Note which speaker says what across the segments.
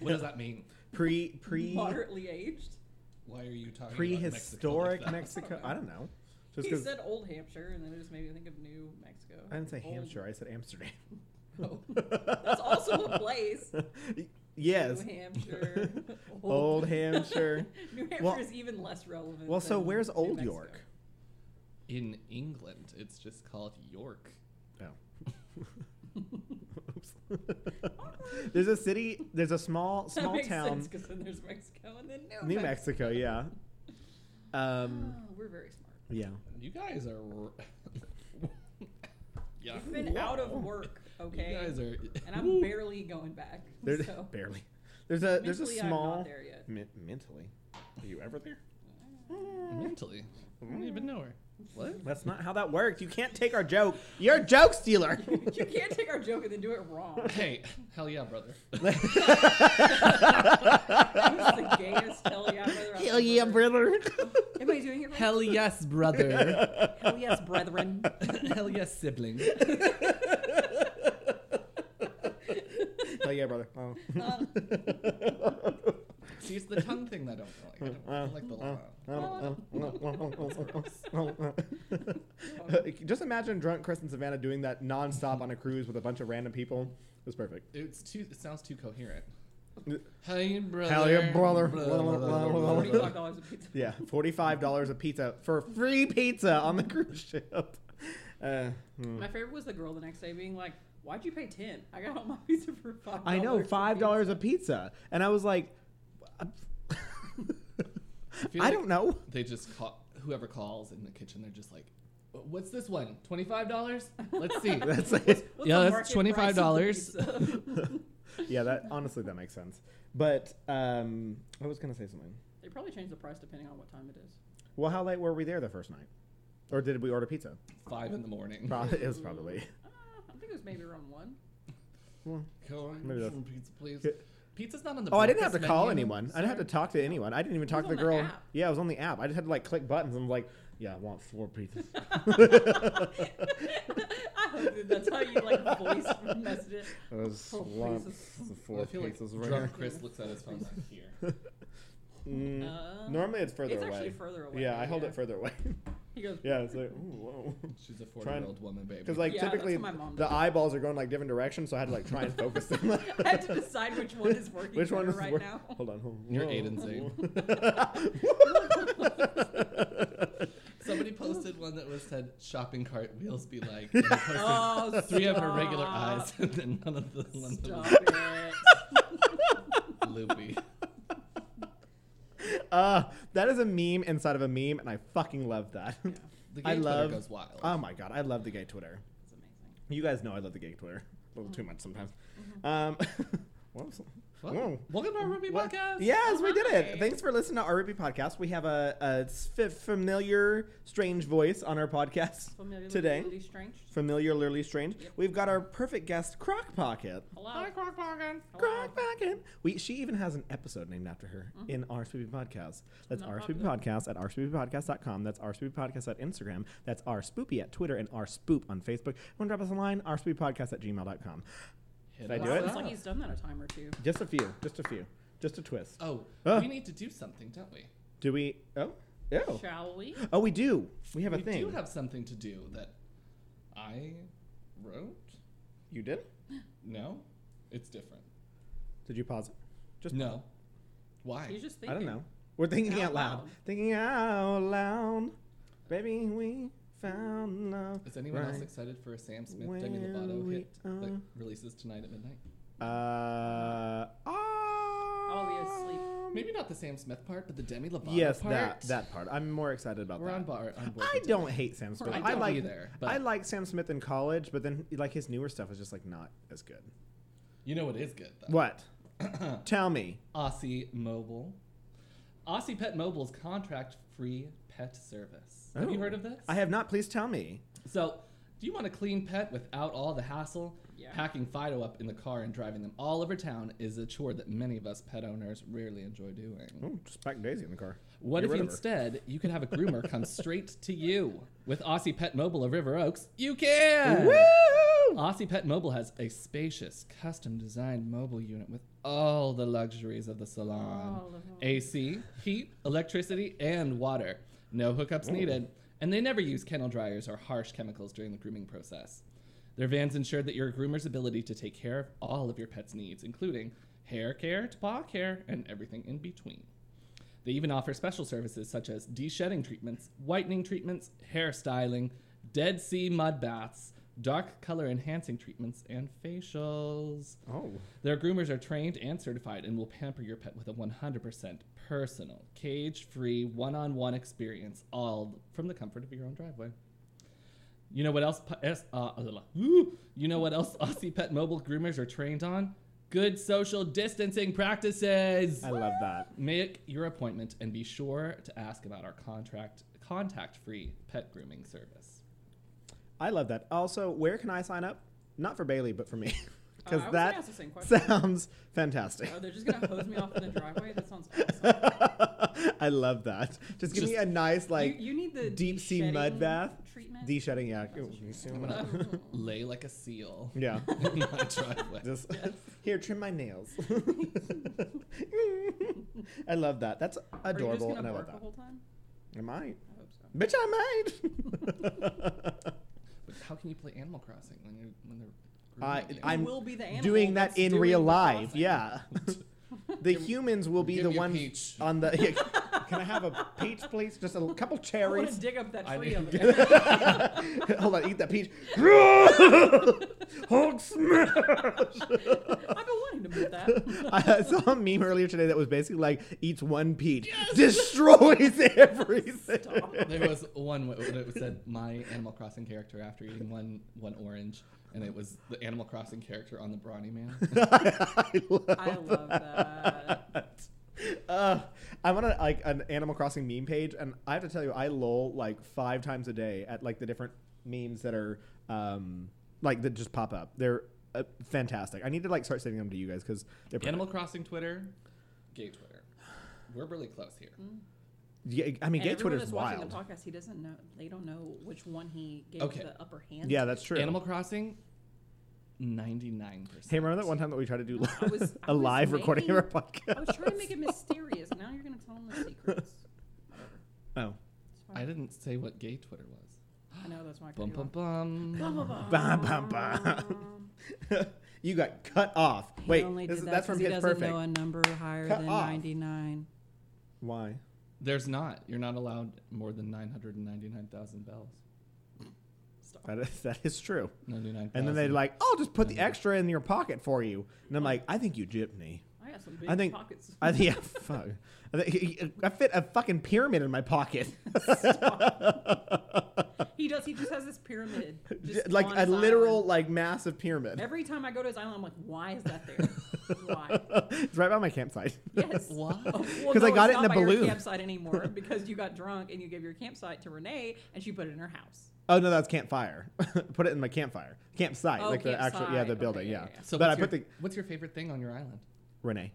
Speaker 1: What does that mean?
Speaker 2: Pre pre
Speaker 3: Moderately aged.
Speaker 1: Why are you talking about Mexico like
Speaker 2: prehistoric
Speaker 1: that?
Speaker 2: Mexico. I don't know. Just
Speaker 3: He
Speaker 2: 'cause-
Speaker 3: said Old Hampshire, and then it just made me think of New Mexico.
Speaker 2: I didn't say
Speaker 3: Old-
Speaker 2: Hampshire. I said Amsterdam.
Speaker 3: Oh. That's also a place.
Speaker 2: yes.
Speaker 3: New Hampshire.
Speaker 2: Old Hampshire.
Speaker 3: New Hampshire
Speaker 2: Well-
Speaker 3: is even less relevant.
Speaker 2: Well, so
Speaker 3: than
Speaker 2: where's
Speaker 3: New
Speaker 2: Old
Speaker 3: Mexico.
Speaker 2: York?
Speaker 1: In England, it's just called York.
Speaker 2: Oh. Oops. there's a city. There's a small
Speaker 3: That
Speaker 2: small
Speaker 3: makes
Speaker 2: town.
Speaker 3: Because then there's Mexico and then New,
Speaker 2: New
Speaker 3: Mex-
Speaker 2: Mexico. Yeah. Um.
Speaker 3: Oh, we're very smart.
Speaker 2: Yeah.
Speaker 1: You guys are. yeah.
Speaker 3: You've been out of work, okay?
Speaker 1: You guys are.
Speaker 3: and I'm barely going back.
Speaker 2: There's
Speaker 3: so
Speaker 2: barely. There's a there's a
Speaker 3: mentally, I'm
Speaker 2: small
Speaker 3: not there yet.
Speaker 2: men- mentally. Are you ever there?
Speaker 3: Mm.
Speaker 1: mentally. I don't even know her. What?
Speaker 2: That's not how that works. You can't take our joke. You're a joke stealer.
Speaker 3: you can't take our joke and then do it wrong.
Speaker 1: Hey, hell yeah, brother.
Speaker 3: That was the gayest hell yeah brother. I've
Speaker 2: Hell yeah,
Speaker 3: ever-
Speaker 2: brother.
Speaker 3: Am I doing it right?
Speaker 1: Hell yes, brother.
Speaker 3: Hell Oh, yes, brethren.
Speaker 1: hell yes, sibling.
Speaker 2: Hell yeah, brother. Oh.
Speaker 3: Uh,
Speaker 1: See, it's the tongue thing that I don't like. I don't,
Speaker 2: Um,
Speaker 1: I don't like the law.
Speaker 2: Just imagine drunk Chris and Savannah doing that nonstop on a cruise with a bunch of random people. It was perfect.
Speaker 1: It's too. It sounds too coherent. Hey, brother.
Speaker 2: Hell yeah, brother.
Speaker 1: Blah, blah, blah, blah, blah, blah.
Speaker 3: $45 a pizza.
Speaker 2: Yeah, forty-five dollars a pizza for free pizza on the cruise ship. Uh, hmm.
Speaker 3: My favorite was the girl the next day being like, "Why'd you pay ten? I got all my pizza for five.
Speaker 2: I know
Speaker 3: dollars
Speaker 2: five dollars a pizza, and I was like,
Speaker 1: feel
Speaker 2: I
Speaker 1: like-
Speaker 2: don't know.
Speaker 1: They just call whoever calls in the kitchen. They're just like, "What's this one? Twenty five dollars? Let's see."
Speaker 2: That's like,
Speaker 3: What's
Speaker 1: Yeah,
Speaker 3: the
Speaker 1: that's
Speaker 3: market price
Speaker 1: $25.
Speaker 3: of the pizza?
Speaker 2: yeah, that honestly that makes sense. But um, I was gonna say something.
Speaker 3: they probably change the price depending on what time it is.
Speaker 2: Well, how late were we there the first night, or did we order pizza?
Speaker 1: Five in the morning.
Speaker 2: Probably it was probably.
Speaker 3: Uh, I think it was maybe around one.
Speaker 1: Can I get
Speaker 2: Maybe that's-
Speaker 1: some pizza, please.
Speaker 2: Yeah.
Speaker 1: Pizza's not on the.
Speaker 2: Oh, I didn't have to
Speaker 1: breakfast
Speaker 2: call
Speaker 1: menu,
Speaker 2: anyone. I didn't have to
Speaker 1: sir.
Speaker 2: talk to anyone. I didn't even talk
Speaker 3: was
Speaker 2: to the
Speaker 3: on the
Speaker 2: girl.
Speaker 3: app.
Speaker 2: Yeah, it was on the app. I just had to like click buttons. I'm like, yeah, I want four pizzas.
Speaker 3: I hope that that's how you like voice message it.
Speaker 2: It was
Speaker 3: Four
Speaker 2: lump-
Speaker 3: pizzas.
Speaker 2: four
Speaker 1: I feel like
Speaker 2: pizzas right
Speaker 1: drunk
Speaker 2: here.
Speaker 1: Chris looks at his phone like here.
Speaker 2: Mm,
Speaker 3: Uh,
Speaker 2: normally it's further
Speaker 3: it's
Speaker 2: away.
Speaker 3: actually further away.
Speaker 2: Yeah, I hold it further away.
Speaker 3: He goes.
Speaker 2: yeah, it's like, ooh, whoa.
Speaker 1: She's a forty year old woman, baby.
Speaker 2: Because like
Speaker 3: Yeah, that's
Speaker 2: typically
Speaker 3: what my mom
Speaker 2: the
Speaker 3: does.
Speaker 2: eyeballs are going like different directions, so I had to like try and focus them.
Speaker 3: I have to decide which one is working
Speaker 2: Which one
Speaker 3: better
Speaker 2: is
Speaker 3: right
Speaker 2: work-
Speaker 3: now.
Speaker 2: Hold on, hold on.
Speaker 1: You're
Speaker 2: Whoa.
Speaker 1: Aiden's somebody posted one that was said shopping cart wheels be like. and they posted
Speaker 3: Oh,
Speaker 1: Three of her regular
Speaker 3: stop.
Speaker 1: eyes, and then none of the one that
Speaker 3: Stop
Speaker 1: was
Speaker 3: it.
Speaker 1: loopy.
Speaker 2: Uh, that is a meme inside of a meme, and I fucking love that.
Speaker 1: The
Speaker 2: I
Speaker 1: gay Twitter
Speaker 2: love-
Speaker 1: goes wild.
Speaker 2: oh my god, I love the gay Twitter.
Speaker 3: It's amazing.
Speaker 2: You guys know I love the gay Twitter a little
Speaker 3: Mm-hmm.
Speaker 2: too much sometimes. Um, what was-
Speaker 1: Well,
Speaker 2: whoa.
Speaker 1: Welcome to our Ruby
Speaker 2: What?
Speaker 1: podcast.
Speaker 2: Yes, we did it.
Speaker 3: Hi.
Speaker 2: Thanks for listening to our RP podcast. We have a, a s- f- familiar, strange voice on our podcast
Speaker 3: Familiar with
Speaker 2: today.
Speaker 3: Lily Strange.
Speaker 2: Familiar, literally strange.
Speaker 3: Yep.
Speaker 2: We've got our perfect guest, Crock Pocket.
Speaker 3: Hello. Hello.
Speaker 2: Crock Pocket. We, she even has an episode named after her in our Spoopy Podcast. That's
Speaker 3: Not
Speaker 2: our Spoopy
Speaker 3: popular.
Speaker 2: Podcast at rspoopypodcast.com. That's our Spoopy Podcast at Instagram. That's our Spoopy at Twitter and our Spoop on Facebook. If you want to drop us a line, our Spoopy Podcast at gmail.com.
Speaker 1: Hit
Speaker 2: I
Speaker 1: us
Speaker 2: do it?
Speaker 3: It's like
Speaker 1: up.
Speaker 3: he's done that a time or two.
Speaker 2: Just a few, just a few, just a twist.
Speaker 1: Oh,
Speaker 2: Ah.
Speaker 1: we need to do something, don't we?
Speaker 2: Do we? Oh, oh,
Speaker 3: Shall we?
Speaker 2: oh, we do. We have a
Speaker 1: we
Speaker 2: thing.
Speaker 1: do have something to do that I wrote.
Speaker 2: you did?
Speaker 1: No, it's different.
Speaker 2: Did you pause it? Just
Speaker 1: No, why?
Speaker 3: He's just thinking.
Speaker 2: I don't know. We're thinking out,
Speaker 3: Out
Speaker 2: loud.
Speaker 3: loud.
Speaker 2: Thinking out loud. Baby, we found love.
Speaker 1: Is anyone else
Speaker 2: right.
Speaker 1: excited for a Sam Smith Demi
Speaker 2: Where
Speaker 1: Lovato
Speaker 2: we
Speaker 1: hit that
Speaker 2: are.
Speaker 1: releases tonight at midnight?
Speaker 2: Uh,
Speaker 3: I'll be asleep.
Speaker 2: um,
Speaker 1: Maybe not the Sam Smith part, but the Demi Lovato
Speaker 2: Yes,
Speaker 1: part.
Speaker 2: that that part. I'm more excited about
Speaker 1: We're
Speaker 2: that.
Speaker 1: on bar. On board
Speaker 2: I
Speaker 1: with
Speaker 2: don't hate Sam Smith.
Speaker 1: I
Speaker 2: I,
Speaker 1: don't
Speaker 2: like
Speaker 1: either, but-
Speaker 2: I like Sam Smith in college, but then like his newer stuff is just like not as good.
Speaker 1: it. You know what is good though.
Speaker 2: What? Tell me.
Speaker 1: Aussie Mobile. Aussie Pet Mobile's contract-free pet service. Have you
Speaker 2: Oh.
Speaker 1: heard of this?
Speaker 2: I have not. Please tell me.
Speaker 1: So, do you want a clean pet without all the hassle?
Speaker 3: Yeah.
Speaker 1: Packing Fido up in the car and driving them all over town is a chore that many of us pet owners rarely enjoy doing.
Speaker 2: Oh, just pack Daisy in the car.
Speaker 1: What
Speaker 2: Get
Speaker 1: if
Speaker 2: rid of her.
Speaker 1: instead you could have a groomer come straight to you? With Aussie Pet Mobile of River Oaks, you can!
Speaker 2: Woo!
Speaker 1: Aussie Pet Mobile has a spacious, custom designed mobile unit with all the luxuries of the salon
Speaker 3: All of them.
Speaker 1: AC, Um, heat, electricity, and water. No hookups needed. And they never use kennel dryers or harsh chemicals during the grooming process. Their vans ensure that your groomer's ability to take care of all of your pet's needs, including hair care to paw care and everything in between. They even offer special services such as de-shedding treatments, whitening treatments, hairstyling, Dead Sea mud baths, dark color enhancing treatments, and facials.
Speaker 2: Oh.
Speaker 1: Their groomers are trained and certified and will pamper your pet with a 100% personal, cage free, one on one experience, all from the comfort of your own driveway. You know what else? pu- es- uh, uh, woo! You know what else Aussie Pet Mobile groomers are trained on? Good social distancing practices.
Speaker 2: I love that.
Speaker 1: Make your appointment and be sure to ask about our contract contact-free pet grooming service.
Speaker 2: I love that. Also, where can I sign up? Not for Bailey, but for me.
Speaker 3: Uh, I was
Speaker 2: Because
Speaker 3: gonna
Speaker 2: that
Speaker 3: ask the same question.
Speaker 2: sounds fantastic.
Speaker 3: Oh, they're just gonna hose me off in the driveway. That sounds awesome.
Speaker 2: I love that. Just give me
Speaker 1: Just-
Speaker 2: a nice, like,
Speaker 3: you, you need the
Speaker 2: deep sea mud
Speaker 3: shedding
Speaker 2: bath,
Speaker 3: treatment.
Speaker 2: de shedding. Yeah.
Speaker 1: I'm
Speaker 3: Oh,
Speaker 1: gonna lay like a seal
Speaker 2: Yeah.
Speaker 1: in my driveway.
Speaker 2: Just here, trim my nails. I love that. That's
Speaker 3: Are you just
Speaker 2: adorable,
Speaker 3: gonna
Speaker 2: and I love
Speaker 3: bark the
Speaker 2: that.
Speaker 3: whole time?
Speaker 2: I might,
Speaker 3: I hope so.
Speaker 2: bitch, I might.
Speaker 1: But how can you play Animal Crossing when you're when they're
Speaker 2: I-
Speaker 1: grooming you?
Speaker 2: I'm
Speaker 3: You will be the animal
Speaker 2: doing that
Speaker 3: that's
Speaker 2: in
Speaker 3: doing
Speaker 2: real
Speaker 3: the
Speaker 2: life.
Speaker 3: crossing.
Speaker 2: Yeah. the humans will be
Speaker 1: Give
Speaker 2: the
Speaker 1: me a
Speaker 2: one Oh.
Speaker 1: peach.
Speaker 2: on the. yeah, can I have a peach, please? Just a couple
Speaker 3: I want to
Speaker 2: cherries.
Speaker 3: dig up that
Speaker 1: I
Speaker 3: tree
Speaker 1: need-
Speaker 3: over there.
Speaker 2: Hold on, eat that peach. Hulk smash!
Speaker 3: I've been wanting to move that.
Speaker 2: I saw a meme earlier today that was basically like eats one peach, destroys everything.
Speaker 3: Stop.
Speaker 1: There was one w- that said my Animal Crossing character after eating one one orange, and it was the Animal Crossing character on the Brawny Man.
Speaker 2: I love,
Speaker 3: I love that.
Speaker 2: that. Uh, I'm on a, like an Animal Crossing meme page, and I have to tell you, I lol like five times a day at like the different memes that are um, like that just pop up. They're uh, fantastic. I need to like start sending them to you guys because they're
Speaker 1: Animal Crossing Twitter, gay Twitter. We're really close here.
Speaker 2: Yeah, I mean,
Speaker 3: And
Speaker 2: gay
Speaker 3: everyone
Speaker 2: Twitter's
Speaker 3: that's watching
Speaker 2: wild.
Speaker 3: the podcast, he doesn't know. They don't know which one he gave
Speaker 1: Okay.
Speaker 3: the upper hand.
Speaker 2: Yeah,
Speaker 3: to.
Speaker 2: that's true.
Speaker 1: Animal Crossing, ninety nine percent.
Speaker 2: Hey, remember that one time that we tried to do
Speaker 3: I was- I
Speaker 2: a
Speaker 3: was
Speaker 2: live recording of our
Speaker 3: making-
Speaker 2: podcast?
Speaker 3: I was trying to make it mysterious. Now you're gonna tell him the secrets. Whatever.
Speaker 2: Oh.
Speaker 3: It's fine.
Speaker 1: I didn't say what gay Twitter was.
Speaker 3: I know that's why. I cut
Speaker 1: Bum
Speaker 3: you
Speaker 1: bum
Speaker 3: off.
Speaker 1: bum.
Speaker 3: Bum,
Speaker 2: Bum,
Speaker 3: bum,
Speaker 2: bum, bum. you got cut off.
Speaker 3: He
Speaker 2: Wait,
Speaker 3: only
Speaker 2: this
Speaker 3: did
Speaker 2: is-
Speaker 3: that
Speaker 2: that's
Speaker 3: 'cause
Speaker 2: from
Speaker 3: he
Speaker 2: Pitch
Speaker 3: doesn't
Speaker 2: Perfect.
Speaker 3: know a number higher
Speaker 2: Cut
Speaker 3: than
Speaker 2: off.
Speaker 3: 99.
Speaker 2: Why?
Speaker 1: There's not. You're not allowed more than nine hundred and ninety nine thousand bells.
Speaker 3: Stop.
Speaker 2: That is, that is true.
Speaker 1: Ninety nine.
Speaker 2: And then they're like, "I'll just put the extra in your pocket for you." And I'm like, "I think you gypped me.
Speaker 3: I got some big
Speaker 2: I think-
Speaker 3: pockets.
Speaker 2: I think yeah, fuck. I, think, I fit a fucking pyramid in my pocket,
Speaker 3: he does. He just has this pyramid. Just
Speaker 2: like
Speaker 3: on
Speaker 2: a
Speaker 3: his
Speaker 2: literal,
Speaker 3: island.
Speaker 2: like massive pyramid.
Speaker 3: Every time I go to his island, I'm like, why is that there? why?
Speaker 2: it's right by my campsite.
Speaker 3: Yes.
Speaker 1: Why?
Speaker 3: Oh, well,
Speaker 2: 'Cause I
Speaker 3: no,
Speaker 2: got
Speaker 3: it's
Speaker 2: it in
Speaker 3: not
Speaker 2: a
Speaker 3: by your
Speaker 2: balloon.
Speaker 3: Campsite anymore because you got drunk and you gave your campsite to Renee and she put it in her house.
Speaker 2: Oh no, that's campfire. put it in my campfire campsite,
Speaker 3: Oh,
Speaker 2: like the actual yeah,
Speaker 3: campsite.
Speaker 2: the
Speaker 3: Okay,
Speaker 2: building,
Speaker 3: yeah,
Speaker 2: yeah.
Speaker 3: yeah, yeah.
Speaker 1: So
Speaker 2: but I
Speaker 1: what's your-
Speaker 2: put the
Speaker 1: What's your favorite thing on your island?
Speaker 2: Renee.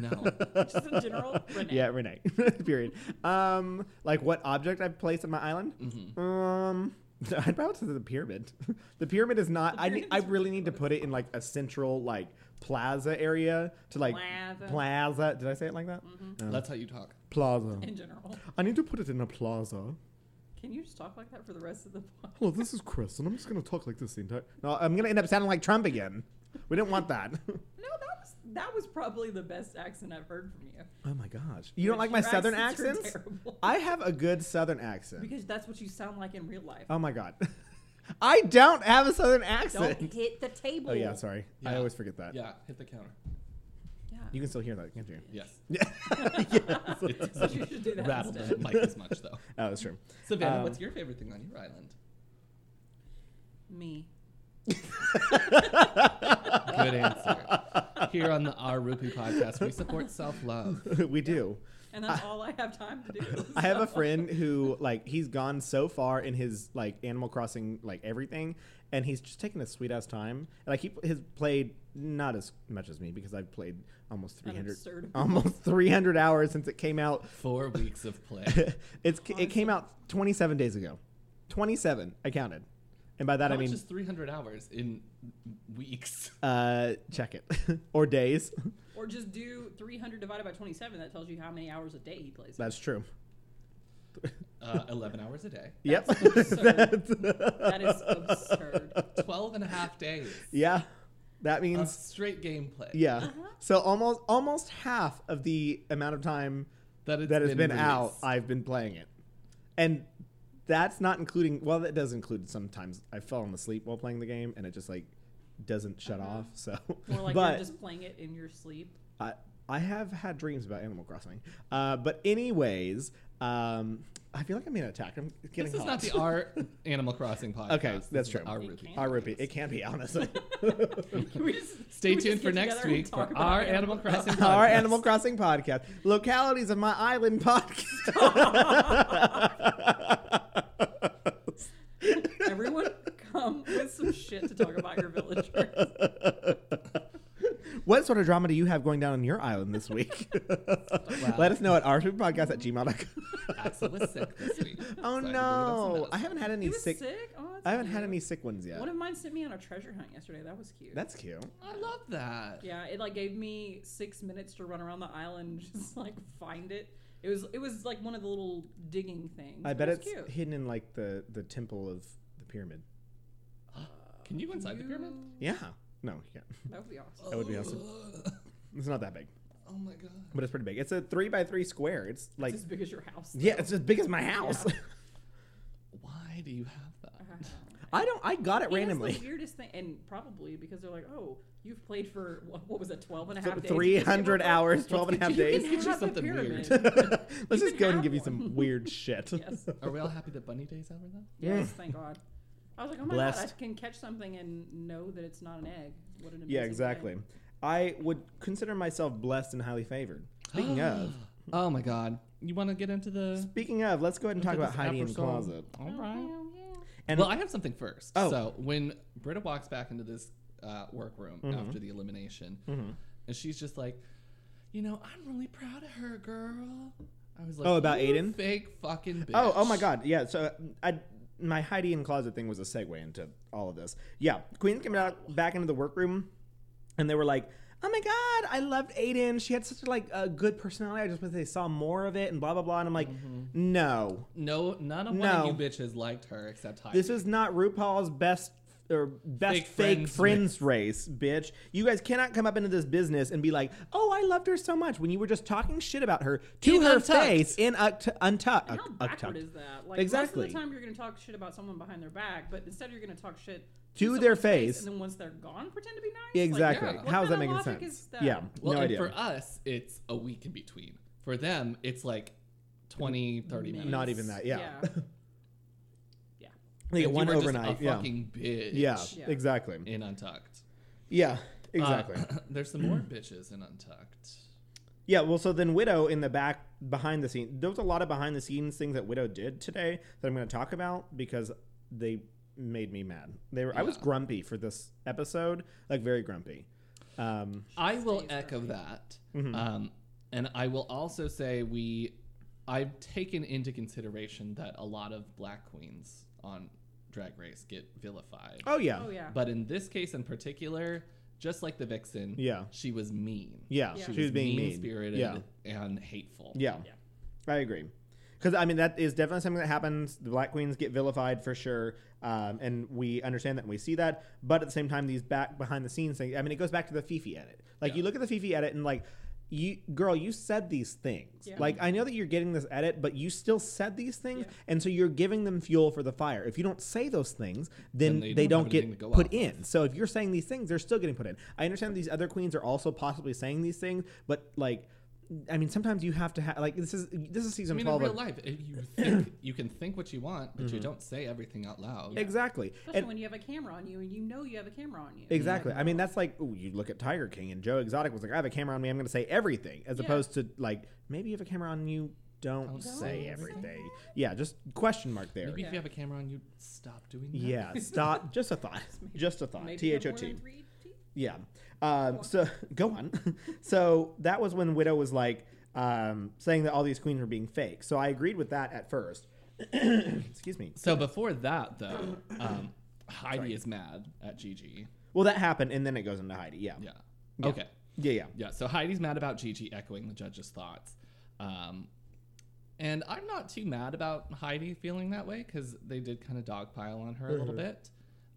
Speaker 1: No.
Speaker 3: Just in general, Renee.
Speaker 2: Yeah, Renee. Period. Um, like what object I've placed on my island?
Speaker 3: Mm-hmm.
Speaker 2: Um, I'd probably say the pyramid. the pyramid is not.
Speaker 3: The
Speaker 2: I need.
Speaker 3: pyramid
Speaker 2: I
Speaker 3: is
Speaker 2: really need to put it in like a central like plaza area to like
Speaker 3: Plaza. Mm-hmm.
Speaker 2: plaza. Did I say it like that?
Speaker 1: That's how you talk.
Speaker 2: Plaza.
Speaker 3: In general.
Speaker 2: I need to put it in a plaza.
Speaker 3: Can you just talk like that for the rest of the podcast?
Speaker 2: Hello, this is Chris, and I'm just gonna talk like this the entire. No, I'm gonna end up sounding like Trump again. We didn't want that.
Speaker 3: No, that was that was probably the best accent I've heard from you.
Speaker 2: oh my gosh! You don't
Speaker 3: But
Speaker 2: like my
Speaker 3: your
Speaker 2: southern
Speaker 3: accents are
Speaker 2: accents?
Speaker 3: terrible.
Speaker 2: I have a good southern accent.
Speaker 3: Because that's what you sound like in real life.
Speaker 2: Oh my god. I don't have a southern accent.
Speaker 3: Don't hit the table.
Speaker 2: Oh yeah, sorry. I
Speaker 1: Yeah.
Speaker 2: always forget that.
Speaker 1: Yeah, hit the counter.
Speaker 2: You can still hear that, can't you?
Speaker 1: Yes.
Speaker 3: So you should do that
Speaker 1: Rattle
Speaker 3: instead.
Speaker 1: doesn't like as much though.
Speaker 2: Oh, that's true.
Speaker 1: Savannah,
Speaker 2: Um,
Speaker 1: what's your favorite thing on your island?
Speaker 3: Me.
Speaker 1: Good answer. Here on the Our Rupee podcast, we support self love.
Speaker 2: we do.
Speaker 3: And that's all I have time to do.
Speaker 2: I have
Speaker 3: so.
Speaker 2: a friend who like he's gone so far in his like Animal Crossing like everything, and he's just taking his sweet ass time. And like he has played not as much as me because I've played almost three hundred,
Speaker 3: absurd
Speaker 2: almost three hundred hours since it came out.
Speaker 1: Four weeks of play.
Speaker 2: it's it came out twenty seven days ago, twenty seven. I counted, And by that
Speaker 1: That
Speaker 2: I mean
Speaker 1: is 300 hours in weeks.
Speaker 2: uh, check it or days.
Speaker 3: Or just do 300 divided by 27. That tells you how many hours a day he plays.
Speaker 2: That's true.
Speaker 1: Uh, 11 hours a day.
Speaker 2: Yep.
Speaker 3: absurd.
Speaker 2: That's-
Speaker 3: that is absurd.
Speaker 1: 12 and a half days
Speaker 2: yeah. That
Speaker 1: of
Speaker 2: means
Speaker 1: straight gameplay.
Speaker 2: yeah.
Speaker 3: Uh-huh.
Speaker 2: So almost almost half of the amount of time
Speaker 1: That, it's
Speaker 2: that has been, out,
Speaker 1: released.
Speaker 2: I've been playing it, and that's not including. Well, that does include sometimes I've fallen asleep while playing the game, and it just like doesn't shut
Speaker 3: Uh-huh.
Speaker 2: off. So,
Speaker 3: Or like
Speaker 2: but
Speaker 3: you're just playing it in your sleep.
Speaker 2: I, I have had dreams about Animal Crossing. Uh, but anyways, um, I feel like I'm being attacked. I'm getting
Speaker 1: This is
Speaker 2: hot.
Speaker 1: not the our Animal Crossing podcast.
Speaker 2: Okay,
Speaker 1: This
Speaker 2: that's
Speaker 1: is
Speaker 2: true.
Speaker 1: Our
Speaker 3: It
Speaker 1: Ruby.
Speaker 3: can't
Speaker 2: Our rupee. It can't be honestly.
Speaker 3: Can we just-
Speaker 1: Stay
Speaker 3: can we
Speaker 1: tuned
Speaker 3: just
Speaker 1: for
Speaker 3: get
Speaker 1: next
Speaker 3: together and
Speaker 1: week
Speaker 3: talk
Speaker 1: for
Speaker 3: about
Speaker 1: our Animal Crossing podcast.
Speaker 2: Our Animal Crossing podcast, localities of my island podcast.
Speaker 3: Everyone, come with some shit to talk about your villagers.
Speaker 2: what sort of drama do you have going down on your island this week? Let us know at rfoodpodcast at gmail.com.
Speaker 1: Axel was sick this week. so
Speaker 2: Oh
Speaker 1: I had to go give him some
Speaker 2: no! I
Speaker 1: medicine.
Speaker 2: haven't had
Speaker 3: He
Speaker 2: any
Speaker 3: was
Speaker 2: sick.
Speaker 3: sick. Oh, that's
Speaker 2: I haven't had
Speaker 3: cute.
Speaker 2: any sick ones yet.
Speaker 3: One of mine sent me on a treasure hunt yesterday. That was cute.
Speaker 2: That's cute.
Speaker 1: I love that.
Speaker 3: yeah. It like gave me six minutes to run around the island, and just like find it. It was it was like one of the little digging things.
Speaker 2: I
Speaker 3: It
Speaker 2: bet
Speaker 3: was
Speaker 2: it's
Speaker 3: cute.
Speaker 2: hidden in like the the temple of the pyramid.
Speaker 1: Can you inside the pyramid?
Speaker 2: Yeah. No, you can't.
Speaker 3: That would be awesome.
Speaker 2: That would be awesome. It's not that big,
Speaker 1: Oh my god.
Speaker 2: but it's pretty big. It's a three by three square. It's like
Speaker 3: It's as big as your house.
Speaker 2: yeah,
Speaker 3: though.
Speaker 2: it's as big as my house.
Speaker 1: Why do you have that?
Speaker 3: I don't know.
Speaker 2: I don't. I got it
Speaker 3: He has
Speaker 2: randomly.
Speaker 3: the weirdest thing, and probably because they're like, oh, you've played for, what, what was it, 12 and a half days?
Speaker 2: Three hundred hours, twelve and a half
Speaker 1: Let's get
Speaker 2: days.
Speaker 1: you- let's get you
Speaker 3: Half the
Speaker 1: something
Speaker 3: pyramid.
Speaker 1: weird.
Speaker 2: Let's
Speaker 3: You
Speaker 2: just
Speaker 3: can
Speaker 2: go and
Speaker 3: have
Speaker 2: give you some
Speaker 3: one.
Speaker 2: weird shit.
Speaker 3: Yes.
Speaker 1: Are we all happy that Bunny Day's over though?
Speaker 3: Yes, thank God. I was like, oh my God,
Speaker 2: Blessed.
Speaker 3: I can catch something and know that it's not an egg. What an amazing
Speaker 2: Yeah,
Speaker 3: thing.
Speaker 2: exactly. I would consider myself blessed and highly favored. Speaking of,
Speaker 1: Oh my god. You want to get into the
Speaker 2: speaking of, let's go ahead and talk
Speaker 1: into
Speaker 2: about
Speaker 1: this
Speaker 2: Heidi in the
Speaker 1: episode?
Speaker 2: closet.
Speaker 1: All right.
Speaker 2: And
Speaker 1: well, I have something first.
Speaker 2: Oh.
Speaker 1: So when Britta walks back into this uh, workroom
Speaker 2: Mm-hmm.
Speaker 1: after the elimination, and she's just like, you know, I'm really proud of her, girl. I was like,
Speaker 2: Oh, about
Speaker 1: "You
Speaker 2: Aiden?
Speaker 1: fake fucking bitch.
Speaker 2: Oh, oh my God! Yeah, so I my Heidi in closet thing was a segue into all of this. Yeah, Queens came out back into the workroom, and they were like, "Oh my God, I loved Aiden. She had such like a good personality. I just wish they saw more of it." And blah blah blah. And I'm like, "No,
Speaker 1: No, none of
Speaker 2: No.
Speaker 1: one of you bitches liked her except Heidi.
Speaker 2: this is not RuPaul's best." Or best
Speaker 1: Fake
Speaker 2: fake,
Speaker 1: friends
Speaker 2: friends, race, bitch. You guys cannot come up into this business and be like, "Oh, I loved her so much," when you were just talking shit about her to
Speaker 1: In
Speaker 2: her
Speaker 1: Untucked.
Speaker 2: face in Uct- Untucked.
Speaker 3: And how
Speaker 2: Untucked.
Speaker 3: backward is that? Like, Most
Speaker 2: Exactly.
Speaker 3: of the time, you're going to talk shit about someone behind their back, but instead, you're going to talk shit
Speaker 2: To their
Speaker 3: someone's
Speaker 2: face.
Speaker 3: And then once they're gone, pretend to be nice. Like,
Speaker 2: Exactly.
Speaker 1: yeah.
Speaker 3: What
Speaker 2: How is that
Speaker 3: kind of
Speaker 2: making
Speaker 3: logic
Speaker 2: sense?
Speaker 3: is that?
Speaker 2: Yeah.
Speaker 1: Well,
Speaker 2: no
Speaker 1: and
Speaker 2: idea.
Speaker 1: for us, it's a week in between. For them, it's like 20, 30 minutes.
Speaker 2: Not even that. Yeah.
Speaker 3: Yeah.
Speaker 2: They
Speaker 1: And
Speaker 2: get
Speaker 1: you
Speaker 2: one
Speaker 1: were just
Speaker 2: overnight.
Speaker 1: A
Speaker 2: Yeah.
Speaker 1: fucking bitch.
Speaker 2: yeah.
Speaker 3: Yeah.
Speaker 2: Exactly.
Speaker 1: In Untucked.
Speaker 2: Yeah.
Speaker 1: Uh,
Speaker 2: Exactly.
Speaker 1: there's some more bitches in Untucked.
Speaker 2: yeah. Well, so then Widow in the back behind the scene. There was a lot of behind the scenes things that Widow did today that I'm going to talk about because they made me mad. They were. I was
Speaker 1: Yeah.
Speaker 2: grumpy for this episode. Like very grumpy. Um,
Speaker 1: I will
Speaker 3: stays
Speaker 1: echo
Speaker 3: early.
Speaker 1: that.
Speaker 2: Mm-hmm.
Speaker 1: Um, and I will also say we, I've taken into consideration that a lot of black queens on Drag Race get vilified.
Speaker 2: oh yeah.
Speaker 3: Oh, yeah.
Speaker 1: But in this case in particular, just like the vixen,
Speaker 2: Yeah.
Speaker 1: she was mean.
Speaker 2: Yeah.
Speaker 3: Yeah.
Speaker 2: She was being mean.
Speaker 1: spirited
Speaker 2: Yeah.
Speaker 1: and hateful.
Speaker 2: Yeah.
Speaker 3: Yeah.
Speaker 2: I agree. Because I mean that is definitely something that happens. The black queens get vilified for sure, um, and we understand that and we see that. But at the same time, these back behind the scenes things. I mean, it goes back to the Fifi edit. Like you look at the Fifi edit and like, you girl, you said these things.
Speaker 3: Yeah.
Speaker 2: Like I know that you're getting this edit, but you still said these things,
Speaker 3: Yeah.
Speaker 2: and so you're giving them fuel for the fire. If you don't say those things,
Speaker 1: Then
Speaker 2: then,
Speaker 1: they
Speaker 2: they,
Speaker 1: don't
Speaker 2: don't,
Speaker 1: have anything to
Speaker 2: get
Speaker 1: go
Speaker 2: put
Speaker 1: off
Speaker 2: in. So if you're saying these things, they're still getting put in. I understand these other queens are also possibly saying these things, but like. I mean, sometimes you have to have like this is this is
Speaker 1: I
Speaker 2: season
Speaker 1: mean, in
Speaker 2: twelve.
Speaker 1: real
Speaker 2: of-
Speaker 1: life, if you think, you can think what you want, but you don't say everything out loud.
Speaker 2: Exactly.
Speaker 3: Especially
Speaker 2: And
Speaker 3: when you have a camera on you and you know you have a camera on you.
Speaker 2: exactly. I mean, that's like ooh, you look at Tiger King and Joe Exotic was like, "I have a camera on me. I'm going to say everything," as
Speaker 3: Yeah.
Speaker 2: opposed to like maybe you have a camera on you. Don't, say
Speaker 1: say
Speaker 2: everything. Yeah, just question mark there.
Speaker 1: Maybe if
Speaker 3: Yeah.
Speaker 1: you have a camera on, you stop doing that.
Speaker 2: Yeah, stop. Just a thought. Just a thought.
Speaker 3: Maybe
Speaker 2: T
Speaker 3: you have
Speaker 2: H O
Speaker 3: more
Speaker 2: T.
Speaker 3: than three teeth.
Speaker 2: Yeah. Um, so go on. so that was when Widow was like um, saying that all these queens were being fake. So I agreed with that at first. Excuse me.
Speaker 1: So before that, though, um, Heidi
Speaker 2: Sorry.
Speaker 1: is mad at Gigi.
Speaker 2: Well, that happened, and then it goes into Heidi. Yeah.
Speaker 1: Yeah.
Speaker 2: Yeah.
Speaker 1: Okay.
Speaker 2: Yeah. Yeah.
Speaker 1: Yeah. So Heidi's mad about Gigi echoing the judge's thoughts. Um, and I'm not too mad about Heidi feeling that way because they did kind of dogpile on her a little bit.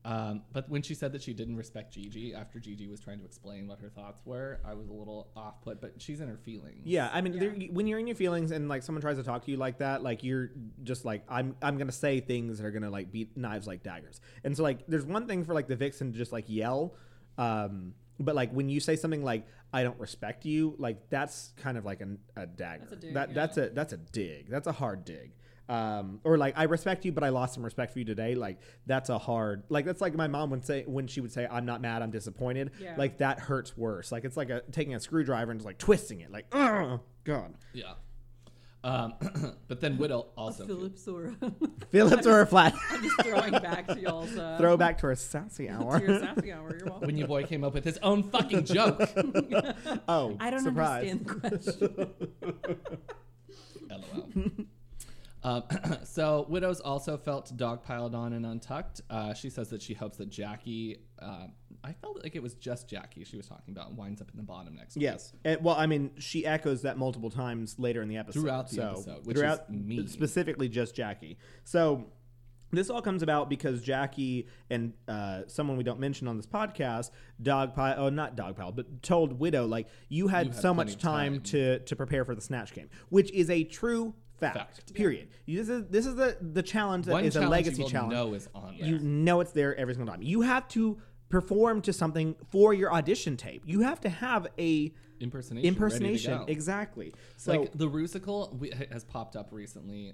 Speaker 1: Um, but when she said that she didn't respect Gigi after Gigi was trying to explain what her thoughts were, I was a little off put, but she's in her feelings.
Speaker 2: Yeah, I mean,
Speaker 3: Yeah.
Speaker 2: there- when you're in your feelings and like someone tries to talk to you like that, like you're just like, I'm, I'm gonna say things that are gonna like beat knives like daggers. And so like, there's one thing for like the vixen to just like yell, um, but like when you say something like I don't respect you, like that's kind of like an, a dagger.
Speaker 3: That's a dig,
Speaker 2: that
Speaker 3: yeah.
Speaker 2: that's a that's a dig. That's a hard dig. Um, or like I respect you, but I lost some respect for you today. Like that's a hard. Like that's like my mom would say when she would say, "I'm not mad, I'm disappointed."
Speaker 3: Yeah.
Speaker 2: Like that hurts worse. Like it's like a taking a screwdriver and just like twisting it. Like, oh god.
Speaker 1: Yeah. Um, but then Whittle also.
Speaker 3: Phillips or
Speaker 2: Phillips or a flat.
Speaker 3: just throwing back to y'all's uh,
Speaker 2: Throwback to our sassy hour.
Speaker 3: to your sassy hour. You're welcome.
Speaker 1: when your boy came up with his own fucking joke.
Speaker 2: oh,
Speaker 3: I don't
Speaker 2: surprise.
Speaker 3: understand the question.
Speaker 1: LOL. Um, so widows also felt dogpiled on and untucked. Uh, she says that she hopes that Jackie. Uh, I felt like it was just Jackie she was talking about. Winds up in the bottom next. week.
Speaker 2: Yes. And- well, I mean, she echoes that multiple times later in the episode.
Speaker 1: Throughout the
Speaker 2: so,
Speaker 1: episode, which
Speaker 2: throughout,
Speaker 1: is mean.
Speaker 2: Specifically, just Jackie. So this all comes about because Jackie and uh, someone we don't mention on this podcast, dogpile, oh, not dogpile, but told Widow, like, you had
Speaker 1: You had
Speaker 2: so
Speaker 1: plenty
Speaker 2: much
Speaker 1: of
Speaker 2: time,
Speaker 1: time.
Speaker 2: to to prepare for the snatch game, which is a true fact.
Speaker 1: Fact.
Speaker 2: Period. This is this is the the challenge that is
Speaker 1: One challenge
Speaker 2: a legacy
Speaker 1: you will
Speaker 2: challenge.
Speaker 1: know is on there.
Speaker 2: You know it's there every single time. You have to perform to something for your audition tape. You have to have a
Speaker 1: impersonation.
Speaker 2: impersonation.
Speaker 1: Ready to go.
Speaker 2: Exactly. So
Speaker 1: Like the rusical we, has popped up recently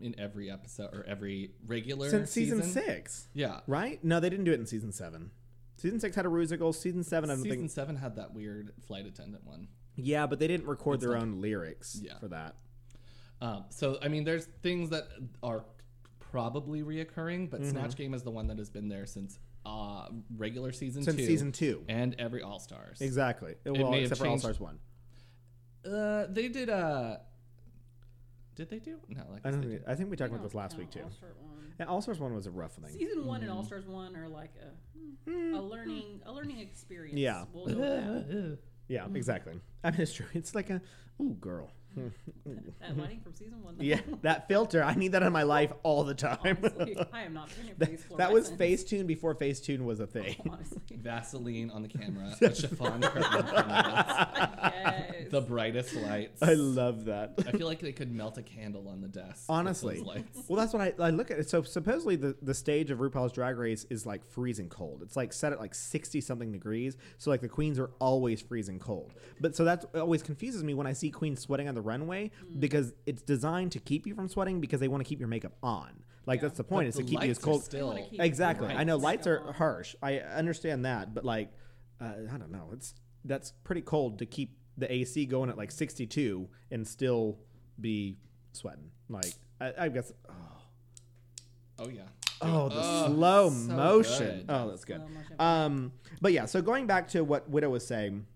Speaker 1: in every episode or every regular
Speaker 2: since season,
Speaker 1: season,
Speaker 2: six,
Speaker 1: Yeah.
Speaker 2: right? No, they didn't do it in season seven. Season six had a rusical. Season seven, I don't
Speaker 1: Season
Speaker 2: think.
Speaker 1: seven had that weird flight attendant one.
Speaker 2: Yeah, but they didn't record their own lyrics
Speaker 1: Yeah.
Speaker 2: for that.
Speaker 1: Um, so I mean, there's things that are probably reoccurring,
Speaker 2: Mm-hmm.
Speaker 1: but Snatch Game is the one that has been there since uh, regular season
Speaker 2: Since
Speaker 1: two,
Speaker 2: season two.
Speaker 1: and every All Stars.
Speaker 2: Exactly. well,
Speaker 1: may have
Speaker 2: except for All
Speaker 1: changed-
Speaker 2: Stars one.
Speaker 1: Uh, they did uh Did they do? No, like
Speaker 2: I don't. Think, I think we talked about this last
Speaker 3: Yeah,
Speaker 2: week too.
Speaker 3: I'll start one.
Speaker 2: And All Stars one was a rough thing.
Speaker 3: Season one and All Stars one are like a, a learning a learning experience.
Speaker 2: Hmm. Yeah.
Speaker 3: We'll go with that.
Speaker 2: Yeah,
Speaker 1: mm.
Speaker 2: exactly. I mean, it's true. It's like a ooh, girl.
Speaker 3: that lighting from season one. though.
Speaker 2: Yeah, that filter. I need that in my life all the time.
Speaker 3: Honestly, I am not paying for these
Speaker 2: That was
Speaker 3: fluorescents,
Speaker 2: Facetune before Facetune was a thing.
Speaker 3: Honestly,
Speaker 1: Vaseline on the camera, a chiffon curtain in front of us,
Speaker 3: yes.
Speaker 1: the brightest lights.
Speaker 2: I love that.
Speaker 1: I feel like they could melt a candle on the desk. with
Speaker 2: Honestly.
Speaker 1: those lights.
Speaker 2: Well, that's what I, I look at. it. So supposedly the, the stage of RuPaul's Drag Race is like freezing cold. It's like set at like 60 something degrees. So like the queens are always freezing cold. But so that always confuses me when I see queens sweating on the runway
Speaker 1: Mm.
Speaker 2: because it's designed to keep you from sweating because they want to keep your makeup on. Like that's the point is
Speaker 1: The
Speaker 2: to keep you
Speaker 1: lights
Speaker 2: as
Speaker 1: are
Speaker 2: cold.
Speaker 3: They
Speaker 1: Still,
Speaker 3: wanna keep
Speaker 2: Exactly.
Speaker 3: the
Speaker 2: I know lights are
Speaker 3: on.
Speaker 2: harsh. I understand that, but like, uh, I don't know. It's that's pretty cold to keep the AC going at like 62 and still be sweating. Like, I, I guess. Oh,
Speaker 1: oh yeah.
Speaker 2: oh, the
Speaker 1: Oh,
Speaker 2: slow
Speaker 1: so
Speaker 2: motion.
Speaker 1: good.
Speaker 2: Oh, that's good.
Speaker 3: Slow motion.
Speaker 2: Um, but yeah. So going back to what Widow was saying,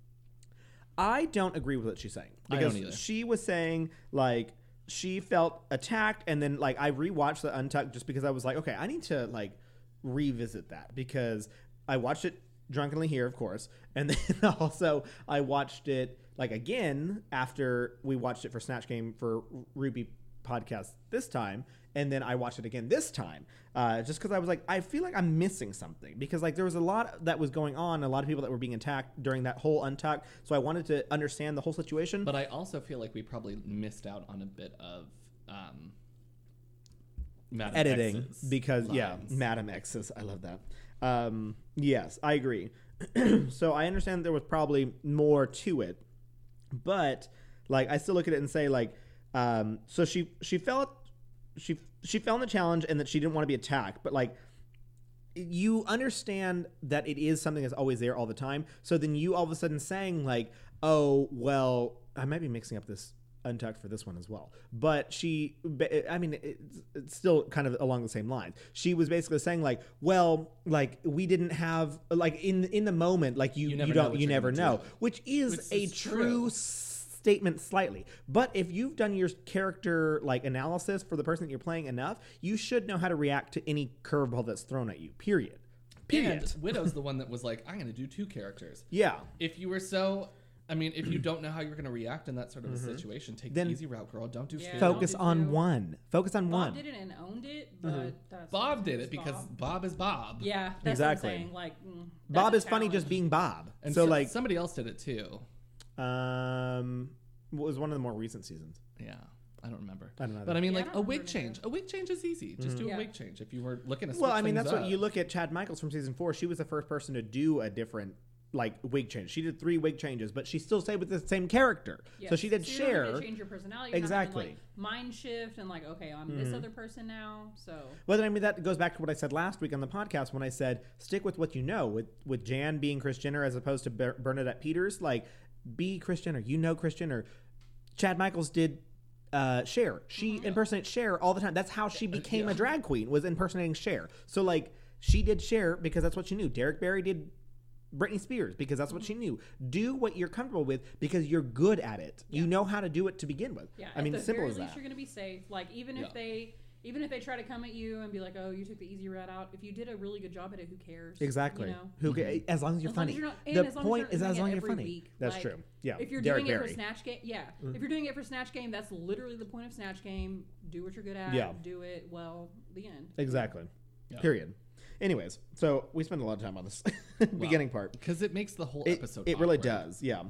Speaker 2: I don't agree with what she's saying
Speaker 1: I
Speaker 2: because
Speaker 1: don't either.
Speaker 2: she was saying like she felt attacked, and then like I rewatched the Untucked just because I was like, okay, I need to like revisit that because I watched it drunkenly here, of course, and then also I watched it like again after we watched it for Snatch Game for Ruby podcast this time and then i watched it again this time uh, just because i was like i feel like i'm missing something because like there was a lot that was going on a lot of people that were being attacked during that whole untucked so i wanted to understand the whole situation
Speaker 1: But I also feel like we probably missed out on a bit of um, Madame
Speaker 2: editing
Speaker 1: X's
Speaker 2: because yeah, Mm-hmm.
Speaker 1: lines.
Speaker 2: Madam X's. I love that. Um, yes, I agree. so I understand there was probably more to it, but like I still look at it and say like, um, so she she felt she she fell in the challenge and that she didn't want to be attacked, but like you understand that it is something that's always there all the time. So then you all of a sudden saying like, "Oh, well, I might be mixing up this untucked for this one as well." But she, ba- I mean, it's, it's still kind of along the same lines. She was basically saying like, "Well, like we didn't have like in in the moment, like you
Speaker 1: You
Speaker 2: you,
Speaker 1: never know
Speaker 2: don't
Speaker 1: what
Speaker 2: you
Speaker 1: you're
Speaker 2: never
Speaker 1: gonna
Speaker 2: know,"
Speaker 1: do.
Speaker 2: which is
Speaker 1: Which
Speaker 2: a
Speaker 1: is
Speaker 2: true
Speaker 1: true.
Speaker 2: s- statement slightly. But if you've done your character like analysis for the person that you're playing enough, you should know how to react to any curveball that's thrown at you. Period. Period.
Speaker 1: And Widow's the one that was like, I'm going to do two characters.
Speaker 2: yeah.
Speaker 1: If you were so, I mean, if you don't know how you're going to react in that sort of a situation, take
Speaker 2: Mm-hmm. Then-
Speaker 1: the easy route, girl. Don't do
Speaker 3: Yeah.
Speaker 1: two.
Speaker 2: Focus
Speaker 3: did
Speaker 2: on
Speaker 3: too.
Speaker 2: one. Focus on Mm-hmm. one.
Speaker 3: Bob did it and owned it, but that's
Speaker 1: Bob did
Speaker 3: that's
Speaker 1: it because
Speaker 3: Bob.
Speaker 1: Bob, is Bob.
Speaker 3: yeah, that's
Speaker 2: Exactly.
Speaker 3: what I'm saying. Like mm, that's
Speaker 2: Bob
Speaker 3: a
Speaker 2: is funny just
Speaker 3: challenge.
Speaker 2: being Bob.
Speaker 1: And
Speaker 2: so,
Speaker 1: so,
Speaker 2: like,
Speaker 1: somebody else did it too.
Speaker 2: um, what was one of the more recent seasons?
Speaker 1: Yeah. I don't remember.
Speaker 2: I don't know Mm-hmm.
Speaker 1: But I mean,
Speaker 3: Yeah, I
Speaker 1: like
Speaker 3: don't
Speaker 1: a
Speaker 3: remember
Speaker 1: wig
Speaker 3: neither.
Speaker 1: change. A wig change is easy. Just do a
Speaker 3: Yeah.
Speaker 1: wig change. If you were looking to switch
Speaker 2: Well, I mean,
Speaker 1: things
Speaker 2: that's
Speaker 1: up.
Speaker 2: what you look at Chad Michaels from season four. She was the first person to do a different like wig change. She did three wig changes, but she still stayed with the same character. So
Speaker 3: Yes.
Speaker 2: she did
Speaker 3: you don't need to
Speaker 2: share.
Speaker 3: change your personality. You're not having,
Speaker 2: Exactly. Mm-hmm.
Speaker 3: like, mind shift and like, okay, I'm this other person now. So
Speaker 2: Well, then, I mean, that goes back to what I said last week on the podcast when I said stick with what you know. With with Jan being Chris Jenner as opposed to Ber- Bernadette Peters, like be Chris Jenner. You know Chris Jenner. Chad Michaels did. Uh, Cher. She
Speaker 3: Mm-hmm.
Speaker 2: impersonates Cher all the time. That's how
Speaker 3: Uh,
Speaker 2: she became a drag queen. Was impersonating Cher. So like she did Cher because that's what she knew. Derek Barry did Britney Spears because that's what she knew. Do what you're comfortable with because you're good at it. You know how to do it to begin with.
Speaker 3: yeah,
Speaker 2: I
Speaker 3: at
Speaker 2: mean,
Speaker 3: the
Speaker 2: simple
Speaker 3: very
Speaker 2: as
Speaker 3: least
Speaker 2: that.
Speaker 3: you're gonna be safe. Like even
Speaker 1: Yeah.
Speaker 3: if they even if they try to come at you and be like, oh, you took the easy route out. If you did a really good job at it, who cares? you
Speaker 2: Exactly.
Speaker 3: know? Mm-hmm.
Speaker 2: Who ca- as long as you're
Speaker 3: As long
Speaker 2: funny.
Speaker 3: as you're not- and
Speaker 2: the
Speaker 3: as long as
Speaker 2: point
Speaker 3: you're
Speaker 2: is
Speaker 3: not
Speaker 2: as
Speaker 3: doing it
Speaker 2: long as you're
Speaker 3: every
Speaker 2: funny.
Speaker 3: week.
Speaker 2: That's
Speaker 3: Like,
Speaker 2: true. Yeah.
Speaker 3: If you're
Speaker 2: Derek
Speaker 3: doing
Speaker 2: Barry.
Speaker 3: it
Speaker 2: Mm-hmm.
Speaker 3: for Snatch Game, yeah. If you're doing it for Snatch Game, that's literally the point of Snatch Game. Do what you're good at.
Speaker 2: Yeah.
Speaker 3: Do it well. The end.
Speaker 2: Exactly.
Speaker 1: Yeah.
Speaker 2: Period. Anyways, so we spend a lot of time on this beginning part.
Speaker 1: Because it makes the whole
Speaker 2: It,
Speaker 1: episode.
Speaker 2: it really
Speaker 1: awkward.
Speaker 2: does. Yeah.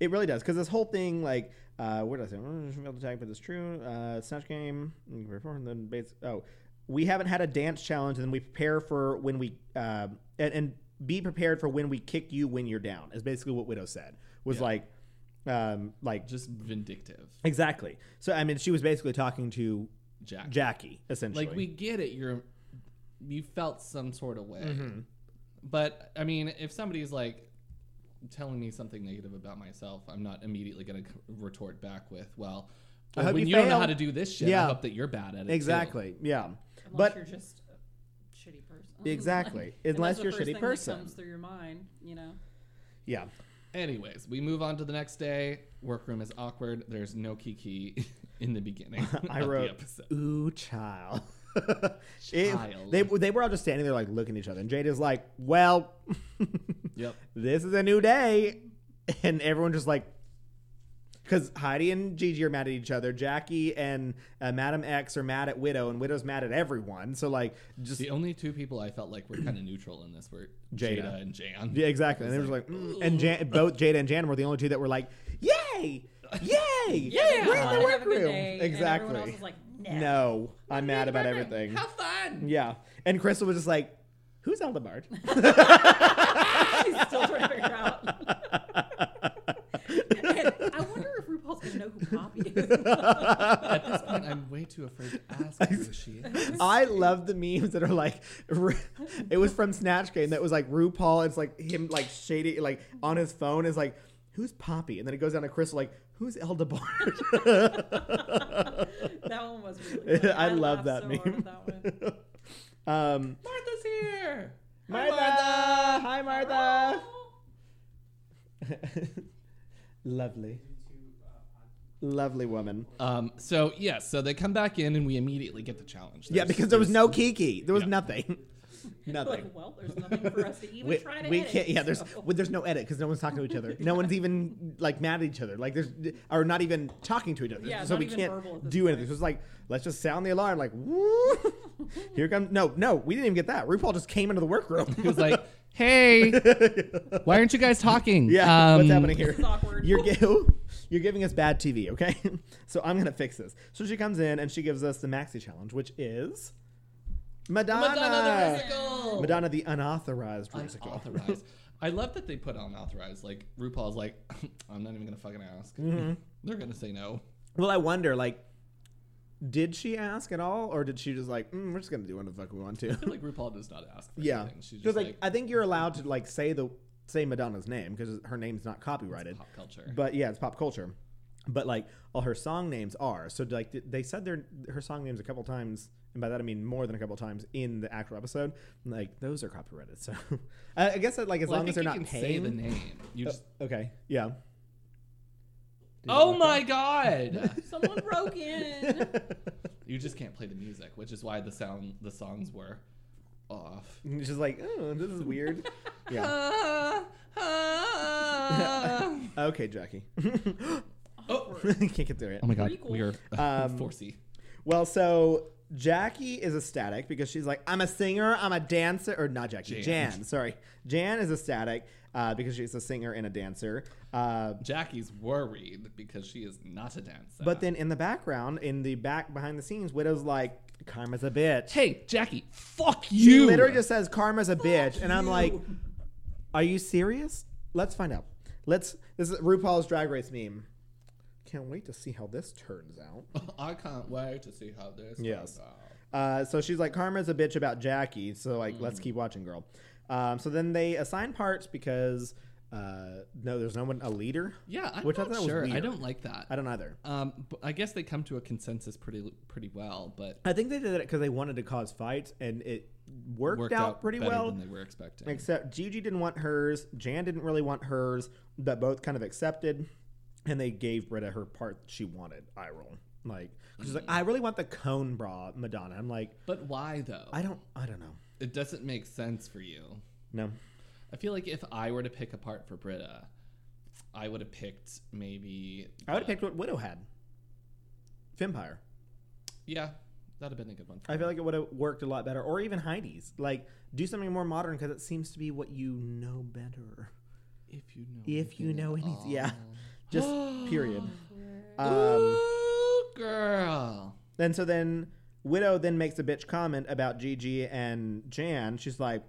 Speaker 2: It really does because this whole thing, like, uh, what did I say? Mm, Failed attack, but it's true. Uh, snatch game. you can perform, Then base. Oh, we haven't had a dance challenge, and then we prepare for when we uh, and, and be prepared for when we kick you when you're down. Is basically what Widow said. Was like, um, like
Speaker 1: Just vindictive.
Speaker 2: exactly. So I mean, she was basically talking to
Speaker 1: Jack.
Speaker 2: Jackie essentially.
Speaker 1: Like we get it. You're you felt some sort of way,
Speaker 2: Mm-hmm.
Speaker 1: but I mean, if somebody's like telling me something negative about myself, I'm not immediately going to retort back with, "Well,
Speaker 2: I hope
Speaker 1: when
Speaker 2: you
Speaker 1: you, don't know
Speaker 2: fail."
Speaker 1: how to do this shit,
Speaker 2: Yeah.
Speaker 1: I hope that you're bad at it." too."
Speaker 2: Exactly. Yeah.
Speaker 3: Unless
Speaker 2: But
Speaker 3: you're just a shitty person.
Speaker 2: Exactly.
Speaker 3: Like,
Speaker 2: Unless
Speaker 3: that's the
Speaker 2: you're a
Speaker 3: first
Speaker 2: shitty
Speaker 3: thing that
Speaker 2: person.
Speaker 3: comes through your mind, you know.
Speaker 2: yeah.
Speaker 1: Anyways, we move on to the next day. Workroom is awkward. There's no Kiki in the beginning.
Speaker 2: I
Speaker 1: of the
Speaker 2: wrote,
Speaker 1: episode.
Speaker 2: ooh, child. It-
Speaker 1: Child.
Speaker 2: they, they were all just standing there, like looking at each other. And Jade is like, well,
Speaker 1: Yep.
Speaker 2: this is a new day. And everyone just like, because Heidi and Gigi are mad at each other. Jackie and uh, Madam X are mad at Widow, and Widow's mad at everyone. So, like, just,
Speaker 1: The only two people I felt like were kind of neutral in this were
Speaker 2: Jada.
Speaker 1: Jada, and Jan.
Speaker 2: yeah, exactly. And they were just like, mm. and Jan, both Jada and Jan were the only two that were like, yay, yay,
Speaker 3: Yeah,
Speaker 2: we're in the
Speaker 3: have a good
Speaker 2: workroom.
Speaker 3: day,
Speaker 2: exactly.
Speaker 3: And everyone else is like, nah.
Speaker 2: No, I'm mad about everything.
Speaker 1: Have fun.
Speaker 2: Yeah. And Crystal was just like, who's Aldemard?
Speaker 3: She's still trying to figure out. And I wonder if RuPaul's gonna know who Poppy is.
Speaker 1: At this point, I'm way too afraid to ask who she is.
Speaker 2: I love the memes that are like, it was from Snatch Game that was like RuPaul. It's like him like shady, like on his phone is like, who's Poppy? And then it goes down to Crystal like, who's Eldebart?
Speaker 3: that one was really. Funny.
Speaker 2: I love
Speaker 3: laughed
Speaker 2: that
Speaker 3: so
Speaker 2: meme.
Speaker 3: Hard at that one.
Speaker 2: um,
Speaker 1: Martha's here.
Speaker 2: Martha! Hi, Martha! Lovely. Lovely woman.
Speaker 1: Um, so yes, so they come back in and we immediately get the challenge.
Speaker 2: Yeah,
Speaker 1: There's-
Speaker 2: because there was
Speaker 1: there's-
Speaker 2: no Kiki. There was
Speaker 1: Yeah.
Speaker 2: nothing. Nothing.
Speaker 3: Like, well, there's nothing for us to even
Speaker 2: we,
Speaker 3: try to
Speaker 2: we
Speaker 3: edit,
Speaker 2: can't. Yeah, there's
Speaker 3: so-
Speaker 2: well, there's no edit because no one's talking to each other. No one's even like mad at each other. Like there's or not even talking to each other.
Speaker 3: Yeah,
Speaker 2: so
Speaker 3: not
Speaker 2: we
Speaker 3: even
Speaker 2: can't
Speaker 3: verbal at this
Speaker 2: do anything.
Speaker 3: point.
Speaker 2: So it's like let's just sound the alarm. Like woo, here comes no, no. We didn't even get that. RuPaul just came into the
Speaker 1: He
Speaker 2: workroom.
Speaker 1: was like, "Hey, why aren't you guys talking?"
Speaker 2: yeah,
Speaker 1: Um,
Speaker 2: what's happening here?
Speaker 3: This is awkward.
Speaker 2: You're gi- you're giving us bad TV. Okay, so I'm gonna fix this. So she comes in and she gives us the maxi challenge, which is
Speaker 1: Madonna
Speaker 2: Madonna.
Speaker 1: the musical.
Speaker 2: Madonna the unauthorized musical.
Speaker 1: Unauthorized. I love that they put unauthorized. Like RuPaul's like, I'm not even gonna fucking ask.
Speaker 2: Mm-hmm.
Speaker 1: They're gonna say no.
Speaker 2: Well, I wonder, like, did she ask at all, or did she just like, mm, we're just gonna do what the fuck we want to?
Speaker 1: I feel like RuPaul does not ask. For
Speaker 2: yeah,
Speaker 1: anything. she's
Speaker 2: because
Speaker 1: just
Speaker 2: like,
Speaker 1: like,
Speaker 2: I think you're allowed to like say the say Madonna's name because her name's not copyrighted,
Speaker 1: pop culture.
Speaker 2: but yeah, it's pop culture. But like, all her song names are so like th- they said their her song names a couple times, and by that I mean more than a couple times in the actual episode. Like those are copyrighted, so I I guess that, like as
Speaker 1: Well, I
Speaker 2: long as
Speaker 1: think
Speaker 2: they're not
Speaker 1: you can
Speaker 2: paying.
Speaker 1: say the name, you just
Speaker 2: Okay, yeah.
Speaker 1: Oh my god!
Speaker 3: Someone broke in.
Speaker 1: you just can't play the music, which is why the sound the songs were off.
Speaker 2: It's just like, oh, this is weird. yeah.
Speaker 1: oh
Speaker 2: Okay, Jackie.
Speaker 3: Awkward.
Speaker 2: Can't get through it.
Speaker 1: my god,
Speaker 3: Prequel.
Speaker 1: we are
Speaker 2: Um,
Speaker 1: forcey.
Speaker 2: Well, so Jackie is ecstatic because she's like, I'm a singer, I'm a dancer, or not Jackie, Jan,
Speaker 1: Jan.
Speaker 2: sorry. Jan is ecstatic uh, because she's a singer and a dancer. Uh,
Speaker 1: Jackie's worried because she is not a dancer.
Speaker 2: but then in the background, in the back behind the scenes, Widow's like, Karma's a bitch.
Speaker 1: hey, Jackie, fuck
Speaker 2: She
Speaker 1: you!
Speaker 2: literally just says, Karma's a bitch. And I'm
Speaker 3: you.
Speaker 2: like, Are you serious? Let's find out. Let's. This is RuPaul's Drag Race meme. Can't wait to see how this turns out.
Speaker 1: I can't wait to see how this.
Speaker 2: Yes.
Speaker 1: turns out.
Speaker 2: Uh, so she's like, Karma's a bitch about Jackie. So, like, let's
Speaker 1: Mm.
Speaker 2: keep watching, girl. Um, so then they assign parts because uh, no, there's no one, a leader.
Speaker 1: Yeah, I'm
Speaker 2: Which I
Speaker 1: not
Speaker 2: thought was
Speaker 1: sure. I
Speaker 2: weird.
Speaker 1: don't like that.
Speaker 2: I don't either.
Speaker 1: Um, but I guess they come to a consensus pretty pretty well, but
Speaker 2: I think they did it because they wanted to cause fights and it worked,
Speaker 1: worked
Speaker 2: out, pretty
Speaker 1: better
Speaker 2: well.
Speaker 1: than they were expecting.
Speaker 2: Except Gigi didn't want hers. Jan didn't really want hers. But both kind of accepted, and they gave Britta her part she wanted. I roll. Like she's like, I
Speaker 1: Mm.
Speaker 2: really want the cone bra, Madonna. I'm like,
Speaker 1: but why though?
Speaker 2: I don't, I don't know.
Speaker 1: it doesn't make sense for you.
Speaker 2: No,
Speaker 1: I feel like if I were to pick a part for Britta, I would have picked maybe.
Speaker 2: I would have
Speaker 1: the-
Speaker 2: picked what Widow had. Vampire.
Speaker 1: Yeah, that'd have been a good one. for
Speaker 2: I feel
Speaker 1: me.
Speaker 2: like it would have worked a lot better, or even Heidi's. Like, do something more modern because it seems to be what you know better.
Speaker 1: if you know,
Speaker 2: If you know
Speaker 1: at
Speaker 2: anything, yeah.
Speaker 1: all.
Speaker 2: Just period. Um,
Speaker 1: Ooh, girl.
Speaker 2: And so then Widow then makes a bitch comment about Gigi and Jan. She's like,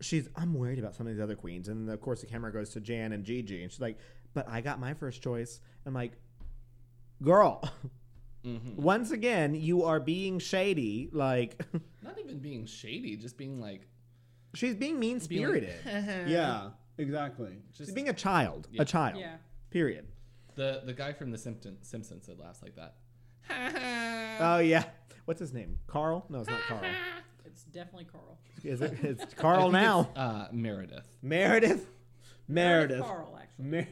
Speaker 2: she's I'm worried about some of these other queens. And then of course the camera goes to Jan and Gigi, and she's like, but I got my first choice. I'm like, girl,
Speaker 1: Mhm.
Speaker 2: once again you are being shady. Like
Speaker 1: Not even being shady, just being like,
Speaker 2: she's being mean spirited.
Speaker 3: uh-huh.
Speaker 2: yeah, exactly. she's
Speaker 1: Just-
Speaker 2: being a child, a child.
Speaker 3: Yeah.
Speaker 2: Period.
Speaker 1: the the guy from The Simpson, Simpsons that laughs like that.
Speaker 2: Oh yeah. What's his name? Carl? No, it's not Carl.
Speaker 3: It's definitely Carl.
Speaker 2: Is it? It's
Speaker 1: I
Speaker 2: Carl
Speaker 1: think
Speaker 2: now.
Speaker 1: it's, Uh, Meredith.
Speaker 2: Meredith. Meredith.
Speaker 3: Carl, actually.
Speaker 2: Mer-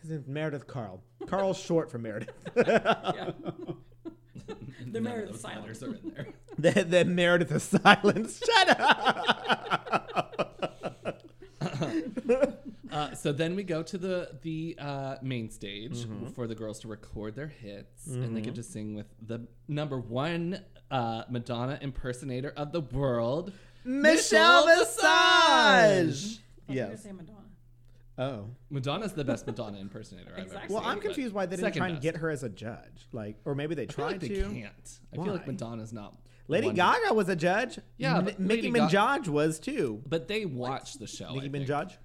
Speaker 2: His name's Meredith Carl. Carl's short for Meredith.
Speaker 3: Yeah. the
Speaker 1: None of
Speaker 3: Meredith
Speaker 1: those
Speaker 3: silent.
Speaker 1: letters are in there.
Speaker 2: then, then Meredith is silenced. Shut up.
Speaker 1: Uh, so then we go to the the uh, main stage
Speaker 2: Mm-hmm.
Speaker 1: for the girls to record their hits, and they get to sing with the number one uh, Madonna impersonator of the world,
Speaker 2: Michelle Visage.
Speaker 3: I was gonna
Speaker 2: Yes.
Speaker 3: say Madonna.
Speaker 2: Oh.
Speaker 1: Madonna's the best Madonna impersonator I've ever
Speaker 3: Exactly.
Speaker 1: seen.
Speaker 2: Well, I'm
Speaker 1: but
Speaker 2: confused why they didn't
Speaker 1: second
Speaker 2: try and
Speaker 1: best.
Speaker 2: get her as a judge. Like, or maybe they
Speaker 1: I feel
Speaker 2: tried
Speaker 1: like they
Speaker 2: to.
Speaker 1: can't. I feel like
Speaker 2: Why?
Speaker 1: Madonna's not.
Speaker 2: Lady
Speaker 1: one-
Speaker 2: Gaga was a judge.
Speaker 1: Yeah,
Speaker 2: M-
Speaker 1: but
Speaker 2: Mickey
Speaker 1: Lady Ga-
Speaker 2: Minaj was too.
Speaker 1: But they watch the show.
Speaker 2: Nicki
Speaker 1: I think.
Speaker 2: Minaj?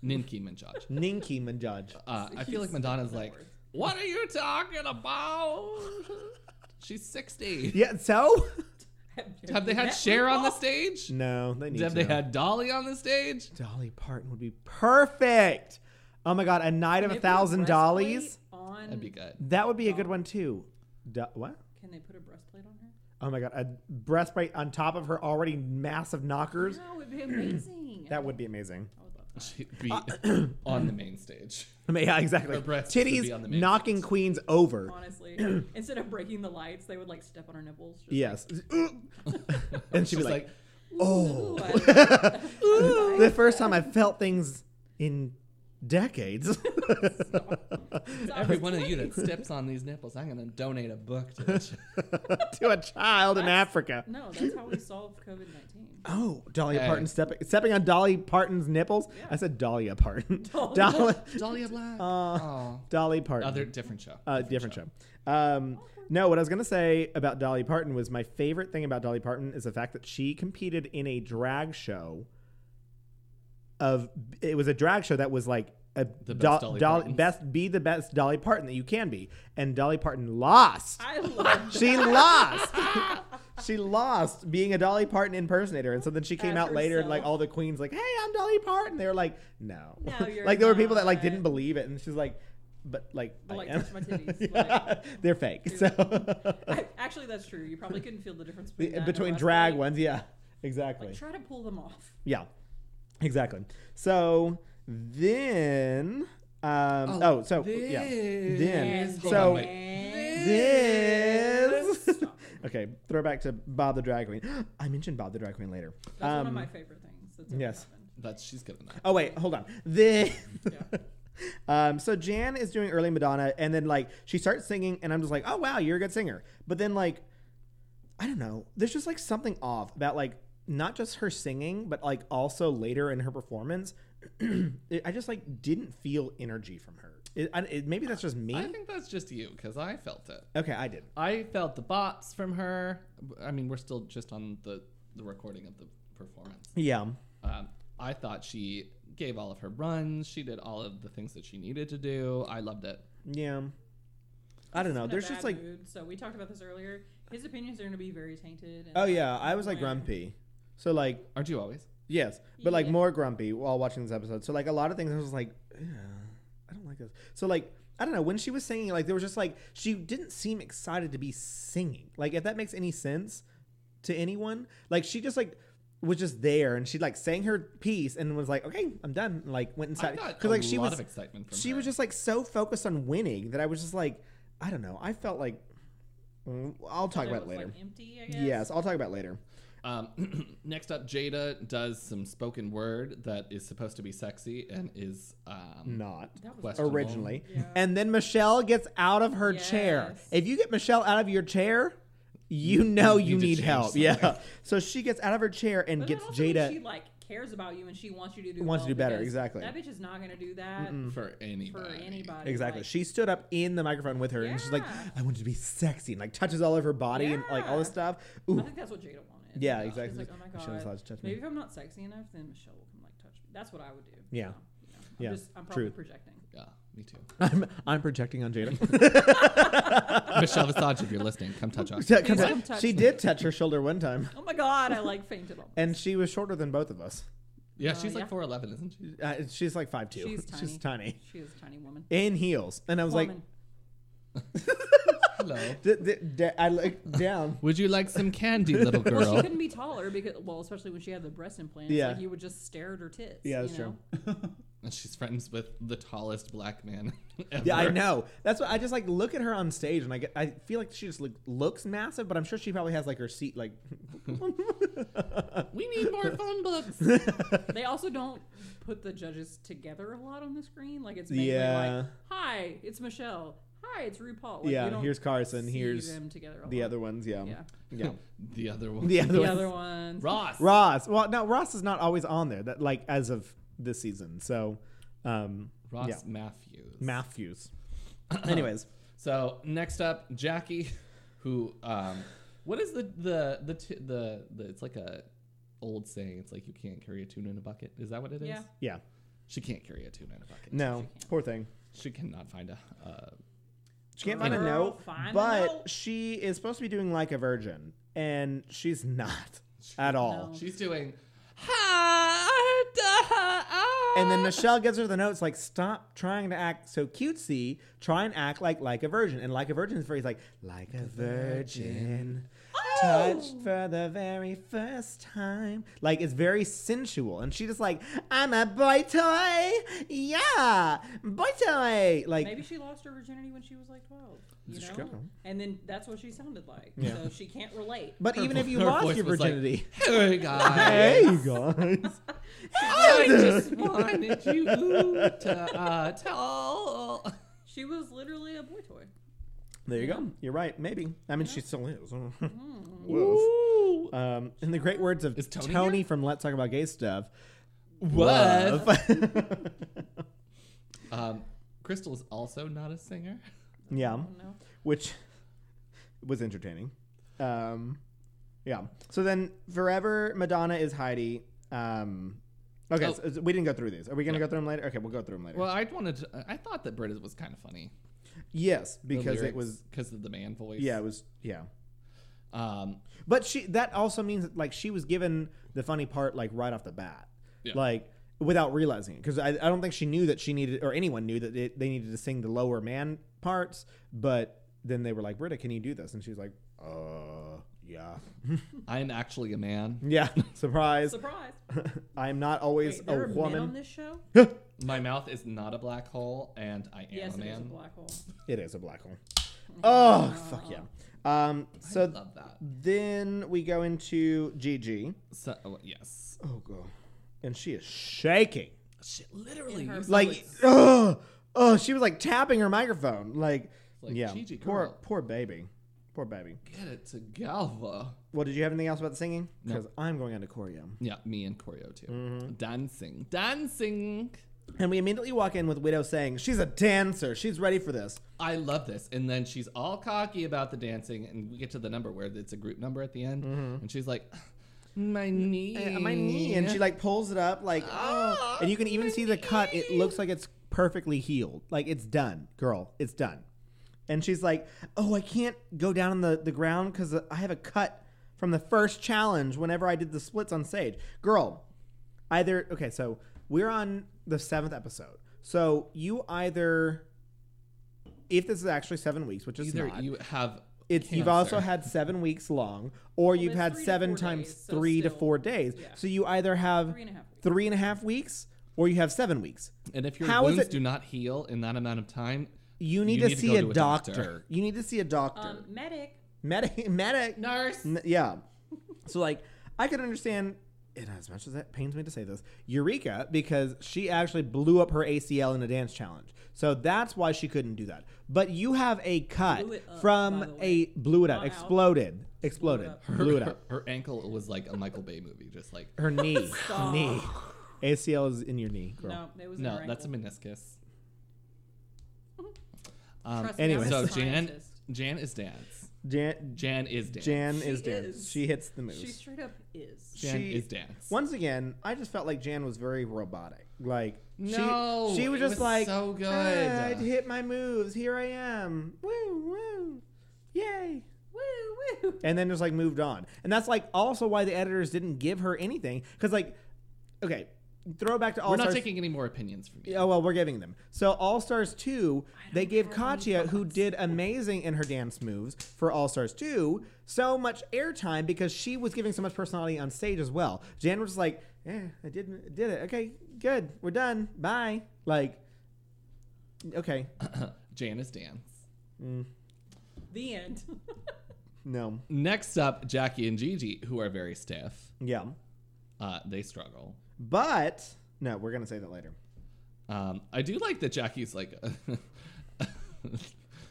Speaker 1: Nicki Minaj.
Speaker 2: Ninky Minaj.
Speaker 1: Uh, I feel like Madonna's like, what are you talking about? She's 60.
Speaker 2: Yeah, so?
Speaker 1: Have they had
Speaker 3: Met
Speaker 1: Cher on the
Speaker 3: RuPaul?
Speaker 1: stage?
Speaker 2: No, they need
Speaker 1: Have they
Speaker 2: to.
Speaker 1: had Dolly on the stage?
Speaker 2: Dolly Parton would be perfect. Oh my God, a night of
Speaker 3: Can
Speaker 2: a
Speaker 3: they put
Speaker 2: thousand
Speaker 3: breastplate
Speaker 2: dollies.
Speaker 3: On,
Speaker 1: That'd be good.
Speaker 2: That would be a good one too. Do- what?
Speaker 3: Can they put a breastplate on her?
Speaker 2: Oh my god, a breastplate on top of her already massive knockers.
Speaker 3: No, it'd be amazing.
Speaker 2: That would be amazing.
Speaker 3: I would love that.
Speaker 1: She'd be on the main stage.
Speaker 2: I mean, yeah, exactly.
Speaker 1: Her breasts would be
Speaker 2: Titties
Speaker 1: on the main
Speaker 2: knocking queens over.
Speaker 3: Honestly, instead of breaking the lights, they would like step on her nipples. Just
Speaker 2: Yes. and she'd
Speaker 1: She's
Speaker 2: be
Speaker 1: like,
Speaker 2: like, "Oh."
Speaker 3: Ooh, I-
Speaker 2: the first time I felt things in decades.
Speaker 1: every one of you that steps on these nipples, I'm going to donate a book to the
Speaker 2: to a child in Africa.
Speaker 3: no, that's how we solved COVID nineteen.
Speaker 2: Oh, Dolly
Speaker 1: Hey.
Speaker 2: Parton stepping stepping on Dolly Parton's nipples.
Speaker 3: Yeah.
Speaker 2: I said Dolly Parton.
Speaker 3: Dolly-
Speaker 2: Dolly
Speaker 1: Dolly Black. oh.
Speaker 2: Dolly Parton.
Speaker 1: Other different show.
Speaker 2: Uh, different show. Um, no, what I was gonna say about Dolly Parton was my favorite thing about Dolly Parton is the fact that she competed in a drag show. Of it was a drag show that was like a
Speaker 1: The best
Speaker 2: Dol-
Speaker 1: Dolly
Speaker 2: Dolly-
Speaker 1: Partons.
Speaker 2: best be the best Dolly Parton that you can be, and Dolly Parton lost.
Speaker 3: I love
Speaker 2: she lost. she lost being a Dolly Parton impersonator, and so then she came
Speaker 3: As
Speaker 2: out later, and like
Speaker 3: herself.
Speaker 2: all the queens, like, "Hey, I'm Dolly Parton." They were like, "No,
Speaker 3: No, you're
Speaker 2: like there were people that like
Speaker 3: not.
Speaker 2: didn't believe it, and she's like, "But like,
Speaker 3: But,
Speaker 2: I
Speaker 3: like,
Speaker 2: am."
Speaker 3: touch my titties,
Speaker 2: Yeah,
Speaker 3: like-
Speaker 2: they're fake." So
Speaker 3: I, actually, that's true. You probably couldn't feel the difference between, that
Speaker 2: The-
Speaker 3: and a
Speaker 2: between
Speaker 3: breastplate.
Speaker 2: drag ones, yeah, exactly,
Speaker 3: Like, try to pull them off.
Speaker 2: yeah, exactly. So then Um, oh, so yeah. Then
Speaker 1: This- hold on,
Speaker 2: so
Speaker 1: wait.
Speaker 2: this.
Speaker 3: Stop.
Speaker 2: okay, throwback to Bob the drag queen. I mentioned Bob the drag queen later.
Speaker 3: That's one of
Speaker 2: Um,
Speaker 3: my favorite things. That's ever
Speaker 2: yes.
Speaker 3: happened.
Speaker 1: That's she's good enough.
Speaker 2: Oh wait, hold on. Then,
Speaker 3: Yeah.
Speaker 2: um, so Jan is doing early Madonna, and then like she starts singing, and I'm just like, oh wow, you're a good singer. But then like, I don't know. There's just like something off about like not just her singing, but like also later in her performance, it, I just like didn't feel energy from her. It, I, it, maybe that's just me.
Speaker 1: I think that's just you because I felt it.
Speaker 2: okay, I did.
Speaker 1: I felt the bops from her. I mean, we're still just on the the recording of the performance.
Speaker 2: Yeah.
Speaker 1: Um, I thought she gave all of her runs. She did all of the things that she needed to do. I loved it.
Speaker 2: Yeah. I don't
Speaker 3: He's
Speaker 2: know.
Speaker 3: in a
Speaker 2: There's just
Speaker 3: bad
Speaker 2: like,
Speaker 3: mood, so we talked about this earlier. His opinions are going to be very tainted. And
Speaker 2: oh yeah, I was like
Speaker 3: Where-
Speaker 2: grumpy. So like,
Speaker 1: Aren't you always?
Speaker 2: Yes, but like
Speaker 3: Yeah.
Speaker 2: more grumpy while watching this episode. So like a lot of things, I was just like, "Ew, I don't like this. So like I don't know when she was singing, like there was just like she didn't seem excited to be singing. Like if that makes any sense to anyone, like she just like was just there and she like sang her piece and was like, okay, I'm done. And, like went
Speaker 1: I
Speaker 2: inside
Speaker 1: got
Speaker 2: because like
Speaker 1: a
Speaker 2: she
Speaker 1: lot
Speaker 2: was
Speaker 1: of excitement from
Speaker 2: she
Speaker 1: her.
Speaker 2: was just like so focused on winning that I was just like, I don't know. I felt like mm, I'll talk
Speaker 3: Whether
Speaker 2: about it
Speaker 3: was,
Speaker 2: later.
Speaker 3: Like empty, I guess.
Speaker 2: yes. I'll talk about it later.
Speaker 1: Um, next up, Jada does some spoken word that is supposed to be sexy and is um,
Speaker 2: Not.
Speaker 3: That was
Speaker 1: Question.
Speaker 2: originally.
Speaker 3: Yeah.
Speaker 2: And then Michelle gets out of her chair.
Speaker 3: Yes.
Speaker 2: If you get Michelle out of your chair, you know you,
Speaker 1: you need to
Speaker 2: need
Speaker 1: change
Speaker 2: help.
Speaker 1: something.
Speaker 2: Yeah. So she gets out of her chair and
Speaker 3: But that
Speaker 2: gets
Speaker 3: also means
Speaker 2: Jada.
Speaker 3: She like cares about you and she wants you to do
Speaker 2: Wants to
Speaker 3: well
Speaker 2: do better,
Speaker 3: because
Speaker 2: exactly.
Speaker 3: That bitch is not going to do that
Speaker 1: for anybody.
Speaker 3: for anybody.
Speaker 2: Exactly.
Speaker 3: Like,
Speaker 2: She stood up in the microphone with her and she's like,
Speaker 3: Yeah.
Speaker 2: I want you to be sexy and like touches all of her body and like all this stuff.
Speaker 3: I
Speaker 2: Ooh.
Speaker 3: think that's what Jada wanted.
Speaker 2: Yeah,
Speaker 3: She's
Speaker 2: exactly.
Speaker 3: like, oh my
Speaker 2: Michelle was allowed
Speaker 3: god.
Speaker 2: to touch me.
Speaker 3: Maybe if I'm not sexy enough, then Michelle will come like touch me. That's what I would do.
Speaker 2: Yeah.
Speaker 3: You know, you know. I'm
Speaker 2: Yeah.
Speaker 3: Just, I'm probably
Speaker 2: Truth.
Speaker 3: projecting.
Speaker 1: Yeah, me too.
Speaker 2: I'm, I'm projecting on Jada.
Speaker 1: Michelle Visage, if you're listening, come touch us.
Speaker 2: Come
Speaker 3: Please
Speaker 2: on.
Speaker 3: don't touch
Speaker 2: she
Speaker 3: me.
Speaker 2: did touch her shoulder one time.
Speaker 3: Oh my god, I like fainted almost.
Speaker 2: And she was shorter than both of us.
Speaker 1: Yeah,
Speaker 3: Uh,
Speaker 1: she's like
Speaker 3: yeah.
Speaker 1: 4'11, isn't she?
Speaker 2: Uh, she's like 5'2.
Speaker 3: She's
Speaker 2: She's tiny.
Speaker 3: She is a tiny woman.
Speaker 2: In heels. And I was like,
Speaker 3: Woman.
Speaker 1: Hello.
Speaker 2: D- d- d- I looked down.
Speaker 1: Would you like some candy, little
Speaker 3: Well, she
Speaker 1: girl?
Speaker 3: couldn't be taller because, well, especially when she had the breast implants.
Speaker 2: Yeah.
Speaker 3: Like, you would just stare at her tits.
Speaker 2: Yeah,
Speaker 3: you
Speaker 2: that's true.
Speaker 3: know?
Speaker 1: and she's friends with the tallest black man ever.
Speaker 2: Yeah, I know. That's what I just like look at her on stage, and I get, I feel like she just look, looks massive, but I'm sure she probably has like her seat like.
Speaker 1: We need more phone books.
Speaker 3: They also don't put the judges together a lot on the screen. Like, it's mainly
Speaker 2: Yeah.
Speaker 3: like, hi, it's Michelle. Hi, it's RuPaul. Like, you
Speaker 2: yeah,
Speaker 3: don't
Speaker 2: here's Carson.
Speaker 3: see
Speaker 2: Here's
Speaker 3: them together a
Speaker 2: the
Speaker 3: lot.
Speaker 2: other ones. Yeah,
Speaker 3: Yeah.
Speaker 2: yeah.
Speaker 1: the other one.
Speaker 2: The other
Speaker 3: The
Speaker 2: ones.
Speaker 3: other ones.
Speaker 1: Ross.
Speaker 2: Ross. Well, no, Ross is not always on there. That like as of this season. So, um,
Speaker 1: Ross
Speaker 2: yeah,
Speaker 1: Matthews.
Speaker 2: Matthews. Anyways,
Speaker 1: So next up, Jackie, who um, what is the the the t- the, the it's like a old saying. It's like you can't carry a tuna in a bucket. Is that what it is?
Speaker 3: Yeah.
Speaker 2: yeah.
Speaker 1: She can't carry a tuna in a bucket.
Speaker 2: No, poor thing.
Speaker 1: She cannot find a. Uh,
Speaker 2: She can't find a
Speaker 3: Girl,
Speaker 2: note,
Speaker 3: find a
Speaker 2: but
Speaker 3: note.
Speaker 2: she is supposed to be doing like a virgin, and she's not at all.
Speaker 3: No.
Speaker 1: she's doing.
Speaker 2: And then Michelle gives her the notes like, "Stop trying to act so cutesy. Try and act like like a virgin." And like a virgin is very like like a virgin. Touched for the very first time. Like it's very sensual. And she just like, I'm a boy toy. Yeah. Boy toy. Like
Speaker 3: Maybe she lost her virginity when she was like 12. You
Speaker 2: She
Speaker 3: know?
Speaker 2: could have.
Speaker 3: And then that's what she sounded like.
Speaker 2: Yeah.
Speaker 3: So she can't relate.
Speaker 2: But even if you
Speaker 1: Her
Speaker 2: lost
Speaker 1: voice
Speaker 2: your
Speaker 1: was like,
Speaker 2: virginity.
Speaker 1: Hey guys.
Speaker 2: Hey you guys.
Speaker 1: I just wanted you to uh, tell.
Speaker 3: She was literally a boy toy.
Speaker 2: There you go. You're right. Maybe. I mean she still is. Woof.
Speaker 1: Ooh.
Speaker 2: Um, in the great words of
Speaker 1: Is
Speaker 2: Tony,
Speaker 1: Tony
Speaker 2: from Let's Talk About Gay Stuff,
Speaker 1: What?
Speaker 2: love.
Speaker 1: Um, Crystal is also not a singer.
Speaker 2: yeah,
Speaker 3: I don't know.
Speaker 2: which was entertaining. Um, yeah. So then, forever Madonna is Heidi. Um, okay,
Speaker 1: Oh.
Speaker 2: so- so we didn't go through these. Are we gonna go through them later? Okay, we'll go through them later.
Speaker 1: Well, I wanted. To, I thought that Britta was kind of funny
Speaker 2: yes, because it was.
Speaker 1: because of the man voice.
Speaker 2: Yeah, it was. Yeah.
Speaker 1: Um,
Speaker 2: But she that also means that, like she was given the funny part like right off the bat,
Speaker 1: Yeah.
Speaker 2: like without realizing it because I, I don't think she knew that she needed or anyone knew that it, they needed to sing the lower man parts. But then they were like, Britta, can you do this? And she's like, Uh, yeah,
Speaker 1: I am actually a man.
Speaker 2: yeah. Surprise!
Speaker 3: Surprise.
Speaker 2: I am not always
Speaker 3: Wait,
Speaker 2: a
Speaker 3: there are men on
Speaker 2: woman.
Speaker 3: this show?
Speaker 1: My mouth is not a black hole, and I am
Speaker 3: Yes,
Speaker 1: a
Speaker 3: it
Speaker 1: man.
Speaker 3: is a black hole.
Speaker 2: It is a black hole. Oh, fuck yeah. Um,
Speaker 1: I
Speaker 2: so
Speaker 1: love that.
Speaker 2: then we go into Gigi.
Speaker 1: So oh, yes,
Speaker 2: Oh, God. And she is shaking.
Speaker 1: shit. Literally,
Speaker 3: her
Speaker 1: you said,
Speaker 2: Like, oh, oh, she was like tapping her microphone. Like,
Speaker 1: Like,
Speaker 2: yeah.
Speaker 1: Gigi,
Speaker 2: poor,
Speaker 1: girl.
Speaker 2: poor baby. Poor baby.
Speaker 1: get it together.
Speaker 2: Well, did you have anything else about the singing?
Speaker 1: No.
Speaker 2: Because I'm going on to choreo.
Speaker 1: Yeah, me and choreo too.
Speaker 2: Mm-hmm.
Speaker 1: Dancing, dancing.
Speaker 2: And we immediately walk in with Widow saying, She's a dancer. She's ready for this.
Speaker 1: I love this. And then she's all cocky about the dancing, and we get to the number where it's a group number at the end,
Speaker 2: Mm-hmm.
Speaker 1: and she's like, Mm, eh, "My knee,
Speaker 2: Uh, my knee. And she like pulls it up, like, oh.
Speaker 1: Ah,
Speaker 2: And you can even
Speaker 1: my
Speaker 2: see the cut. It looks like it's perfectly healed. Like, it's done, girl. It's done. And she's like, Oh, I can't go down on the, the ground because I have a cut from the first challenge whenever I did the splits on stage. Girl, either, okay, so we're on the seventh episode. So you either, if this is actually seven weeks, which is
Speaker 1: either
Speaker 2: not,
Speaker 1: you have
Speaker 2: it's you've
Speaker 1: cancer.
Speaker 2: also had seven weeks long, or you've
Speaker 3: it's
Speaker 2: had
Speaker 3: three to
Speaker 2: seven
Speaker 3: four
Speaker 2: times
Speaker 3: days, so
Speaker 2: three to
Speaker 3: still-
Speaker 2: four days.
Speaker 3: yeah.
Speaker 2: So you either have
Speaker 3: Three and a half weeks.
Speaker 2: three and a half weeks, or you have seven weeks.
Speaker 1: And if your
Speaker 2: How is
Speaker 1: wounds
Speaker 2: it-
Speaker 1: do not heal in that amount of time,
Speaker 2: You need, to, see
Speaker 1: go
Speaker 2: a,
Speaker 1: to
Speaker 2: doctor. You need to see a doctor.
Speaker 3: Um, medic.
Speaker 2: medic, medic.
Speaker 1: Nurse.
Speaker 2: N- yeah. So like, I can understand. And as much as that pains me to say this, Eureka, because she actually blew up her ACL in a dance challenge. So that's why she couldn't do that. But you have a cut
Speaker 3: Blew it up, by
Speaker 2: from
Speaker 3: the
Speaker 2: a
Speaker 3: way.
Speaker 2: blew it up,
Speaker 3: Not out.
Speaker 2: exploded, exploded,
Speaker 3: up.
Speaker 1: Her,
Speaker 2: blew it up.
Speaker 1: Her, her ankle was like a Michael Bay movie, just like
Speaker 2: Her knee.
Speaker 3: Stop.
Speaker 2: knee. ACL is in your knee, girl.
Speaker 3: No, it was in
Speaker 1: no,
Speaker 3: her
Speaker 1: that's a
Speaker 3: ankle.
Speaker 1: meniscus. Um,
Speaker 3: Trust me, I'm
Speaker 2: anyways.
Speaker 1: so
Speaker 3: a
Speaker 1: Jan,
Speaker 3: scientist.
Speaker 1: Jan is dance.
Speaker 2: Jan,
Speaker 1: Jan is dance.
Speaker 2: Jan
Speaker 3: She
Speaker 2: is dance.
Speaker 3: is.
Speaker 2: She hits the moves.
Speaker 3: She straight up is.
Speaker 1: Jan
Speaker 2: she-
Speaker 1: is dance.
Speaker 2: Once again, I just felt like Jan was very robotic. Like she-
Speaker 1: No,
Speaker 2: she, was
Speaker 1: it
Speaker 2: just
Speaker 1: was
Speaker 2: like
Speaker 1: so good.
Speaker 2: I hit my moves. Here I am. Woo woo, yay.
Speaker 3: Woo woo.
Speaker 2: and then just like moved on. And that's like also why the editors didn't give her anything because like, okay, throw back to All
Speaker 1: We're not
Speaker 2: Stars.
Speaker 1: taking any more opinions from you.
Speaker 2: Oh well, we're giving them. So All Stars Two, they
Speaker 3: don't
Speaker 2: gave
Speaker 3: have any
Speaker 2: Katya, who
Speaker 3: thoughts.
Speaker 2: did amazing in her dance moves for All Stars Two, so much airtime because she was giving so much personality on stage as well. Jan was just like, "Yeah, I did, did it. Okay, good. We're done. Bye." Like, okay,
Speaker 1: Jan is dance.
Speaker 3: The end.
Speaker 2: no,
Speaker 1: Next up, Jackie and Gigi, who are very stiff.
Speaker 2: yeah,
Speaker 1: Uh, they struggle.
Speaker 2: but no, we're gonna say that later.
Speaker 1: Um, I do like that Jackie's like,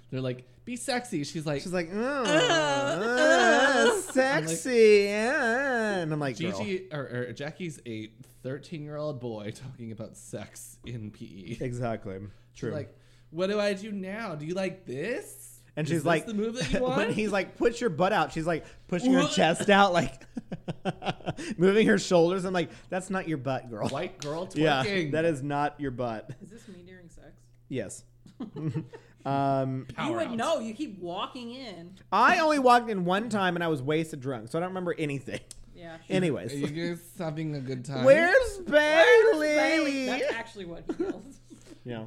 Speaker 1: they're like, be sexy. She's like,
Speaker 2: She's like, "Oh, uh, sexy," uh," and I'm like, "Girl."
Speaker 1: Gigi or, or Jackie's a 13 year old boy talking about sex in PE.
Speaker 2: Exactly. True.
Speaker 1: Like, what do I do now? Do you like this?
Speaker 2: And
Speaker 1: Is
Speaker 2: she's
Speaker 1: this
Speaker 2: like,
Speaker 1: the move that you want?
Speaker 2: when he's like, put your butt out. She's like pushing her
Speaker 1: What?
Speaker 2: chest out, like moving her shoulders. I'm like, that's not your butt, girl.
Speaker 1: White girl twerking.
Speaker 2: yeah, that is not your butt.
Speaker 3: Is this me during sex?
Speaker 2: Yes. um,
Speaker 1: Power
Speaker 3: you would
Speaker 1: out.
Speaker 3: know. You keep walking in.
Speaker 2: I only walked in one time and I was wasted drunk, so I don't remember anything.
Speaker 3: Yeah. sure.
Speaker 1: Are
Speaker 2: Anyways,
Speaker 1: you guys having a good time?
Speaker 2: where's
Speaker 3: Bailey,
Speaker 2: Bailey?
Speaker 3: That's actually what he yells.
Speaker 2: Yeah.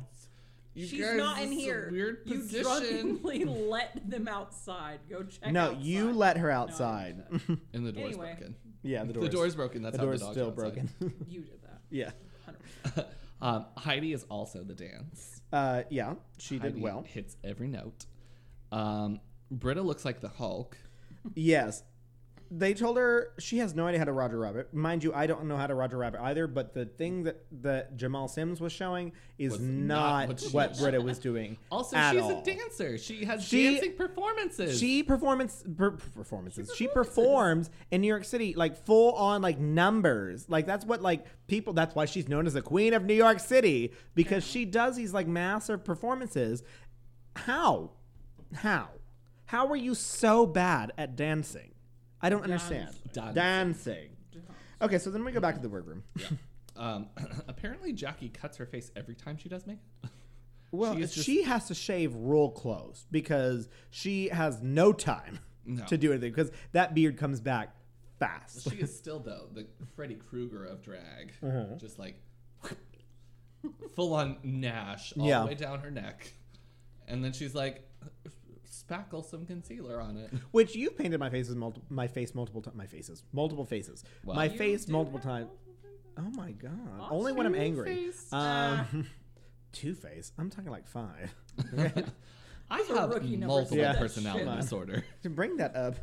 Speaker 1: You
Speaker 3: She's
Speaker 1: guys,
Speaker 3: not in
Speaker 1: this is a
Speaker 3: here.
Speaker 1: Weird
Speaker 3: you
Speaker 1: position.
Speaker 3: drunkenly let them outside. Go check.
Speaker 2: No, you
Speaker 3: outside.
Speaker 2: let her
Speaker 3: No, I didn't
Speaker 2: outside.
Speaker 3: do
Speaker 1: And the door's
Speaker 3: Anyway.
Speaker 1: broken.
Speaker 2: yeah, the
Speaker 1: The
Speaker 2: door's,
Speaker 1: door's, broken. That's
Speaker 2: the
Speaker 1: how
Speaker 2: door's
Speaker 1: the dog
Speaker 2: still
Speaker 1: got outside.
Speaker 2: broken.
Speaker 3: that. You did that.
Speaker 2: yeah.
Speaker 3: 100%.
Speaker 1: um, Heidi is also the dance.
Speaker 2: Uh, yeah, she did
Speaker 1: Heidi
Speaker 2: well.
Speaker 1: Hits every note. Um, Britta looks like the Hulk.
Speaker 2: Yes. They told her she has no idea how to Roger Rabbit. Mind you, I don't know how to Roger Rabbit either, but the thing that, that Jamal Sims was showing is
Speaker 1: Was
Speaker 2: not,
Speaker 1: not what she
Speaker 2: what
Speaker 1: was-
Speaker 2: Britta was doing.
Speaker 1: Also,
Speaker 2: at
Speaker 1: she's
Speaker 2: all.
Speaker 1: a dancer. She has
Speaker 2: She-
Speaker 1: dancing performances.
Speaker 2: She performance per, performances. She, performs in New York City like full on like numbers. Like that's what like people. That's why she's known as the Queen of New York City because she does these like massive performances. How, how, how are you so bad at dancing? I don't understand
Speaker 1: Dancing.
Speaker 2: dancing. Okay, so then we go back to the workroom.
Speaker 1: um, apparently, Jackie cuts her face every time she does makeup.
Speaker 2: Well,
Speaker 1: She
Speaker 2: she,
Speaker 1: is just-
Speaker 2: has to shave real close because she has no time
Speaker 1: No.
Speaker 2: to do anything because that beard comes back fast.
Speaker 1: she is still though the Freddy Krueger of drag,
Speaker 2: Uh-huh.
Speaker 1: just like full on Nash all
Speaker 2: Yeah.
Speaker 1: the way down her neck, and then she's like, spackle some concealer on it.
Speaker 2: Which you've painted my faces multiple my face multiple times. My faces multiple faces.
Speaker 1: Wow.
Speaker 2: my
Speaker 1: You
Speaker 2: face
Speaker 3: do
Speaker 2: multiple
Speaker 3: have
Speaker 2: times.
Speaker 3: multiple faces?
Speaker 2: Oh my god!
Speaker 3: Aw,
Speaker 2: Only when I'm angry.
Speaker 1: two-faced.
Speaker 2: Um, Two Face. I'm talking like five.
Speaker 1: I
Speaker 3: Those are
Speaker 1: have
Speaker 3: rookie numbers.
Speaker 1: multiple
Speaker 2: Yeah.
Speaker 1: personality
Speaker 2: Shit.
Speaker 1: disorder.
Speaker 2: To Bring that up.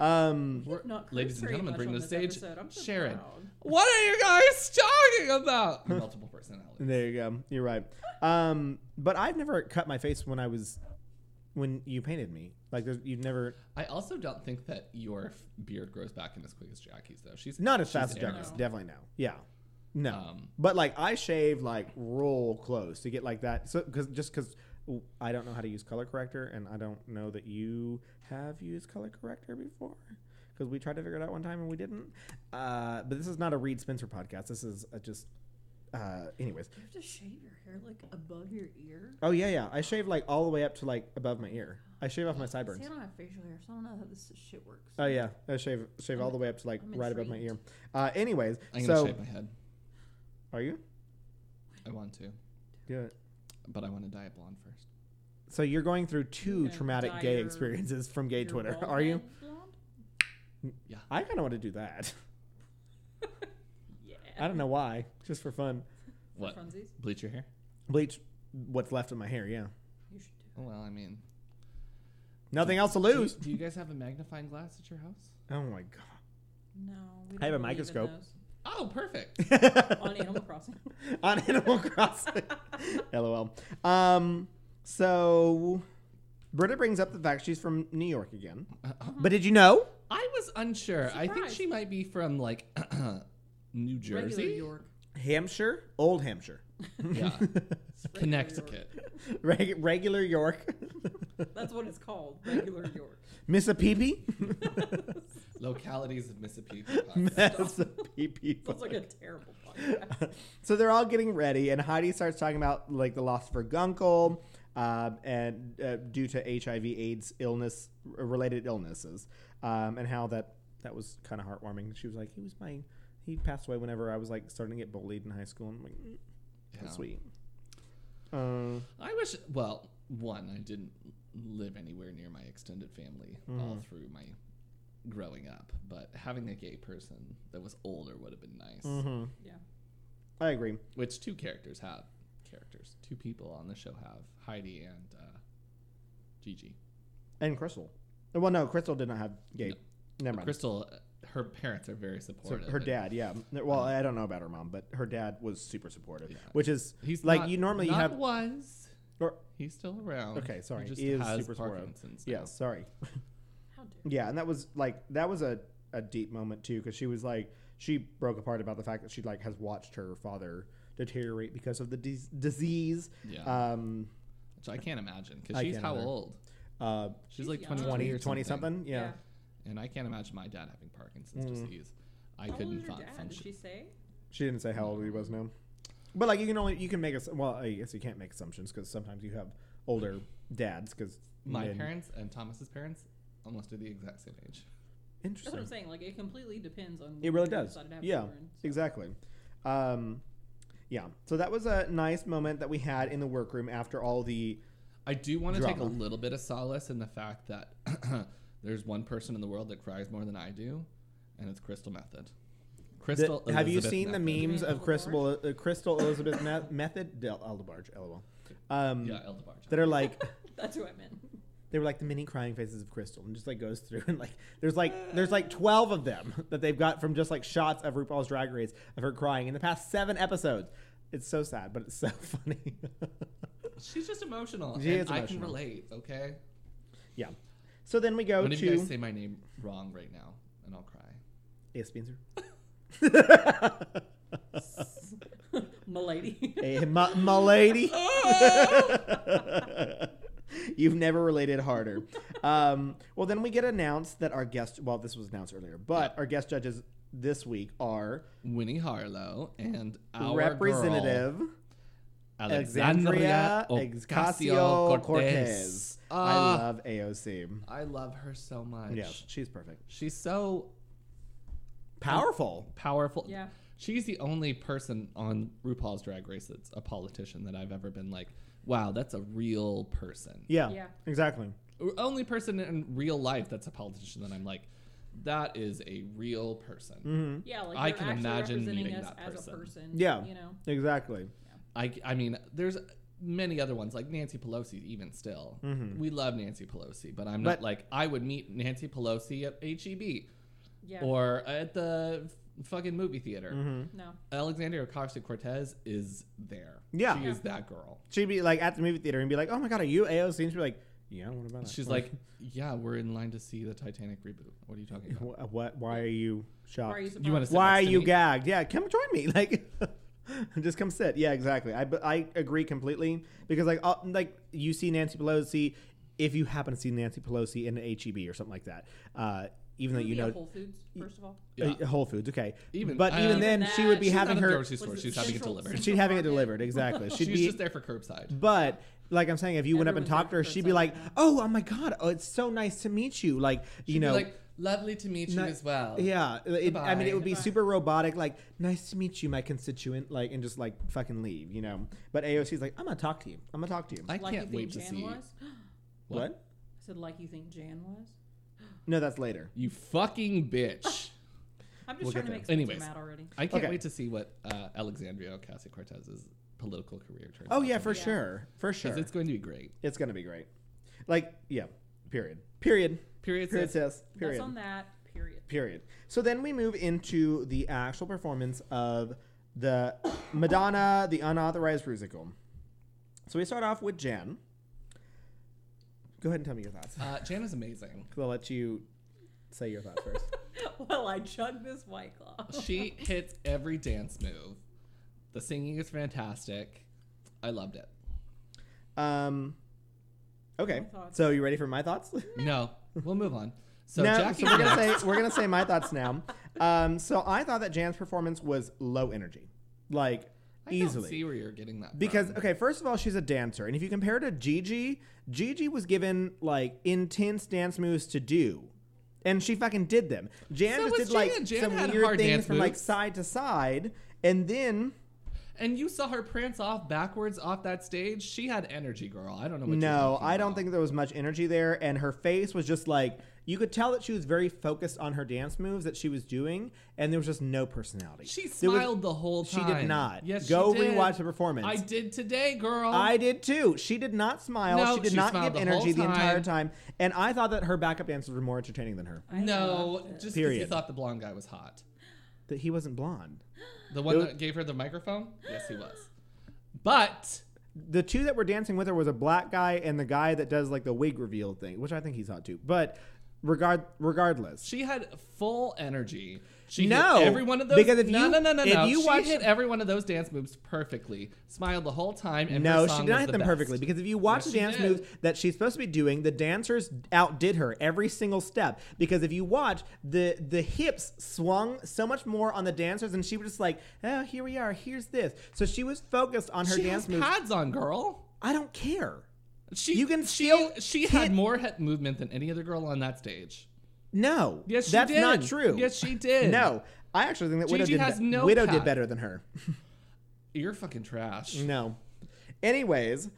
Speaker 2: Um,
Speaker 3: We've not cursed
Speaker 1: Ladies and
Speaker 3: very
Speaker 1: gentlemen,
Speaker 3: much
Speaker 1: bring
Speaker 3: on
Speaker 1: to the
Speaker 3: this
Speaker 1: stage
Speaker 3: episode. I'm so
Speaker 1: Sharon.
Speaker 3: proud.
Speaker 1: What are you guys talking about? Multiple personality.
Speaker 2: there you go. You're right. Um, but I've never cut my face when I was when you painted me. Like there's- you've never
Speaker 1: I also don't think that your f- beard grows back in as quick as Jackie's though. She's
Speaker 2: not as
Speaker 1: she's
Speaker 2: fast as
Speaker 1: arrow.
Speaker 2: Jackie's.
Speaker 3: No.
Speaker 2: Definitely no. Yeah. No.
Speaker 1: Um,
Speaker 2: but like I shave like roll close to get like that. So because just because I don't know how to use color corrector and I don't know that you have used color corrector before. Because we tried to figure it out one time and we didn't. Uh, but this is not a Reed Spencer podcast. This is a just. Uh, anyways.
Speaker 3: You have to shave your hair like above your ear.
Speaker 2: Oh yeah, yeah. I shave like all the way up to like above my ear. I shave off my sideburns.
Speaker 3: See, I don't have facial hair, so I don't know how this shit works.
Speaker 2: Oh yeah, I shave shave all the way up to like
Speaker 3: I'm
Speaker 2: right above my ear.
Speaker 3: intrigued.
Speaker 2: Uh, anyways,
Speaker 1: I'm gonna
Speaker 2: so
Speaker 1: shave my head.
Speaker 2: are you?
Speaker 1: I want to,
Speaker 2: Do it.
Speaker 1: but I want to dye it blonde first.
Speaker 2: So you're going through two
Speaker 3: You're gonna
Speaker 2: traumatic
Speaker 3: dye
Speaker 2: gay
Speaker 3: your-
Speaker 2: experiences from gay
Speaker 3: Your
Speaker 2: Twitter.
Speaker 3: bald
Speaker 2: Are you?
Speaker 3: head blonde?
Speaker 2: I kind of want to do that.
Speaker 3: Yeah.
Speaker 2: I don't know why, just for fun.
Speaker 3: For
Speaker 1: What?
Speaker 3: Funsies,
Speaker 1: Bleach your hair?
Speaker 2: Bleach what's left of my hair. Yeah.
Speaker 3: you should do.
Speaker 1: Oh, well, I mean,
Speaker 2: Nothing else to
Speaker 1: do you,
Speaker 2: lose.
Speaker 1: do you guys have a magnifying glass at your house?
Speaker 2: Oh my god.
Speaker 3: it. No. We
Speaker 2: I have a
Speaker 3: don't believe in
Speaker 2: microscope.
Speaker 3: those.
Speaker 1: Oh, perfect.
Speaker 3: on Animal Crossing.
Speaker 2: on Animal Crossing. LOL. Um, so Britta brings up the fact she's from New York again.
Speaker 3: Uh-huh.
Speaker 2: But did you know?
Speaker 1: I was unsure. I think
Speaker 3: Surprise.
Speaker 1: she might be from like New
Speaker 3: Regular
Speaker 1: Jersey,
Speaker 3: York.
Speaker 2: Hampshire, Old Hampshire,
Speaker 1: yeah,
Speaker 3: Regular
Speaker 1: Connecticut.
Speaker 2: Reg- regular York,
Speaker 3: York. That's what it's called. Regular York.
Speaker 2: Mississippi,
Speaker 1: Localities of Mississippi. podcast.
Speaker 2: Mississippi.
Speaker 3: Sounds like a terrible podcast.
Speaker 2: so they're all getting ready, and Heidi starts talking about like the loss of her gunkle, um, and uh, due to HIV/AIDS illness related illnesses, um, and how that that was kind of heartwarming. She was like, "He was my, he passed away whenever I was like starting to get bullied in high school." And I'm like, mm,
Speaker 1: Yeah.
Speaker 2: that's sweet. Um,
Speaker 1: I wish. Well, one, I didn't live anywhere near my extended family all
Speaker 2: Mm.
Speaker 1: through my growing up, but having a gay person that was older would have been nice.
Speaker 2: Mm-hmm.
Speaker 3: Yeah.
Speaker 2: I agree.
Speaker 1: Which two characters have characters? Two people on the show have Heidi and uh, Gigi.
Speaker 2: And Crystal. Well, no, Crystal did not have gay. Never mind.
Speaker 1: Crystal, uh, her parents are very
Speaker 2: So
Speaker 1: supportive.
Speaker 2: her
Speaker 1: and
Speaker 2: dad, yeah. Well, I don't know about her mom, but her dad was super supportive,
Speaker 1: Yeah.
Speaker 2: which is
Speaker 1: He's
Speaker 2: like
Speaker 1: not-
Speaker 2: you normally you
Speaker 1: not
Speaker 2: have.
Speaker 1: was.
Speaker 2: Or,
Speaker 1: He's still around.
Speaker 2: okay,
Speaker 1: He
Speaker 2: sorry,
Speaker 1: just
Speaker 2: is
Speaker 1: has
Speaker 2: super supportive.
Speaker 1: Parkinson's. now.
Speaker 2: Yeah, sorry.
Speaker 3: How dare
Speaker 2: Yeah, and that was like that was a, a deep moment too because she was like she broke apart about the fact that she like has watched her father deteriorate because of the dis disease.
Speaker 1: Yeah.
Speaker 2: Um,
Speaker 1: Which I can't imagine because
Speaker 2: I
Speaker 1: she's
Speaker 2: can't
Speaker 1: how
Speaker 2: either.
Speaker 1: old?
Speaker 2: uh,
Speaker 1: She's
Speaker 3: She's
Speaker 1: like
Speaker 3: young.
Speaker 1: 20,
Speaker 2: 20, 20 something. Yeah.
Speaker 1: And I can't imagine my dad having
Speaker 2: Mm.
Speaker 1: Parkinson's disease. I
Speaker 3: How old
Speaker 1: couldn't
Speaker 3: is your
Speaker 1: fu-
Speaker 3: dad? Did
Speaker 1: function.
Speaker 3: she say?
Speaker 2: She didn't say how old he was now. But like you can only you can make ass- well I guess you can't make assumptions because sometimes you have older dads because
Speaker 1: My parents and Thomas's parents almost are the exact same age.
Speaker 3: That's what I'm
Speaker 2: interesting
Speaker 3: saying. Like it completely depends on.
Speaker 2: it
Speaker 3: when
Speaker 2: really
Speaker 3: you
Speaker 2: does
Speaker 3: decided to have
Speaker 2: yeah
Speaker 3: children, so.
Speaker 2: exactly um, yeah so that was a nice moment that we had in the workroom after all the
Speaker 1: I do want to take a
Speaker 2: Drama.
Speaker 1: little bit of solace in the fact that there's one person in the world that cries more than I do, and it's Crystal Method.
Speaker 2: the-
Speaker 1: Crystal.
Speaker 2: have you
Speaker 1: Elizabeth
Speaker 2: seen
Speaker 1: Method.
Speaker 2: the memes
Speaker 3: Elizabeth
Speaker 2: of
Speaker 3: Elderbarge?
Speaker 2: Crystal uh, Crystal Elizabeth Me- method Del- Elderbarge lol um,
Speaker 1: Yeah, Elderbarge.
Speaker 2: that are like
Speaker 3: That's who I meant.
Speaker 2: they were like the mini crying faces of crystal and just like goes through and like there's like there's like 12 of them that they've got from just like shots of rupaul's drag race of her crying in the past seven episodes it's so sad but it's so funny
Speaker 1: She's just emotional.
Speaker 2: She
Speaker 1: and
Speaker 2: is
Speaker 1: I can
Speaker 2: emotional.
Speaker 1: relate. Okay.
Speaker 2: yeah so then we go
Speaker 1: What if you guys
Speaker 2: to
Speaker 1: say my name wrong right now, and I'll cry.
Speaker 2: yes spencer
Speaker 3: Milady.
Speaker 2: hey, Eh, my, my lady You've never related harder. Um, well, then we get announced that our guest, well, this was announced earlier, but our guest judges this week are
Speaker 1: Winnie Harlow and our girl,
Speaker 2: representative Alexandria Ocasio Cortez. I
Speaker 1: Ah,
Speaker 2: love AOC.
Speaker 1: I love her so much.
Speaker 2: Yeah, she's perfect.
Speaker 1: She's so
Speaker 2: Powerful.
Speaker 1: powerful.
Speaker 3: Yeah.
Speaker 1: She's the only person on RuPaul's Drag Race that's a politician that I've ever been like, wow, that's a real person.
Speaker 2: Yeah,
Speaker 3: Yeah.
Speaker 2: exactly.
Speaker 1: Only person in real life that's a politician that I'm like, that is a real person.
Speaker 2: Mm. Mm-hmm,
Speaker 3: Yeah, like
Speaker 1: I
Speaker 3: you're
Speaker 1: can
Speaker 3: actually
Speaker 1: imagine
Speaker 3: representing
Speaker 1: meeting
Speaker 3: us
Speaker 1: that
Speaker 3: as
Speaker 1: person.
Speaker 3: a person.
Speaker 2: Yeah.
Speaker 3: you know.
Speaker 2: Exactly.
Speaker 1: I, I mean, there's many other ones like Nancy Pelosi. Even still, we love Nancy Pelosi, but I'm
Speaker 2: Mm-hmm. But-
Speaker 1: not like I would meet Nancy Pelosi at E HEB
Speaker 3: Yeah.
Speaker 1: or at the f- fucking movie theater.
Speaker 2: Mm-hmm. Uh,
Speaker 3: no.
Speaker 1: Alexandria Ocasio Cortez is there.
Speaker 2: Yeah.
Speaker 1: she
Speaker 2: Yeah.
Speaker 1: is that girl.
Speaker 2: She'd be like at the movie theater and be like, "Oh my god, are you AOC?" And she'd be like, "Yeah, what about?"
Speaker 1: She's like, yeah, we're in line to see the Titanic reboot. What are you talking about?
Speaker 2: "What? what why are you shocked?
Speaker 3: Why are you surprised?
Speaker 1: wanna sit
Speaker 2: Why
Speaker 1: next
Speaker 2: are
Speaker 1: to
Speaker 2: you
Speaker 1: me.
Speaker 2: gagged? Yeah, come join me. Like, just come sit. Yeah, exactly. I, but I agree completely because like uh, like you see Nancy Pelosi, if you happen to see Nancy Pelosi in an HEB or something like that, uh, even though
Speaker 3: Would
Speaker 2: you
Speaker 3: be at
Speaker 2: know.
Speaker 3: Whole Foods first of all.
Speaker 1: Yeah.
Speaker 2: uh, Whole Foods, okay.
Speaker 1: Even-
Speaker 2: but
Speaker 1: I
Speaker 2: even
Speaker 1: don't-
Speaker 2: then,
Speaker 3: Even
Speaker 2: she would
Speaker 3: that,
Speaker 2: be
Speaker 3: she's
Speaker 1: not
Speaker 2: having
Speaker 1: at a
Speaker 2: her.
Speaker 1: grocery store.
Speaker 3: Was it
Speaker 1: She's having it
Speaker 3: Central-
Speaker 1: delivered.
Speaker 2: She'd having it
Speaker 3: Market.
Speaker 2: delivered. Exactly. She'd
Speaker 1: She's
Speaker 2: be
Speaker 1: just there for curbside.
Speaker 2: But like I'm saying, if you went up and
Speaker 3: Everyone's there
Speaker 2: talked to her,
Speaker 3: for
Speaker 2: she'd be like,
Speaker 3: something.
Speaker 2: "Oh, oh my god, oh, it's so nice to meet you." Like you
Speaker 1: She'd be
Speaker 2: know,
Speaker 1: like lovely to meet you
Speaker 2: Not-
Speaker 1: as well.
Speaker 2: yeah. it- I mean, it
Speaker 1: Goodbye.
Speaker 2: would be
Speaker 3: Goodbye.
Speaker 2: super robotic. Like, nice to meet you, my constituent. Like, and just like fucking leave, you know. But AOC's like, "I'm gonna talk to you. I'm gonna talk to you."
Speaker 1: I
Speaker 3: Like
Speaker 1: can't
Speaker 3: you
Speaker 1: wait
Speaker 3: think
Speaker 1: to
Speaker 3: Jan
Speaker 1: see
Speaker 3: was? I
Speaker 1: What?
Speaker 2: what?
Speaker 3: said like you think Jan was.
Speaker 2: No, that's later.
Speaker 1: You fucking bitch.
Speaker 3: I'm just
Speaker 2: We'll get
Speaker 3: trying to make
Speaker 1: there.
Speaker 3: Spencer
Speaker 1: Anyways.
Speaker 3: mad already.
Speaker 1: I can't
Speaker 2: Okay.
Speaker 1: wait to see what uh, Alexandria Ocasio Cortez's political career turns.
Speaker 2: Oh yeah, for
Speaker 3: Yeah.
Speaker 2: sure, for sure.
Speaker 1: because it's going to be great.
Speaker 2: it's gonna be great. Like, yeah. Period. Period.
Speaker 1: Period.
Speaker 2: Period.
Speaker 1: sis.
Speaker 2: Says. Period.
Speaker 3: That's on that. Period.
Speaker 2: Period. So then we move into the actual performance of the Madonna, the unauthorized musical. So we start off with Jan. Go ahead and tell me your thoughts.
Speaker 1: Uh, Jan is amazing.
Speaker 2: I'll let you say your thoughts first.
Speaker 3: Well, I chug this white claw.
Speaker 1: She hits every dance move. The singing is fantastic. I loved it.
Speaker 2: Um, okay.
Speaker 3: My thoughts.
Speaker 2: So you ready for my thoughts?
Speaker 1: No, we'll move on. So
Speaker 2: no.
Speaker 1: Jackie,
Speaker 2: so we're gonna say we're gonna say my thoughts now. Um, so I thought that Jan's performance was low energy, like
Speaker 1: I don't
Speaker 2: easily.
Speaker 1: see where you're getting that
Speaker 2: Because
Speaker 1: from.
Speaker 2: okay, first of all, she's a dancer, and if you compare her to Gigi, Gigi was given like intense dance moves to do, and she fucking did them. Jan
Speaker 1: So
Speaker 2: just
Speaker 1: was
Speaker 2: did like
Speaker 1: Jan. Jan
Speaker 2: some
Speaker 1: had
Speaker 2: weird
Speaker 1: hard
Speaker 2: things
Speaker 1: dance
Speaker 2: from like
Speaker 1: moves.
Speaker 2: side to side, and then
Speaker 1: and you saw her prance off backwards off that stage. She had energy, girl. I don't know what.
Speaker 2: no,
Speaker 1: you're talking
Speaker 2: I don't
Speaker 1: about.
Speaker 2: think there was much energy there, and her face was just like you could tell that she was very focused on her dance moves that she was doing, and there was just no personality.
Speaker 1: She
Speaker 2: There was-
Speaker 1: smiled the whole
Speaker 2: She
Speaker 1: time.
Speaker 2: did not.
Speaker 1: Yes,
Speaker 2: Go
Speaker 1: she did.
Speaker 2: rewatch the performance.
Speaker 1: I did today, girl.
Speaker 2: I did too. She did not smile.
Speaker 1: No,
Speaker 2: she did
Speaker 1: she
Speaker 2: not
Speaker 1: smiled
Speaker 2: give
Speaker 1: the
Speaker 2: energy the
Speaker 1: whole
Speaker 2: entire
Speaker 1: time.
Speaker 2: time. And I thought that her backup dancers were more entertaining than her.
Speaker 3: I
Speaker 1: no,
Speaker 3: loved it.
Speaker 1: just because you
Speaker 2: Period.
Speaker 1: thought the blonde guy was hot.
Speaker 2: That he wasn't blonde.
Speaker 1: The one
Speaker 2: Nope.
Speaker 1: that gave her the microphone? Yes, he was. But
Speaker 2: The two that were dancing with her was a black guy and the guy that does like the wig reveal thing, which I think he's hot too. But regard regardless,
Speaker 1: she had full energy. She
Speaker 2: No,
Speaker 1: hit every one of those.
Speaker 2: because if
Speaker 1: no,
Speaker 2: you-
Speaker 1: no, no, no,
Speaker 2: if
Speaker 1: no.
Speaker 2: you
Speaker 1: she
Speaker 2: watch-
Speaker 1: hit every one of those dance moves perfectly. Smiled the whole time. And
Speaker 2: no,
Speaker 1: her
Speaker 2: she
Speaker 1: song
Speaker 2: did not
Speaker 1: was
Speaker 2: hit
Speaker 1: the
Speaker 2: them
Speaker 1: best.
Speaker 2: perfectly because if you watch
Speaker 1: Yes,
Speaker 2: the
Speaker 1: she
Speaker 2: dance
Speaker 1: did.
Speaker 2: moves that she's supposed to be doing, the dancers outdid her every single step. Because if you watch, the the hips swung so much more on the dancers, and she was just like, "Oh, here we are. Here's this." So she was focused on her
Speaker 1: she
Speaker 2: dance
Speaker 1: has
Speaker 2: moves.
Speaker 1: pads on, girl.
Speaker 2: I don't care.
Speaker 1: She,
Speaker 2: You can
Speaker 1: she,
Speaker 2: still
Speaker 1: she
Speaker 2: hit-
Speaker 1: had more head movement than any other girl on that stage.
Speaker 2: No,
Speaker 1: Yes, she
Speaker 2: that's
Speaker 1: did.
Speaker 2: not true.
Speaker 1: Yes, she did.
Speaker 2: No, I actually think that Widow,
Speaker 1: Gigi
Speaker 2: did,
Speaker 1: has
Speaker 2: be-
Speaker 1: no
Speaker 2: Widow
Speaker 1: pack.
Speaker 2: did better than her.
Speaker 1: You're fucking trash.
Speaker 2: No. Anyways,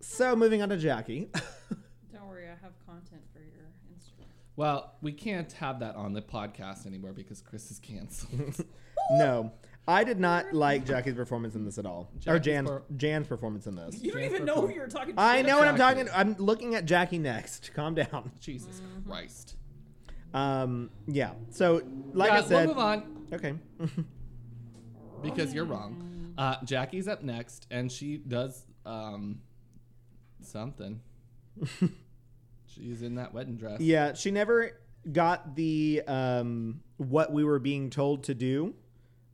Speaker 2: so moving on to Jackie.
Speaker 3: Don't worry, I have content for your Instagram.
Speaker 1: Well, we can't have that on the podcast anymore because Chris is canceled.
Speaker 2: no, I did not like Jackie's performance in this at all, or
Speaker 1: Jackie's
Speaker 2: Jan's
Speaker 1: per-
Speaker 2: Jan's performance in this.
Speaker 3: You don't even know who you're talking to.
Speaker 2: I know what I'm
Speaker 1: Jackie.
Speaker 2: talking. I'm looking at Jackie next. Calm down.
Speaker 1: Jesus Christ.
Speaker 2: Um, yeah. So, like
Speaker 1: yeah,
Speaker 2: I said,
Speaker 1: we'll move on
Speaker 2: okay.
Speaker 1: because you're wrong.
Speaker 2: Mm.
Speaker 1: Uh, Jackie's up next, and she does um, something. She's in that wedding dress.
Speaker 2: yeah, she never got the um what we were being told to do.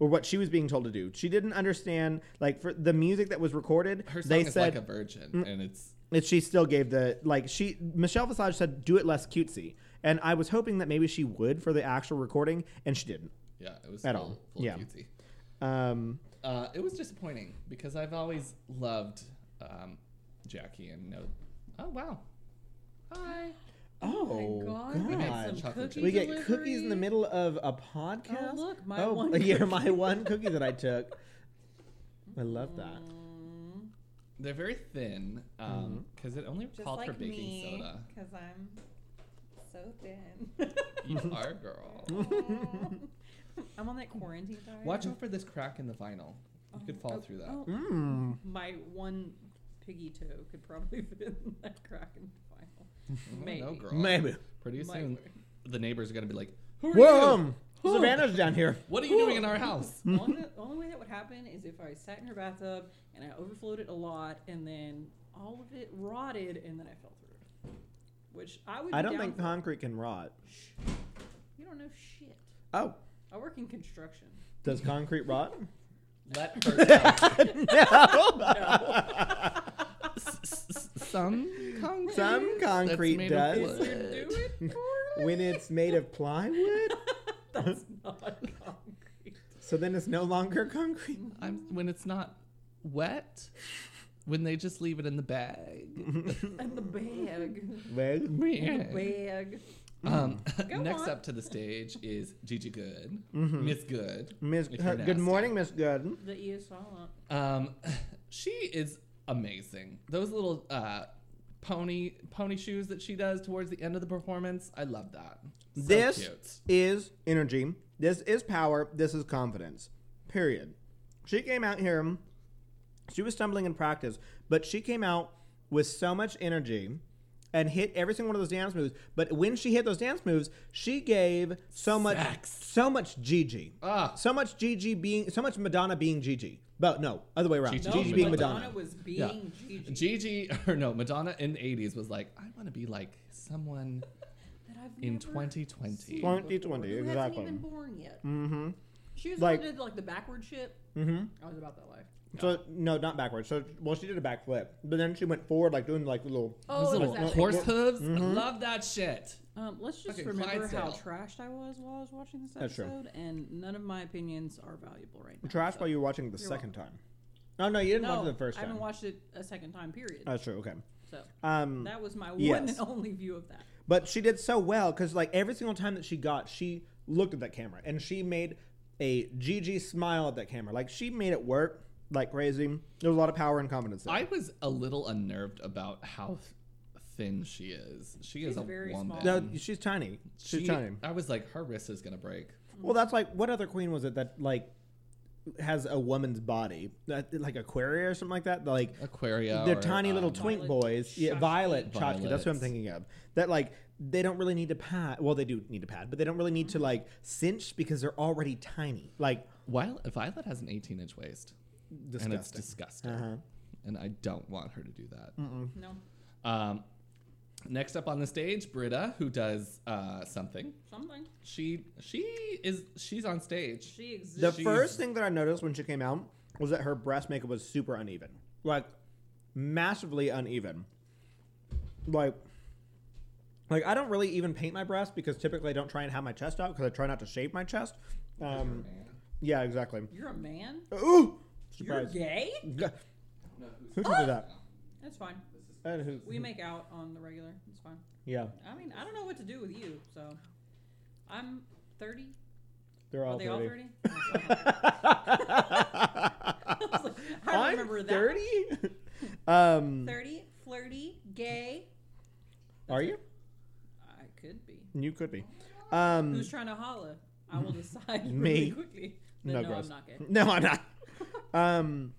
Speaker 2: Or what she was being told to do. She didn't understand, like for the music that was recorded.
Speaker 1: Her song
Speaker 2: they
Speaker 1: is
Speaker 2: said Mm.
Speaker 1: like a virgin, and it's
Speaker 2: that she still gave the like she Michelle Visage said do it less cutesy, and I was hoping that maybe she would for the actual recording, and she didn't.
Speaker 1: yeah, it was
Speaker 2: At
Speaker 1: full,
Speaker 2: all.
Speaker 1: full
Speaker 2: Yeah.
Speaker 1: cutesy.
Speaker 2: Um,
Speaker 1: Uh, it was disappointing because I've always loved um, Jackie and know. Oh wow, hi.
Speaker 3: Oh my god, we had some
Speaker 1: Chocolate
Speaker 3: cookie
Speaker 1: chip.
Speaker 2: We get cookies in
Speaker 3: delivery.
Speaker 2: the middle of a podcast.
Speaker 3: Oh, look, my
Speaker 2: one.
Speaker 3: one
Speaker 2: yeah, my one cookie that I took. I love that.
Speaker 1: They're
Speaker 2: Mm-hmm.
Speaker 1: very thin because it only
Speaker 3: Mm-hmm. Just
Speaker 1: called
Speaker 3: like
Speaker 1: for baking
Speaker 3: me,
Speaker 1: soda.
Speaker 3: because I'm so thin.
Speaker 1: You are, girl.
Speaker 3: I'm on that quarantine diet.
Speaker 1: Watch out for this crack in the vinyl. You could fall
Speaker 3: Oh,
Speaker 1: through that.
Speaker 3: oh,
Speaker 2: Mm.
Speaker 3: my one piggy toe could probably fit in that crack in the final.
Speaker 1: I don't know,
Speaker 3: Maybe.
Speaker 1: Mm-hmm. girl.
Speaker 2: Maybe.
Speaker 1: Pretty
Speaker 3: Might
Speaker 1: soon,
Speaker 3: work.
Speaker 1: the neighbors are gonna be like, "Who are you?
Speaker 2: Whoa, Savannah's down here.
Speaker 1: What are you doing in our house?"
Speaker 3: The only, the only way that would happen is if I sat in her bathtub and I overflowed it a lot, and then all of it rotted, and then I fell through. it. Which I would.
Speaker 2: I
Speaker 3: be
Speaker 2: don't
Speaker 3: down
Speaker 2: think
Speaker 3: for.
Speaker 2: concrete can rot.
Speaker 3: You don't know shit.
Speaker 2: Oh,
Speaker 3: I work in construction.
Speaker 2: does concrete rot?
Speaker 1: Let her. Know.
Speaker 3: No.
Speaker 1: S- s- Some concrete.
Speaker 2: Some concrete
Speaker 1: made of
Speaker 2: does.
Speaker 1: wood.
Speaker 3: Do it poorly.
Speaker 2: when it's made of plywood,
Speaker 3: That's not concrete.
Speaker 2: so then it's no longer concrete.
Speaker 1: I'm, when it's not wet, when they just leave it in the bag.
Speaker 3: And the bag.
Speaker 2: Well,
Speaker 3: And the bag.
Speaker 1: Um,
Speaker 3: Go
Speaker 1: next
Speaker 3: on.
Speaker 1: up to the stage is Gigi Good,
Speaker 2: Mm-hmm.
Speaker 1: Miss Good.
Speaker 2: Miss,
Speaker 1: If you're
Speaker 2: good
Speaker 1: nasty.
Speaker 2: morning, Miss Gooden.
Speaker 3: The ESL.
Speaker 1: Um, she is amazing. Those little uh, pony pony shoes that she does towards the end of the performance, I love that. So
Speaker 2: this
Speaker 1: cute.
Speaker 2: is energy. This is power. This is confidence. Period. She came out here. She was stumbling in practice, but she came out with so much energy and hit every single one of those dance moves. But when she hit those dance moves, she gave so much,
Speaker 1: Sex.
Speaker 2: so much Gigi,
Speaker 1: Ah.
Speaker 2: so much Gigi being, so much Madonna being Gigi. But no, other way around.
Speaker 1: Gigi
Speaker 2: Gigi,
Speaker 3: No,
Speaker 1: Madonna.
Speaker 2: being
Speaker 3: Madonna.
Speaker 2: Madonna.
Speaker 3: was being
Speaker 1: Yeah.
Speaker 3: Gigi.
Speaker 1: Gigi, or no, Madonna in the 80s was like, I want to be like someone
Speaker 3: that I've
Speaker 1: in
Speaker 3: never
Speaker 1: 2020.
Speaker 3: seen
Speaker 2: Twenty-
Speaker 3: before,
Speaker 2: 2020,
Speaker 3: who
Speaker 2: exactly.
Speaker 3: Hasn't even born yet.
Speaker 2: Mm-hmm.
Speaker 3: She was
Speaker 2: Like-
Speaker 3: like, did like the backward shit.
Speaker 2: Mm-hmm.
Speaker 3: I was about that life.
Speaker 2: So no, not backwards. So well, she did a backflip, but then she went forward, like doing like the little.
Speaker 1: Those
Speaker 3: Oh, it was
Speaker 1: little
Speaker 3: that thing.
Speaker 1: horse hooves.
Speaker 2: Mm-hmm.
Speaker 1: I love that shit.
Speaker 3: Um, let's just
Speaker 1: Fucking
Speaker 3: remember how
Speaker 1: Clydesdale.
Speaker 3: trashed I was while I was watching this
Speaker 2: That's true.
Speaker 3: episode, and none of my opinions are valuable right now.
Speaker 2: Trash
Speaker 3: so-
Speaker 2: while you were watching the
Speaker 3: You're
Speaker 2: second time. Oh no, you didn't
Speaker 3: No,
Speaker 2: watch it the first
Speaker 3: I
Speaker 2: time.
Speaker 3: haven't watched it a second time. Period.
Speaker 2: That's true. Okay.
Speaker 3: so
Speaker 2: Um,
Speaker 3: that was my one
Speaker 2: yes.
Speaker 3: and only view of that.
Speaker 2: but she did so well because like every single time that she got, she looked at that camera and she made a Gigi smile at that camera. Like she made it work like crazy. There was a lot of power and confidence. There.
Speaker 1: I was a little unnerved about how
Speaker 2: Oh.
Speaker 1: thin she is. She is
Speaker 3: She's
Speaker 1: a
Speaker 3: very
Speaker 1: woman.
Speaker 3: small.
Speaker 2: No, she's tiny. She's
Speaker 1: Um, She-
Speaker 2: tiny.
Speaker 1: I was like, her wrist is gonna break.
Speaker 2: Well, that's like what other queen was it that like has a woman's body, that, like Aquaria or something like that? Like
Speaker 1: Aquaria.
Speaker 2: They're
Speaker 1: or,
Speaker 2: tiny little
Speaker 1: um,
Speaker 2: twink
Speaker 3: Violet
Speaker 2: boys. Yeah,
Speaker 3: Chachki.
Speaker 2: Violet Chachki. That's what I'm
Speaker 1: Violets.
Speaker 2: thinking of. That like they don't really need to pad. Well, they do need to pad, but they don't really need to like cinch because they're already tiny. Like
Speaker 1: Violet, Violet has an 18 inch waist,
Speaker 2: disgusting.
Speaker 1: and it's disgusting.
Speaker 2: Uh-huh.
Speaker 1: And I don't want her to do that.
Speaker 3: No,
Speaker 1: Um, next up on the stage, Britta, who does uh, something.
Speaker 3: something
Speaker 1: She she is she's on stage.
Speaker 3: she exists.
Speaker 2: the
Speaker 1: She's-
Speaker 2: first thing that I noticed when she came out was that her breast makeup was super uneven, like massively uneven. Like, like I don't really even paint my breast because typically I don't try and have my chest out because I try not to shape my chest. Um, yeah, exactly.
Speaker 3: You're a man.
Speaker 2: Ooh,
Speaker 3: You're
Speaker 2: surprise.
Speaker 3: gay.
Speaker 2: Who told you that?
Speaker 3: That's fine.
Speaker 2: And who-
Speaker 3: We make out on the regular. It's fine.
Speaker 2: Yeah,
Speaker 3: I mean, I don't know what to do with you, so I'm 30.
Speaker 2: they're all
Speaker 3: Are they all
Speaker 2: 30.
Speaker 3: 30? I was like, I don't
Speaker 2: I'm
Speaker 3: remember that.
Speaker 2: 30? um,
Speaker 3: 30, flirty, gay.
Speaker 2: are you?
Speaker 3: I could be.
Speaker 2: You could be. Um,
Speaker 3: Who's trying to holla? I will decide
Speaker 2: Me.
Speaker 3: really quickly. that no,
Speaker 2: gross.
Speaker 3: I'm not gay.
Speaker 2: No, I'm not. um,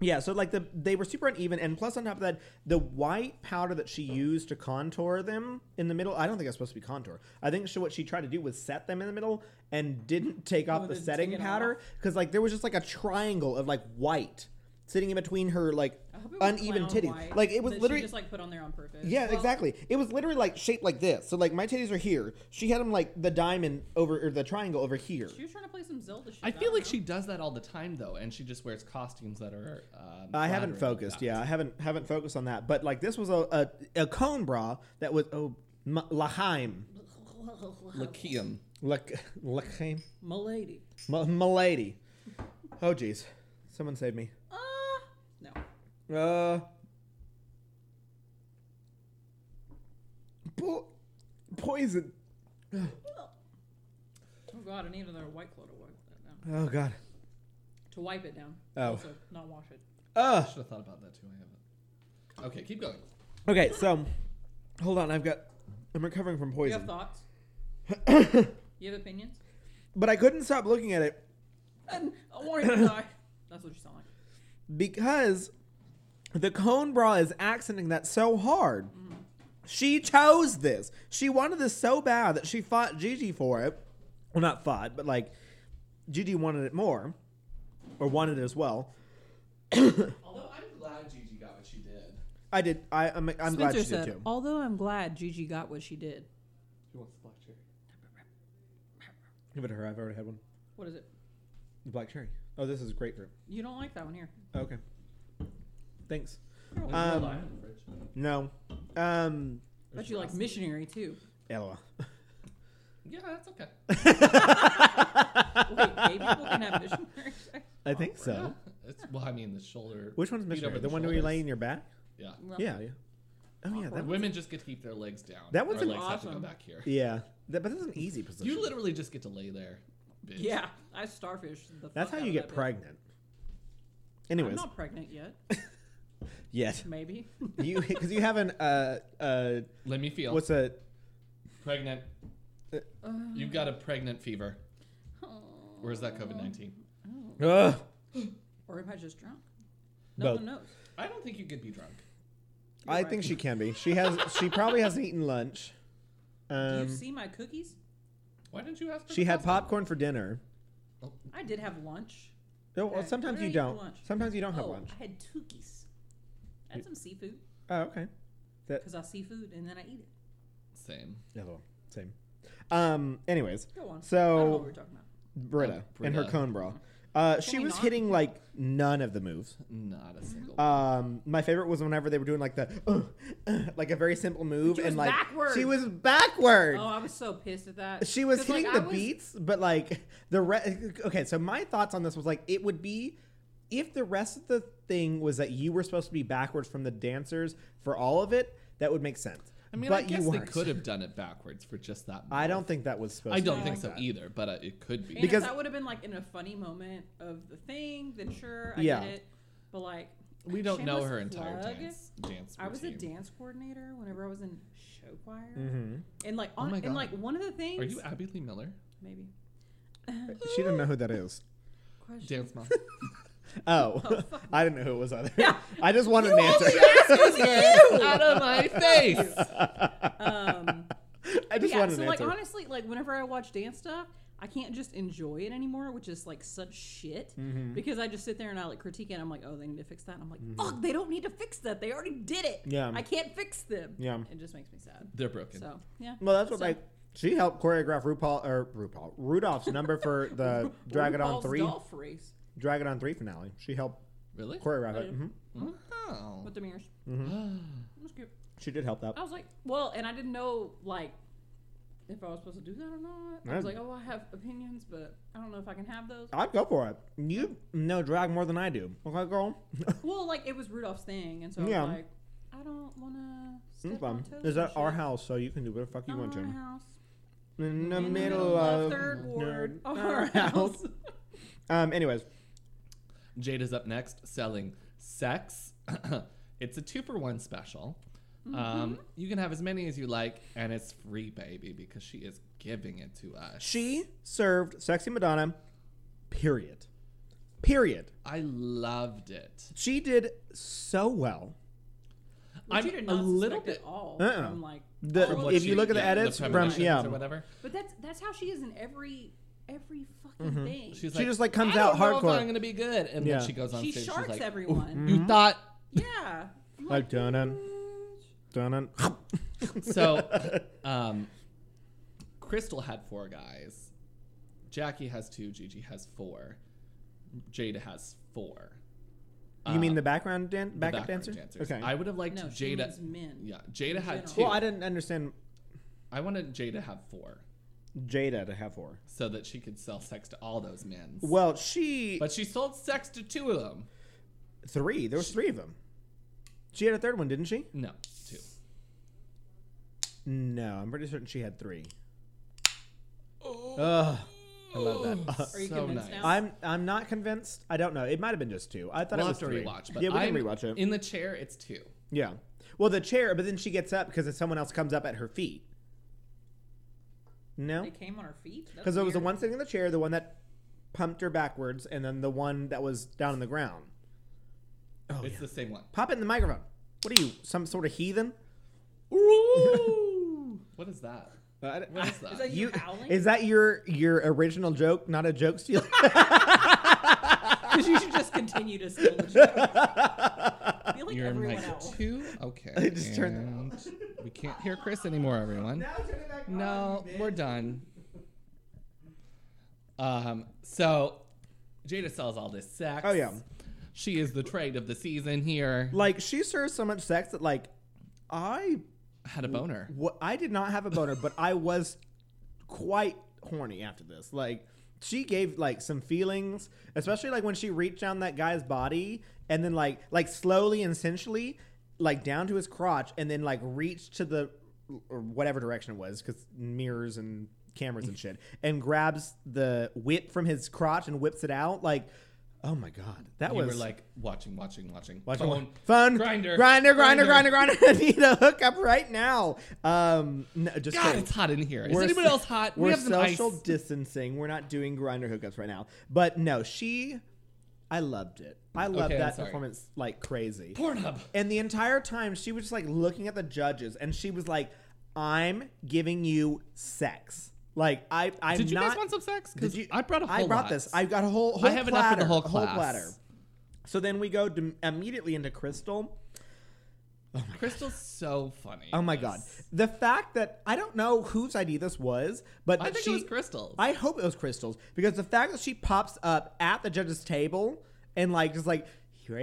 Speaker 2: yeah, so like the they were super uneven, and plus on top of that, the white powder that she used to contour them in the middle. I don't think that's supposed to be contour. I think she, what she tried to do was set them in the middle and didn't take off
Speaker 3: Oh,
Speaker 2: the
Speaker 3: didn't
Speaker 2: setting
Speaker 3: take it
Speaker 2: powder because like there was just like a triangle of like white sitting in between her like
Speaker 3: I hope it was
Speaker 2: uneven
Speaker 3: clown
Speaker 2: titties.
Speaker 3: white
Speaker 2: Like it was
Speaker 3: that she
Speaker 2: literally
Speaker 3: just like put on there on purpose.
Speaker 2: Yeah,
Speaker 3: Well,
Speaker 2: exactly. It was literally like shaped like this. So like my titties are here. She had them like the diamond over or the triangle over here.
Speaker 3: She was trying to play some Zelda shit.
Speaker 1: I feel
Speaker 3: don't
Speaker 1: like
Speaker 3: know.
Speaker 1: she does that all the time though, and she just wears costumes that are. Um,
Speaker 2: I
Speaker 1: flattering
Speaker 2: haven't
Speaker 1: like
Speaker 2: focused.
Speaker 1: that.
Speaker 2: Yeah, I haven't haven't focused on that. But like this was a a, a cone bra that was oh m- lahaim
Speaker 1: Lakium.
Speaker 2: Lak- lahaim
Speaker 3: Milady.
Speaker 2: M- milady. Oh jeez, someone save me.
Speaker 3: Ah, no.
Speaker 2: Uh. Po- poison.
Speaker 3: Oh god, I need another white claw to wipe that down.
Speaker 2: Oh god.
Speaker 3: To wipe it down.
Speaker 2: Oh.
Speaker 3: Also, not wash it.
Speaker 2: Ugh.
Speaker 1: I should have thought about that too. I haven't. Okay, keep going.
Speaker 2: Okay, so hold on, I've got I'm recovering from
Speaker 3: You
Speaker 2: poison.
Speaker 3: have thoughts? you have opinions?
Speaker 2: But I couldn't stop looking at it
Speaker 3: And a warning to die. That's what you sound like.
Speaker 2: because the cone bra is accenting that so hard. She chose this. She wanted this so bad that she fought Gigi for it. Well, not fought, but like Gigi wanted it more, or wanted it as well.
Speaker 1: Although I'm glad Gigi got what she did.
Speaker 2: I did. I, I'm, I'm glad she
Speaker 3: said, "Oh."
Speaker 2: did too.
Speaker 3: although I'm glad Gigi got what she did.
Speaker 1: Who wants the black cherry?
Speaker 2: Give it to her. I've already had one.
Speaker 3: What is it?
Speaker 2: The black cherry. Oh, this is grapefruit.
Speaker 3: You don't like that one here.
Speaker 2: Okay. Thanks.
Speaker 3: You're welcome.
Speaker 2: Um,
Speaker 1: Hold on, I'm in the fridge.
Speaker 2: No. Um.
Speaker 3: but you like missionary too.
Speaker 2: LOL.
Speaker 1: Yeah, that's okay.
Speaker 3: Wait, gay people can have missionary sex?
Speaker 2: I think so.
Speaker 1: Yeah, it's, well, I mean the shoulder.
Speaker 2: Which one's
Speaker 1: feet
Speaker 2: missionary?
Speaker 1: over
Speaker 2: The, one where you lay
Speaker 1: shoulders.
Speaker 2: in your back?
Speaker 1: Yeah.
Speaker 3: Well,
Speaker 2: Yeah. yeah. Oh yeah. That,
Speaker 1: Women just get to keep their legs down.
Speaker 2: That one's
Speaker 1: Our
Speaker 2: an
Speaker 1: legs have to
Speaker 3: awesome-
Speaker 1: go back here.
Speaker 2: yeah. That, but that's an easy position.
Speaker 1: You literally just get to lay there. Bitch.
Speaker 3: Yeah, I starfish. The
Speaker 2: That's
Speaker 3: fuck
Speaker 2: how
Speaker 3: out
Speaker 2: you
Speaker 3: of
Speaker 2: get
Speaker 3: that bitch.
Speaker 2: pregnant.
Speaker 3: I'm
Speaker 2: Anyways,
Speaker 3: not pregnant yet.
Speaker 2: yes.
Speaker 3: Maybe.
Speaker 2: You because you have an uh uh
Speaker 1: Let me feel.
Speaker 2: what's a
Speaker 1: pregnant?
Speaker 3: Uh,
Speaker 1: You've got a pregnant fever.
Speaker 3: Oh.
Speaker 1: Or is that COVID nineteen?
Speaker 2: Ugh.
Speaker 3: Or am I just drunk? No
Speaker 2: Both.
Speaker 3: one knows.
Speaker 1: I don't think you could be drunk.
Speaker 3: You're
Speaker 2: I
Speaker 3: right.
Speaker 2: think she can be. She has. She probably hasn't eaten lunch.
Speaker 3: Do
Speaker 2: Um,
Speaker 3: you see my cookies?
Speaker 1: Why didn't you ask? For
Speaker 2: she
Speaker 1: the
Speaker 2: had
Speaker 1: pasta?
Speaker 2: popcorn for dinner.
Speaker 3: I did have lunch.
Speaker 2: No, well,
Speaker 3: Okay.
Speaker 2: sometimes
Speaker 3: What did
Speaker 2: you
Speaker 3: I eat for
Speaker 2: don't.
Speaker 3: lunch?
Speaker 2: Sometimes you don't have
Speaker 3: oh,
Speaker 2: lunch.
Speaker 3: I had tookies. I had some seafood
Speaker 2: Oh, okay.
Speaker 3: because I see food and then I eat it.
Speaker 1: Same.
Speaker 2: Yeah, well, same. Um. Anyways,
Speaker 3: Go on. I don't know what
Speaker 2: so
Speaker 3: we're talking about.
Speaker 2: Britta
Speaker 1: Oh,
Speaker 2: and her
Speaker 1: Britta.
Speaker 2: cone bra. Uh, she
Speaker 3: we
Speaker 2: was
Speaker 3: not?
Speaker 2: hitting like none of the moves.
Speaker 1: Not
Speaker 3: Uh-huh.
Speaker 1: a single.
Speaker 2: Um, my favorite was whenever they were doing like the uh, uh, like a very simple move
Speaker 3: She was
Speaker 2: and like
Speaker 3: backward.
Speaker 2: she was backward.
Speaker 3: Oh, I was so pissed at that.
Speaker 2: She was
Speaker 3: 'Cause, like,
Speaker 2: hitting
Speaker 3: I
Speaker 2: the
Speaker 3: was-
Speaker 2: beats, but like the re- okay. So my thoughts on this was like it would be if the rest of the thing was that you were supposed to be backwards from the dancers for all of it. That would make sense.
Speaker 1: I mean,
Speaker 2: but
Speaker 1: I guess
Speaker 2: you
Speaker 1: they
Speaker 2: weren't.
Speaker 1: could have done it backwards for just that.
Speaker 2: I
Speaker 1: move.
Speaker 2: don't think that was supposed.
Speaker 1: I
Speaker 2: to
Speaker 1: don't
Speaker 2: be
Speaker 1: think
Speaker 2: like
Speaker 1: so
Speaker 2: that.
Speaker 1: either. But uh, it could be.
Speaker 3: And
Speaker 2: Because-
Speaker 3: if that would have been like in a funny moment of the thing, then sure, I
Speaker 2: Yeah.
Speaker 3: get it. But like,
Speaker 1: we don't know
Speaker 3: shameless
Speaker 1: her entire
Speaker 3: plug,
Speaker 1: dance dance.
Speaker 3: I was a
Speaker 1: routine.
Speaker 3: dance coordinator whenever I was in show choir,
Speaker 2: Mhm.
Speaker 3: and like,
Speaker 1: Oh
Speaker 3: on,
Speaker 1: my
Speaker 3: and
Speaker 1: God.
Speaker 3: like one of the things,
Speaker 1: Are you Abby Lee Miller?
Speaker 3: maybe
Speaker 2: Uh, She didn't know who that is.
Speaker 3: question.
Speaker 1: Dance mom.
Speaker 2: Oh,
Speaker 3: fuck.
Speaker 2: I didn't know who it was either.
Speaker 3: Yeah.
Speaker 2: I just wanted an
Speaker 3: You
Speaker 2: answer.
Speaker 3: only asked us you!
Speaker 1: Out of my face.
Speaker 3: Um,
Speaker 2: I just
Speaker 3: yeah,
Speaker 2: wanted
Speaker 3: so
Speaker 2: an
Speaker 3: like
Speaker 2: answer.
Speaker 3: honestly, like whenever I watch dance stuff, I can't just enjoy it anymore, which is like such shit.
Speaker 2: Mm-hmm.
Speaker 3: Because I just sit there and I like critique it. And I'm like, oh, they need to fix that. And I'm like, fuck, they don't need to fix that. They already did it.
Speaker 2: Yeah.
Speaker 3: I can't fix them.
Speaker 2: Yeah.
Speaker 3: it just makes me sad.
Speaker 1: They're broken.
Speaker 3: So yeah.
Speaker 2: Well, that's what
Speaker 3: So-
Speaker 2: like she helped choreograph RuPaul or RuPaul Rudolph's number for the Dragon on
Speaker 3: RuPaul's
Speaker 2: three
Speaker 3: Golf race
Speaker 2: Dragon on three finale. She helped
Speaker 1: Really?
Speaker 2: choreograph
Speaker 3: I
Speaker 2: it.
Speaker 3: did.
Speaker 2: hmm
Speaker 1: Wow.
Speaker 3: with the mirrors.
Speaker 2: Mm-hmm.
Speaker 3: It was cute.
Speaker 2: She did help that.
Speaker 3: I was like, well, and I didn't know like if I was supposed to do that or not. I was
Speaker 2: Right.
Speaker 3: like, oh, I have opinions, but I don't know if I can have those.
Speaker 2: I'd go for it. You know drag more than I do. Okay, girl.
Speaker 3: Well, like it was Rudolph's thing, and so
Speaker 2: Yeah.
Speaker 3: I was like, I don't want to.
Speaker 2: It's fun. Is that our house? So you can do whatever the fuck you want to.
Speaker 3: house.
Speaker 2: In the
Speaker 3: In the
Speaker 2: middle of
Speaker 3: third ward,
Speaker 2: nerd-
Speaker 3: our house.
Speaker 2: Um. Anyways,
Speaker 1: Jade is up next selling sex. it's a two for one special.
Speaker 3: Mm-hmm.
Speaker 1: Um, you can have as many as you like, and it's free, baby, because she is giving it to us.
Speaker 2: she served sexy Madonna. Period. Period.
Speaker 1: I loved it.
Speaker 2: She did so well.
Speaker 3: Which you
Speaker 1: I'm
Speaker 3: did
Speaker 1: a
Speaker 3: not
Speaker 1: little
Speaker 3: suspect at
Speaker 1: bit-
Speaker 3: all.
Speaker 2: Uh-uh.
Speaker 3: From, like,
Speaker 2: The-
Speaker 3: all
Speaker 1: From
Speaker 3: of
Speaker 1: what
Speaker 2: if
Speaker 3: it.
Speaker 2: you look at the edits
Speaker 1: the
Speaker 2: from-
Speaker 1: premonitions
Speaker 2: yeah.
Speaker 1: or whatever,
Speaker 3: but that's that's how she is in every every fucking
Speaker 2: Mm-hmm.
Speaker 3: thing.
Speaker 1: she's
Speaker 2: She
Speaker 1: like,
Speaker 2: just, like, comes
Speaker 1: I
Speaker 2: out
Speaker 1: don't know if
Speaker 2: hardcore.
Speaker 1: I'm gonna be good, and
Speaker 2: Yeah.
Speaker 1: then she goes on
Speaker 3: She
Speaker 1: stage. she's
Speaker 3: sharks
Speaker 1: like, Mm-hmm.
Speaker 3: everyone.
Speaker 1: You thought
Speaker 3: yeah. I'm
Speaker 2: Like dun dun
Speaker 3: bitch.
Speaker 2: dun
Speaker 1: so? Um, Crystal had four guys. Jackie has two. Gigi has four. Jade has four.
Speaker 2: You mean
Speaker 1: Uh,
Speaker 2: the background dan-
Speaker 1: the
Speaker 2: backup
Speaker 1: background
Speaker 2: dancer?
Speaker 1: dancers.
Speaker 2: Okay.
Speaker 1: I would have liked
Speaker 3: No, she
Speaker 1: Jada.
Speaker 3: means men.
Speaker 1: Yeah, Jada had
Speaker 3: general.
Speaker 1: two.
Speaker 2: well, I didn't understand
Speaker 1: I wanted Jada to have four
Speaker 2: Jada to have four.
Speaker 1: so that she could sell sex to all those men.
Speaker 2: Well, she
Speaker 1: But she sold sex to two of them.
Speaker 2: three. There was three of them. She had a third one, didn't she?
Speaker 1: No, two.
Speaker 2: No, I'm pretty certain she had three. Ugh.
Speaker 1: I love that.
Speaker 3: Are you
Speaker 1: so
Speaker 3: convinced
Speaker 1: nice.
Speaker 3: now?
Speaker 2: I'm I'm not convinced. I don't know. It might have been just two. I thought
Speaker 1: We'll
Speaker 2: it
Speaker 1: have
Speaker 2: was
Speaker 1: to
Speaker 2: three.
Speaker 1: rewatch. But
Speaker 2: yeah, we
Speaker 1: I'm
Speaker 2: can rewatch it.
Speaker 1: In the chair, it's two.
Speaker 2: yeah. Well, the chair, but then she gets up because if someone else comes up at her feet. No,
Speaker 3: They came on her feet. That's
Speaker 2: because there was the
Speaker 3: weird.
Speaker 2: one sitting in the chair, the one that pumped her backwards, and then the one that was down on the ground. Oh,
Speaker 1: it's
Speaker 2: yeah.
Speaker 1: the same one.
Speaker 2: pop it in the microphone. What are you, some sort of heathen?
Speaker 1: What is that?
Speaker 2: Uh, I-
Speaker 1: What is that?
Speaker 3: Is that you,
Speaker 2: you,
Speaker 3: howling?
Speaker 2: is that your your original joke, not a joke steal?
Speaker 3: Because you should just continue to steal the joke. Be like
Speaker 1: You're
Speaker 3: everyone
Speaker 1: mic
Speaker 3: else.
Speaker 1: two. Okay.
Speaker 2: I just turned that off.
Speaker 1: And We can't hear Chris anymore, everyone. No, we're done. Um, so Jada sells all this sex.
Speaker 2: Oh, yeah.
Speaker 1: She is the trade of the season here.
Speaker 2: like she serves so much sex that like I
Speaker 1: Had a boner.
Speaker 2: wa I did not have a boner, but I was quite horny after this. Like she gave like some feelings, especially like when she reached down that guy's body and then like like slowly and sensually like down to his crotch and then like reached to the or whatever direction it was because mirrors and cameras and shit and grabs the whip from his crotch and whips it out like oh my god that
Speaker 1: We
Speaker 2: was
Speaker 1: were like watching, watching, watching.
Speaker 2: Watch
Speaker 1: phone,
Speaker 2: phone, phone,
Speaker 1: grinder,
Speaker 2: grinder, grinder, grinder, grinder. I need a hookup right now. Um, no, just
Speaker 1: God,
Speaker 2: kidding.
Speaker 1: it's hot in here. Is
Speaker 2: We're
Speaker 1: anyone
Speaker 2: so-
Speaker 1: else hot?
Speaker 2: We're
Speaker 1: we have some ice.
Speaker 2: social distancing. We're not doing grinder hookups right now. But no, she, I loved it. I loved
Speaker 1: Okay, I'm
Speaker 2: that
Speaker 1: sorry.
Speaker 2: performance like crazy.
Speaker 1: Pornhub.
Speaker 2: And the entire time she was just like looking at the judges, and she was like, "I'm giving you sex." Like I, I'm
Speaker 1: Did you
Speaker 2: not.
Speaker 1: guys want some sex?
Speaker 2: Did
Speaker 1: Because
Speaker 2: you-
Speaker 1: I brought a whole
Speaker 2: I brought
Speaker 1: lot.
Speaker 2: this. I got a whole. whole
Speaker 1: have enough
Speaker 2: platter,
Speaker 1: for the whole
Speaker 2: A
Speaker 1: class.
Speaker 2: whole platter. So then we go to, immediately into Crystal.
Speaker 1: Crystal's so funny.
Speaker 2: Oh my god! The fact that I don't know whose idea this was, but
Speaker 1: I
Speaker 2: that
Speaker 1: think
Speaker 2: she,
Speaker 1: it was Crystal's.
Speaker 2: I hope it was Crystal's because the fact that she pops up at the judge's table and like just like here I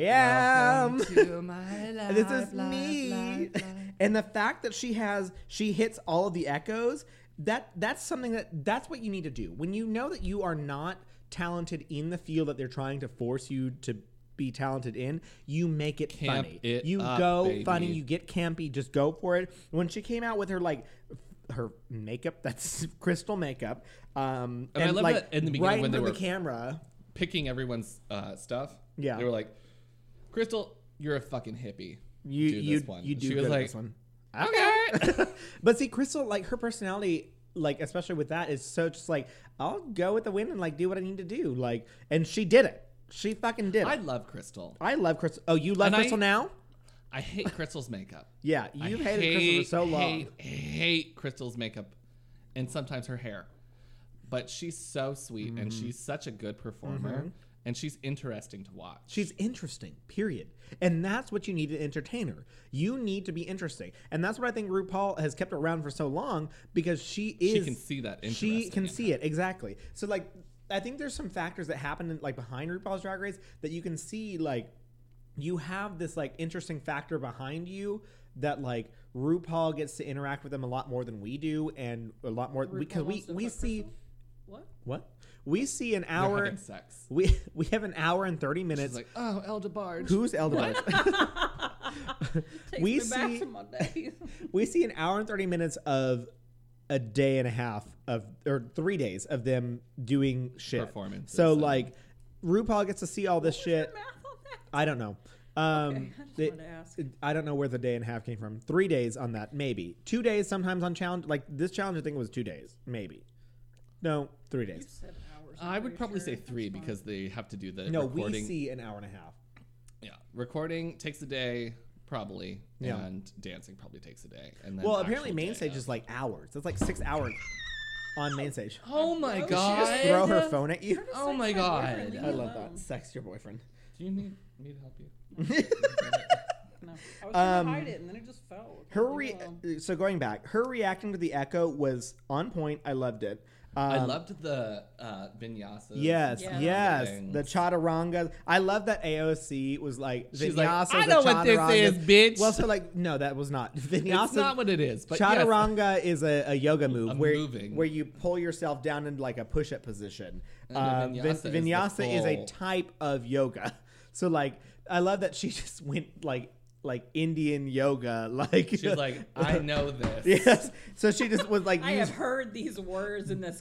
Speaker 2: am.
Speaker 1: Welcome to my life,
Speaker 2: this is
Speaker 1: life,
Speaker 2: me
Speaker 1: life, life.
Speaker 2: and the fact that she has she hits all of the echoes that that's something that that's what you need to do when you know that you are not talented in the field that they're trying to force you to be talented in you make it
Speaker 1: Camp
Speaker 2: funny
Speaker 1: it
Speaker 2: you
Speaker 1: up,
Speaker 2: go
Speaker 1: baby.
Speaker 2: funny you get campy just go for it when she came out with her like her makeup that's crystal makeup um
Speaker 1: And I love that in the beginning
Speaker 2: right
Speaker 1: when they
Speaker 2: into
Speaker 1: were-
Speaker 2: the camera
Speaker 1: Picking everyone's uh, stuff.
Speaker 2: Yeah.
Speaker 1: They were like, Crystal, you're a fucking hippie.
Speaker 2: you
Speaker 1: do
Speaker 2: you
Speaker 1: this one.
Speaker 2: you do
Speaker 1: she
Speaker 2: good
Speaker 1: was
Speaker 2: at
Speaker 1: like,
Speaker 2: this one
Speaker 1: Okay.
Speaker 2: but see, Crystal, like her personality, like especially with that, is so just like I'll go with the wind and like do what I need to do, like, and she did it. She fucking did.
Speaker 1: I
Speaker 2: it.
Speaker 1: love Crystal.
Speaker 2: I love Crystal. Oh, you love
Speaker 1: And I-
Speaker 2: Crystal now?
Speaker 1: I hate Crystal's makeup.
Speaker 2: Yeah,
Speaker 1: I
Speaker 2: you've hated Crystal for so
Speaker 1: hate,
Speaker 2: long.
Speaker 1: Hate, hate Crystal's makeup and sometimes her hair. But she's so sweet and
Speaker 2: Mm-hmm.
Speaker 1: she's such a good performer and she's interesting to watch.
Speaker 2: She's interesting, period. And that's what you need an entertainer. You need to be interesting. And that's what I think RuPaul has kept around for so long because she is.
Speaker 1: can see that
Speaker 2: She
Speaker 1: interesting
Speaker 2: can
Speaker 1: in
Speaker 2: see it, exactly. So, like, I think there's some factors that happen, in, like, behind RuPaul's Drag Race that you can see, like, you have this, like, interesting factor behind you that, like, RuPaul gets to interact with them a lot more than we do and a lot more because
Speaker 3: RuPaul
Speaker 2: we,
Speaker 3: wants to
Speaker 2: we
Speaker 3: fuck
Speaker 2: see.
Speaker 3: Crystal? What?
Speaker 2: What? We see an
Speaker 1: They're
Speaker 2: hour.
Speaker 1: having sex.
Speaker 2: We, we have an hour and 30 minutes
Speaker 1: She's like, oh, Elda Barge.
Speaker 2: Who's Elderbush?
Speaker 3: Takes
Speaker 2: We
Speaker 3: me back
Speaker 2: see-
Speaker 3: to my days.
Speaker 2: we see an hour and 30 minutes of a day and a half of, or three days of them doing shit.
Speaker 1: Performances
Speaker 2: So,
Speaker 1: and-
Speaker 2: like, RuPaul gets to see all this shit.
Speaker 3: Math on that.
Speaker 2: I don't know. Um,
Speaker 3: Okay, I just
Speaker 2: it-
Speaker 3: wanted to ask.
Speaker 2: I don't know where the day and a half came from. Three days on that, maybe. Two days sometimes on challenge. Like, this challenge, I think, was two days, maybe. No, three
Speaker 3: You
Speaker 2: days.
Speaker 3: said hours.
Speaker 1: I
Speaker 3: I'm
Speaker 1: would
Speaker 3: pretty
Speaker 1: probably
Speaker 3: sure.
Speaker 1: say
Speaker 3: That's
Speaker 1: three
Speaker 3: fine.
Speaker 1: because they have to do the
Speaker 2: No,
Speaker 1: recording.
Speaker 2: we see an hour and a half.
Speaker 1: Yeah, recording takes a day probably,
Speaker 2: Yeah.
Speaker 1: and dancing probably takes a day. And then
Speaker 2: Well, apparently,
Speaker 1: actual
Speaker 2: main
Speaker 1: day
Speaker 2: stage
Speaker 1: of-
Speaker 2: is like hours. That's like six hours on main stage.
Speaker 1: Oh my
Speaker 3: Did she
Speaker 1: god!
Speaker 3: just
Speaker 2: Throw her phone at you.
Speaker 1: Oh my
Speaker 3: Sex
Speaker 1: god!
Speaker 3: boyfriend, leave me
Speaker 2: I love
Speaker 3: alone.
Speaker 2: that. Sex your boyfriend.
Speaker 1: Do you need me to help you?
Speaker 3: No, I was gonna
Speaker 2: Um,
Speaker 3: hide it and then it just fell. Okay,
Speaker 2: Her
Speaker 3: leave
Speaker 2: re-
Speaker 3: me alone.
Speaker 2: so going back, her reacting to the echo was on point. I loved it. Um,
Speaker 1: I loved the uh, vinyasas.
Speaker 2: Yes,
Speaker 3: Yeah.
Speaker 2: yes,
Speaker 1: Things.
Speaker 2: the chaturanga. I love that AOC was like
Speaker 1: She's
Speaker 2: vinyasas.
Speaker 1: like, "I
Speaker 2: and
Speaker 1: know what this is,
Speaker 2: chaturangas."
Speaker 1: bitch.
Speaker 2: Well, so like, no, that was not vinyasa.
Speaker 1: It's not what it is, but yes.
Speaker 2: chaturanga is a, a yoga move
Speaker 1: I'm
Speaker 2: where
Speaker 1: moving.
Speaker 2: where you pull yourself down into like a push-up position.
Speaker 1: a
Speaker 2: Uh, vin-
Speaker 1: vinyasa is the
Speaker 2: vinyasa is a
Speaker 1: full-
Speaker 2: type of yoga. So like, I love that she just went like like Indian yoga. Like
Speaker 1: She's like, I know this.
Speaker 2: Yes. So she just was like,
Speaker 3: I
Speaker 2: used-
Speaker 3: have heard these words in this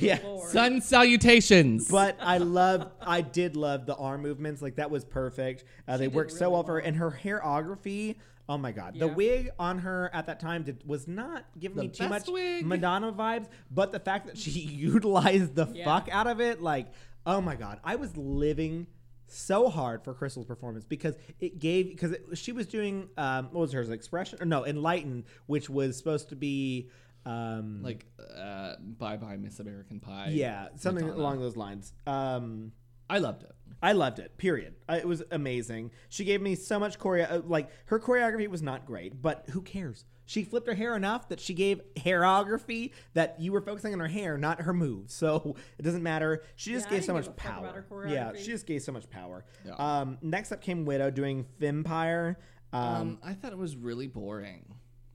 Speaker 2: Yeah.
Speaker 3: before.
Speaker 1: Sun salutations.
Speaker 2: but I love, I did love the arm movements. Like that was perfect. Uh, they
Speaker 3: did
Speaker 2: worked so
Speaker 3: really
Speaker 2: well for her,
Speaker 3: well.
Speaker 2: and her hairography. Oh my god, the
Speaker 3: Yeah.
Speaker 2: wig on her at that time did, was not giving
Speaker 1: The
Speaker 2: me too
Speaker 1: best
Speaker 2: much
Speaker 1: wig.
Speaker 2: Madonna vibes, but the fact that she utilized the
Speaker 3: Yeah.
Speaker 2: fuck out of it, like, oh my god, I was living so hard for Crystal's performance because it gave because she was doing um, what was hers expression or no enlightened, which was supposed to be um,
Speaker 1: like uh, bye bye Miss American Pie.
Speaker 2: yeah something
Speaker 1: Madonna.
Speaker 2: along those lines. Um,
Speaker 1: I loved it.
Speaker 2: I loved it. Period. I, it was amazing. She gave me so much choreo. uh, Like her choreography was not great, but who cares? She flipped her hair enough that she gave hairography that you were focusing on her hair, not her moves. So it doesn't matter. She just
Speaker 3: Yeah, I
Speaker 2: gave
Speaker 3: didn't
Speaker 2: so
Speaker 3: give
Speaker 2: much
Speaker 3: a fuck
Speaker 2: power.
Speaker 3: about her
Speaker 2: yeah,
Speaker 3: choreography.
Speaker 2: she just gave so much power.
Speaker 1: Yeah.
Speaker 2: Um, next up came Widow doing Vampire. Um,
Speaker 1: Um, I thought it was really boring.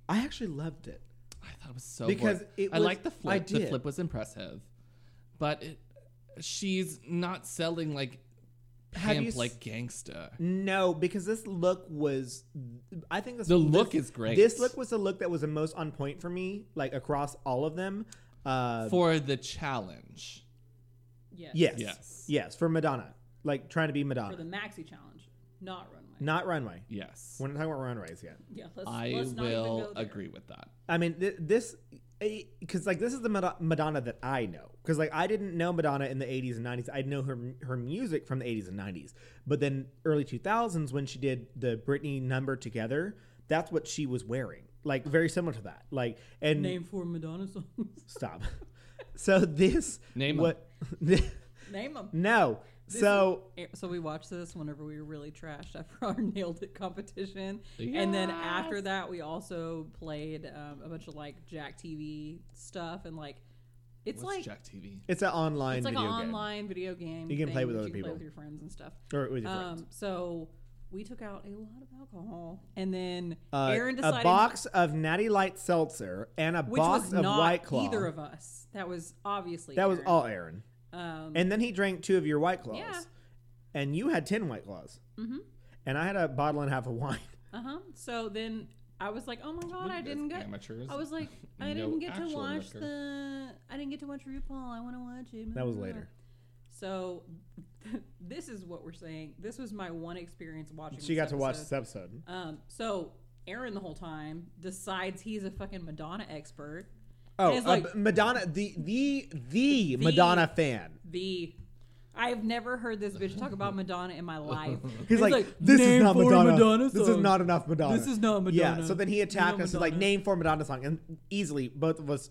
Speaker 2: I actually loved it.
Speaker 1: I thought it was so
Speaker 2: Because
Speaker 1: boring.
Speaker 2: it
Speaker 1: I
Speaker 2: was-
Speaker 1: like the flip.
Speaker 2: I
Speaker 1: The
Speaker 2: did.
Speaker 1: flip was impressive, but it, she's not selling like
Speaker 2: Have you
Speaker 1: pimp
Speaker 2: s-
Speaker 1: like gangsta.
Speaker 2: No, because this look was. I think this
Speaker 1: The
Speaker 2: this-
Speaker 1: look is great.
Speaker 2: This look was the look that was the most on point for me, like across all of them. Uh,
Speaker 1: for the challenge.
Speaker 3: Yes.
Speaker 2: Yes.
Speaker 1: Yes.
Speaker 2: Yes. for Madonna. Like trying to be Madonna.
Speaker 3: For the maxi challenge, not runway.
Speaker 2: not runway.
Speaker 1: Yes.
Speaker 2: We're not talking about runways yet.
Speaker 3: yeah, let's,
Speaker 1: I
Speaker 3: let's not even
Speaker 1: will
Speaker 3: go there.
Speaker 1: agree with that.
Speaker 2: I mean, th- this, because like this is the Mado- Madonna that I know. Because like I didn't know Madonna in the 80s and 90s. I know her her music from the 80s and 90s. But then early 2000s when she did the Britney number together, that's what she was wearing. Like very similar to that. Like and
Speaker 3: Name for Madonna songs.
Speaker 2: stop. so this
Speaker 1: Name 'em.
Speaker 2: what?
Speaker 3: Name them.
Speaker 2: no. so
Speaker 3: So we watched this whenever we were really trashed after our nailed it competition, and then after that we also played um, a bunch of like Jack TV stuff and like it's
Speaker 1: What's
Speaker 3: like
Speaker 1: Jack TV?
Speaker 2: it's an online
Speaker 3: it's like an
Speaker 2: video game.
Speaker 3: online video game.
Speaker 2: You can play
Speaker 3: thing
Speaker 2: with
Speaker 3: that
Speaker 2: other
Speaker 3: you can Play
Speaker 2: people.
Speaker 3: with your friends and stuff.
Speaker 2: Or with your friends.
Speaker 3: Um, so we took out a lot of alcohol, and then
Speaker 2: Uh,
Speaker 3: Aaron decided
Speaker 2: a box of Natty Light Seltzer and a
Speaker 3: which
Speaker 2: box
Speaker 3: was
Speaker 2: of
Speaker 3: not
Speaker 2: White Claw.
Speaker 3: either of us. That was obviously
Speaker 2: that was
Speaker 3: Aaron.
Speaker 2: all Aaron.
Speaker 3: Um,
Speaker 2: And then he drank two of your White Claws.
Speaker 3: Yeah.
Speaker 2: And you had 10 White Claws.
Speaker 3: Mhm.
Speaker 2: And I had a bottle and a half of wine.
Speaker 3: uh huh. So then I was like, oh my god,
Speaker 1: Look
Speaker 3: I
Speaker 1: at
Speaker 3: didn't
Speaker 1: those
Speaker 3: get.
Speaker 1: amateurs.
Speaker 3: I was like,
Speaker 1: No
Speaker 3: I didn't get to
Speaker 1: actual
Speaker 3: watch
Speaker 1: liquor.
Speaker 3: the. I didn't get to watch RuPaul. I want to watch it.
Speaker 2: That was later.
Speaker 3: So, this is what we're saying. This was my one experience watching.
Speaker 2: She
Speaker 3: this
Speaker 2: got to watch
Speaker 3: episode.
Speaker 2: this episode.
Speaker 3: Um, so Aaron the whole time decides he's a fucking Madonna expert.
Speaker 2: Oh,
Speaker 3: it's
Speaker 2: uh,
Speaker 3: like-
Speaker 2: Madonna, the, the, the Madonna fan.
Speaker 3: The I've never heard this bitch talk about Madonna in my life.
Speaker 2: He's like, this is
Speaker 3: "Name
Speaker 2: not
Speaker 3: four
Speaker 2: Madonna.
Speaker 3: Madonna
Speaker 2: this is
Speaker 3: songs."
Speaker 2: not enough Madonna.
Speaker 3: This is not
Speaker 2: Yeah.
Speaker 3: Madonna.
Speaker 2: So then he attacked
Speaker 3: No
Speaker 2: us. He's like,
Speaker 3: Madonna.
Speaker 2: name four Madonna song, and easily both of us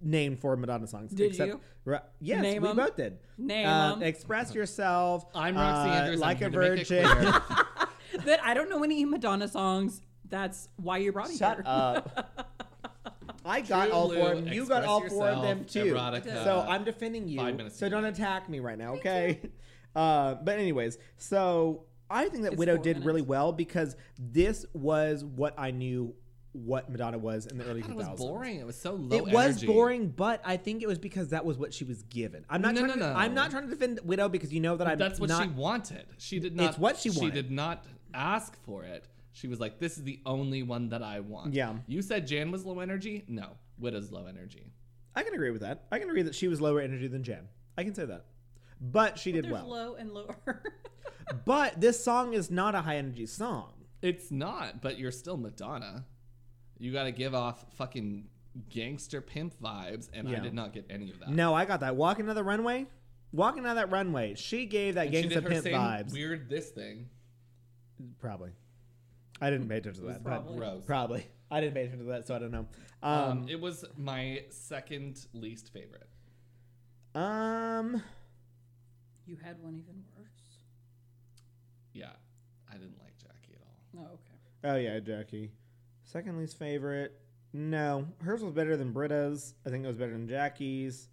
Speaker 2: named four Madonna songs.
Speaker 3: Did
Speaker 2: except,
Speaker 3: you?
Speaker 2: Ra- yes,
Speaker 3: Name
Speaker 2: we
Speaker 3: 'em.
Speaker 2: both did.
Speaker 3: Name
Speaker 2: Uh,
Speaker 3: 'em.
Speaker 2: Express yourself.
Speaker 1: I'm Roxy
Speaker 2: uh,
Speaker 1: Andrews.
Speaker 2: Like
Speaker 1: I'm
Speaker 2: a
Speaker 1: here to make it
Speaker 2: virgin.
Speaker 1: clear.
Speaker 3: that I don't know any Madonna songs. That's why you brought me
Speaker 2: Shut
Speaker 3: here.
Speaker 2: up. I got
Speaker 1: True
Speaker 2: all four of
Speaker 1: Blue,
Speaker 2: them. You got all
Speaker 1: Express
Speaker 2: four of them too.
Speaker 1: Yourself, Erotica,
Speaker 2: so I'm defending
Speaker 1: Five
Speaker 2: you.
Speaker 1: Minutes
Speaker 2: So
Speaker 1: to
Speaker 2: don't attack me right now, okay? Uh, but anyways, so I think that
Speaker 3: It's
Speaker 2: Widow
Speaker 3: four
Speaker 2: did really
Speaker 3: minutes.
Speaker 2: well because this was what I knew what Madonna was in the early
Speaker 1: God, it
Speaker 2: 2000s.
Speaker 1: was boring. It was so low.
Speaker 2: It was
Speaker 1: energy.
Speaker 2: boring, but I think it was because that was what she was given. I'm not
Speaker 1: No,
Speaker 2: trying
Speaker 1: no,
Speaker 2: to,
Speaker 1: no.
Speaker 2: I'm not trying to defend Widow because you know that I'm
Speaker 1: That's what
Speaker 2: not
Speaker 1: she wanted. She did not.
Speaker 2: It's what she
Speaker 1: She
Speaker 2: wanted.
Speaker 1: did not ask for it. She was like, "This is the only one that I want."
Speaker 2: Yeah.
Speaker 1: You said Jan was low energy. No, Widow's low energy.
Speaker 2: I can agree with that. I can agree that she was lower energy than Jan. I can say that. But she did
Speaker 3: There's
Speaker 2: well.
Speaker 3: low and lower.
Speaker 2: But this song is not a high energy song.
Speaker 1: It's not, but you're still Madonna. You got to give off fucking gangster pimp vibes, and I
Speaker 2: Yeah.
Speaker 1: did not get any of that.
Speaker 2: No, I got that. Walking to the runway, walking down that runway. She gave that
Speaker 1: And she
Speaker 2: gangsta
Speaker 1: did her
Speaker 2: pimp
Speaker 1: same
Speaker 2: vibes.
Speaker 1: weird this thing.
Speaker 2: Probably. I didn't pay attention to that. but-
Speaker 3: Probably.
Speaker 1: Gross.
Speaker 2: probably. I didn't pay attention to that, so I don't know.
Speaker 1: Um,
Speaker 2: Um,
Speaker 1: it was my second least favorite.
Speaker 2: um,
Speaker 3: you had one even worse.
Speaker 1: Yeah, I didn't like Jackie at all.
Speaker 3: Oh, okay.
Speaker 2: Oh yeah, Jackie. Second least favorite. No, hers was better than Britta's. I think it was better than Jackie's.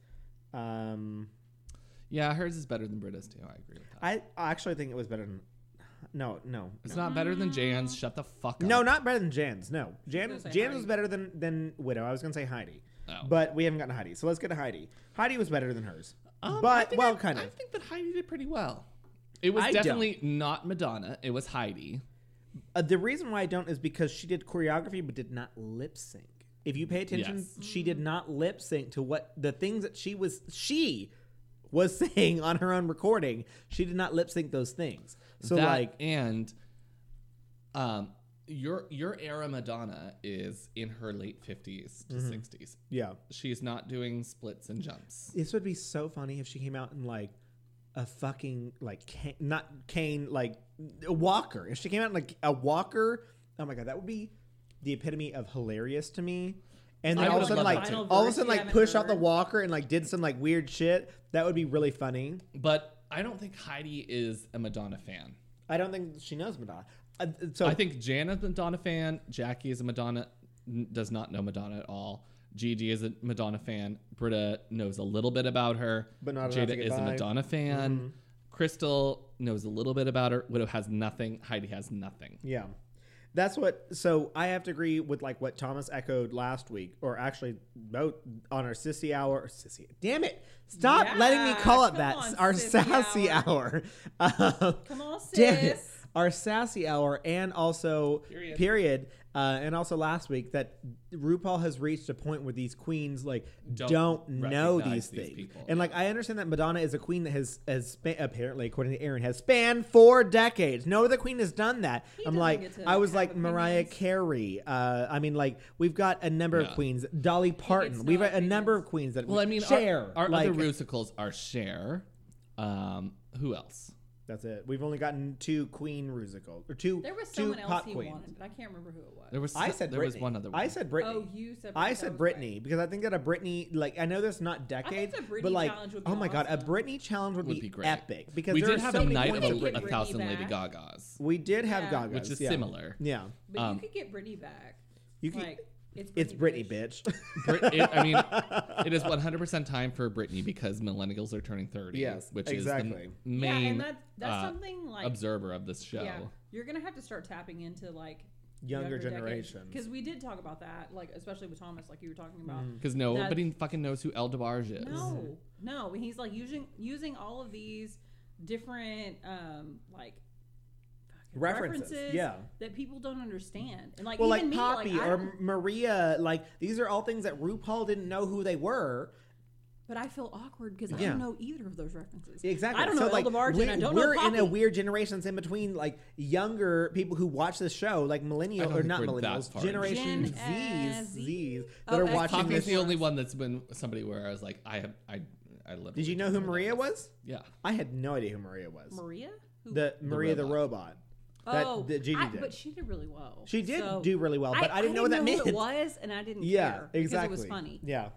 Speaker 2: Um,
Speaker 1: Yeah, hers is better than Britta's too. I agree with that.
Speaker 2: I I actually think it was better than. No, no,
Speaker 1: it's not better than Jan's. Shut the fuck up.
Speaker 2: No, not better than Jan's. No,
Speaker 3: gonna
Speaker 2: Jan
Speaker 3: say
Speaker 2: Jan
Speaker 3: Heidi.
Speaker 2: was better than than Widow. I was gonna say Heidi,
Speaker 1: Oh.
Speaker 2: but we haven't gotten Heidi, so let's get to Heidi. Heidi was better than hers,
Speaker 1: Um, I
Speaker 2: but
Speaker 1: think
Speaker 2: well,
Speaker 1: I-
Speaker 2: kind
Speaker 1: I
Speaker 2: of.
Speaker 1: think that Heidi did pretty well. It was
Speaker 2: I don't.
Speaker 1: definitely not Madonna. It was Heidi.
Speaker 2: Uh, the reason why I don't is because she did choreography but did not lip sync. If you pay attention,
Speaker 1: Yes. Mm.
Speaker 2: she did not lip sync to what the things that she was she was saying on her own recording. She did not lip sync those things. So
Speaker 1: That
Speaker 2: like,
Speaker 1: and um your your era Madonna is in her late fifties
Speaker 2: Mm-hmm.
Speaker 1: to 60s
Speaker 2: Yeah.
Speaker 1: She's not doing splits and jumps.
Speaker 2: This would be so funny if she came out in like a fucking like ca- not cane like a walker. If she came out in like a walker, oh my god, that would be the epitome of hilarious to me. And then
Speaker 1: I
Speaker 2: all of
Speaker 1: would
Speaker 2: a sudden,
Speaker 1: love
Speaker 2: like
Speaker 1: that too.
Speaker 2: all of a sudden,
Speaker 3: Final
Speaker 2: like
Speaker 3: verse you
Speaker 2: push out
Speaker 3: haven't
Speaker 2: the
Speaker 3: heard.
Speaker 2: walker and like did some like weird shit. That would be really funny.
Speaker 1: But I don't think Heidi is a Madonna fan.
Speaker 2: I don't think she knows Madonna. Uh, so
Speaker 1: I think Jan is a Madonna fan. Jackie is a Madonna, n- does not know Madonna at all. Gigi is a Madonna fan. Britta knows a little bit about her.
Speaker 2: But not enough
Speaker 1: Jada
Speaker 2: to get
Speaker 1: is a
Speaker 2: by. Mm-hmm.
Speaker 1: Madonna fan. Crystal knows a little bit about her. Widow has nothing. Heidi has nothing.
Speaker 2: Yeah. That's what so I have to agree with like what Thomas echoed last week, or actually both on our sissy hour or sissy damn it. Stop
Speaker 3: Yeah,
Speaker 2: letting me call it
Speaker 3: come
Speaker 2: that.
Speaker 3: on,
Speaker 2: our
Speaker 3: sissy
Speaker 2: sassy hour. Um,
Speaker 3: Come on,
Speaker 2: damn it.
Speaker 3: sis.
Speaker 2: Our sassy hour and also period,
Speaker 1: Period.
Speaker 2: uh, and also last week that RuPaul has reached a point where these queens like don't,
Speaker 1: Don't
Speaker 2: know these
Speaker 1: recognize these
Speaker 2: things.
Speaker 1: people.
Speaker 2: And like I understand that Madonna is a queen that has has span, apparently according to Aaron has spanned four decades. No other queen has done that.
Speaker 3: He
Speaker 2: I'm
Speaker 3: doesn't
Speaker 2: like
Speaker 3: get to
Speaker 2: I was
Speaker 3: have
Speaker 2: like Mariah
Speaker 3: opinions.
Speaker 2: Carey. Uh, I mean like we've got a number of
Speaker 1: Yeah.
Speaker 2: queens. Dolly Parton.
Speaker 3: no
Speaker 2: We've got a
Speaker 3: opinions.
Speaker 2: number of queens that
Speaker 1: Well, I mean,
Speaker 2: share
Speaker 1: our, our
Speaker 2: like,
Speaker 1: other rusicles are Cher. Um, who else?
Speaker 2: That's it. We've only gotten two queen musicals or two
Speaker 3: There was
Speaker 2: two
Speaker 3: someone else
Speaker 2: pop
Speaker 3: he
Speaker 2: queens.
Speaker 3: wanted, but I can't remember who it was.
Speaker 1: There was
Speaker 2: I
Speaker 1: s-
Speaker 2: said
Speaker 1: there
Speaker 2: Britney.
Speaker 1: was one other one.
Speaker 2: I said Britney.
Speaker 3: Oh, you said.
Speaker 2: I
Speaker 3: that
Speaker 2: said
Speaker 3: was
Speaker 2: Britney
Speaker 3: right.
Speaker 2: because I think that a Britney like I know that's not decades,
Speaker 3: the Britney
Speaker 2: but like
Speaker 3: challenge would be
Speaker 2: oh my god, a
Speaker 3: awesome.
Speaker 2: Britney challenge would,
Speaker 1: Would
Speaker 2: be,
Speaker 1: be great.
Speaker 2: epic because
Speaker 1: we
Speaker 2: there
Speaker 1: did
Speaker 2: are
Speaker 1: have a
Speaker 2: so many
Speaker 1: night of
Speaker 2: points
Speaker 1: a,
Speaker 2: of
Speaker 3: Britney
Speaker 1: a
Speaker 2: Britney.
Speaker 3: back.
Speaker 1: thousand Lady
Speaker 3: Britney
Speaker 1: Gagas,
Speaker 2: We did have
Speaker 3: Yeah.
Speaker 2: Gaga,
Speaker 1: which is
Speaker 2: yeah.
Speaker 1: similar.
Speaker 2: Yeah,
Speaker 3: But
Speaker 1: Um,
Speaker 3: you could get Britney back.
Speaker 2: you can.
Speaker 3: like it's Britney,
Speaker 2: it's Britney, bitch.
Speaker 1: Brit- it, I mean, it is 100% time for Britney because millennials are turning 30.
Speaker 2: Yes,
Speaker 1: which
Speaker 2: exactly.
Speaker 1: is the m- main
Speaker 3: yeah, and that, that's
Speaker 1: uh,
Speaker 3: something like
Speaker 1: observer of this show.
Speaker 3: yeah, you're gonna have to start tapping into like
Speaker 2: Younger generations.
Speaker 3: because we did talk about that, like especially with Thomas, like you were talking about.
Speaker 2: Mm-hmm.
Speaker 1: Because nobody
Speaker 3: That's-
Speaker 1: fucking knows who El DeBarge is.
Speaker 3: No, no, he's like using using all of these different um like fucking
Speaker 2: References, yeah.
Speaker 3: that people don't understand, and like
Speaker 2: well, like
Speaker 3: even me,
Speaker 2: Poppy
Speaker 3: like, I
Speaker 2: or
Speaker 3: don't-
Speaker 2: Maria, like these are all things that RuPaul didn't know who they were.
Speaker 3: But I feel awkward because I
Speaker 2: Yeah.
Speaker 3: don't know either of those references.
Speaker 2: Exactly.
Speaker 3: I don't
Speaker 2: so,
Speaker 3: know
Speaker 2: like,
Speaker 3: El DeBarge.
Speaker 2: We,
Speaker 3: and I don't
Speaker 2: we're
Speaker 3: know
Speaker 2: in a
Speaker 3: Poppy.
Speaker 2: weird generations in between, like younger people who watch the show, like
Speaker 1: I
Speaker 2: millennial
Speaker 1: don't
Speaker 2: or
Speaker 1: think
Speaker 2: not
Speaker 1: we're that
Speaker 2: millennials,
Speaker 1: far in
Speaker 2: Generation
Speaker 3: Gen, uh,
Speaker 2: Z's,
Speaker 3: Z.
Speaker 2: Z's that
Speaker 3: Oh,
Speaker 2: are
Speaker 3: X
Speaker 2: watching
Speaker 1: Poppy's
Speaker 2: this.
Speaker 1: the only one that's been somebody where I was like, I have, I, I literally.
Speaker 2: Did you know who
Speaker 1: don't
Speaker 2: Maria
Speaker 1: that.
Speaker 2: was?
Speaker 1: Yeah.
Speaker 2: I had no idea who Maria was.
Speaker 3: Maria. Who,
Speaker 2: The Maria the robot. That,
Speaker 3: oh,
Speaker 2: that Gigi
Speaker 3: I-
Speaker 2: did.
Speaker 3: but she did really well.
Speaker 2: she did
Speaker 3: So-
Speaker 2: do really well, but I, didn't know what that meant.
Speaker 3: who it was, and I didn't
Speaker 2: yeah,
Speaker 3: care because
Speaker 2: exactly.
Speaker 3: it was funny.
Speaker 2: Yeah,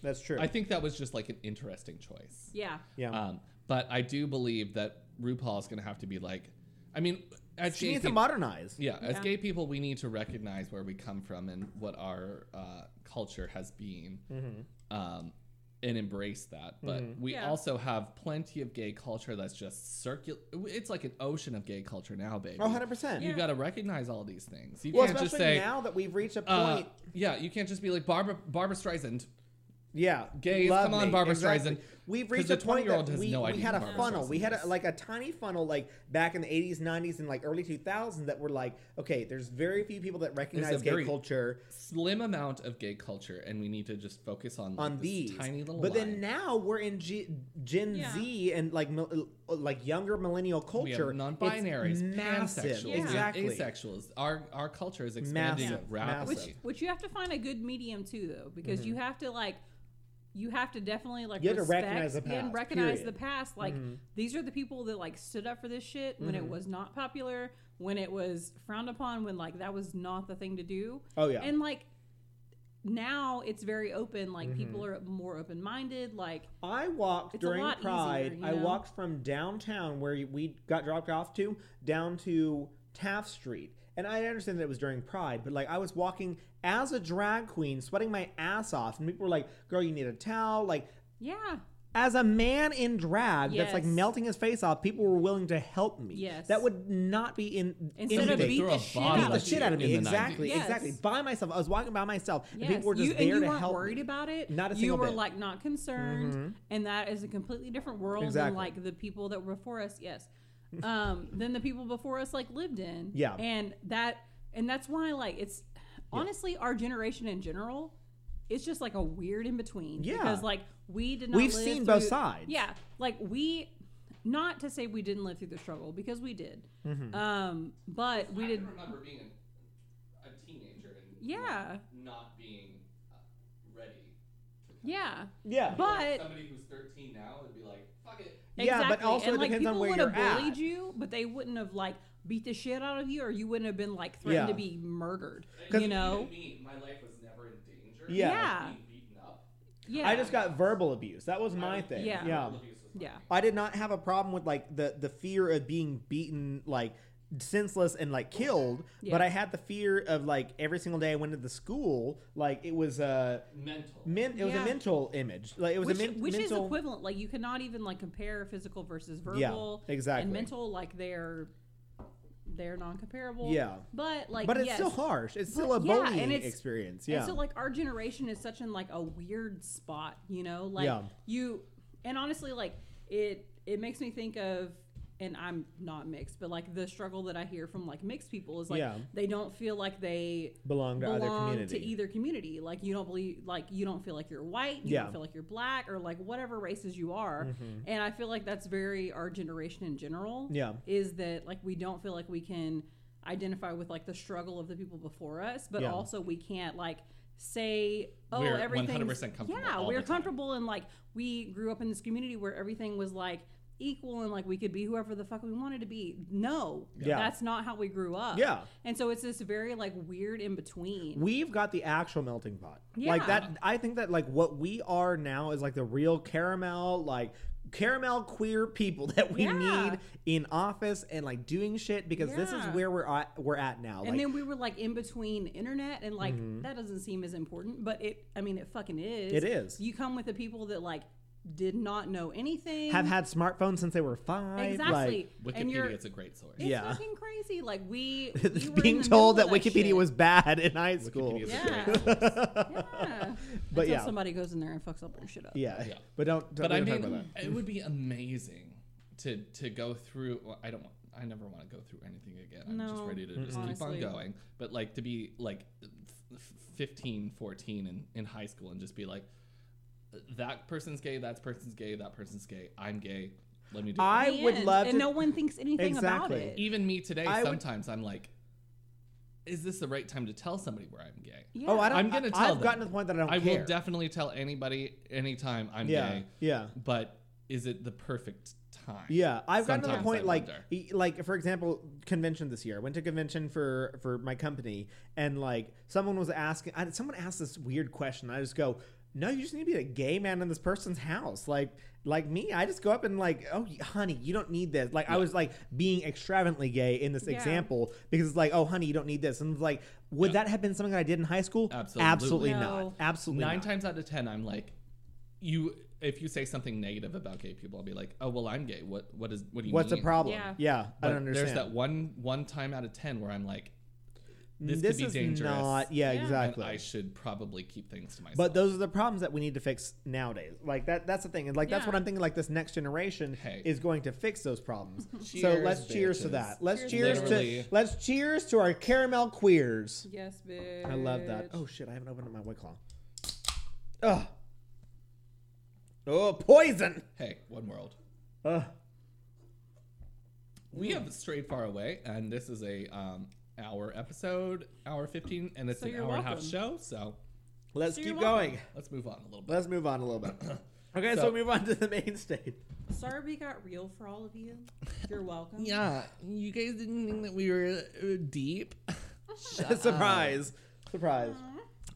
Speaker 2: that's true.
Speaker 1: I think that was just like an interesting choice.
Speaker 3: Yeah,
Speaker 2: yeah.
Speaker 1: Um, but I do believe that RuPaul is going to have to be like, I mean, as
Speaker 2: she
Speaker 1: gay
Speaker 2: needs to
Speaker 1: peop-
Speaker 2: modernize.
Speaker 1: Yeah, as
Speaker 3: Yeah.
Speaker 1: gay people, we need to recognize where we come from and what our uh, culture has been,
Speaker 2: Mm-hmm.
Speaker 1: um, and embrace that. But we
Speaker 3: Yeah.
Speaker 1: also have plenty of gay culture that's just circular. It's like an ocean of gay culture now, baby.
Speaker 2: Oh, 100%.
Speaker 1: You
Speaker 3: Yeah.
Speaker 1: got to recognize all these things. You
Speaker 2: Well,
Speaker 1: can't
Speaker 2: especially
Speaker 1: just say,
Speaker 2: now that we've reached a point.
Speaker 1: uh, yeah, you can't just be like Barbara Barbara Streisand.
Speaker 2: Yeah,
Speaker 1: Gays,
Speaker 2: love
Speaker 1: come on,
Speaker 2: me.
Speaker 1: Barbra
Speaker 2: Exactly.
Speaker 1: Streisand.
Speaker 2: We've
Speaker 1: 'Cause
Speaker 2: reached
Speaker 1: the
Speaker 2: a point
Speaker 1: 20-year-old
Speaker 2: that
Speaker 1: has
Speaker 2: we,
Speaker 1: no
Speaker 2: we
Speaker 1: idea
Speaker 2: had a
Speaker 1: who Barbra
Speaker 2: funnel. We
Speaker 1: Streisand
Speaker 2: had a,
Speaker 1: is.
Speaker 2: like a tiny funnel, like back in the '80s, '90s, and like early 2000s, that were like, okay, there's very few people that recognize gay
Speaker 1: very-
Speaker 2: culture
Speaker 1: Slim amount of gay culture, and we need to just focus on like,
Speaker 2: on
Speaker 1: this
Speaker 2: these.
Speaker 1: tiny little.
Speaker 2: but
Speaker 1: line.
Speaker 2: then now we're in G- Gen
Speaker 3: Yeah.
Speaker 2: Z and like mil- uh, like younger millennial
Speaker 1: we
Speaker 2: culture.
Speaker 1: have non-binaries,
Speaker 2: It's massive,
Speaker 1: pansexuals, we have
Speaker 2: exactly.
Speaker 1: asexuals. Our our culture is expanding
Speaker 2: Massive,
Speaker 1: rapidly.
Speaker 2: massive.
Speaker 3: which which you have to find a good medium too, though, because you have to like. You have to definitely like
Speaker 2: Mm-hmm. You have to
Speaker 3: respect
Speaker 2: recognize the past,
Speaker 3: and recognize the
Speaker 2: period. Mm-hmm.
Speaker 3: past. Like these are the people that like stood up for this shit when it was not popular, when it was frowned upon, when like that was not the thing to do.
Speaker 2: Oh, yeah.
Speaker 3: and like now it's very open. Like people are more open minded. Like
Speaker 2: I walked
Speaker 3: It's a
Speaker 2: during
Speaker 3: lot easier,
Speaker 2: Pride.
Speaker 3: you
Speaker 2: I
Speaker 3: know?
Speaker 2: walked from downtown where we got dropped off to down to Taft Street. And I understand that it was during Pride, but like I was walking as a drag queen, sweating my ass off, and people were like, "Girl, you need a towel." Like
Speaker 3: yeah,
Speaker 2: as a man in drag that's like
Speaker 3: Yes.
Speaker 2: melting his face off, people were willing to help me.
Speaker 3: Yes.
Speaker 2: that would not be in
Speaker 3: Instead of
Speaker 1: They
Speaker 2: anything.
Speaker 3: beat
Speaker 1: throw
Speaker 3: the
Speaker 1: a
Speaker 3: shit
Speaker 1: bottle
Speaker 3: out
Speaker 2: Beat
Speaker 3: of
Speaker 2: the
Speaker 1: at
Speaker 2: shit
Speaker 1: you
Speaker 2: out of me.
Speaker 1: in the 90s.
Speaker 2: Exactly,
Speaker 3: Yes.
Speaker 2: exactly. By myself, I was walking by myself, and people were just
Speaker 3: you,
Speaker 2: there
Speaker 3: and you
Speaker 2: to
Speaker 3: weren't
Speaker 2: help.
Speaker 3: worried
Speaker 2: me.
Speaker 3: about it.
Speaker 2: Not a
Speaker 3: you
Speaker 2: single
Speaker 3: were
Speaker 2: bit. Mm-hmm.
Speaker 3: like not concerned, and that is a completely different world
Speaker 2: Exactly.
Speaker 3: than like the people that were before us. Yes, um, than the people before us like lived in.
Speaker 2: Yeah.
Speaker 3: and that and that's why like it's honestly our generation in general. It's just like a weird in between.
Speaker 2: Yeah.
Speaker 3: because like we did not.
Speaker 2: We've
Speaker 3: live
Speaker 2: seen both
Speaker 3: through-
Speaker 2: sides.
Speaker 3: Yeah, like we. Not
Speaker 2: Mm-hmm.
Speaker 3: to say we didn't live through the struggle because we did, um, but we did
Speaker 1: remember being
Speaker 3: Yeah.
Speaker 1: not being uh, ready. For college.
Speaker 3: Yeah.
Speaker 2: Yeah.
Speaker 1: Like,
Speaker 3: But
Speaker 1: somebody who's 13 now would be like, fuck it.
Speaker 2: Yeah, but
Speaker 3: exactly.
Speaker 2: also
Speaker 3: and
Speaker 2: it
Speaker 3: like
Speaker 2: depends on
Speaker 3: people
Speaker 2: where
Speaker 3: would
Speaker 2: you're
Speaker 3: have bullied
Speaker 2: at.
Speaker 3: you, but they wouldn't have like beat the shit out of you, or you wouldn't have been like threatened
Speaker 2: Yeah.
Speaker 3: to be murdered.
Speaker 1: Like,
Speaker 3: You
Speaker 1: even
Speaker 3: know?
Speaker 1: me, my life was never in danger. I
Speaker 2: Yeah.
Speaker 3: Yeah.
Speaker 1: was being beaten up.
Speaker 3: Yeah.
Speaker 2: I just got verbal abuse. That was my
Speaker 1: I-
Speaker 2: thing.
Speaker 3: Yeah.
Speaker 2: yeah.
Speaker 1: Abuse was my
Speaker 3: Yeah.
Speaker 1: thing.
Speaker 2: I did not have a problem with like the the fear of being beaten like senseless and like killed,
Speaker 3: Yeah.
Speaker 2: but I had the fear of like every single day I went to the school, like it was a
Speaker 1: Mental.
Speaker 2: men, it was a
Speaker 3: Yeah.
Speaker 2: mental image. Like it was
Speaker 3: which,
Speaker 2: a men-
Speaker 3: which is
Speaker 2: mental
Speaker 3: equivalent. Like you cannot even like compare physical versus
Speaker 2: Yeah,
Speaker 3: verbal.
Speaker 2: exactly.
Speaker 3: And mental, like they're they're non-comparable.
Speaker 2: Yeah.
Speaker 3: But like,
Speaker 2: But it's
Speaker 3: yes.
Speaker 2: still harsh. It's still a
Speaker 3: yeah, and
Speaker 2: bullying
Speaker 3: it's-
Speaker 2: experience. Yeah.
Speaker 3: And so like our generation is such in like a weird spot, you know? Like
Speaker 2: Yeah.
Speaker 3: you and honestly like it it makes me think of and I'm not mixed, but like the struggle that I hear from like mixed people is like
Speaker 2: Yeah.
Speaker 3: they don't feel like they
Speaker 2: belong to other
Speaker 3: belong
Speaker 2: community.
Speaker 3: to either community. Like you don't believe, like you don't feel like you're white, you
Speaker 2: Yeah. Mm-hmm.
Speaker 3: don't feel like you're black, or like whatever races you are. And I feel like that's very our generation in general.
Speaker 2: Yeah.
Speaker 3: is that like we don't feel like we can identify with like the struggle of the people before us, but
Speaker 2: Yeah.
Speaker 3: also we can't like say oh
Speaker 1: We're
Speaker 3: everything's
Speaker 1: 100% comfortable
Speaker 3: yeah
Speaker 1: all
Speaker 3: we're
Speaker 1: the time.
Speaker 3: comfortable and like we grew up in this community where everything was like equal and like we could be whoever the fuck we wanted to be no
Speaker 2: Yeah.
Speaker 3: that's not how we grew up
Speaker 2: Yeah.
Speaker 3: and so it's this very like weird in between
Speaker 2: We've got the actual melting pot. Like
Speaker 3: Yeah.
Speaker 2: that I think that like what we are now is like the real caramel like caramel queer people that we
Speaker 3: Yeah.
Speaker 2: need in office and like doing shit because this is
Speaker 3: Yeah.
Speaker 2: where we're at, we're at now.
Speaker 3: And
Speaker 2: like Mm-hmm.
Speaker 3: then we were like in between internet and like that doesn't seem as important, but it I mean it fucking is.
Speaker 2: It is.
Speaker 3: You come with the people that like did not know anything.
Speaker 2: have had smartphones since they were 5.
Speaker 3: exactly.
Speaker 2: Like
Speaker 3: and you're
Speaker 1: Wikipedia is
Speaker 3: it's
Speaker 1: a great source.
Speaker 2: Yeah.
Speaker 3: fucking crazy. Like we, we were in
Speaker 2: being
Speaker 3: the
Speaker 2: told that
Speaker 3: middle of
Speaker 2: Wikipedia
Speaker 3: shit.
Speaker 2: was bad in high school.
Speaker 1: Wikipedia is
Speaker 3: Yeah.
Speaker 1: a great source.
Speaker 3: yeah.
Speaker 2: But
Speaker 3: Until
Speaker 2: yeah.
Speaker 3: somebody goes in there and fucks all their shit up.
Speaker 2: Yeah.
Speaker 1: Yeah.
Speaker 2: But don't, don't
Speaker 1: but I
Speaker 2: we don't talk
Speaker 1: mean,
Speaker 2: about
Speaker 1: it would be amazing to to go through. Well, I don't want. I never want to go through anything again. I'm just
Speaker 3: No,
Speaker 1: ready to just keep on
Speaker 3: honestly.
Speaker 1: going. But like to be like f- f- 15, 14 in, in high school and just be like, that person's gay, that person's gay, that person's gay, I'm gay. Let me do it.
Speaker 2: that. I
Speaker 3: The
Speaker 2: would
Speaker 3: end.
Speaker 2: love
Speaker 3: and
Speaker 2: to
Speaker 3: no one thinks anything about
Speaker 2: Exactly. Oh,
Speaker 3: it.
Speaker 1: Even me today,
Speaker 2: I would-
Speaker 1: sometimes I'm like, is this the right time to tell somebody where I'm gay?
Speaker 3: Yeah.
Speaker 2: Oh, I don't
Speaker 1: I'm gonna
Speaker 2: I,
Speaker 1: tell
Speaker 2: I've gotten to
Speaker 1: them.
Speaker 2: the point that I don't
Speaker 1: I
Speaker 2: care.
Speaker 1: will definitely tell anybody anytime I'm
Speaker 2: yeah.
Speaker 1: gay,
Speaker 2: Yeah.
Speaker 1: but is it the perfect time?
Speaker 2: Yeah, I've gotten to the
Speaker 1: Sometimes
Speaker 2: point
Speaker 1: I
Speaker 2: like
Speaker 1: wonder.
Speaker 2: e- like for example, convention this year. I went to convention for for my company, and like someone was asking, I, someone asked this weird question. I just go, "No, you just need to be a gay man in this person's house." Like like me, I just go up and like, "Oh, y- honey, you don't need this." Like I was like being extravagantly gay in this
Speaker 3: Yeah.
Speaker 2: example because it's like, "Oh, honey, you don't need this," and it's like, would that have been something I did in high school?
Speaker 1: Absolutely.
Speaker 2: not.
Speaker 3: No.
Speaker 2: Absolutely
Speaker 1: nine
Speaker 2: not.
Speaker 1: times out of ten i'm like you if you say something negative about gay people i'll be like oh well i'm gay what what is what do you
Speaker 2: What's
Speaker 1: mean?
Speaker 2: the problem? Yeah,
Speaker 3: Yeah.
Speaker 2: I
Speaker 1: But
Speaker 2: don't understand.
Speaker 1: there's that one one time out of ten where i'm like this, could be
Speaker 2: is
Speaker 1: dangerous
Speaker 2: not. Yeah,
Speaker 3: Yeah.
Speaker 2: exactly.
Speaker 1: and i should probably keep things to myself
Speaker 2: But those are the problems that we need to fix nowadays. Like that that's the thing. And like that's
Speaker 3: Yeah.
Speaker 2: what I'm thinking like this next generation
Speaker 1: Hey.
Speaker 2: is going to fix those problems. so
Speaker 1: Cheers,
Speaker 2: let's cheers to
Speaker 1: bitches.
Speaker 2: that. Let's cheers,
Speaker 3: Cheers,
Speaker 1: Literally.
Speaker 2: to let's cheers to our caramel queers.
Speaker 3: yes, bitch.
Speaker 2: I love that. Oh shit, I haven't opened up my white claw. Ugh. Oh, poison.
Speaker 1: hey one world
Speaker 2: Ugh.
Speaker 1: we have strayed far away and this is a um hour episode hour 15 and it's
Speaker 3: So
Speaker 1: an
Speaker 3: you're
Speaker 1: hour and a half
Speaker 3: welcome.
Speaker 1: show so
Speaker 2: Let's
Speaker 3: So you're
Speaker 2: keep
Speaker 3: welcome.
Speaker 2: going.
Speaker 1: let's move on a little bit
Speaker 2: Let's move on a little bit. Okay, so,
Speaker 1: So-
Speaker 2: move on to the main stage.
Speaker 3: Sorry we got real for all of you. You're welcome.
Speaker 1: yeah you guys didn't think that we were uh, deep
Speaker 2: Surprise. Surprise.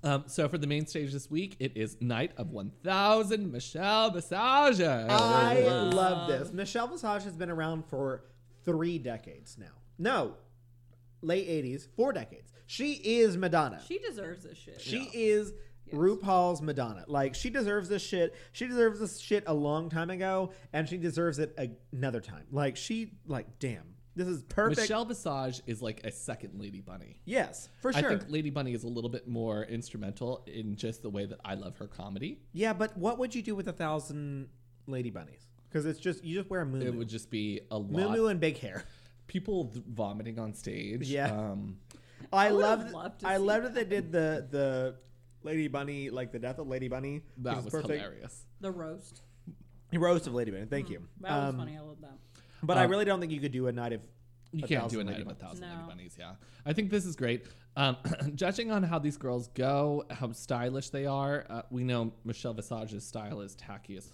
Speaker 1: Um, so for the main stage this week, it is Night of 1000 Michelle Massages.
Speaker 2: I love this. Michelle Visage has been around for three decades now. No, late 80s, four decades. She is Madonna. She,
Speaker 3: She deserves this shit.
Speaker 2: is RuPaul's Madonna. Like, she deserves this shit. She deserves this shit a long time ago, and she deserves it a- another time. Like, she, like, damn. This is perfect.
Speaker 1: Michelle Visage is like a second Lady Bunny.
Speaker 2: Yes, for sure.
Speaker 1: I think Lady Bunny is a little bit more instrumental in just the way that I love her comedy.
Speaker 2: yeah, but what would you do with a thousand lady bunnies? Because it's just, you just wear a moo
Speaker 1: It
Speaker 2: moo.
Speaker 1: would just be a
Speaker 2: Moo
Speaker 1: lot
Speaker 2: moo and big hair.
Speaker 1: people th- vomiting on stage.
Speaker 2: Yeah.
Speaker 1: Um,
Speaker 2: I,
Speaker 3: would've
Speaker 2: love.
Speaker 3: loved to
Speaker 2: I
Speaker 3: see
Speaker 2: love that they did the the Lady Bunny, like the death of Lady Bunny. which
Speaker 1: that
Speaker 2: is
Speaker 1: was hilarious.
Speaker 3: the roast.
Speaker 2: The roast of Lady Bunny. Thank you.
Speaker 3: Mm-hmm. That was
Speaker 2: Um,
Speaker 3: funny. I love that.
Speaker 2: But I
Speaker 1: Um,
Speaker 2: really don't think you could do a night of
Speaker 1: You
Speaker 2: a
Speaker 1: can't do
Speaker 2: thousand
Speaker 1: an
Speaker 2: Lady
Speaker 1: item with
Speaker 2: Bunnies.
Speaker 1: thousand lady
Speaker 3: No.
Speaker 1: bunnies. Yeah, I think this is great. Um, judging on how these girls go, how stylish they are, uh, we know Michelle Visage's style is tacky as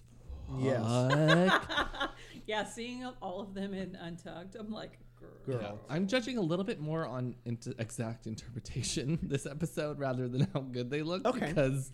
Speaker 2: Yes.
Speaker 1: fuck.
Speaker 3: yeah, seeing all of them in Untugged, I'm like, girl.
Speaker 2: Girl.
Speaker 1: Yeah. I'm judging a little bit more on into exact interpretation this episode rather than how good they look
Speaker 2: Okay.
Speaker 1: because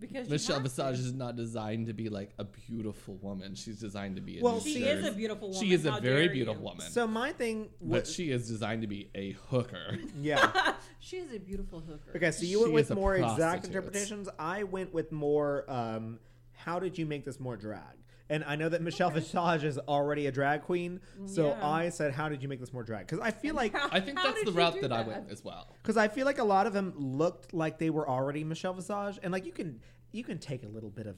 Speaker 3: Because you
Speaker 1: Michelle
Speaker 3: have to.
Speaker 1: Visage is not designed to be like a beautiful woman. She's designed to be a
Speaker 2: Well,
Speaker 1: new
Speaker 3: She
Speaker 1: shirt.
Speaker 3: is a beautiful woman.
Speaker 1: She is a
Speaker 3: How
Speaker 1: very
Speaker 3: dare
Speaker 1: beautiful
Speaker 3: you.
Speaker 1: woman.
Speaker 2: So my thing
Speaker 1: but
Speaker 2: was
Speaker 1: she is designed to be a hooker.
Speaker 2: yeah.
Speaker 3: she is a beautiful hooker.
Speaker 2: Okay, so
Speaker 1: She
Speaker 2: you went
Speaker 1: is
Speaker 2: with
Speaker 1: a
Speaker 2: more exact
Speaker 1: prostitute.
Speaker 2: interpretations. I went with more. Um, how did you make this more drag? And I know that Michelle Visage is already a drag queen, so
Speaker 3: Yeah.
Speaker 2: I said, "How did you make this more drag?" Because I feel like
Speaker 1: I think
Speaker 3: How
Speaker 1: that's
Speaker 3: did
Speaker 1: the
Speaker 3: you
Speaker 1: route
Speaker 3: do
Speaker 1: that I
Speaker 3: that?
Speaker 1: went as well.
Speaker 2: because I feel like a lot of them looked like they were already Michelle Visage, and like you can you can take a little bit of.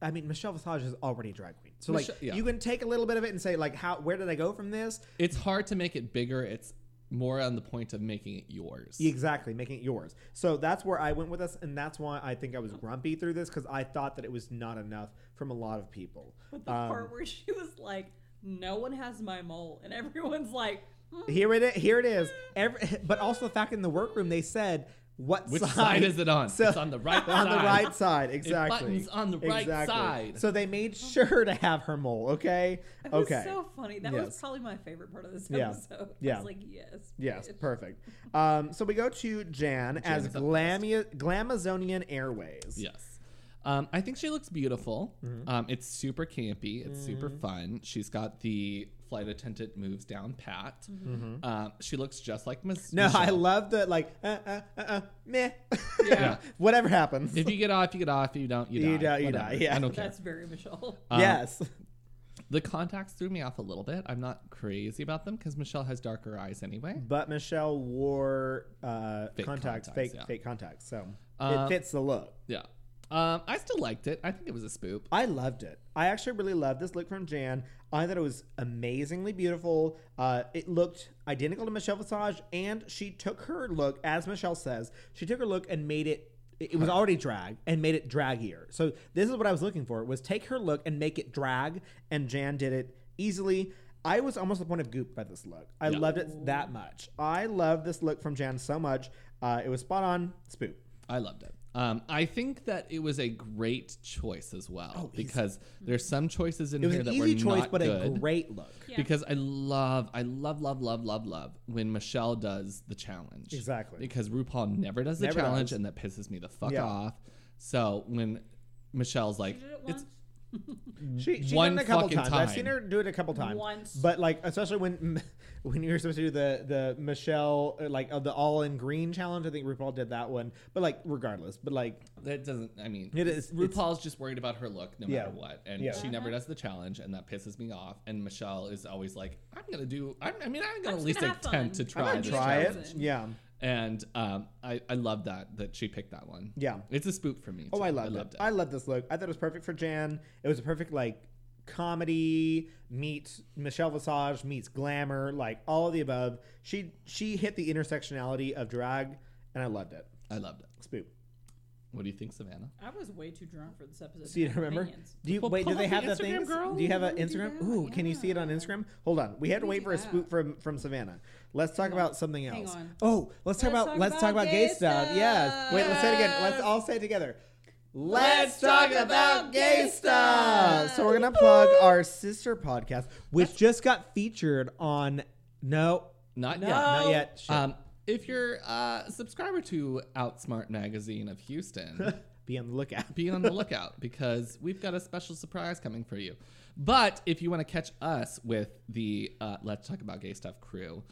Speaker 2: I mean, Michelle Visage is already a drag queen, so like
Speaker 1: Michelle- yeah.
Speaker 2: you can take a little bit of it and say like, "How? Where did I go from this?"
Speaker 1: It's hard to make it bigger. It's more on the point of making it yours.
Speaker 2: Exactly, making it yours. So that's where I went with us, and that's why I think I was grumpy through this because I thought that it was not enough from a lot of people.
Speaker 3: The part where she was like, no one has my mole. And everyone's like, hmm,
Speaker 2: Here it, i- here it is. Every, but also the fact in the workroom they said what
Speaker 1: Which
Speaker 2: side,
Speaker 1: side, is it on?
Speaker 2: So-
Speaker 1: it's on the right
Speaker 2: on
Speaker 1: side.
Speaker 2: the right side, exactly.
Speaker 1: buttons on the right side.
Speaker 2: So they made sure to have her mole. Okay,
Speaker 3: it was
Speaker 2: okay.
Speaker 3: so funny. That was
Speaker 2: Yes.
Speaker 3: probably my favorite part of this
Speaker 2: Yeah.
Speaker 3: episode. I
Speaker 2: Yeah.
Speaker 3: was like, yes.
Speaker 2: Yes,
Speaker 3: bitch."
Speaker 2: perfect. Um, so we go to Jan, as
Speaker 1: is up
Speaker 2: Glamia, Glamazonian Airways.
Speaker 1: Yes. Um, I think she looks beautiful.
Speaker 2: Mm-hmm.
Speaker 1: Um, it's super campy. It's super fun. She's got the flight attendant moves down pat. Um, she looks just like Miss.
Speaker 2: Mm-hmm. No, I
Speaker 1: Michelle.
Speaker 2: love the like uh uh uh, uh meh.
Speaker 1: Yeah.
Speaker 2: Whatever happens.
Speaker 1: If you get off, you get off. If you don't, you, die.
Speaker 2: You don't, you die,
Speaker 1: Whatever.
Speaker 2: yeah.
Speaker 1: I don't care.
Speaker 3: That's very Michelle.
Speaker 1: Um,
Speaker 2: yes.
Speaker 1: The contacts threw me off a little bit. I'm not crazy about them because Michelle has darker eyes anyway.
Speaker 2: But Michelle wore uh,
Speaker 1: Fake contacts,
Speaker 2: contacts, fake
Speaker 1: yeah.
Speaker 2: fake contacts, so
Speaker 1: Uh,
Speaker 2: it fits the look.
Speaker 1: Yeah. Um, I still liked it. I think it was a spoop.
Speaker 2: I loved it. I actually really loved this look from Jan. I thought it was amazingly beautiful. Uh, it looked identical to Michelle Visage, and she took her look, as Michelle says, she took her look and made it. It it was already drag and made it draggier. So this is what I was looking for: was take her look and make it drag. And Jan did it easily. I was almost at the point of goop by this look. I loved it that much. I loved this look from Jan so much. Uh, it was spot on. Spook.
Speaker 1: I loved it. Um, I think that it was a great choice as well because there's some choices in
Speaker 2: Oh, It was
Speaker 1: here
Speaker 2: an
Speaker 1: that
Speaker 2: easy
Speaker 1: were
Speaker 2: choice,
Speaker 1: not
Speaker 2: but
Speaker 1: good.
Speaker 2: a great look.
Speaker 3: Yeah.
Speaker 1: because I love, I love, love, love, love, love when Michelle does the challenge.
Speaker 2: Exactly.
Speaker 1: Because RuPaul never does the
Speaker 2: Never
Speaker 1: challenge,
Speaker 2: does.
Speaker 1: and that pisses me the fuck
Speaker 2: Yeah.
Speaker 1: off. So when Michelle's like,
Speaker 3: She did it
Speaker 1: it's
Speaker 3: once.
Speaker 2: She, she's
Speaker 1: one
Speaker 2: done it a couple
Speaker 1: fucking
Speaker 2: times. I've seen
Speaker 1: time.
Speaker 2: her do it a couple times.
Speaker 3: Once.
Speaker 2: But like, especially when when you were supposed to do the the Michelle uh, like of the all in green challenge. I think RuPaul did that one. But like, regardless. But like,
Speaker 1: that doesn't. I mean,
Speaker 2: It is- it's-
Speaker 1: RuPaul's just worried about her look no
Speaker 2: Yeah.
Speaker 1: matter what, and
Speaker 2: Yeah.
Speaker 1: she never does the challenge, and that pisses me off. And Michelle is always like, I'm gonna do. I'm, I mean, I'm gonna
Speaker 3: just
Speaker 1: at least
Speaker 3: gonna have
Speaker 1: attempt to
Speaker 3: fun.
Speaker 1: try.
Speaker 2: I'm
Speaker 1: this
Speaker 2: gonna try it.
Speaker 1: challenge.
Speaker 3: challenge.
Speaker 2: Yeah.
Speaker 1: And um, I I love that that she picked that one.
Speaker 2: Yeah.
Speaker 1: it's a spook for me.
Speaker 2: Oh,
Speaker 1: too.
Speaker 2: I loved, it. I loved this look. I thought it was perfect for Jan. It was a perfect like comedy meets Michelle Visage meets glamour, like all of the above. She she hit the intersectionality of drag, and I loved it.
Speaker 1: I loved it.
Speaker 2: Spoop.
Speaker 1: What do you think, Savannah?
Speaker 3: I was way too drunk for this episode.
Speaker 2: So you don't
Speaker 3: to have
Speaker 2: remember?
Speaker 3: opinions.
Speaker 2: Do you
Speaker 1: Well,
Speaker 2: wait? Do
Speaker 1: pull
Speaker 2: they
Speaker 1: up the
Speaker 2: have the
Speaker 1: Instagram,
Speaker 2: things?
Speaker 1: girl.
Speaker 2: Do you have an
Speaker 3: We can do
Speaker 2: Instagram?
Speaker 3: that,
Speaker 2: Ooh, can you see it on
Speaker 3: yeah.
Speaker 2: Instagram? Hold on, we had to
Speaker 3: We
Speaker 2: wait
Speaker 3: do
Speaker 2: for a
Speaker 3: that.
Speaker 2: spook from from Savannah. Let's talk about something
Speaker 3: Hang
Speaker 2: else.
Speaker 3: on.
Speaker 2: Oh, let's talk
Speaker 3: Let's
Speaker 2: about let's talk about gay stuff. Yes. Wait, let's say it again. Let's
Speaker 1: Yes.
Speaker 2: all say it together.
Speaker 1: Let's talk about gay
Speaker 2: stuff. So we're gonna plug our sister podcast, which just got featured on. No,
Speaker 1: Not
Speaker 2: no,
Speaker 1: yet.
Speaker 2: not yet. Shit.
Speaker 1: Um, if you're a subscriber to Outsmart Magazine of Houston,
Speaker 2: Be on the lookout.
Speaker 1: be on the lookout because we've got a special surprise coming for you. But if you want to catch us with the uh, Let's Talk About Gay Stuff crew,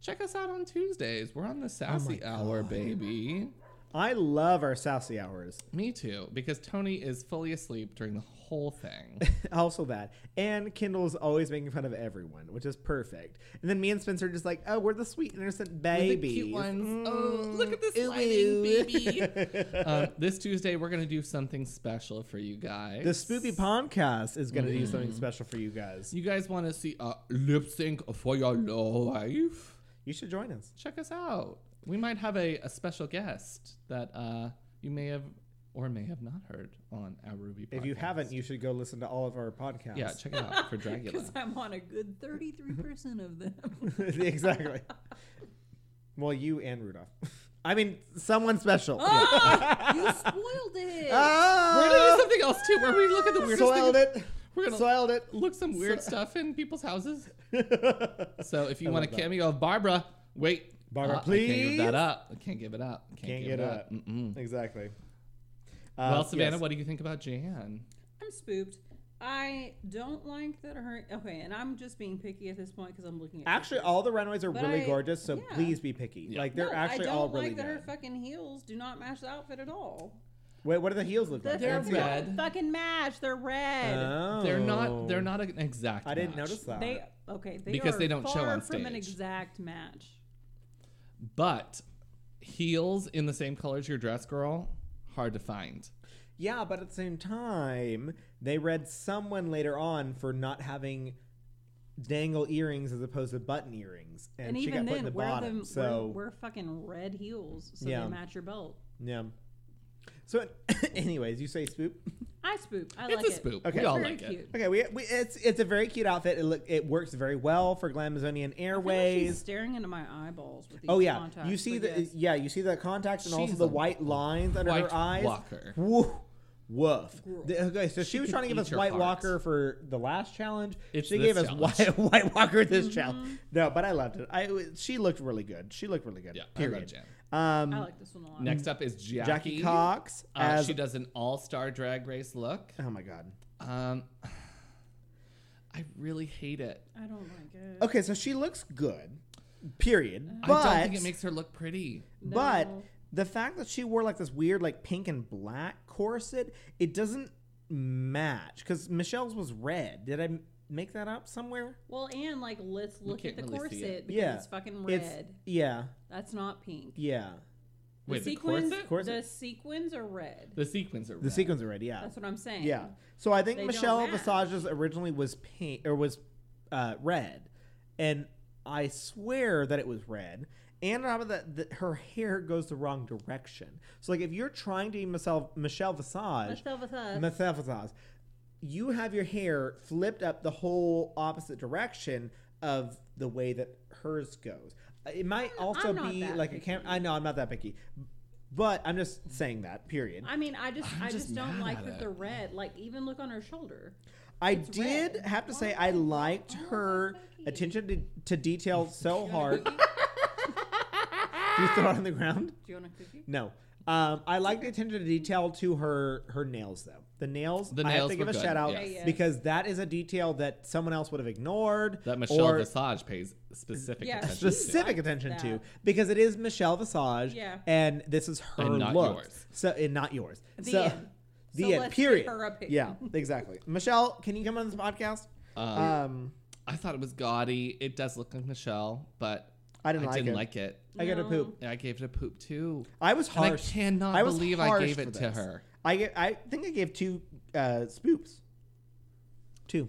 Speaker 1: check us out on Tuesdays. We're on
Speaker 2: Oh
Speaker 1: the Sassy Hour, baby.
Speaker 2: I love our sassy hours.
Speaker 1: Me too, because Tony is fully asleep during the whole thing.
Speaker 2: also that. And Kendall's always making fun of everyone, which is perfect. And then me and Spencer are just like, oh, we're the sweet innocent
Speaker 1: The
Speaker 2: babies.
Speaker 1: cute ones. Oh,
Speaker 2: Mm,
Speaker 1: look at this
Speaker 2: ooh,
Speaker 1: lighting,
Speaker 2: ooh.
Speaker 1: baby. um, this Tuesday, we're going to do something special for you guys.
Speaker 2: The Spoopy Podcast is going to
Speaker 1: Mm.
Speaker 2: do something special for you guys.
Speaker 1: You guys want to see a lip sync for your life?
Speaker 2: You should join us.
Speaker 1: Check us out. We might have a, a special guest that uh, you may have or may have not heard on our Ruby podcast.
Speaker 2: If you haven't, you should go listen to all of our podcasts.
Speaker 1: yeah, check it out for Dragula.
Speaker 3: Because I'm on a good 33% of them.
Speaker 2: exactly. Well, you and Rudolph. I mean, someone special.
Speaker 3: Ah, you spoiled it.
Speaker 2: Ah.
Speaker 1: We're gonna do something else too, where we look at the weirdest
Speaker 2: Soiled
Speaker 1: thing.
Speaker 2: it.
Speaker 1: We're gonna
Speaker 2: Soiled it.
Speaker 1: look some weird stuff in people's houses.
Speaker 2: Can't
Speaker 1: So if you want a
Speaker 2: love that.
Speaker 1: cameo of Barbara, wait, Uh,
Speaker 2: Barbara,
Speaker 1: I can't give that
Speaker 2: please.
Speaker 1: up. I can't give it up. I Can't,
Speaker 2: get up. Uh,
Speaker 1: Mm-mm.
Speaker 2: Exactly. Uh,
Speaker 1: well, Savannah, what do you think about Jan?
Speaker 3: I'm spooked. I don't like that her. Okay, and I'm just being picky at this point because I'm looking at.
Speaker 2: Actually, all the runways are
Speaker 3: But
Speaker 2: really
Speaker 3: I-
Speaker 2: gorgeous, so
Speaker 3: yeah.
Speaker 2: please be picky.
Speaker 1: Yeah.
Speaker 2: Like they're
Speaker 3: No,
Speaker 2: actually
Speaker 3: I don't
Speaker 2: all
Speaker 3: like
Speaker 2: really
Speaker 3: that her
Speaker 2: good.
Speaker 3: fucking heels do not match the outfit at all.
Speaker 2: Wait, what do the heels look
Speaker 3: The
Speaker 2: like?
Speaker 1: They're
Speaker 3: they
Speaker 2: Let's see.
Speaker 1: red.
Speaker 3: don't fucking match. They're red.
Speaker 2: Oh.
Speaker 1: They're not. They're not an exact.
Speaker 2: I didn't
Speaker 1: match,
Speaker 2: notice that.
Speaker 3: They okay. They
Speaker 1: Because
Speaker 3: are
Speaker 1: they don't show
Speaker 3: far
Speaker 1: on
Speaker 3: From an
Speaker 1: stage.
Speaker 3: exact match.
Speaker 1: But heels in the same color as your dress, girl, hard to find.
Speaker 2: Yeah, but at the same time, they read someone later on for not having dangle earrings as opposed to button earrings, and,
Speaker 3: And,
Speaker 2: she
Speaker 3: even
Speaker 2: got put in
Speaker 3: then,
Speaker 2: the
Speaker 3: wear
Speaker 2: bottom.
Speaker 3: them.
Speaker 2: so
Speaker 3: wear, wear fucking red heels so
Speaker 2: Yeah.
Speaker 3: they match your belt.
Speaker 2: yeah. So, anyways, you say spoop.
Speaker 3: I spook. I
Speaker 1: it's
Speaker 3: like
Speaker 1: a
Speaker 3: it.
Speaker 1: spook.
Speaker 2: Okay.
Speaker 1: We all
Speaker 3: Very
Speaker 1: like
Speaker 3: cute.
Speaker 1: it.
Speaker 2: Okay, we, we it's it's a very cute outfit. It look it works very well for Glamazonian
Speaker 3: I feel like she's
Speaker 2: Airways.
Speaker 3: staring into my eyeballs with these
Speaker 2: Oh yeah,
Speaker 3: contacts,
Speaker 2: you see
Speaker 3: but
Speaker 2: the
Speaker 3: yes.
Speaker 2: yeah you see the contacts and also
Speaker 1: She's
Speaker 2: the
Speaker 1: a
Speaker 2: white lines under
Speaker 1: white
Speaker 2: her eyes.
Speaker 1: walker.
Speaker 2: Woo, woof.
Speaker 3: Girl.
Speaker 2: The- okay, so she, was
Speaker 1: could
Speaker 2: trying to give
Speaker 1: eat
Speaker 2: us
Speaker 1: your
Speaker 2: white
Speaker 1: heart.
Speaker 2: walker for the last challenge.
Speaker 1: It's
Speaker 2: she
Speaker 1: this
Speaker 2: gave us
Speaker 1: challenge.
Speaker 2: white white walker this
Speaker 3: Mm-hmm.
Speaker 2: challenge. No, but I loved it. I she looked really good. She looked really good.
Speaker 1: Yeah, I love
Speaker 2: period.
Speaker 1: Jan.
Speaker 2: Um,
Speaker 3: I like this one a lot.
Speaker 1: Next up is Jackie.
Speaker 2: Jackie Cox
Speaker 1: Uh,
Speaker 2: as
Speaker 1: she does an all-star drag race look.
Speaker 2: oh my god.
Speaker 1: Um, I really hate it.
Speaker 3: I don't like it.
Speaker 2: Okay, so she looks good. Period. But
Speaker 1: I don't think it makes her look pretty.
Speaker 2: But
Speaker 3: No.
Speaker 2: the fact that she wore like this weird like pink and black corset, it doesn't match because Michelle's was red. Did I m- make that up somewhere?
Speaker 3: Well, and like let's look at
Speaker 1: can't
Speaker 3: the
Speaker 1: really see
Speaker 3: corset
Speaker 1: it.
Speaker 3: because
Speaker 2: Yeah.
Speaker 3: it's fucking red.
Speaker 2: It's- yeah,
Speaker 3: That's not pink.
Speaker 2: yeah.
Speaker 3: The
Speaker 1: Wait, the
Speaker 3: sequins,
Speaker 1: corset?
Speaker 2: Corset?
Speaker 3: the sequins are red.
Speaker 1: The sequins are
Speaker 2: The
Speaker 1: red.
Speaker 2: sequins are red. Yeah,
Speaker 3: That's what I'm saying.
Speaker 2: yeah. So I think
Speaker 3: They don't
Speaker 2: Michelle
Speaker 3: match.
Speaker 2: Visage's originally was pink or was uh, red, and I swear that it was red. And on top of that, that her hair goes the wrong direction. So like, if you're trying to be Michelle Michelle Visage,
Speaker 3: Let's go with us.
Speaker 2: Methaphysage. You have your hair flipped up the whole opposite direction of the way that hers goes. It might also
Speaker 3: I'm not
Speaker 2: be
Speaker 3: that
Speaker 2: like
Speaker 3: picky.
Speaker 2: a cam. I know I'm not that picky, but I'm just saying that. Period.
Speaker 3: I mean, I just,
Speaker 1: I'm
Speaker 3: i just,
Speaker 1: just
Speaker 3: don't
Speaker 1: mad
Speaker 3: like
Speaker 1: at
Speaker 3: that
Speaker 1: it.
Speaker 3: the red. Like, even look on her shoulder.
Speaker 2: I
Speaker 3: It's
Speaker 2: did
Speaker 3: red.
Speaker 2: have to
Speaker 3: Why
Speaker 2: say
Speaker 3: am
Speaker 2: I
Speaker 3: I so
Speaker 2: liked
Speaker 3: overthinking?
Speaker 2: her attention to, to detail so
Speaker 3: You want a
Speaker 2: hard.
Speaker 3: cookie?
Speaker 2: you throw it on the ground?
Speaker 3: Do you want a cookie?
Speaker 2: No. Um, I like the attention to detail to her her nails though. The nails,
Speaker 1: The
Speaker 2: I have
Speaker 1: nails
Speaker 2: to give
Speaker 1: were
Speaker 2: a
Speaker 1: good,
Speaker 2: shout out
Speaker 1: yes.
Speaker 3: Yeah, yeah.
Speaker 2: because that is a detail that someone else would have ignored.
Speaker 1: That Michelle
Speaker 2: or
Speaker 1: Visage pays specific
Speaker 3: Yeah,
Speaker 1: attention
Speaker 3: she's-
Speaker 1: to.
Speaker 2: specific
Speaker 3: Like
Speaker 2: attention to
Speaker 3: that.
Speaker 2: because it is Michelle Visage
Speaker 3: Yeah.
Speaker 2: and this is her
Speaker 1: And not
Speaker 2: look.
Speaker 1: yours.
Speaker 2: So and not yours.
Speaker 3: The
Speaker 2: so
Speaker 3: end.
Speaker 2: the
Speaker 3: So
Speaker 2: end.
Speaker 3: let's give
Speaker 2: period.
Speaker 3: her a pick.
Speaker 2: Yeah, exactly. Michelle, can you come on this podcast?
Speaker 1: Um,
Speaker 2: Um,
Speaker 1: I thought it was gaudy. It does look like Michelle, but
Speaker 2: I didn't
Speaker 1: I
Speaker 2: like
Speaker 1: didn't
Speaker 2: it.
Speaker 1: like it.
Speaker 2: I got to
Speaker 3: No.
Speaker 2: poop.
Speaker 1: And I gave it a poop too.
Speaker 2: I was
Speaker 1: And I
Speaker 2: harsh.
Speaker 1: cannot
Speaker 2: was
Speaker 1: believe I
Speaker 2: harsh
Speaker 1: gave
Speaker 2: for
Speaker 1: it to
Speaker 2: this.
Speaker 1: her.
Speaker 2: I ga- I think I gave two uh, spoops. Two.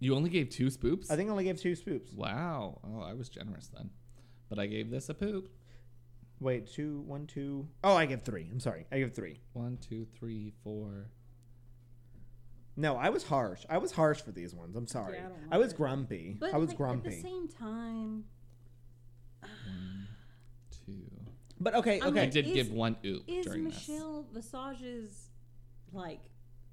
Speaker 1: You only gave two spoops?
Speaker 2: I think I only gave two spoops.
Speaker 1: wow. Oh, I was generous then. But I gave this a poop.
Speaker 2: Wait, two, one, two. Oh, I gave three. I'm sorry. I gave three.
Speaker 1: One, two, three, four.
Speaker 2: No, I was harsh. I was harsh for these ones. I'm sorry.
Speaker 3: Yeah, I don't
Speaker 2: I, was
Speaker 3: like it.
Speaker 2: grumpy.
Speaker 3: But
Speaker 2: I was
Speaker 3: like, At
Speaker 2: grumpy.
Speaker 3: the same time,
Speaker 1: Two.
Speaker 2: but okay,
Speaker 3: I'm
Speaker 2: okay.
Speaker 1: I did
Speaker 3: Is-
Speaker 1: give one oop
Speaker 3: is
Speaker 1: during
Speaker 3: Michelle Visage's like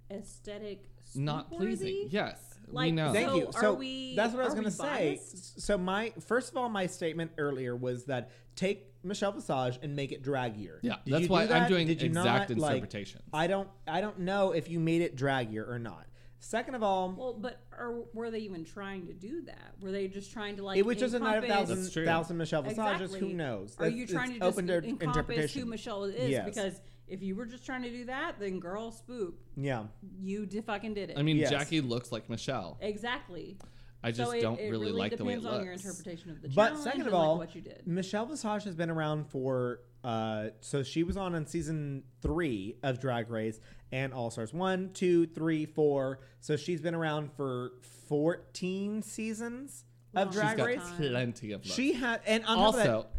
Speaker 3: aesthetic
Speaker 1: this. Not pleasing.
Speaker 3: spook-worthy?
Speaker 1: Yes. we
Speaker 3: Like,
Speaker 1: know.
Speaker 2: Thank
Speaker 3: So
Speaker 2: you.
Speaker 3: are
Speaker 2: So
Speaker 3: we-
Speaker 2: that's what I was
Speaker 3: are
Speaker 2: gonna
Speaker 3: we
Speaker 2: say.
Speaker 3: biased?
Speaker 2: So my first of all, my statement earlier was that take Michelle Visage and make it draggier.
Speaker 1: Yeah,
Speaker 2: Did
Speaker 1: that's
Speaker 2: you do
Speaker 1: why I'm
Speaker 2: that?
Speaker 1: doing
Speaker 2: Did you
Speaker 1: exact
Speaker 2: not? Like,
Speaker 1: interpretations.
Speaker 2: I don't. I don't know if you made it draggier or not. Second of all,
Speaker 3: Well, but are, were they even trying to do that? Were they just trying to like?
Speaker 2: it was just a night of
Speaker 3: encompass-
Speaker 2: thousand,
Speaker 1: That's true.
Speaker 2: thousand Michelle Visages.
Speaker 3: Exactly.
Speaker 2: Who knows?
Speaker 3: Are
Speaker 2: That's-
Speaker 3: you trying
Speaker 2: it's
Speaker 3: to just
Speaker 2: open to
Speaker 3: encompass who
Speaker 2: interpretation.
Speaker 3: Michelle is?
Speaker 2: Yes.
Speaker 3: Because if you were just trying to do that, then girl, spook,
Speaker 2: Yeah.
Speaker 3: you d- fucking did it.
Speaker 1: I mean,
Speaker 2: Yes.
Speaker 1: Jackie looks like Michelle.
Speaker 3: exactly.
Speaker 1: I just
Speaker 3: so it,
Speaker 1: don't
Speaker 3: it
Speaker 1: really, like the way it
Speaker 3: depends
Speaker 1: looks.
Speaker 3: on your interpretation of the
Speaker 2: But
Speaker 3: challenge.
Speaker 2: second of
Speaker 3: and, like,
Speaker 2: all,
Speaker 3: what you did.
Speaker 2: Michelle Visage has been around for. Uh, so she was on in season three of Drag Race and All Stars one, two, three, four. So she's been around for fourteen seasons of
Speaker 3: Wow.
Speaker 1: She's
Speaker 2: Drag
Speaker 1: got
Speaker 2: Race.
Speaker 3: time.
Speaker 1: plenty of looks.
Speaker 2: She had, and on top of
Speaker 1: also,
Speaker 2: that,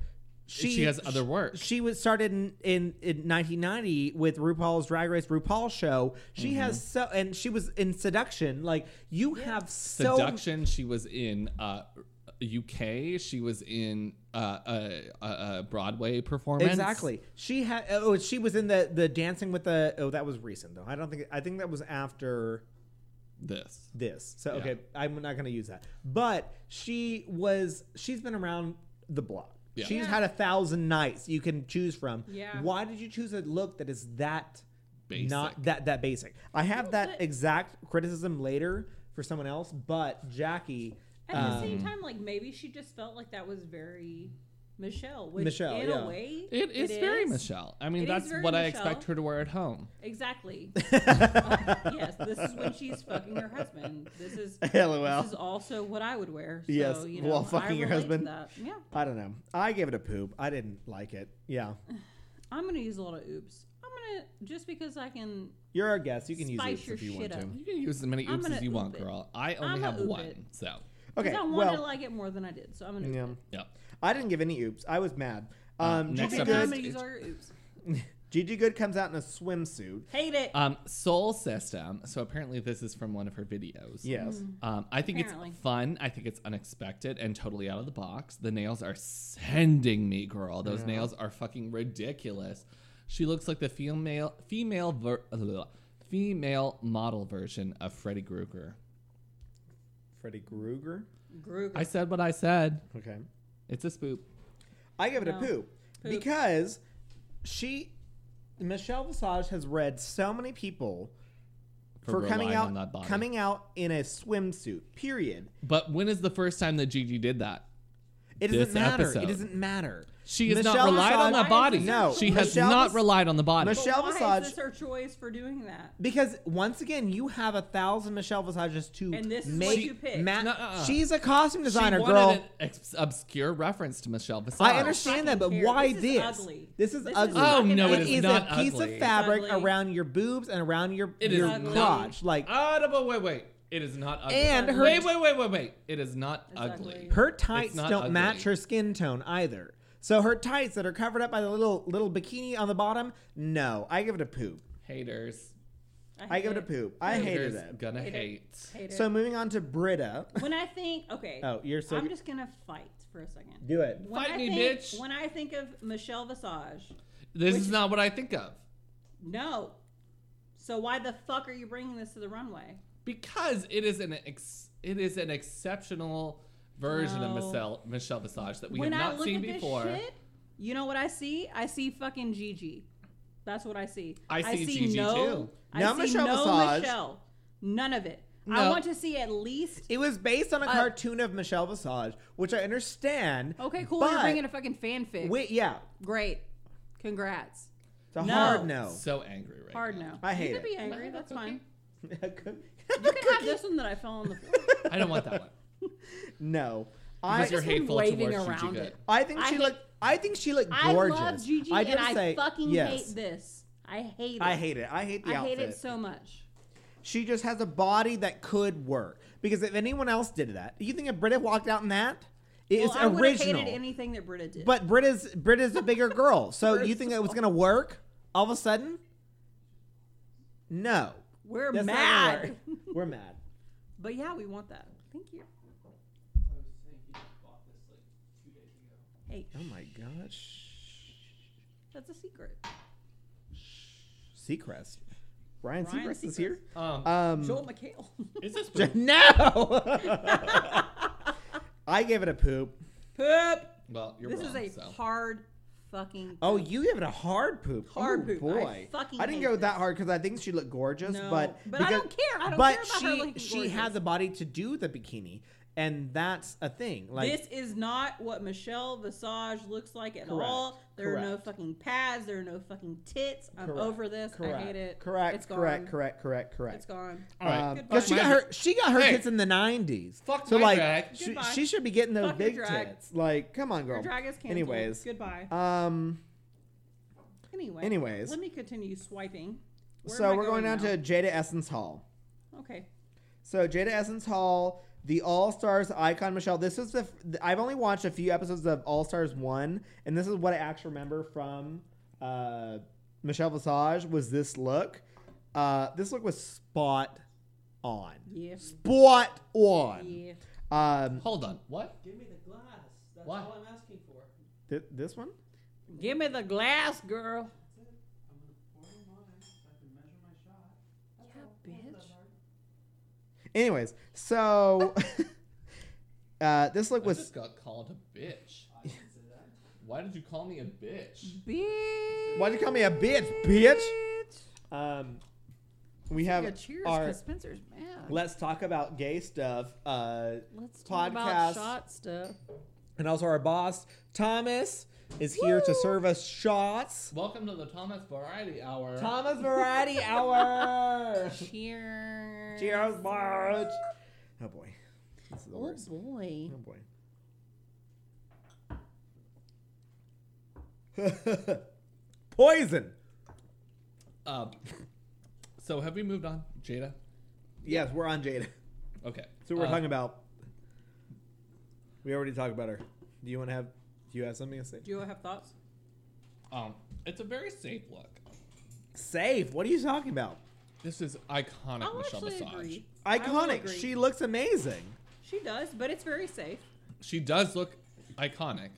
Speaker 1: She has other work.
Speaker 4: She was started in, in, in 1990 with RuPaul's Drag Race RuPaul show. She
Speaker 1: Mm-hmm.
Speaker 4: has so and she was in Seduction. Like you have so
Speaker 1: Seduction. she was in uh, UK. She was in uh, a, a, a Broadway performance.
Speaker 4: Exactly.
Speaker 2: She had oh she was in the the Dancing with the oh that was recent though. I don't think I think that was after
Speaker 1: This.
Speaker 2: this. So
Speaker 1: Yeah.
Speaker 2: okay, I'm not going to use that. But she was she's been around the block.
Speaker 1: Yeah.
Speaker 2: She's
Speaker 1: Yeah.
Speaker 2: had a thousand nights you can choose from.
Speaker 3: Yeah.
Speaker 2: Why did you choose a look that is that
Speaker 1: Basic.
Speaker 2: not that that basic? I have that
Speaker 3: but-
Speaker 2: exact criticism later for someone else, but Jackie um,
Speaker 3: At the same time, like maybe she just felt like that was very Michelle. Which
Speaker 2: Michelle,
Speaker 3: in
Speaker 2: yeah.
Speaker 3: a way,
Speaker 1: It is very Michelle. I mean,
Speaker 3: It is
Speaker 1: that's
Speaker 3: very
Speaker 1: what I
Speaker 3: Michelle.
Speaker 1: expect her to wear at home.
Speaker 3: Exactly. Uh, yes, this is when she's fucking her husband. This is
Speaker 2: LOL.
Speaker 3: This is also what I would wear. So,
Speaker 2: Yes,
Speaker 3: you know,
Speaker 2: while
Speaker 3: I
Speaker 2: fucking your
Speaker 3: relate to
Speaker 2: husband.
Speaker 3: that. Yeah,
Speaker 2: I don't know. I gave it a poop. I didn't like it. Yeah.
Speaker 3: I'm gonna use a lot of oops. I'm gonna just because I can.
Speaker 2: You're our guest. You can
Speaker 3: Spice
Speaker 2: use it
Speaker 3: your
Speaker 2: if you want
Speaker 3: shit up.
Speaker 2: to.
Speaker 1: You can use as many
Speaker 3: I'm
Speaker 1: oops
Speaker 3: gonna
Speaker 1: as you
Speaker 3: oop
Speaker 1: want,
Speaker 3: it.
Speaker 1: girl. I only
Speaker 3: I'ma
Speaker 1: have
Speaker 3: oop
Speaker 1: one,
Speaker 3: it.
Speaker 1: so
Speaker 2: Okay.
Speaker 3: Okay, I wanted
Speaker 2: well,
Speaker 3: to like it more than I did, so I'm gonna.
Speaker 2: yeah.
Speaker 3: oop
Speaker 1: yeah. Uh,
Speaker 2: I didn't give any oops. I was mad. Um,
Speaker 1: next
Speaker 2: Gigi
Speaker 3: it.
Speaker 1: up is-
Speaker 3: I'm
Speaker 2: Good.
Speaker 3: gonna use all your oops.
Speaker 2: Gigi Good comes out in a swimsuit.
Speaker 3: Hate it.
Speaker 1: Um, Soul System. So apparently, this is from one of her videos.
Speaker 2: Yes.
Speaker 3: Mm.
Speaker 1: Um, I think
Speaker 3: Apparently.
Speaker 1: it's fun. I think it's unexpected and totally out of the box. The nails are sending me, girl. Those nails are fucking ridiculous. She looks like the female female ver- ugh, female model version of Freddy Krueger.
Speaker 2: Freddy Krueger.
Speaker 3: Gruger.
Speaker 1: I said what I said.
Speaker 2: Okay.
Speaker 1: It's a spoop.
Speaker 2: I give it a
Speaker 3: No.
Speaker 2: poop, because she, Michelle Visage has read so many people for, coming
Speaker 1: relying on that
Speaker 2: out
Speaker 1: body.
Speaker 2: coming out in a swimsuit. Period.
Speaker 1: But when is the first time that Gigi did that?
Speaker 2: It doesn't
Speaker 1: This
Speaker 2: matter.
Speaker 1: episode.
Speaker 2: It doesn't matter.
Speaker 1: She has not
Speaker 2: Michelle
Speaker 1: relied on
Speaker 2: Visage-
Speaker 1: that body.
Speaker 2: No,
Speaker 1: she has
Speaker 2: Michelle
Speaker 1: not
Speaker 2: Vis-
Speaker 1: relied on the body.
Speaker 3: But
Speaker 2: Mich- Michelle
Speaker 3: why
Speaker 2: Visage-
Speaker 3: is this her choice for doing that?
Speaker 2: Because once again, you have a thousand Michelle Visages to
Speaker 3: And this is
Speaker 2: make.
Speaker 3: what you picked.
Speaker 2: ma-
Speaker 1: No, uh-uh.
Speaker 2: She's a costume
Speaker 1: She
Speaker 2: designer,
Speaker 1: wanted
Speaker 2: girl.
Speaker 1: an ex- obscure reference to Michelle Visage.
Speaker 2: I understand that, but
Speaker 3: Fucking
Speaker 2: why
Speaker 3: care.
Speaker 2: this?
Speaker 3: This is ugly.
Speaker 2: This is
Speaker 3: This is
Speaker 2: ugly.
Speaker 1: Oh,
Speaker 3: fucking
Speaker 1: no, it
Speaker 3: ugly.
Speaker 1: is
Speaker 2: is
Speaker 1: not
Speaker 2: a piece
Speaker 1: ugly.
Speaker 2: of fabric
Speaker 3: Ugly.
Speaker 2: around your boobs and around your
Speaker 1: It is
Speaker 2: your
Speaker 1: ugly.
Speaker 2: crotch. Like
Speaker 1: Ah, no, but wait, wait. It is not ugly.
Speaker 2: And
Speaker 3: her-
Speaker 1: wait, wait, wait, wait, wait. It is not
Speaker 3: It's
Speaker 1: ugly.
Speaker 3: ugly.
Speaker 2: her tights
Speaker 1: not
Speaker 2: don't
Speaker 1: ugly.
Speaker 2: match her skin tone either. So her tights that are covered up by the little little bikini on the bottom. No, I give it a poop.
Speaker 1: Haters.
Speaker 3: hate
Speaker 2: I give it a poop. I hated
Speaker 1: Haters
Speaker 2: it.
Speaker 1: Gonna
Speaker 3: Hate it.
Speaker 1: hate.
Speaker 3: Hate it.
Speaker 2: So moving on to Britta.
Speaker 3: when I think, okay,
Speaker 2: Oh, you're so
Speaker 3: I'm
Speaker 2: good.
Speaker 3: just gonna fight for a second.
Speaker 2: Do it.
Speaker 3: When
Speaker 1: Fight
Speaker 3: I
Speaker 1: me,
Speaker 3: think-
Speaker 1: bitch.
Speaker 3: When I think of Michelle Visage,
Speaker 1: This is not what I think of.
Speaker 3: no. So why the fuck are you bringing this to the runway?
Speaker 1: Because it is an ex- it is an exceptional version of
Speaker 3: No.
Speaker 1: Michelle Michelle Visage that we
Speaker 3: when
Speaker 1: have
Speaker 3: I
Speaker 1: not
Speaker 3: look
Speaker 1: seen
Speaker 3: at
Speaker 1: before.
Speaker 3: this shit, you know what I see? I see fucking Gigi. That's what I see.
Speaker 1: I see Gigi too.
Speaker 2: Now
Speaker 3: I see
Speaker 2: Michelle
Speaker 3: no
Speaker 2: Visage.
Speaker 3: Michelle. None of it. I
Speaker 1: No.
Speaker 3: want to see at least
Speaker 2: It was based
Speaker 3: Uh,
Speaker 2: on a cartoon of Michelle Visage, which I understand.
Speaker 3: Okay, cool.
Speaker 2: But
Speaker 3: You're bringing a fucking fanfic.
Speaker 2: wait, yeah,
Speaker 3: Great. Congrats.
Speaker 2: it's a
Speaker 3: No.
Speaker 2: hard no.
Speaker 1: So angry right
Speaker 3: Hard
Speaker 1: now.
Speaker 3: no.
Speaker 2: I hate
Speaker 3: you could
Speaker 2: it.
Speaker 3: be angry. That's fine.
Speaker 2: you
Speaker 3: You can have this one that I fell on the floor.
Speaker 1: I don't want that one.
Speaker 2: No,
Speaker 1: Because
Speaker 2: I
Speaker 1: you're
Speaker 3: just been
Speaker 1: hateful
Speaker 3: waving
Speaker 1: towards Gigi
Speaker 3: around
Speaker 1: Good.
Speaker 3: it.
Speaker 2: I think
Speaker 3: I
Speaker 2: she
Speaker 3: hate-
Speaker 2: looked. I think she looked
Speaker 3: I
Speaker 2: gorgeous.
Speaker 3: love Gigi
Speaker 2: I
Speaker 3: and
Speaker 2: did
Speaker 3: I
Speaker 2: say-
Speaker 3: fucking
Speaker 2: yes.
Speaker 3: hate this. I hate it.
Speaker 2: I hate it. I hate the
Speaker 3: I
Speaker 2: outfit.
Speaker 3: hate it so much.
Speaker 2: she just has a body that could work. Because if anyone else did that, you think if Britta walked out in that, it's
Speaker 3: well, I would've
Speaker 2: original.
Speaker 3: hated anything that Britta did.
Speaker 2: but Britta's Britta's a bigger girl, so you think it was gonna work all of a sudden? No,
Speaker 3: we're
Speaker 2: That's not gonna
Speaker 3: mad.
Speaker 2: work. We're mad.
Speaker 3: But yeah, we want that. Thank you. Hey,
Speaker 2: Oh my gosh,
Speaker 3: that's a secret.
Speaker 2: Seacrest, Brian,
Speaker 3: Brian
Speaker 2: Seacrest is here.
Speaker 1: Um,
Speaker 2: Um,
Speaker 3: Joel McHale.
Speaker 1: is this poop?
Speaker 2: no. I gave it a poop.
Speaker 3: Poop.
Speaker 1: Well, you're
Speaker 3: This
Speaker 1: wrong.
Speaker 3: is
Speaker 1: so.
Speaker 3: a hard fucking.
Speaker 2: Oh, you gave it a hard poop.
Speaker 3: Hard
Speaker 2: oh,
Speaker 3: poop. I
Speaker 2: Boy,
Speaker 3: fucking
Speaker 2: didn't
Speaker 3: hate
Speaker 2: go that
Speaker 3: this.
Speaker 2: hard because I think she looked gorgeous,
Speaker 3: No,
Speaker 2: but
Speaker 3: but I don't care. I don't
Speaker 2: but
Speaker 3: care about
Speaker 2: she
Speaker 3: her looking
Speaker 2: she had
Speaker 3: gorgeous.
Speaker 2: the body to do the bikini, and that's a thing. Like
Speaker 3: this is not what Michelle Visage looks like at
Speaker 2: Correct.
Speaker 3: all. There are no
Speaker 2: Correct.
Speaker 3: fucking pads. There are no fucking tits. I'm
Speaker 2: correct,
Speaker 3: over this.
Speaker 2: Correct.
Speaker 3: I hate it.
Speaker 2: Correct.
Speaker 3: It's gone.
Speaker 2: correct. Correct. Correct.
Speaker 3: It's
Speaker 2: Correct.
Speaker 3: gone.
Speaker 1: All right.
Speaker 2: Um,
Speaker 3: Goodbye.
Speaker 2: Because she got her, she got her
Speaker 1: Hey.
Speaker 2: tits in the nineties.
Speaker 1: Fuck
Speaker 2: so
Speaker 1: my
Speaker 2: like,
Speaker 1: drag.
Speaker 2: She,
Speaker 3: Goodbye.
Speaker 2: she should be getting those
Speaker 3: Fuck your
Speaker 2: big
Speaker 3: drag.
Speaker 2: tits. Like, come on, girl.
Speaker 3: Your drag is canceled.
Speaker 2: Anyways,
Speaker 3: goodbye.
Speaker 2: um,
Speaker 3: Anyway,
Speaker 2: anyways.
Speaker 3: let me continue swiping. Where
Speaker 2: so
Speaker 3: am I
Speaker 2: we're going, down
Speaker 3: now?
Speaker 2: to Jada Essence Hall.
Speaker 3: okay.
Speaker 2: So Jada Essence Hall the All Stars icon Michelle. This is the f- I've only watched a few episodes of All Stars one, and this is what I actually remember from uh, Michelle Visage was this look. Uh, this look was spot on.
Speaker 3: Yeah.
Speaker 2: Spot on.
Speaker 3: Yeah.
Speaker 2: Um,
Speaker 1: Hold on. What?
Speaker 5: Give me the glass. That's
Speaker 1: Why?
Speaker 5: all I'm asking for.
Speaker 2: th- this one.
Speaker 3: Give me the glass, girl.
Speaker 5: That's it. I'm gonna pour it mine so I can measure my shot. That's
Speaker 3: Yeah,
Speaker 5: all. It's not that
Speaker 3: bitch.
Speaker 5: hard.
Speaker 2: Anyways, so uh, this look
Speaker 1: I
Speaker 2: was
Speaker 1: just got called a bitch.
Speaker 5: I didn't say that.
Speaker 1: Why did you call me a bitch?
Speaker 3: Bitch.
Speaker 2: Why'd you call me a bitch, bitch?
Speaker 6: Um,
Speaker 2: We have
Speaker 3: Yeah, cheers,
Speaker 2: our
Speaker 3: because Spencer's mad.
Speaker 2: let's talk about gay stuff. Uh,
Speaker 3: Let's talk
Speaker 2: podcast.
Speaker 3: about shot stuff.
Speaker 2: and also our boss Thomas is here to serve us shots.
Speaker 1: Welcome to the Thomas Variety Hour.
Speaker 2: Thomas Variety Hour.
Speaker 3: Cheers.
Speaker 2: Cheers, Marge. Oh boy, this is the
Speaker 3: Oh
Speaker 2: worst.
Speaker 3: boy.
Speaker 2: Oh boy.
Speaker 6: poison.
Speaker 1: Um, so have we moved on, Jada?
Speaker 2: Yes, we're on Jada.
Speaker 1: Okay.
Speaker 6: So we're
Speaker 1: Uh,
Speaker 6: talking about. We already talked about her. Do you want to have? Do you have something to say?
Speaker 3: Do you have thoughts?
Speaker 1: Um, it's a very safe look.
Speaker 2: Safe. What are you talking about?
Speaker 1: This is iconic
Speaker 3: I'll
Speaker 1: Michelle
Speaker 3: actually
Speaker 1: Visage.
Speaker 3: agree. I will
Speaker 2: Iconic.
Speaker 3: agree.
Speaker 2: She looks amazing.
Speaker 3: She does, but it's very safe.
Speaker 1: She does look iconic,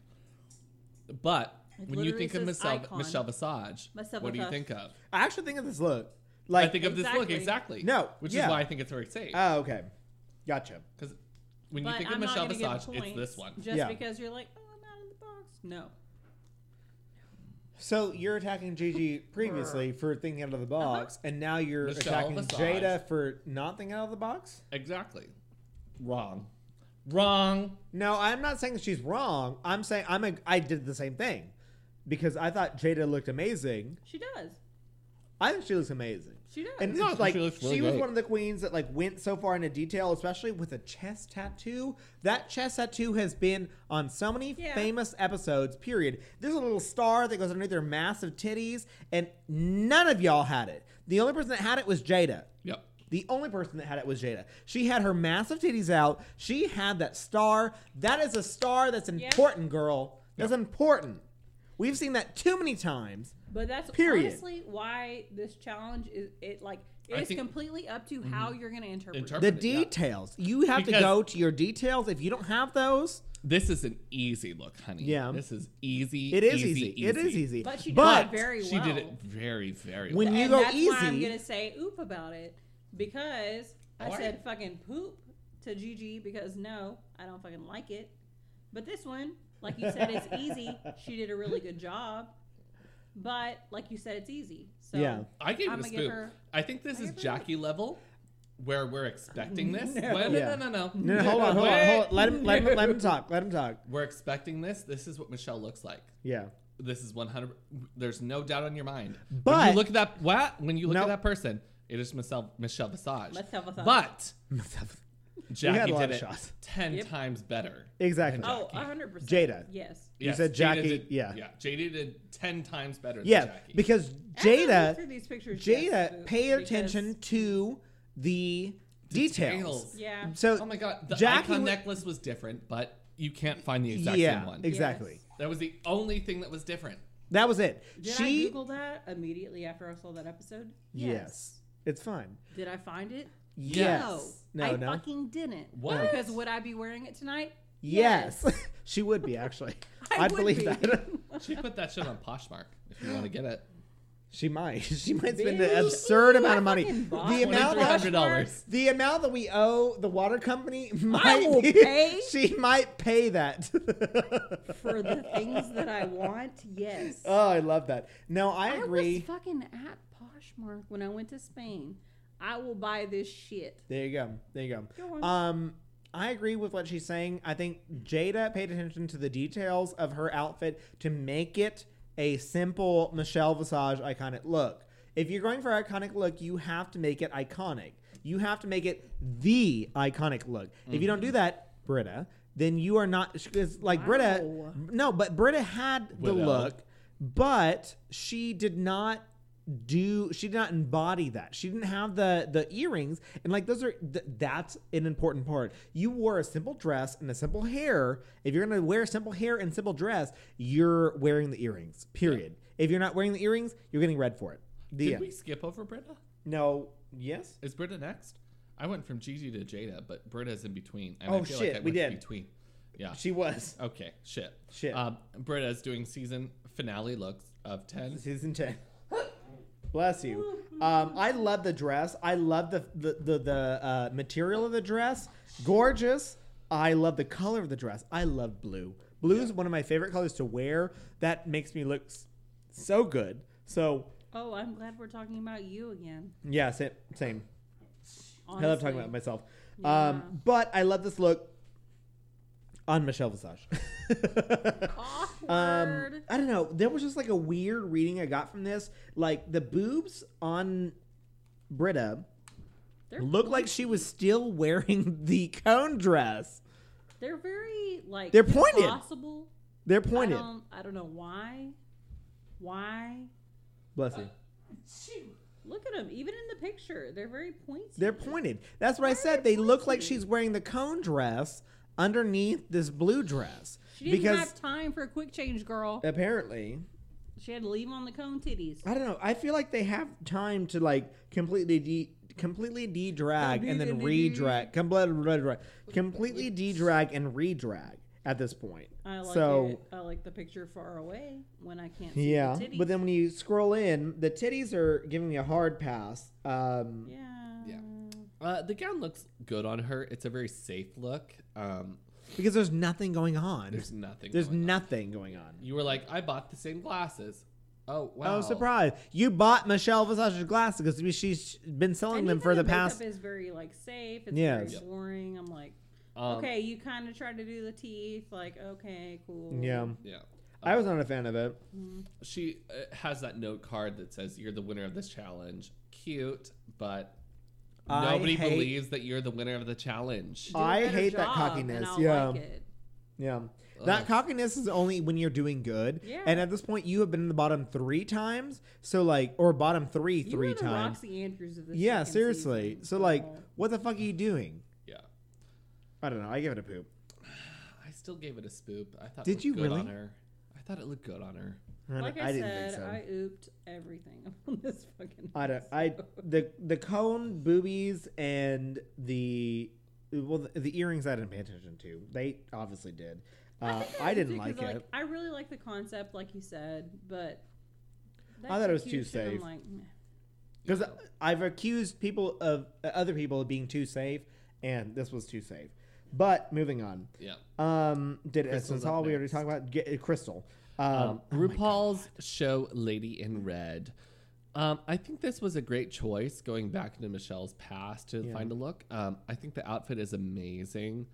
Speaker 1: but
Speaker 3: It
Speaker 1: when you
Speaker 3: literally
Speaker 1: think of
Speaker 3: says
Speaker 1: Michelle,
Speaker 3: icon.
Speaker 1: Michelle Visage,
Speaker 3: Michelle
Speaker 1: what do you
Speaker 3: Visage.
Speaker 1: think of?
Speaker 2: I actually think of this look. Like
Speaker 1: I think of this look
Speaker 3: Exactly.
Speaker 1: exactly.
Speaker 2: No,
Speaker 1: which
Speaker 2: yeah.
Speaker 1: is why I think it's very safe.
Speaker 2: Oh, okay. Gotcha.
Speaker 1: Because when you
Speaker 3: but
Speaker 1: think
Speaker 3: I'm
Speaker 1: of Michelle
Speaker 3: not gonna give
Speaker 1: Visage, it's
Speaker 3: points
Speaker 1: this one.
Speaker 3: Just
Speaker 2: Yeah.
Speaker 3: because you're like, oh, I'm out of the box. No.
Speaker 2: So you're attacking Gigi previously for thinking out of the box,
Speaker 6: Uh-huh.
Speaker 2: and now you're
Speaker 1: Michelle
Speaker 2: attacking
Speaker 1: Visage.
Speaker 2: Jada for not thinking out of the box?
Speaker 1: Exactly. Wrong. Wrong.
Speaker 2: No, I'm not saying that she's wrong. I'm saying I'm a, I did the same thing because I thought Jada looked amazing.
Speaker 3: She does.
Speaker 2: I think she looks amazing.
Speaker 3: She does.
Speaker 2: And
Speaker 1: No, I think
Speaker 2: like
Speaker 1: she
Speaker 2: she,
Speaker 1: looks really
Speaker 2: was
Speaker 1: great.
Speaker 2: one of the queens that like went so far into detail, especially with a chest tattoo. That chest tattoo has been on so many
Speaker 3: Yeah.
Speaker 2: famous episodes. Period. There's a little star that goes underneath their massive titties, and none of y'all had it. The only person that had it was Jada.
Speaker 1: Yep.
Speaker 2: The only person that had it was Jada. She had her massive titties out. She had that star. That is a star that's
Speaker 3: Yeah.
Speaker 2: important, girl. That's important. We've seen that too many times.
Speaker 3: But that's
Speaker 2: Period.
Speaker 3: honestly why this challenge is it like
Speaker 1: I
Speaker 3: it is
Speaker 1: think- Mm-hmm.
Speaker 3: completely up to how you're going to interpret.
Speaker 1: Interpret-
Speaker 3: it.
Speaker 2: The
Speaker 1: Perfect, yeah.
Speaker 2: details. You have to
Speaker 1: Because-
Speaker 2: go to your details. If you don't have those,
Speaker 1: This is an easy look, honey.
Speaker 2: Yeah.
Speaker 1: This is easy.
Speaker 2: it is easy. It is easy.
Speaker 3: But she did
Speaker 2: But
Speaker 3: it very well.
Speaker 1: She did it very, very
Speaker 2: When
Speaker 1: well.
Speaker 2: you
Speaker 3: and
Speaker 2: go
Speaker 3: that's why I'm
Speaker 2: easy-
Speaker 3: gonna say oop about it because I
Speaker 1: Alright.
Speaker 3: said fucking poop to Gigi because no, I don't fucking like it. But this one, like you said, it's easy. She did a really good job, but like you said, it's easy. So
Speaker 2: Yeah.
Speaker 1: I gave it
Speaker 3: I'ma
Speaker 1: a
Speaker 3: give
Speaker 1: spoon.
Speaker 3: her-
Speaker 1: I think this
Speaker 3: I
Speaker 1: is
Speaker 3: give her-
Speaker 1: Jackie level, where we're expecting this.
Speaker 2: No.
Speaker 1: Well, no,
Speaker 2: Yeah.
Speaker 1: no, no, no.
Speaker 2: no, no, hold on, hold on, hold on.
Speaker 1: Wait.
Speaker 2: Let him, let him, let him talk. Let him talk.
Speaker 1: We're expecting this. This is what Michelle looks like.
Speaker 2: Yeah.
Speaker 1: This is 100. There's no doubt on your mind. when
Speaker 2: But-
Speaker 1: you look at that, what? When you look
Speaker 2: No.
Speaker 1: at that person, it is Michelle Michelle Visage.
Speaker 3: Michelle Visage.
Speaker 1: But
Speaker 2: We had
Speaker 1: Jackie
Speaker 2: a lot
Speaker 1: did
Speaker 2: of
Speaker 1: it
Speaker 2: shots.
Speaker 1: ten
Speaker 3: Yep.
Speaker 1: times better.
Speaker 2: exactly.
Speaker 3: oh, hundred percent.
Speaker 2: Jada.
Speaker 3: Yes.
Speaker 2: You said
Speaker 1: Jada
Speaker 2: Jackie-
Speaker 1: did-
Speaker 2: yeah.
Speaker 1: yeah. JD did ten times better. Than
Speaker 2: Yeah,
Speaker 1: Jackie.
Speaker 2: because
Speaker 3: As I look through
Speaker 2: Jada,
Speaker 3: these pictures,
Speaker 2: Jada,
Speaker 3: yes, poop,
Speaker 2: pay
Speaker 3: because-
Speaker 2: attention to the details.
Speaker 1: Details.
Speaker 3: Yeah.
Speaker 2: So,
Speaker 1: oh my god, the
Speaker 2: Jackie
Speaker 1: icon
Speaker 2: wa-
Speaker 1: necklace was different, but you can't find the exact
Speaker 2: yeah,
Speaker 1: same one.
Speaker 2: exactly.
Speaker 3: Yes.
Speaker 1: That was the only thing that was different.
Speaker 2: That was it.
Speaker 3: Did I
Speaker 2: she,
Speaker 3: Google that immediately after I saw that episode?
Speaker 2: yes. it's fine.
Speaker 3: Did I find it?
Speaker 2: Yes.
Speaker 3: No,
Speaker 2: No,
Speaker 3: I
Speaker 2: no.
Speaker 3: fucking didn't.
Speaker 1: What?
Speaker 3: Because would I be wearing it tonight?
Speaker 2: Yes, she would be actually.
Speaker 3: I
Speaker 2: I'd
Speaker 3: would
Speaker 2: believe
Speaker 3: be.
Speaker 2: that.
Speaker 1: She put that shit on Poshmark if you want to get it.
Speaker 2: She might. She might spend
Speaker 3: Bitch.
Speaker 2: an absurd amount of money.
Speaker 3: Fucking boss.
Speaker 2: The amount
Speaker 1: Twenty-three
Speaker 2: that
Speaker 1: hundred dollars.
Speaker 2: the amount that we owe the water company might
Speaker 3: will
Speaker 2: be-
Speaker 3: pay.
Speaker 2: She might pay that.
Speaker 3: For the things that I want, yes.
Speaker 2: oh, I love that. No, I
Speaker 3: I
Speaker 2: agree.
Speaker 3: was fucking at Poshmark when I went to Spain. I will buy this shit.
Speaker 2: there you go. There you go.
Speaker 3: Go on.
Speaker 2: Um, I agree with what she's saying. I think Jada paid attention to the details of her outfit to make it a simple Michelle Visage iconic look. If you're going for iconic look, you have to make it iconic. You have to make it the iconic look. If you don't
Speaker 3: Mm-hmm.
Speaker 2: do that, Britta, then you are not it's like Britta.
Speaker 3: Wow.
Speaker 2: No, but Britta had the
Speaker 1: Widow.
Speaker 2: look, but she did not do she did not embody that she didn't have the the earrings and like those are th- that's an important part you wore a simple dress and a simple hair if you're gonna wear simple hair and simple dress you're wearing the earrings period if you're not wearing the earrings you're getting red for it the
Speaker 1: Did
Speaker 2: end.
Speaker 1: we skip over Britta?
Speaker 2: no yes
Speaker 1: Is Britta next? I went from Gigi to Jada, but Britta's in between. And I
Speaker 2: Oh,
Speaker 1: feel
Speaker 2: shit,
Speaker 1: Like I
Speaker 2: we
Speaker 1: went in
Speaker 2: did.
Speaker 1: Between. Yeah.
Speaker 2: she was
Speaker 1: okay. Shit.
Speaker 2: Shit.
Speaker 1: Um, Britta's doing season finale looks of ten.
Speaker 2: Season ten. Bless you. Um, I love the dress. I love the the the, the uh, material of the dress. Gorgeous. I love the color of the dress. I love blue. Blue is one of my favorite colors to wear. That makes me look s- so good. So
Speaker 3: Oh, I'm glad we're talking about you again.
Speaker 2: yeah, sa- same.
Speaker 3: Honestly.
Speaker 2: I love talking about myself.
Speaker 3: Yeah.
Speaker 2: Um, but I love this look on Michelle Visage.
Speaker 3: Awkward.
Speaker 2: Um, I don't know. There was just like a weird reading I got from this. Like the boobs on Britta
Speaker 3: They're
Speaker 2: looked like she was still wearing the cone dress.
Speaker 3: They're very like
Speaker 2: They're pointed.
Speaker 3: Possible.
Speaker 2: They're pointed.
Speaker 3: I don't, I don't know why. Why?
Speaker 2: Bless you.
Speaker 3: Look at them. Even in the picture, they're very pointy.
Speaker 2: They're pointed. That's what I said. They look like she's wearing the cone dress underneath this blue dress.
Speaker 3: she didn't
Speaker 2: because
Speaker 3: have time for a quick change, girl.
Speaker 2: apparently,
Speaker 3: She had to leave 'em on the cone titties.
Speaker 2: I don't know. I feel like they have time to like completely de completely de drag and then re drag, completely completely de drag and re drag at this point.
Speaker 3: I like
Speaker 2: so
Speaker 3: it. I like the picture far away when I can't see
Speaker 2: yeah,
Speaker 3: the titties.
Speaker 2: but then when you scroll in, the titties are giving me a hard pass. Um,
Speaker 3: yeah.
Speaker 1: Yeah. Uh, the gown looks good on her. It's a very safe look. Um,
Speaker 2: because there's nothing going on.
Speaker 1: there's nothing.
Speaker 2: There's
Speaker 1: going on.
Speaker 2: nothing going on.
Speaker 1: You were like, I bought the same glasses. Oh wow.
Speaker 2: Oh, surprise! You bought Michelle Visage's glasses because she's been selling
Speaker 3: And
Speaker 2: them
Speaker 3: even
Speaker 2: for the
Speaker 3: the makeup
Speaker 2: past.
Speaker 3: is very like safe. It's
Speaker 2: Yeah.
Speaker 3: very
Speaker 2: Yep.
Speaker 3: boring. I'm like,
Speaker 1: Um,
Speaker 3: okay, you kind of try to do the teeth. Like, okay, cool.
Speaker 2: Yeah,
Speaker 1: Yeah.
Speaker 2: I was not a fan of it.
Speaker 1: She uh, has that note card that says, "You're the winner of this challenge." Cute, but
Speaker 2: I
Speaker 1: nobody
Speaker 2: hate- Uh,
Speaker 1: believes that you're the winner of the challenge.
Speaker 3: Do a
Speaker 2: I
Speaker 3: better
Speaker 2: hate that
Speaker 3: job,
Speaker 2: cockiness,
Speaker 3: And I'll
Speaker 2: yeah.
Speaker 3: Like it.
Speaker 2: Yeah. That
Speaker 1: Ugh.
Speaker 2: cockiness is only when you're doing good.
Speaker 3: Yeah.
Speaker 2: And at this point, you have been in the bottom three times. So, like, or bottom three,
Speaker 3: You
Speaker 2: three
Speaker 3: are the
Speaker 2: times.
Speaker 3: Roxy Andrews of this.
Speaker 2: Yeah,
Speaker 3: freaking
Speaker 2: seriously.
Speaker 3: season,
Speaker 2: So, like,
Speaker 3: girl.
Speaker 2: what the fuck are you doing?
Speaker 1: Yeah.
Speaker 2: I don't know. I give it a poop.
Speaker 1: I still gave it a spoop. I thought
Speaker 2: Did
Speaker 1: it looked
Speaker 2: you
Speaker 1: good
Speaker 2: really?
Speaker 1: on her. I thought it looked good on her.
Speaker 2: I don't-
Speaker 3: like I,
Speaker 2: I
Speaker 3: said,
Speaker 2: didn't think so.
Speaker 3: I ooped everything on this fucking.
Speaker 2: I don't. I the the cone boobies and the well the, the earrings I didn't pay attention to. They obviously did. Uh,
Speaker 3: think
Speaker 2: I,
Speaker 3: did
Speaker 2: didn't
Speaker 3: too, 'cause,
Speaker 2: like it.
Speaker 3: I really like the concept, like you said, but that
Speaker 2: I thought it was too
Speaker 3: execution, I'm
Speaker 2: safe.
Speaker 3: like, meh.
Speaker 2: because I've accused people of uh, other people of being too safe, and this was too safe. But moving on.
Speaker 1: Yeah.
Speaker 2: Um, did
Speaker 1: Crystal's
Speaker 2: Essence
Speaker 1: up
Speaker 2: Hall? We already
Speaker 1: next.
Speaker 2: talked about Ge- uh, Crystal. Um, oh my God.
Speaker 1: RuPaul's show Lady in Red. Um, I think this was a great choice going back into Michelle's past to find a look. Um, I think the outfit is amazing.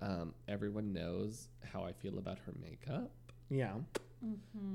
Speaker 1: Um, everyone knows how I feel about her makeup.
Speaker 2: Yeah,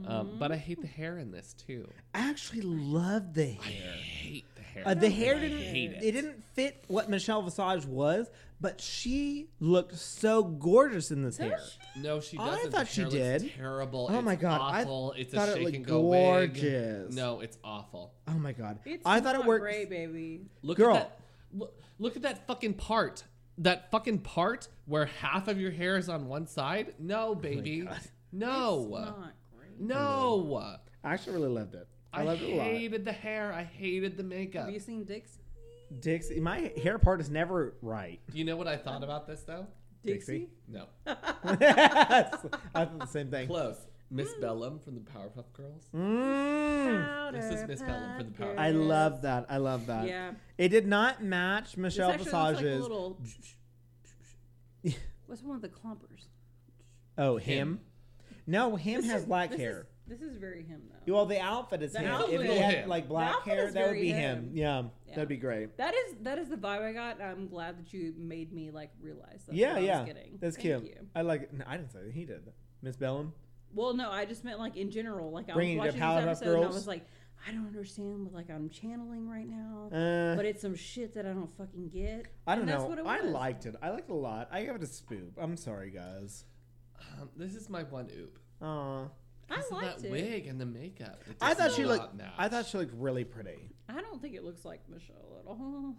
Speaker 1: Um, but I hate the hair in this too.
Speaker 2: I actually love the
Speaker 1: I
Speaker 2: hair.
Speaker 1: hate the hair.
Speaker 2: Uh, the hair
Speaker 1: I
Speaker 2: didn't
Speaker 1: hate
Speaker 2: it. didn't fit what Michelle Visage was, but she looked so gorgeous in this hair.
Speaker 1: No, she
Speaker 2: I
Speaker 1: doesn't. The
Speaker 2: thought she
Speaker 1: hair looks
Speaker 2: did.
Speaker 1: Terrible.
Speaker 2: Oh
Speaker 1: It's
Speaker 2: my God, I
Speaker 1: Awful. it's
Speaker 2: thought
Speaker 1: a
Speaker 2: it
Speaker 1: shake
Speaker 2: looked
Speaker 1: and go
Speaker 2: gorgeous.
Speaker 1: Wig. No, it's awful.
Speaker 2: Oh my god!
Speaker 3: It's
Speaker 2: I thought it
Speaker 3: not
Speaker 2: worked.
Speaker 3: Gray, baby.
Speaker 1: Look
Speaker 2: Girl.
Speaker 1: at that. Look, look at that fucking part. That fucking part where half of your hair is on one side. No, baby.
Speaker 3: It's
Speaker 1: no.
Speaker 3: not great.
Speaker 1: No.
Speaker 2: I actually really loved it. I,
Speaker 1: I
Speaker 2: loved it a lot.
Speaker 1: hated the hair. I hated the makeup.
Speaker 3: Have you seen Dixie?
Speaker 2: Dixie, my hair part is never right.
Speaker 1: Do you know what I thought about this though?
Speaker 3: Dixie?
Speaker 1: No.
Speaker 2: I thought the same thing.
Speaker 1: Close. Miss
Speaker 3: Hmm.
Speaker 1: Bellum from the Powerpuff Girls.
Speaker 2: Mm.
Speaker 1: Hmm. This is Miss Bellum from the Powerpuff.
Speaker 2: I love that. I love that.
Speaker 3: Yeah.
Speaker 2: It did not match
Speaker 3: This
Speaker 2: Michelle
Speaker 3: actually looks like a
Speaker 2: Visage's.
Speaker 3: little. What's one of the clumpers?
Speaker 2: oh, him? No, him
Speaker 3: This
Speaker 2: has
Speaker 3: is-
Speaker 2: black
Speaker 3: this is-
Speaker 2: hair.
Speaker 3: this is very him though.
Speaker 2: Well, the outfit is
Speaker 3: The
Speaker 2: him.
Speaker 3: outfit.
Speaker 2: If he had
Speaker 1: Him.
Speaker 2: like
Speaker 3: The
Speaker 2: black
Speaker 3: outfit
Speaker 2: hair,
Speaker 3: is
Speaker 2: that would
Speaker 3: very
Speaker 2: be him.
Speaker 3: him.
Speaker 2: Yeah,
Speaker 3: Yeah.
Speaker 2: that'd be great.
Speaker 3: That is that is the vibe I got. and I'm glad that you made me like realize that.
Speaker 2: yeah,
Speaker 3: I
Speaker 2: yeah,
Speaker 3: Was getting.
Speaker 2: that's
Speaker 3: Thank
Speaker 2: cute.
Speaker 3: you.
Speaker 2: I like. It. No, I didn't say that. He did. Miss Bellum.
Speaker 3: Well, no, I just meant like in general. Like I
Speaker 2: Bringing it to
Speaker 3: was watching
Speaker 2: Powerpuff
Speaker 3: this episode and
Speaker 2: Girls?
Speaker 3: I was like, I don't understand what like I'm channeling right now,
Speaker 2: Uh,
Speaker 3: but it's some shit that I don't fucking get.
Speaker 2: I don't
Speaker 3: And that's
Speaker 2: know.
Speaker 3: what it
Speaker 2: I
Speaker 3: was.
Speaker 2: liked it. I liked it a lot. I gave it a spoop. I'm sorry, guys.
Speaker 1: Um, this is my one oop.
Speaker 2: Aw.
Speaker 3: I
Speaker 1: Because of
Speaker 3: liked
Speaker 1: that
Speaker 3: it.
Speaker 1: wig and the makeup. It
Speaker 2: I
Speaker 1: does
Speaker 2: thought she
Speaker 1: not
Speaker 2: looked.
Speaker 1: match.
Speaker 2: I thought she looked really pretty.
Speaker 3: I don't think it looks like Michelle at all.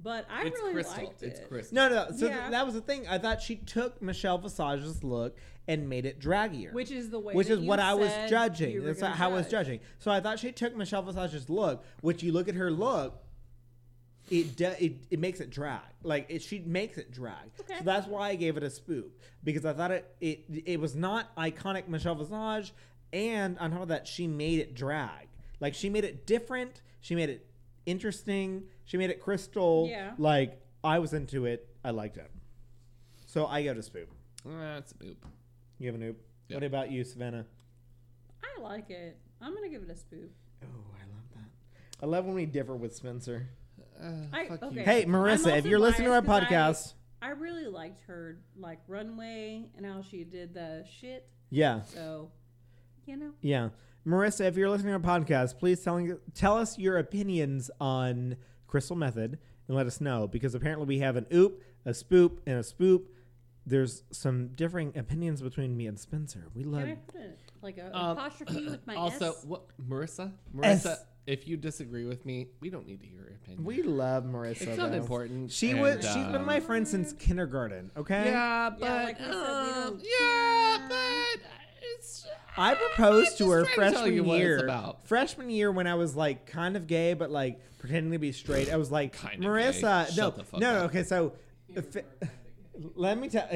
Speaker 3: But I
Speaker 1: it's
Speaker 3: really
Speaker 1: crystal.
Speaker 3: liked it.
Speaker 1: It's crystal.
Speaker 2: No, no. So th-
Speaker 3: Yeah.
Speaker 2: that was the thing. I thought she took Michelle Visage's look and made it draggier,
Speaker 3: Which is the way
Speaker 2: which
Speaker 3: that
Speaker 2: is
Speaker 3: you
Speaker 2: what I was
Speaker 3: said you
Speaker 2: judging.
Speaker 3: were
Speaker 2: That's
Speaker 3: gonna
Speaker 2: how I was
Speaker 3: judge.
Speaker 2: judging. So I thought she took Michelle Visage's look. Which you look at her look, it do, it, it makes it drag. Like it, she makes it drag.
Speaker 3: Okay.
Speaker 2: So that's why I gave it a spook because I thought it it it was not iconic Michelle Visage, and on top of that, she made it drag. Like she made it different. She made it interesting. She made it crystal.
Speaker 3: Yeah.
Speaker 2: Like I was into it. I liked it. So I gave it a spook.
Speaker 1: That's Ah, a boop.
Speaker 2: You have a noob.
Speaker 1: Yeah.
Speaker 2: What about you, Savannah?
Speaker 3: I like it. I'm gonna give it a spoof.
Speaker 2: Oh, I love that. I love when we differ with Spencer.
Speaker 1: Uh,
Speaker 3: I-
Speaker 1: fuck
Speaker 3: okay.
Speaker 1: you.
Speaker 2: Hey,
Speaker 3: I'm
Speaker 2: Marissa, if
Speaker 3: also
Speaker 2: you're listening to our
Speaker 3: biased
Speaker 2: podcast,
Speaker 3: 'cause I really liked her like runway and how she did the shit.
Speaker 2: yeah,
Speaker 3: So, you know,
Speaker 2: yeah. Marissa, if you're listening to our podcast, please tell, tell us your opinions on Crystal Method and let us know because apparently we have an oop, a spoop, and a spoop. There's some differing opinions between me and Spencer. We love
Speaker 3: can I put a, like a
Speaker 1: Um,
Speaker 3: apostrophe with my
Speaker 1: also,
Speaker 3: S?
Speaker 1: what Marissa?
Speaker 2: S.
Speaker 1: Marissa, if you disagree with me, we don't need to hear your opinion.
Speaker 2: we love Marissa.
Speaker 1: it's not
Speaker 2: though.
Speaker 1: important.
Speaker 2: She
Speaker 1: and,
Speaker 2: was she's been
Speaker 1: um,
Speaker 2: my friend since kindergarten, okay?
Speaker 1: Yeah, but
Speaker 3: Yeah, like we said, we
Speaker 1: um,
Speaker 3: don't
Speaker 1: yeah,
Speaker 3: care.
Speaker 1: but it's.
Speaker 2: I proposed to
Speaker 1: just
Speaker 2: her
Speaker 1: trying to tell
Speaker 2: freshman
Speaker 1: you what it's
Speaker 2: year.
Speaker 1: about.
Speaker 2: Freshman year, when I was like kind of gay, but like pretending to be straight, I was like,
Speaker 1: Kind of
Speaker 2: Marissa,
Speaker 1: gay.
Speaker 2: no,
Speaker 1: Shut the fuck
Speaker 2: no, no,
Speaker 1: up.
Speaker 2: okay, so if- let me tell,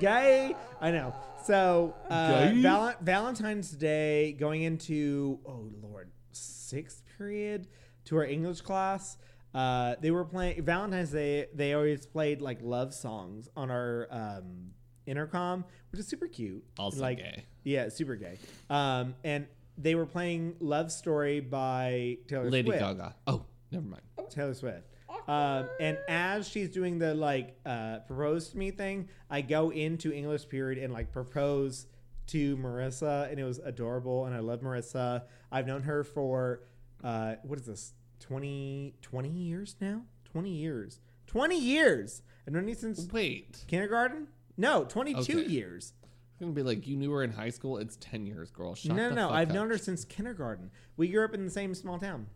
Speaker 2: gay, I know. So uh,
Speaker 1: Gay?
Speaker 2: Val- Valentine's Day, going into oh lord, sixth period to our English class. Uh, they were playing Valentine's Day. They always played like love songs on our um, intercom, which is super cute.
Speaker 1: Also
Speaker 2: like,
Speaker 1: gay.
Speaker 2: yeah, super gay. Um, and they were playing "Love Story" by Taylor
Speaker 1: Lady
Speaker 2: Swift.
Speaker 1: Gaga. Oh, never mind.
Speaker 2: Taylor Swift. Um, and as she's doing the like uh, propose to me thing, I go into English period and like propose to Marissa, and it was adorable. And I love Marissa. I've known her for uh, what is this 20, 20 years now? Twenty years. Twenty years. I've known you since
Speaker 1: Wait, it's
Speaker 2: kindergarten. No, twenty-two
Speaker 1: Okay.
Speaker 2: years.
Speaker 1: gonna be like you knew her in high school. It's ten years, girl. Shut
Speaker 2: no,
Speaker 1: the
Speaker 2: no, no.
Speaker 1: fuck
Speaker 2: I've
Speaker 1: up.
Speaker 2: known her since kindergarten. We grew up in the same small town.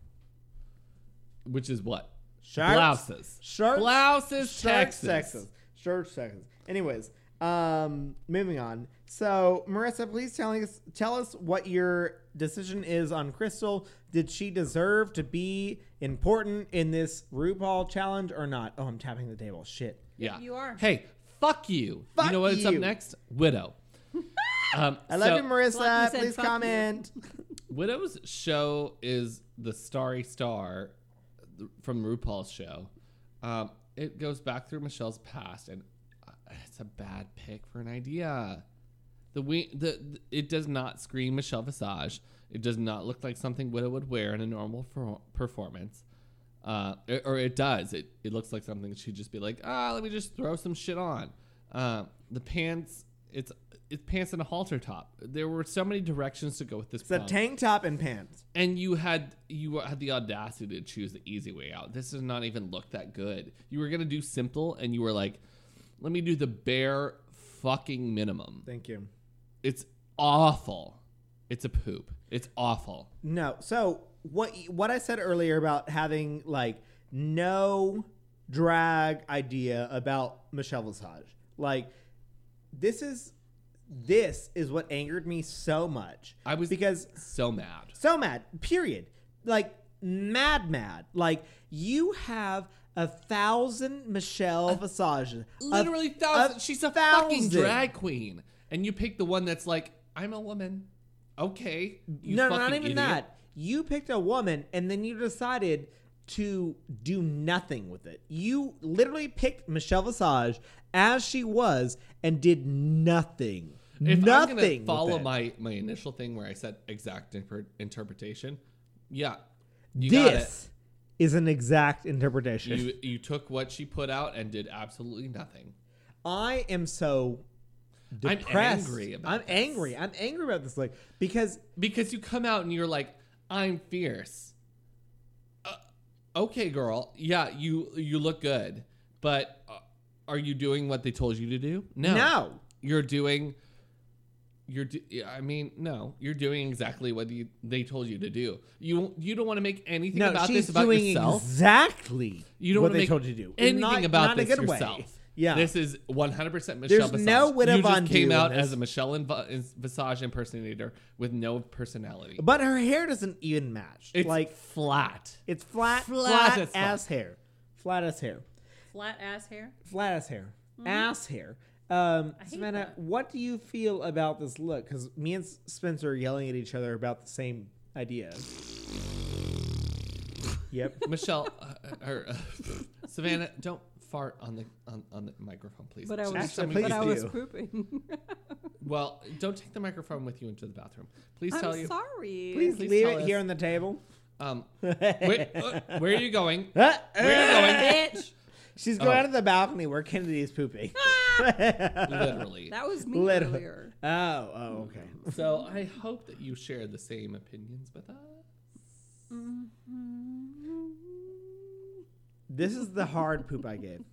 Speaker 1: Which is what?
Speaker 2: Sharks.
Speaker 1: Blouses.
Speaker 2: Sharks.
Speaker 1: Blouses,
Speaker 2: Sharks,
Speaker 1: Texas.
Speaker 2: Texas. Sharks, Texas. Anyways, um, moving on. So, Marissa, please tell us tell us what your decision is on Crystal. Did she deserve to be important in this RuPaul challenge or not? Oh, I'm tapping the table. Shit.
Speaker 1: Yeah.
Speaker 3: You are.
Speaker 1: Hey, fuck you.
Speaker 2: Fuck
Speaker 1: you know what's
Speaker 2: you.
Speaker 1: up next? Widow. um,
Speaker 2: I love
Speaker 1: so
Speaker 2: you, Marissa.
Speaker 3: Like we said,
Speaker 2: please
Speaker 3: fuck you.
Speaker 2: comment.
Speaker 1: Widow's show is the Starry Star th- from RuPaul's show. Um, it goes back through Michelle's past, and uh, it's a bad pick for an idea. The we the, th- it does not scream Michelle Visage. It does not look like something Widow would wear in a normal for- performance. Uh, or- or it does. It, it looks like something she'd just be like, ah, let me just throw some shit on. Uh, the pants, it's it's pants and a halter top. There were so many directions to go with this.
Speaker 2: It's a
Speaker 1: prompt
Speaker 2: tank top and pants.
Speaker 1: and you had you had the audacity to choose the easy way out. This does not even look that good. You were gonna do simple, and you were like, "Let me do the bare fucking minimum."
Speaker 2: Thank you.
Speaker 1: It's awful. It's a poop. It's awful.
Speaker 2: No. So what what I said earlier about having like no drag idea about Michelle Visage, like this is this is what angered me so much.
Speaker 1: I was
Speaker 2: because
Speaker 1: so mad.
Speaker 2: so mad. Period. Like mad, mad. Like you have a thousand Michelle Visages.
Speaker 1: Literally thousands.
Speaker 2: a
Speaker 1: She's a fucking
Speaker 2: thousand.
Speaker 1: drag queen, and you pick the one that's like, "I'm a woman." Okay. You
Speaker 2: no, no,
Speaker 1: fucking
Speaker 2: not even
Speaker 1: idiot.
Speaker 2: that. You picked a woman and then you decided to do nothing with it. You literally picked Michelle Visage as she was and did nothing.
Speaker 1: If
Speaker 2: nothing.
Speaker 1: I'm gonna
Speaker 2: with
Speaker 1: follow
Speaker 2: it.
Speaker 1: my my initial thing where I said exact inter- interpretation, yeah, you
Speaker 2: this is an exact interpretation.
Speaker 1: got it. You you took what she put out and did absolutely nothing.
Speaker 2: I am so
Speaker 1: I'm
Speaker 2: depressed.
Speaker 1: angry about
Speaker 2: I'm
Speaker 1: this.
Speaker 2: angry. I'm angry about this. Like because
Speaker 1: because you come out and you're like, I'm fierce. Uh, okay, girl. Yeah, you you look good, but uh, are you doing what they told you to do? No.
Speaker 2: No.
Speaker 1: You're doing you're do- yeah, I mean, no, you're doing exactly what you, they told you to do. You you don't want to make anything
Speaker 2: No,
Speaker 1: about
Speaker 2: she's
Speaker 1: this about
Speaker 2: doing
Speaker 1: yourself.
Speaker 2: exactly
Speaker 1: you don't
Speaker 2: what
Speaker 1: want
Speaker 2: they
Speaker 1: make
Speaker 2: told you to do.
Speaker 1: anything
Speaker 2: Not-
Speaker 1: about
Speaker 2: not in
Speaker 1: this
Speaker 2: a good way.
Speaker 1: yourself.
Speaker 2: Yeah.
Speaker 1: this is 100 percent Michelle.
Speaker 2: There's
Speaker 1: Visage.
Speaker 2: no Witta
Speaker 1: you just
Speaker 2: Von Du
Speaker 1: came
Speaker 2: in
Speaker 1: out
Speaker 2: this.
Speaker 1: as a Michelle Inv- is- Visage impersonator with no personality.
Speaker 2: but her hair doesn't even match.
Speaker 1: It's
Speaker 2: like
Speaker 1: flat.
Speaker 2: it's flat,
Speaker 1: flat
Speaker 2: flat,
Speaker 1: as fuck.
Speaker 2: ass hair, flat as hair,
Speaker 3: Flat ass hair.
Speaker 2: flat as hair, ass hair. Um,
Speaker 3: hate
Speaker 2: Savannah,
Speaker 3: that.
Speaker 2: what do you feel about this look? Because me and Spencer are yelling at each other about the same idea. yep.
Speaker 1: Michelle uh, or uh, Savannah, don't fart on the on, on the microphone, please.
Speaker 3: But I was,
Speaker 1: Just
Speaker 2: Actually,
Speaker 1: something-
Speaker 3: but I was
Speaker 2: do.
Speaker 3: pooping.
Speaker 1: well, don't take the microphone with you into the bathroom. Please tell
Speaker 3: I'm
Speaker 1: you.
Speaker 3: sorry.
Speaker 2: Please,
Speaker 1: Please
Speaker 2: leave
Speaker 1: tell
Speaker 2: it here
Speaker 1: us.
Speaker 2: on the table.
Speaker 1: Um, where, uh, where are you going?
Speaker 2: Ah,
Speaker 1: Where
Speaker 2: ah.
Speaker 1: are you
Speaker 3: Bitch.
Speaker 2: She's
Speaker 1: Uh, Oh.
Speaker 2: going out of the balcony where Kennedy's pooping.
Speaker 1: going? Literally.
Speaker 3: That was me
Speaker 2: Literally.
Speaker 3: earlier.
Speaker 2: Oh, oh, okay.
Speaker 1: So I hope that you share the same opinions with us.
Speaker 2: This is the hard poop I gave.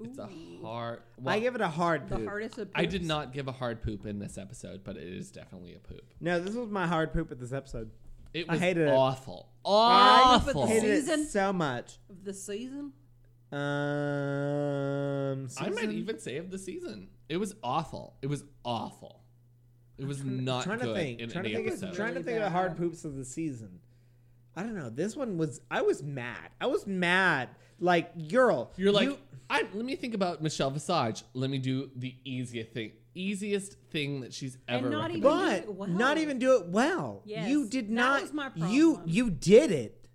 Speaker 1: It's a
Speaker 3: Ooh.
Speaker 1: hard.
Speaker 2: I
Speaker 1: Well,
Speaker 2: give it a hard
Speaker 3: The
Speaker 2: poop.
Speaker 3: hardest of
Speaker 1: I did
Speaker 3: poops.
Speaker 1: not give a hard poop in this episode, but it is definitely a poop.
Speaker 2: no, this was my hard poop at this episode.
Speaker 1: It
Speaker 2: I
Speaker 1: was
Speaker 2: hated it.
Speaker 1: awful.
Speaker 3: I would put the
Speaker 1: Awful.
Speaker 2: Hated
Speaker 3: Season?
Speaker 2: it so much.
Speaker 3: Of the season?
Speaker 2: Um,
Speaker 1: I might
Speaker 2: season-
Speaker 1: even save the season. It was awful. It was awful. It was
Speaker 2: I'm
Speaker 1: not
Speaker 2: trying
Speaker 1: good
Speaker 2: to think.
Speaker 1: in
Speaker 2: trying
Speaker 1: any
Speaker 2: to think. of-
Speaker 1: episode.
Speaker 2: trying to
Speaker 3: Really
Speaker 2: think of the
Speaker 3: bad.
Speaker 2: hard poops of the season. I don't know. This one was. I was mad. I was mad. Like girl,
Speaker 1: You're like,
Speaker 2: you-
Speaker 1: I, let me think about Michelle Visage. Let me do the easiest thing, easiest thing that she's ever.
Speaker 3: not even-
Speaker 1: recommended.
Speaker 2: but
Speaker 3: do it well.
Speaker 2: not even do it well.
Speaker 3: Yes,
Speaker 2: you did
Speaker 3: that
Speaker 2: not.
Speaker 3: was my
Speaker 2: You
Speaker 3: problem.
Speaker 2: you did it.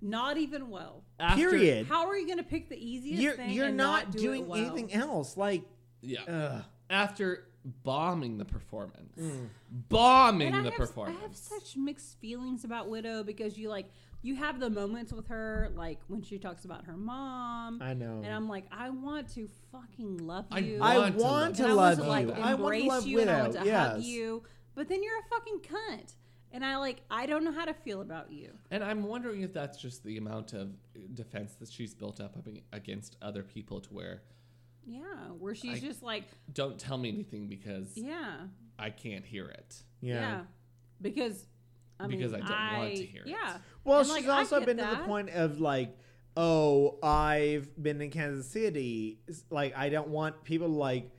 Speaker 3: Not even well.
Speaker 1: After-
Speaker 2: period.
Speaker 3: How are you going to pick the easiest
Speaker 2: you're
Speaker 3: thing?
Speaker 2: you're
Speaker 3: and
Speaker 2: not,
Speaker 3: do it
Speaker 2: doing
Speaker 3: well?
Speaker 2: anything else. Like,
Speaker 1: Yeah.
Speaker 2: ugh.
Speaker 1: After bombing the performance, bombing
Speaker 3: And I
Speaker 1: the
Speaker 3: have,
Speaker 1: performance.
Speaker 3: I have such mixed feelings about Widow because you like you have the moments with her, like when she talks about her mom.
Speaker 2: I know.
Speaker 3: And I'm like, I want to fucking love
Speaker 1: I
Speaker 3: you.
Speaker 1: want
Speaker 2: I
Speaker 1: to
Speaker 2: want
Speaker 1: love
Speaker 2: to
Speaker 3: and
Speaker 2: love
Speaker 3: I
Speaker 2: you.
Speaker 3: want to like
Speaker 2: I want
Speaker 3: embrace
Speaker 2: to love
Speaker 3: you and I want
Speaker 2: widow.
Speaker 3: to hug
Speaker 2: Yes.
Speaker 3: you. But then you're a fucking cunt. And I like I don't know how to feel about you.
Speaker 1: And I'm wondering if that's just the amount of uh, defense that she's built up ag- against other people to where
Speaker 3: Yeah. Where she's
Speaker 1: I-
Speaker 3: just like,
Speaker 1: don't tell me anything because
Speaker 3: Yeah.
Speaker 1: I can't hear it.
Speaker 3: Yeah. Because I mean,
Speaker 1: Because I don't want to hear it.
Speaker 3: Yeah.
Speaker 2: Well,
Speaker 3: And,
Speaker 2: she's
Speaker 3: like, I
Speaker 2: also
Speaker 3: get
Speaker 2: been to the
Speaker 3: that.
Speaker 2: point of like, oh, I've been in Kansas City. It's Like, I don't want people to like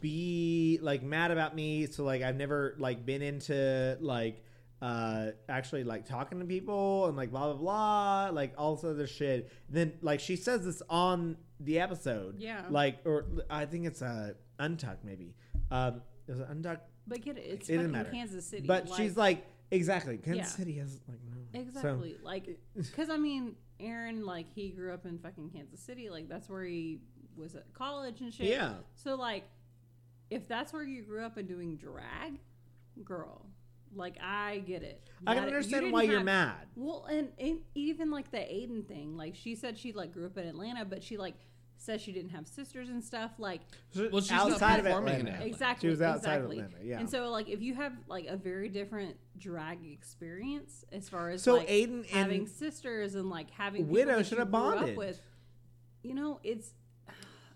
Speaker 2: be like mad about me. So like, I've never like been into like uh actually like talking to people and like blah blah blah like all this other shit then like she says this on the episode
Speaker 3: Yeah.
Speaker 2: like or i think it's uh untucked maybe um it was untucked
Speaker 3: But get it, it's
Speaker 2: It doesn't
Speaker 3: fucking
Speaker 2: matter.
Speaker 3: Kansas City.
Speaker 2: but she's like exactly kansas
Speaker 3: Yeah.
Speaker 2: city has like no so-
Speaker 3: Exactly. like, because I mean, Aaron, like, he grew up in fucking Kansas City. Like, that's where he was at college and shit.
Speaker 2: Yeah.
Speaker 3: So, like, if that's where you grew up and doing drag, girl, like, I get it.
Speaker 2: I can
Speaker 3: That- you
Speaker 2: understand
Speaker 3: didn't
Speaker 2: why you're
Speaker 3: have-
Speaker 2: mad.
Speaker 3: Well, and, and even like the Aiden thing, like, she said she, like, grew up in Atlanta, but she, like, says she didn't have sisters and stuff. Like,
Speaker 1: Well, she's
Speaker 2: outside
Speaker 1: not
Speaker 2: of
Speaker 1: performing in
Speaker 2: Atlanta.
Speaker 1: Atlanta.
Speaker 3: Exactly.
Speaker 2: She was outside of
Speaker 3: exactly.
Speaker 2: Atlanta, yeah.
Speaker 3: And so, like, if you have like a very different drag experience as far as
Speaker 2: So
Speaker 3: like,
Speaker 2: Aiden and-
Speaker 3: having sisters and like having people
Speaker 2: Widow
Speaker 3: that
Speaker 2: should
Speaker 3: you
Speaker 2: have
Speaker 3: grew up
Speaker 2: bonded.
Speaker 3: with, you know, it's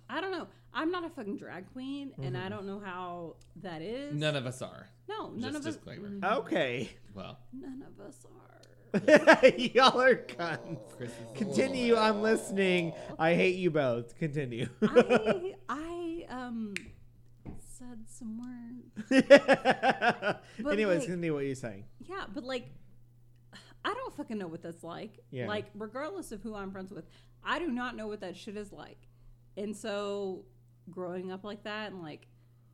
Speaker 3: I don't know. I'm not a fucking drag queen, and
Speaker 2: Mm-hmm.
Speaker 3: I don't know how that is.
Speaker 1: None of us are.
Speaker 3: no, none
Speaker 1: just
Speaker 3: of us. mm,
Speaker 1: disclaimer.
Speaker 2: Okay.
Speaker 1: Well,
Speaker 3: None of us are.
Speaker 2: Y'all are cunts.
Speaker 1: Chris is Oh.
Speaker 2: Continue. I'm listening. I hate you both. Continue.
Speaker 3: I I um said some words.
Speaker 2: Anyways,
Speaker 3: like-
Speaker 2: continue what you're saying.
Speaker 3: Yeah, but like, I don't fucking know what that's like.
Speaker 2: Yeah.
Speaker 3: Like, regardless of who I'm friends with, I do not know what that shit is like. And so, growing up like that and like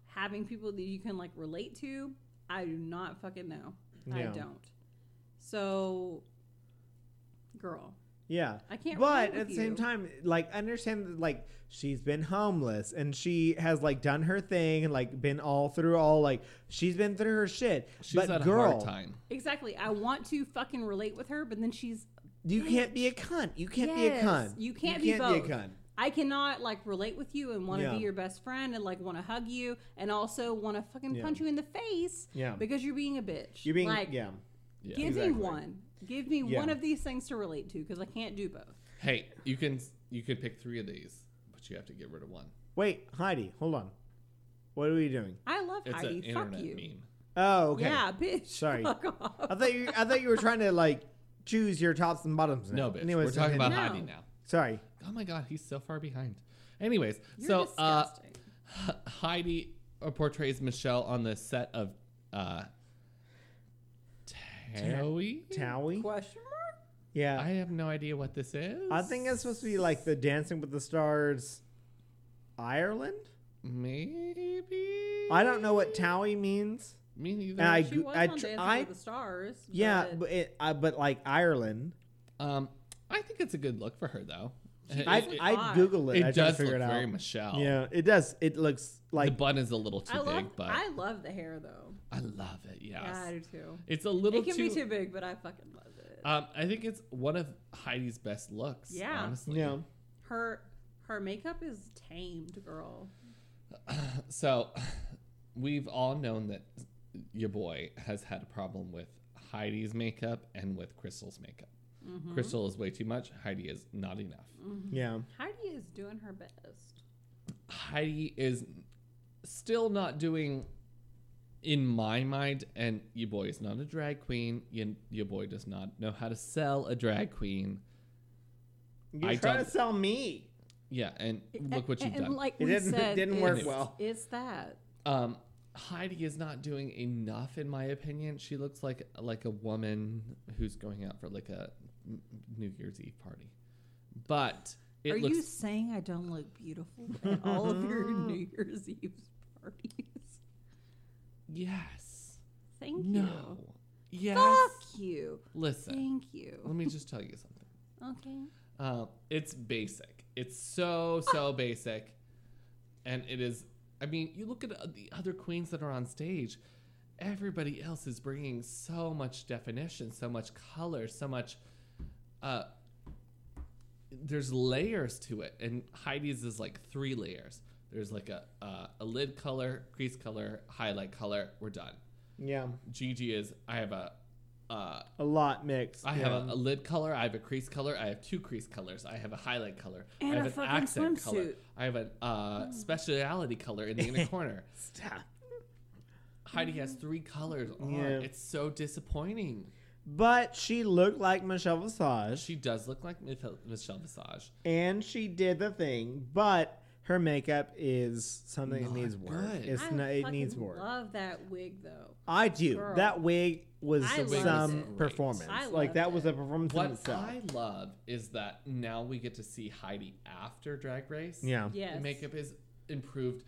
Speaker 3: having people that you can like relate to, I do not fucking know. I
Speaker 2: Yeah.
Speaker 3: don't. So, girl,
Speaker 2: Yeah.
Speaker 3: I can't.
Speaker 2: But
Speaker 3: relate with
Speaker 2: at the same
Speaker 3: you.
Speaker 2: time, like understand that like she's been homeless and she has like done her thing and like been all through all like she's been through her shit.
Speaker 1: She's
Speaker 2: but
Speaker 1: had
Speaker 2: girl,
Speaker 1: a hard time.
Speaker 3: exactly, I want to fucking relate with her, but then she's.
Speaker 2: you can't be a cunt. You can't be a
Speaker 3: Yes,
Speaker 2: cunt.
Speaker 3: you can't
Speaker 2: you
Speaker 3: be
Speaker 2: can't
Speaker 3: both.
Speaker 2: be a cunt.
Speaker 3: I cannot like relate with you and want to
Speaker 2: Yeah.
Speaker 3: be your best friend and like want to hug you and also want to fucking
Speaker 2: Yeah.
Speaker 3: punch you in the face
Speaker 2: Yeah.
Speaker 3: because you're being a bitch.
Speaker 2: Um, You're being
Speaker 3: like,
Speaker 2: yeah.
Speaker 1: Yeah.
Speaker 3: give
Speaker 2: exactly.
Speaker 3: me one. Give me
Speaker 2: Yeah.
Speaker 3: one of these things to relate to because I can't do both.
Speaker 1: Hey, you can you can pick three of these, but you have to get rid of one.
Speaker 2: Wait, Heidi, hold on. What are we doing?
Speaker 3: I love
Speaker 1: It's an
Speaker 3: Heidi. Fuck
Speaker 1: internet
Speaker 3: you.
Speaker 1: meme.
Speaker 2: Oh, okay.
Speaker 3: Yeah, bitch.
Speaker 2: Sorry.
Speaker 3: Fuck off.
Speaker 2: I thought you. I thought you were trying to like choose your tops and bottoms.
Speaker 1: No, bitch.
Speaker 2: Anyways,
Speaker 1: We're talking about
Speaker 2: continue.
Speaker 3: No.
Speaker 1: Heidi now.
Speaker 2: Sorry.
Speaker 1: Oh my god, he's so far behind. Anyways,
Speaker 3: You're
Speaker 1: so uh,
Speaker 3: disgusting.
Speaker 1: Heidi portrays Michelle on the set of uh, Towie.
Speaker 2: Towie.
Speaker 3: Question mark?
Speaker 2: Yeah.
Speaker 1: I have no idea what this is.
Speaker 2: I think it's supposed to be like the Dancing with the Stars, Ireland.
Speaker 1: maybe.
Speaker 2: I don't know what Towie means.
Speaker 1: Me neither.
Speaker 2: And I,
Speaker 3: She
Speaker 2: go-
Speaker 3: was
Speaker 2: I,
Speaker 3: on
Speaker 2: tr-
Speaker 3: Dancing
Speaker 2: I
Speaker 3: with the Stars.
Speaker 2: yeah,
Speaker 3: but-
Speaker 2: but it, I, but like Ireland,
Speaker 1: um, I think it's a good look for her though. It,
Speaker 2: I
Speaker 1: it-
Speaker 2: I
Speaker 3: odd.
Speaker 2: Google
Speaker 1: it
Speaker 2: it. I try to
Speaker 1: does
Speaker 2: figure
Speaker 1: look
Speaker 2: it out.
Speaker 1: very Michelle.
Speaker 2: Yeah, it does. It looks
Speaker 1: the
Speaker 2: like
Speaker 1: bun is a little too
Speaker 3: I love,
Speaker 1: big, but I,
Speaker 3: I love the hair though.
Speaker 1: love it. Yes,
Speaker 3: Yeah, I do too.
Speaker 1: it's a little
Speaker 3: It can
Speaker 1: too.
Speaker 3: be too big, but I fucking love it.
Speaker 1: um, I think it's one of Heidi's best looks.
Speaker 3: Yeah.
Speaker 1: honestly.
Speaker 2: yeah.
Speaker 3: her her makeup is tamed, girl.
Speaker 1: So, we've all known that your boy has had a problem with Heidi's makeup and with Crystal's makeup.
Speaker 3: Mm-hmm.
Speaker 1: Crystal is way too much. Heidi is not enough.
Speaker 2: Yeah.
Speaker 3: Heidi is doing her best.
Speaker 1: Heidi is still not doing, in my mind, and your boy is not a drag queen. Your, your boy does not know how to sell a drag queen.
Speaker 2: You're
Speaker 1: I
Speaker 2: trying to
Speaker 1: don't-
Speaker 2: sell me.
Speaker 1: Yeah, and look what
Speaker 3: And-
Speaker 1: you've done.
Speaker 3: And like
Speaker 2: It
Speaker 3: we
Speaker 2: didn't- it
Speaker 3: said,
Speaker 2: didn't work
Speaker 3: it's-
Speaker 2: well.
Speaker 3: It's that.
Speaker 1: um, Heidi is not doing enough, in my opinion. She looks like like a woman who's going out for like a n- New Year's Eve party, but it
Speaker 3: Are
Speaker 1: looks
Speaker 3: you saying I don't look beautiful at all of your New Year's Eve parties?
Speaker 1: yes,
Speaker 3: Thank
Speaker 1: no,
Speaker 3: you.
Speaker 1: yes.
Speaker 3: Fuck you.
Speaker 1: Listen,
Speaker 3: Thank
Speaker 1: let
Speaker 3: you.
Speaker 1: me just tell you something.
Speaker 3: Okay.
Speaker 1: Uh, it's basic. It's so so basic, and it is. I mean, you look at uh, the other queens that are on stage. Everybody else is bringing so much definition, so much color, so much. Uh, there's layers to it, and Heidi's is like three layers. There's like a uh, a lid color, crease color, highlight color. We're done.
Speaker 2: Yeah,
Speaker 1: Gigi is. I have a. Uh,
Speaker 2: a lot mixed.
Speaker 1: I
Speaker 2: yeah.
Speaker 1: have a, a lid color. I have a crease color. I have two crease colors. I have a highlight color.
Speaker 3: And
Speaker 1: I
Speaker 3: a
Speaker 1: have an
Speaker 3: fucking
Speaker 1: accent color.
Speaker 3: swimsuit.
Speaker 1: I have a
Speaker 2: Mm.
Speaker 1: uh, speciality color in the inner corner.
Speaker 2: Stop.
Speaker 1: Heidi has three colors on.
Speaker 2: Yeah.
Speaker 1: It's so disappointing.
Speaker 2: But she looked like Michelle Visage,
Speaker 1: She does look like Mif- Michelle Visage.
Speaker 2: and she did the thing. But her makeup is something that
Speaker 1: Not
Speaker 2: needs work.
Speaker 1: good.
Speaker 2: It's
Speaker 3: I
Speaker 2: not. It
Speaker 3: fucking
Speaker 2: needs work.
Speaker 3: Love that wig though.
Speaker 2: I do.
Speaker 3: Girl.
Speaker 2: That wig was
Speaker 3: I loved
Speaker 2: some
Speaker 3: it. Great.
Speaker 2: performance.
Speaker 3: I
Speaker 2: like that
Speaker 3: loved
Speaker 2: was a performance in
Speaker 1: What
Speaker 2: itself.
Speaker 1: I love is that now we get to see Heidi after Drag Race.
Speaker 2: yeah.
Speaker 3: Yes. Oh
Speaker 1: The Um, makeup is improved.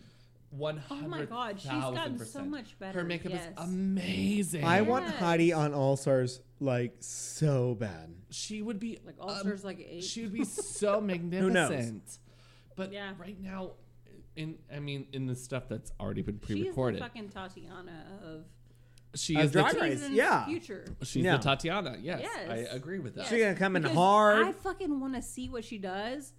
Speaker 1: One hundred.
Speaker 3: God, she's gotten so much better,
Speaker 1: Her makeup
Speaker 3: yes.
Speaker 1: is amazing.
Speaker 2: I want
Speaker 3: Yes.
Speaker 2: Heidi on All Stars like so bad.
Speaker 1: she would be
Speaker 3: Like
Speaker 1: um,
Speaker 3: ulcers, like eight.
Speaker 1: She would be so magnificent. But
Speaker 3: Yeah.
Speaker 1: right now, in I mean, in the stuff that's already been
Speaker 3: She is the
Speaker 1: pre-recorded,
Speaker 3: fucking Tatiana of
Speaker 1: she
Speaker 2: Of
Speaker 1: is the,
Speaker 2: Drag
Speaker 1: Ta-
Speaker 2: Race,
Speaker 3: season's
Speaker 2: yeah.
Speaker 3: future.
Speaker 1: she's
Speaker 2: No.
Speaker 1: the Tatiana. Yes,
Speaker 3: Yes.
Speaker 1: I agree with that.
Speaker 2: She's gonna come in
Speaker 3: Because
Speaker 2: hard.
Speaker 3: I fucking want to see what she does.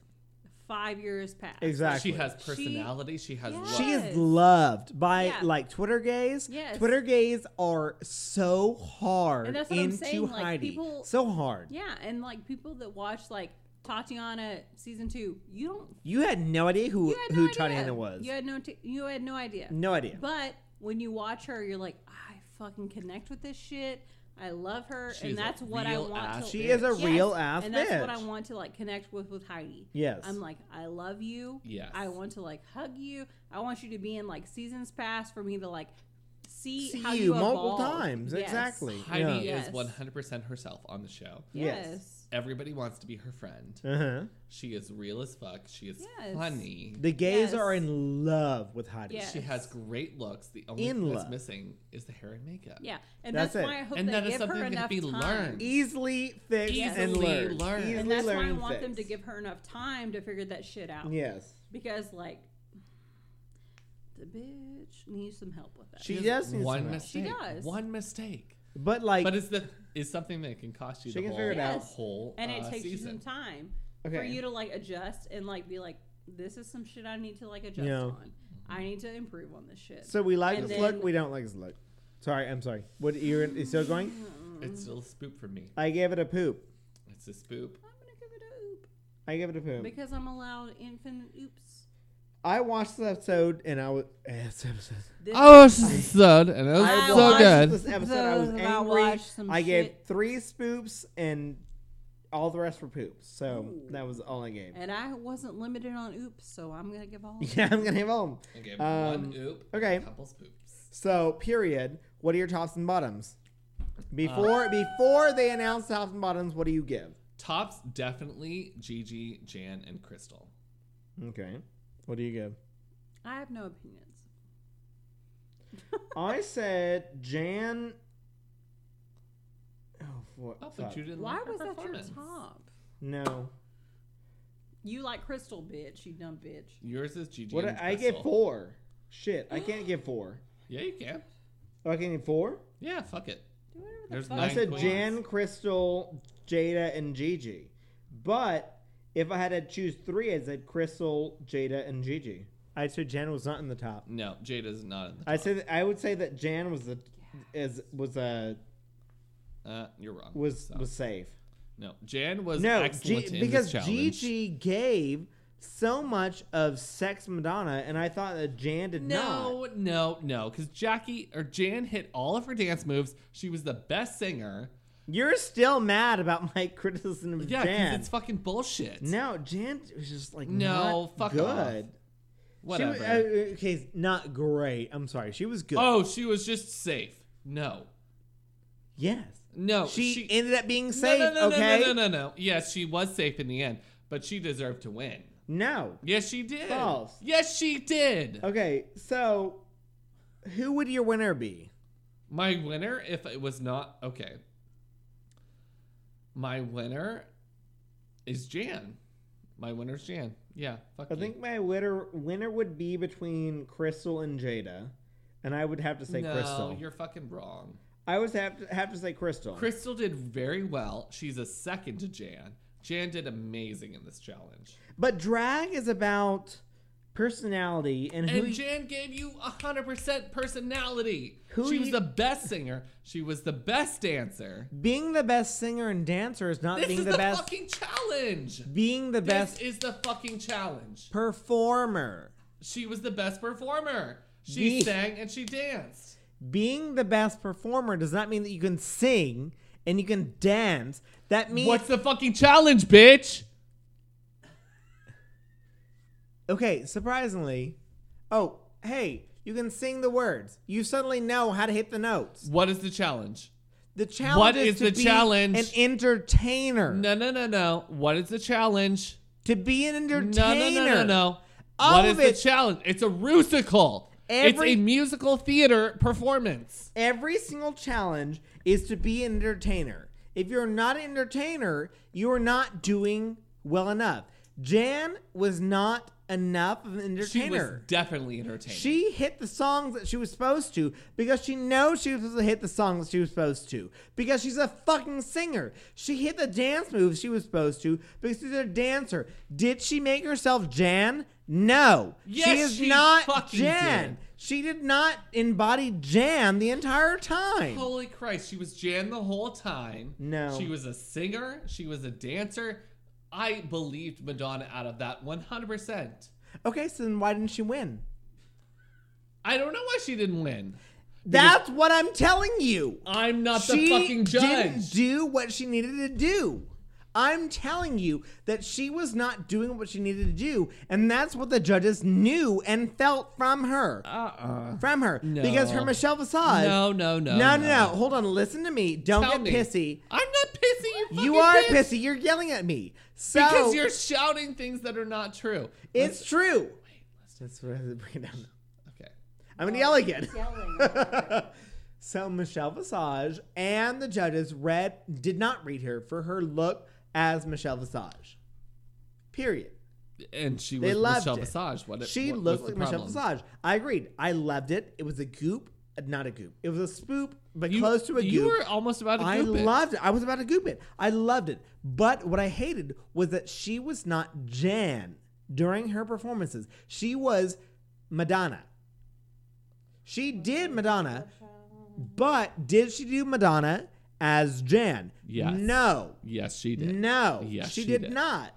Speaker 3: Five years past.
Speaker 2: exactly.
Speaker 1: She has
Speaker 3: She-
Speaker 1: personality. She, has.
Speaker 3: Yeah.
Speaker 1: love.
Speaker 2: She
Speaker 3: Yes.
Speaker 2: is loved by
Speaker 3: Yeah.
Speaker 2: like Twitter gays.
Speaker 3: Yes.
Speaker 2: Twitter gays are so hard
Speaker 3: And that's what I'm
Speaker 2: into
Speaker 3: saying, like,
Speaker 2: Heidi.
Speaker 3: people-
Speaker 2: so hard.
Speaker 3: Yeah, and like people that watch like Tatiana season two, you don't
Speaker 2: You had no idea who
Speaker 3: you had no
Speaker 2: who
Speaker 3: idea.
Speaker 2: Tatiana was.
Speaker 3: You had no t- you had no idea.
Speaker 2: no idea.
Speaker 3: But when you watch her, you're like, I fucking connect with this shit. I love her,
Speaker 1: She's a
Speaker 3: and that's what I
Speaker 1: real
Speaker 3: want.
Speaker 1: ass
Speaker 3: To,
Speaker 2: she is a
Speaker 3: Yes,
Speaker 2: real ass
Speaker 3: and
Speaker 2: bitch.
Speaker 3: that's what I want to like connect with with Heidi.
Speaker 2: Yes.
Speaker 3: I'm like, I love you.
Speaker 1: Yes.
Speaker 3: I want to like hug you. I want you to be in like seasons past for me to like see,
Speaker 2: See
Speaker 3: how
Speaker 2: you
Speaker 3: you,
Speaker 2: multiple
Speaker 3: evolve.
Speaker 2: times.
Speaker 3: Yes.
Speaker 2: Exactly.
Speaker 1: Heidi
Speaker 3: Yeah.
Speaker 1: is
Speaker 3: Yes.
Speaker 1: one hundred percent herself on the show.
Speaker 3: Yes.
Speaker 1: Everybody wants to be her friend.
Speaker 2: Uh huh.
Speaker 1: She is real as fuck. She is
Speaker 3: Yes.
Speaker 1: funny.
Speaker 2: The gays
Speaker 3: Yes.
Speaker 2: are in love with Heidi.
Speaker 3: Yes.
Speaker 1: She has great looks. The only
Speaker 2: In
Speaker 1: thing that's
Speaker 2: love.
Speaker 1: missing is the hair and makeup.
Speaker 3: Yeah, and
Speaker 2: That's
Speaker 3: that's,
Speaker 2: it.
Speaker 3: why I hope
Speaker 1: And
Speaker 3: they
Speaker 1: that is
Speaker 3: give
Speaker 1: something
Speaker 3: her
Speaker 1: that can
Speaker 3: enough
Speaker 1: be
Speaker 3: time.
Speaker 1: learned.
Speaker 2: Easily fixed and
Speaker 1: Easily
Speaker 2: learned.
Speaker 1: learned.
Speaker 2: Easily
Speaker 1: And
Speaker 3: And that's why I
Speaker 2: learned
Speaker 3: want them to
Speaker 2: fixed.
Speaker 3: give her enough time to figure that shit out.
Speaker 2: Yes.
Speaker 3: Because like the bitch needs some help with that.
Speaker 2: She
Speaker 1: Just
Speaker 2: does need
Speaker 1: one
Speaker 2: some help.
Speaker 1: mistake.
Speaker 3: She does.
Speaker 1: One mistake.
Speaker 2: But like
Speaker 1: but it's the is something that can cost you
Speaker 2: She
Speaker 1: the
Speaker 2: can
Speaker 1: whole,
Speaker 2: figure it out.
Speaker 3: Yes.
Speaker 1: whole
Speaker 3: and it
Speaker 1: uh,
Speaker 3: takes you some
Speaker 1: season.
Speaker 3: time for
Speaker 2: Okay.
Speaker 3: you to like adjust and like be like, this is some shit I need to like adjust
Speaker 2: Yeah.
Speaker 3: on. I need to improve on this shit.
Speaker 2: so we like
Speaker 3: And
Speaker 2: this look,
Speaker 3: then-
Speaker 2: we don't like this look. Sorry, I'm sorry. What you're it's still going?
Speaker 3: Mm-hmm.
Speaker 1: It's still a spoop for me.
Speaker 2: I gave it a poop.
Speaker 1: It's a spoop.
Speaker 3: I'm gonna give it a oop
Speaker 2: I gave it a poop.
Speaker 3: because I'm allowed infinite oops.
Speaker 2: I watched this episode and I was. eh, This episode.
Speaker 3: This-
Speaker 1: Oh, son, and that was
Speaker 2: I
Speaker 1: so
Speaker 2: watched
Speaker 1: good.
Speaker 2: This episode, I was
Speaker 3: Episode, I
Speaker 2: angry.
Speaker 3: watched some
Speaker 2: I gave
Speaker 3: shit.
Speaker 2: three spoops and all the rest were poops. So that was all I gave.
Speaker 3: And I wasn't limited on oops, so I'm gonna give all. of
Speaker 2: Yeah, I'm gonna give all. of them.
Speaker 1: And gave
Speaker 2: Um,
Speaker 1: one oop.
Speaker 2: okay.
Speaker 1: a couple spoops.
Speaker 2: So period. What are your tops and bottoms? Before before they announce tops and bottoms, what do you give?
Speaker 1: Tops definitely Gigi, Jan, and Crystal.
Speaker 2: Okay. What do you give?
Speaker 3: them. I have no opinions.
Speaker 2: I said Jan. Oh, what?
Speaker 1: Oh, but you didn't.
Speaker 3: Why
Speaker 1: like her
Speaker 3: was that your
Speaker 1: performance.
Speaker 3: top?
Speaker 2: No.
Speaker 3: You like Crystal, bitch. You dumb bitch.
Speaker 1: Yours is Gigi.
Speaker 2: What?
Speaker 1: and
Speaker 2: I give
Speaker 1: Crystal.
Speaker 2: four. Shit, I can't give four.
Speaker 1: Yeah, you can.
Speaker 2: Oh, I can give four.
Speaker 1: Yeah, fuck it.
Speaker 3: Do whatever the
Speaker 1: There's
Speaker 3: fuck.
Speaker 1: nine
Speaker 2: I said
Speaker 1: queens.
Speaker 2: Jan, Crystal, Jada, and Gigi. But if I had to choose three, I said Crystal, Jada, and Gigi. I said Jan was not in the top.
Speaker 1: No, Jada's not in the top.
Speaker 2: I said I would say that Jan was the is was a
Speaker 1: uh, you're wrong.
Speaker 2: was
Speaker 1: So,
Speaker 2: was safe.
Speaker 1: no, Jan was
Speaker 2: No,
Speaker 1: excellent
Speaker 2: G-
Speaker 1: in
Speaker 2: because
Speaker 1: this challenge.
Speaker 2: Gigi gave so much of sex Madonna, and I thought that Jan did not.
Speaker 1: No, no, no. Because Jackie or Jan hit all of her dance moves. She was the best singer.
Speaker 2: You're still mad about my criticism of
Speaker 1: Yeah, because
Speaker 2: Jan.
Speaker 1: it's fucking bullshit.
Speaker 2: no, Jan was just like
Speaker 1: No,
Speaker 2: not
Speaker 1: fuck
Speaker 2: good.
Speaker 1: off.
Speaker 2: She
Speaker 1: Whatever.
Speaker 2: was, uh, okay, not great. I'm sorry. She was good.
Speaker 1: oh, she was just safe. No,
Speaker 2: yes.
Speaker 1: no.
Speaker 2: She, ended up being safe.
Speaker 1: Oh, No, no, no,
Speaker 2: okay.
Speaker 1: no, no, no, no. Yes, she was safe in the end, but she deserved to win.
Speaker 2: No.
Speaker 1: Yes, she did.
Speaker 2: False.
Speaker 1: Yes, she did.
Speaker 2: Okay. So, who would your winner be?
Speaker 1: My winner, if it was not okay. My winner is Jan. My winner's Jan. Yeah, fuck
Speaker 2: I
Speaker 1: you.
Speaker 2: think my winner winner would be between Crystal and Jada, and I would have to say
Speaker 1: no,
Speaker 2: Crystal.
Speaker 1: you're fucking wrong.
Speaker 2: I would have to have to say Crystal.
Speaker 1: Crystal did very well. She's a second to Jan. Jan did amazing in this challenge.
Speaker 2: but drag is about personality and who.
Speaker 1: And
Speaker 2: you-
Speaker 1: Jan gave you 100% personality.
Speaker 2: Who
Speaker 1: she was
Speaker 2: you-
Speaker 1: the best singer. She was the best dancer.
Speaker 2: being the best singer and dancer is not
Speaker 1: This
Speaker 2: being
Speaker 1: is
Speaker 2: the,
Speaker 1: the,
Speaker 2: best.
Speaker 1: fucking challenge.
Speaker 2: being the best
Speaker 1: This is the fucking challenge.
Speaker 2: performer.
Speaker 1: She was the best performer. She
Speaker 2: Yeesh.
Speaker 1: sang and she danced.
Speaker 2: being the best performer does not mean that you can sing and you can dance. That means
Speaker 1: What's the fucking challenge, bitch?
Speaker 2: okay. Surprisingly, oh hey, you can sing the words. You suddenly know how to hit the notes.
Speaker 1: What is the challenge?
Speaker 2: The challenge.
Speaker 1: What
Speaker 2: is,
Speaker 1: is
Speaker 2: to
Speaker 1: the
Speaker 2: be
Speaker 1: challenge?
Speaker 2: An entertainer.
Speaker 1: No, no, no, no. What is the challenge?
Speaker 2: To be an
Speaker 1: No, no,
Speaker 2: entertainer.
Speaker 1: no, no, no.
Speaker 2: All
Speaker 1: what
Speaker 2: of
Speaker 1: is
Speaker 2: it-
Speaker 1: the challenge? It's a rusical.
Speaker 2: Every-
Speaker 1: It's a musical theater performance.
Speaker 2: Every single challenge is to be an entertainer. If you're not an entertainer, you are not doing well enough. Jan was not enough of an
Speaker 1: She was
Speaker 2: entertainer.
Speaker 1: definitely entertaining.
Speaker 2: She hit the songs that she was supposed to because she knows she was supposed to hit the songs that she was supposed to because she's a fucking singer. She hit the dance moves she was supposed to because she's a dancer. Did she make herself Jan? No.
Speaker 1: Yes,
Speaker 2: she is
Speaker 1: she
Speaker 2: not
Speaker 1: fucking
Speaker 2: Jan.
Speaker 1: did.
Speaker 2: She did not embody Jan the entire time.
Speaker 1: Holy Christ, she was Jan the whole time.
Speaker 2: No.
Speaker 1: She was a singer, she was a dancer. I believed Madonna out of that 100%.
Speaker 2: Okay, so then why didn't she win?
Speaker 1: I don't know why she didn't win.
Speaker 2: That's what I'm telling you.
Speaker 1: I'm not the
Speaker 2: she
Speaker 1: fucking
Speaker 2: didn't
Speaker 1: judge.
Speaker 2: do what she needed to do. I'm telling you that she was not doing what she needed to do, and that's what the judges knew and felt from her.
Speaker 1: Uh-uh.
Speaker 2: from her, because her
Speaker 1: No.
Speaker 2: Michelle Visage.
Speaker 1: No, no, no,
Speaker 2: no, no,
Speaker 1: no.
Speaker 2: no. Hold on, listen to me. Don't
Speaker 1: Tell
Speaker 2: get
Speaker 1: me.
Speaker 2: pissy.
Speaker 1: I'm not pissy. You,
Speaker 2: You
Speaker 1: fucking
Speaker 2: are
Speaker 1: bitch.
Speaker 2: pissy. You're yelling at me. So
Speaker 1: because you're shouting things that are not true.
Speaker 2: It's true.
Speaker 1: let's
Speaker 2: That's what I was bringing down.
Speaker 1: Okay.
Speaker 2: I'm gonna yell again.
Speaker 3: Yelling.
Speaker 2: so Michelle Visage and the judges read did not read her for her look as Michelle Visage. Period.
Speaker 1: And she
Speaker 2: They
Speaker 1: was
Speaker 2: loved
Speaker 1: Michelle
Speaker 2: it.
Speaker 1: Visage. What?
Speaker 2: She
Speaker 1: what was
Speaker 2: looked
Speaker 1: the
Speaker 2: like Michelle
Speaker 1: problem?
Speaker 2: Visage. I agreed. I loved it. It was a goop, not a goop. It was a spoop, but
Speaker 1: You,
Speaker 2: close to a
Speaker 1: you
Speaker 2: goop.
Speaker 1: were almost about to
Speaker 2: I
Speaker 1: goop it.
Speaker 2: loved it. I was about to goop it. I loved it. But what I hated was that she was not Jan during her performances. She was Madonna. She did Madonna, but did she do Madonna as Jan?
Speaker 1: Yes.
Speaker 2: No.
Speaker 1: Yes, she did.
Speaker 2: No.
Speaker 1: Yes,
Speaker 2: she,
Speaker 1: she
Speaker 2: did,
Speaker 1: did.
Speaker 2: not.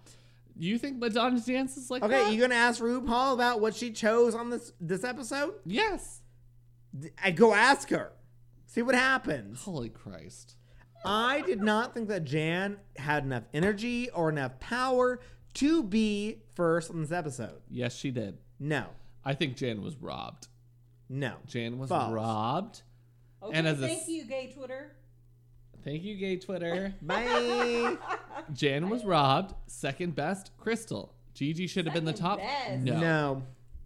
Speaker 1: You think Madonna dances like that?
Speaker 2: Okay, you gonna ask RuPaul about what she chose on this this episode?
Speaker 1: yes.
Speaker 2: D- I go ask her. See what happens.
Speaker 1: Holy Christ.
Speaker 2: I did not think that Jan had enough energy or enough power to be first on this episode.
Speaker 1: Yes, she did.
Speaker 2: No,
Speaker 1: I think Jan was robbed.
Speaker 2: no.
Speaker 1: Jan was
Speaker 2: False.
Speaker 1: robbed.
Speaker 3: Okay,
Speaker 1: And as a
Speaker 3: thank
Speaker 1: s-
Speaker 3: you, gay Twitter.
Speaker 1: Thank you, gay Twitter.
Speaker 2: Bye.
Speaker 1: Jan was robbed. Second best, Crystal. Gigi should have been the top.
Speaker 3: Second best.
Speaker 1: No.
Speaker 2: no,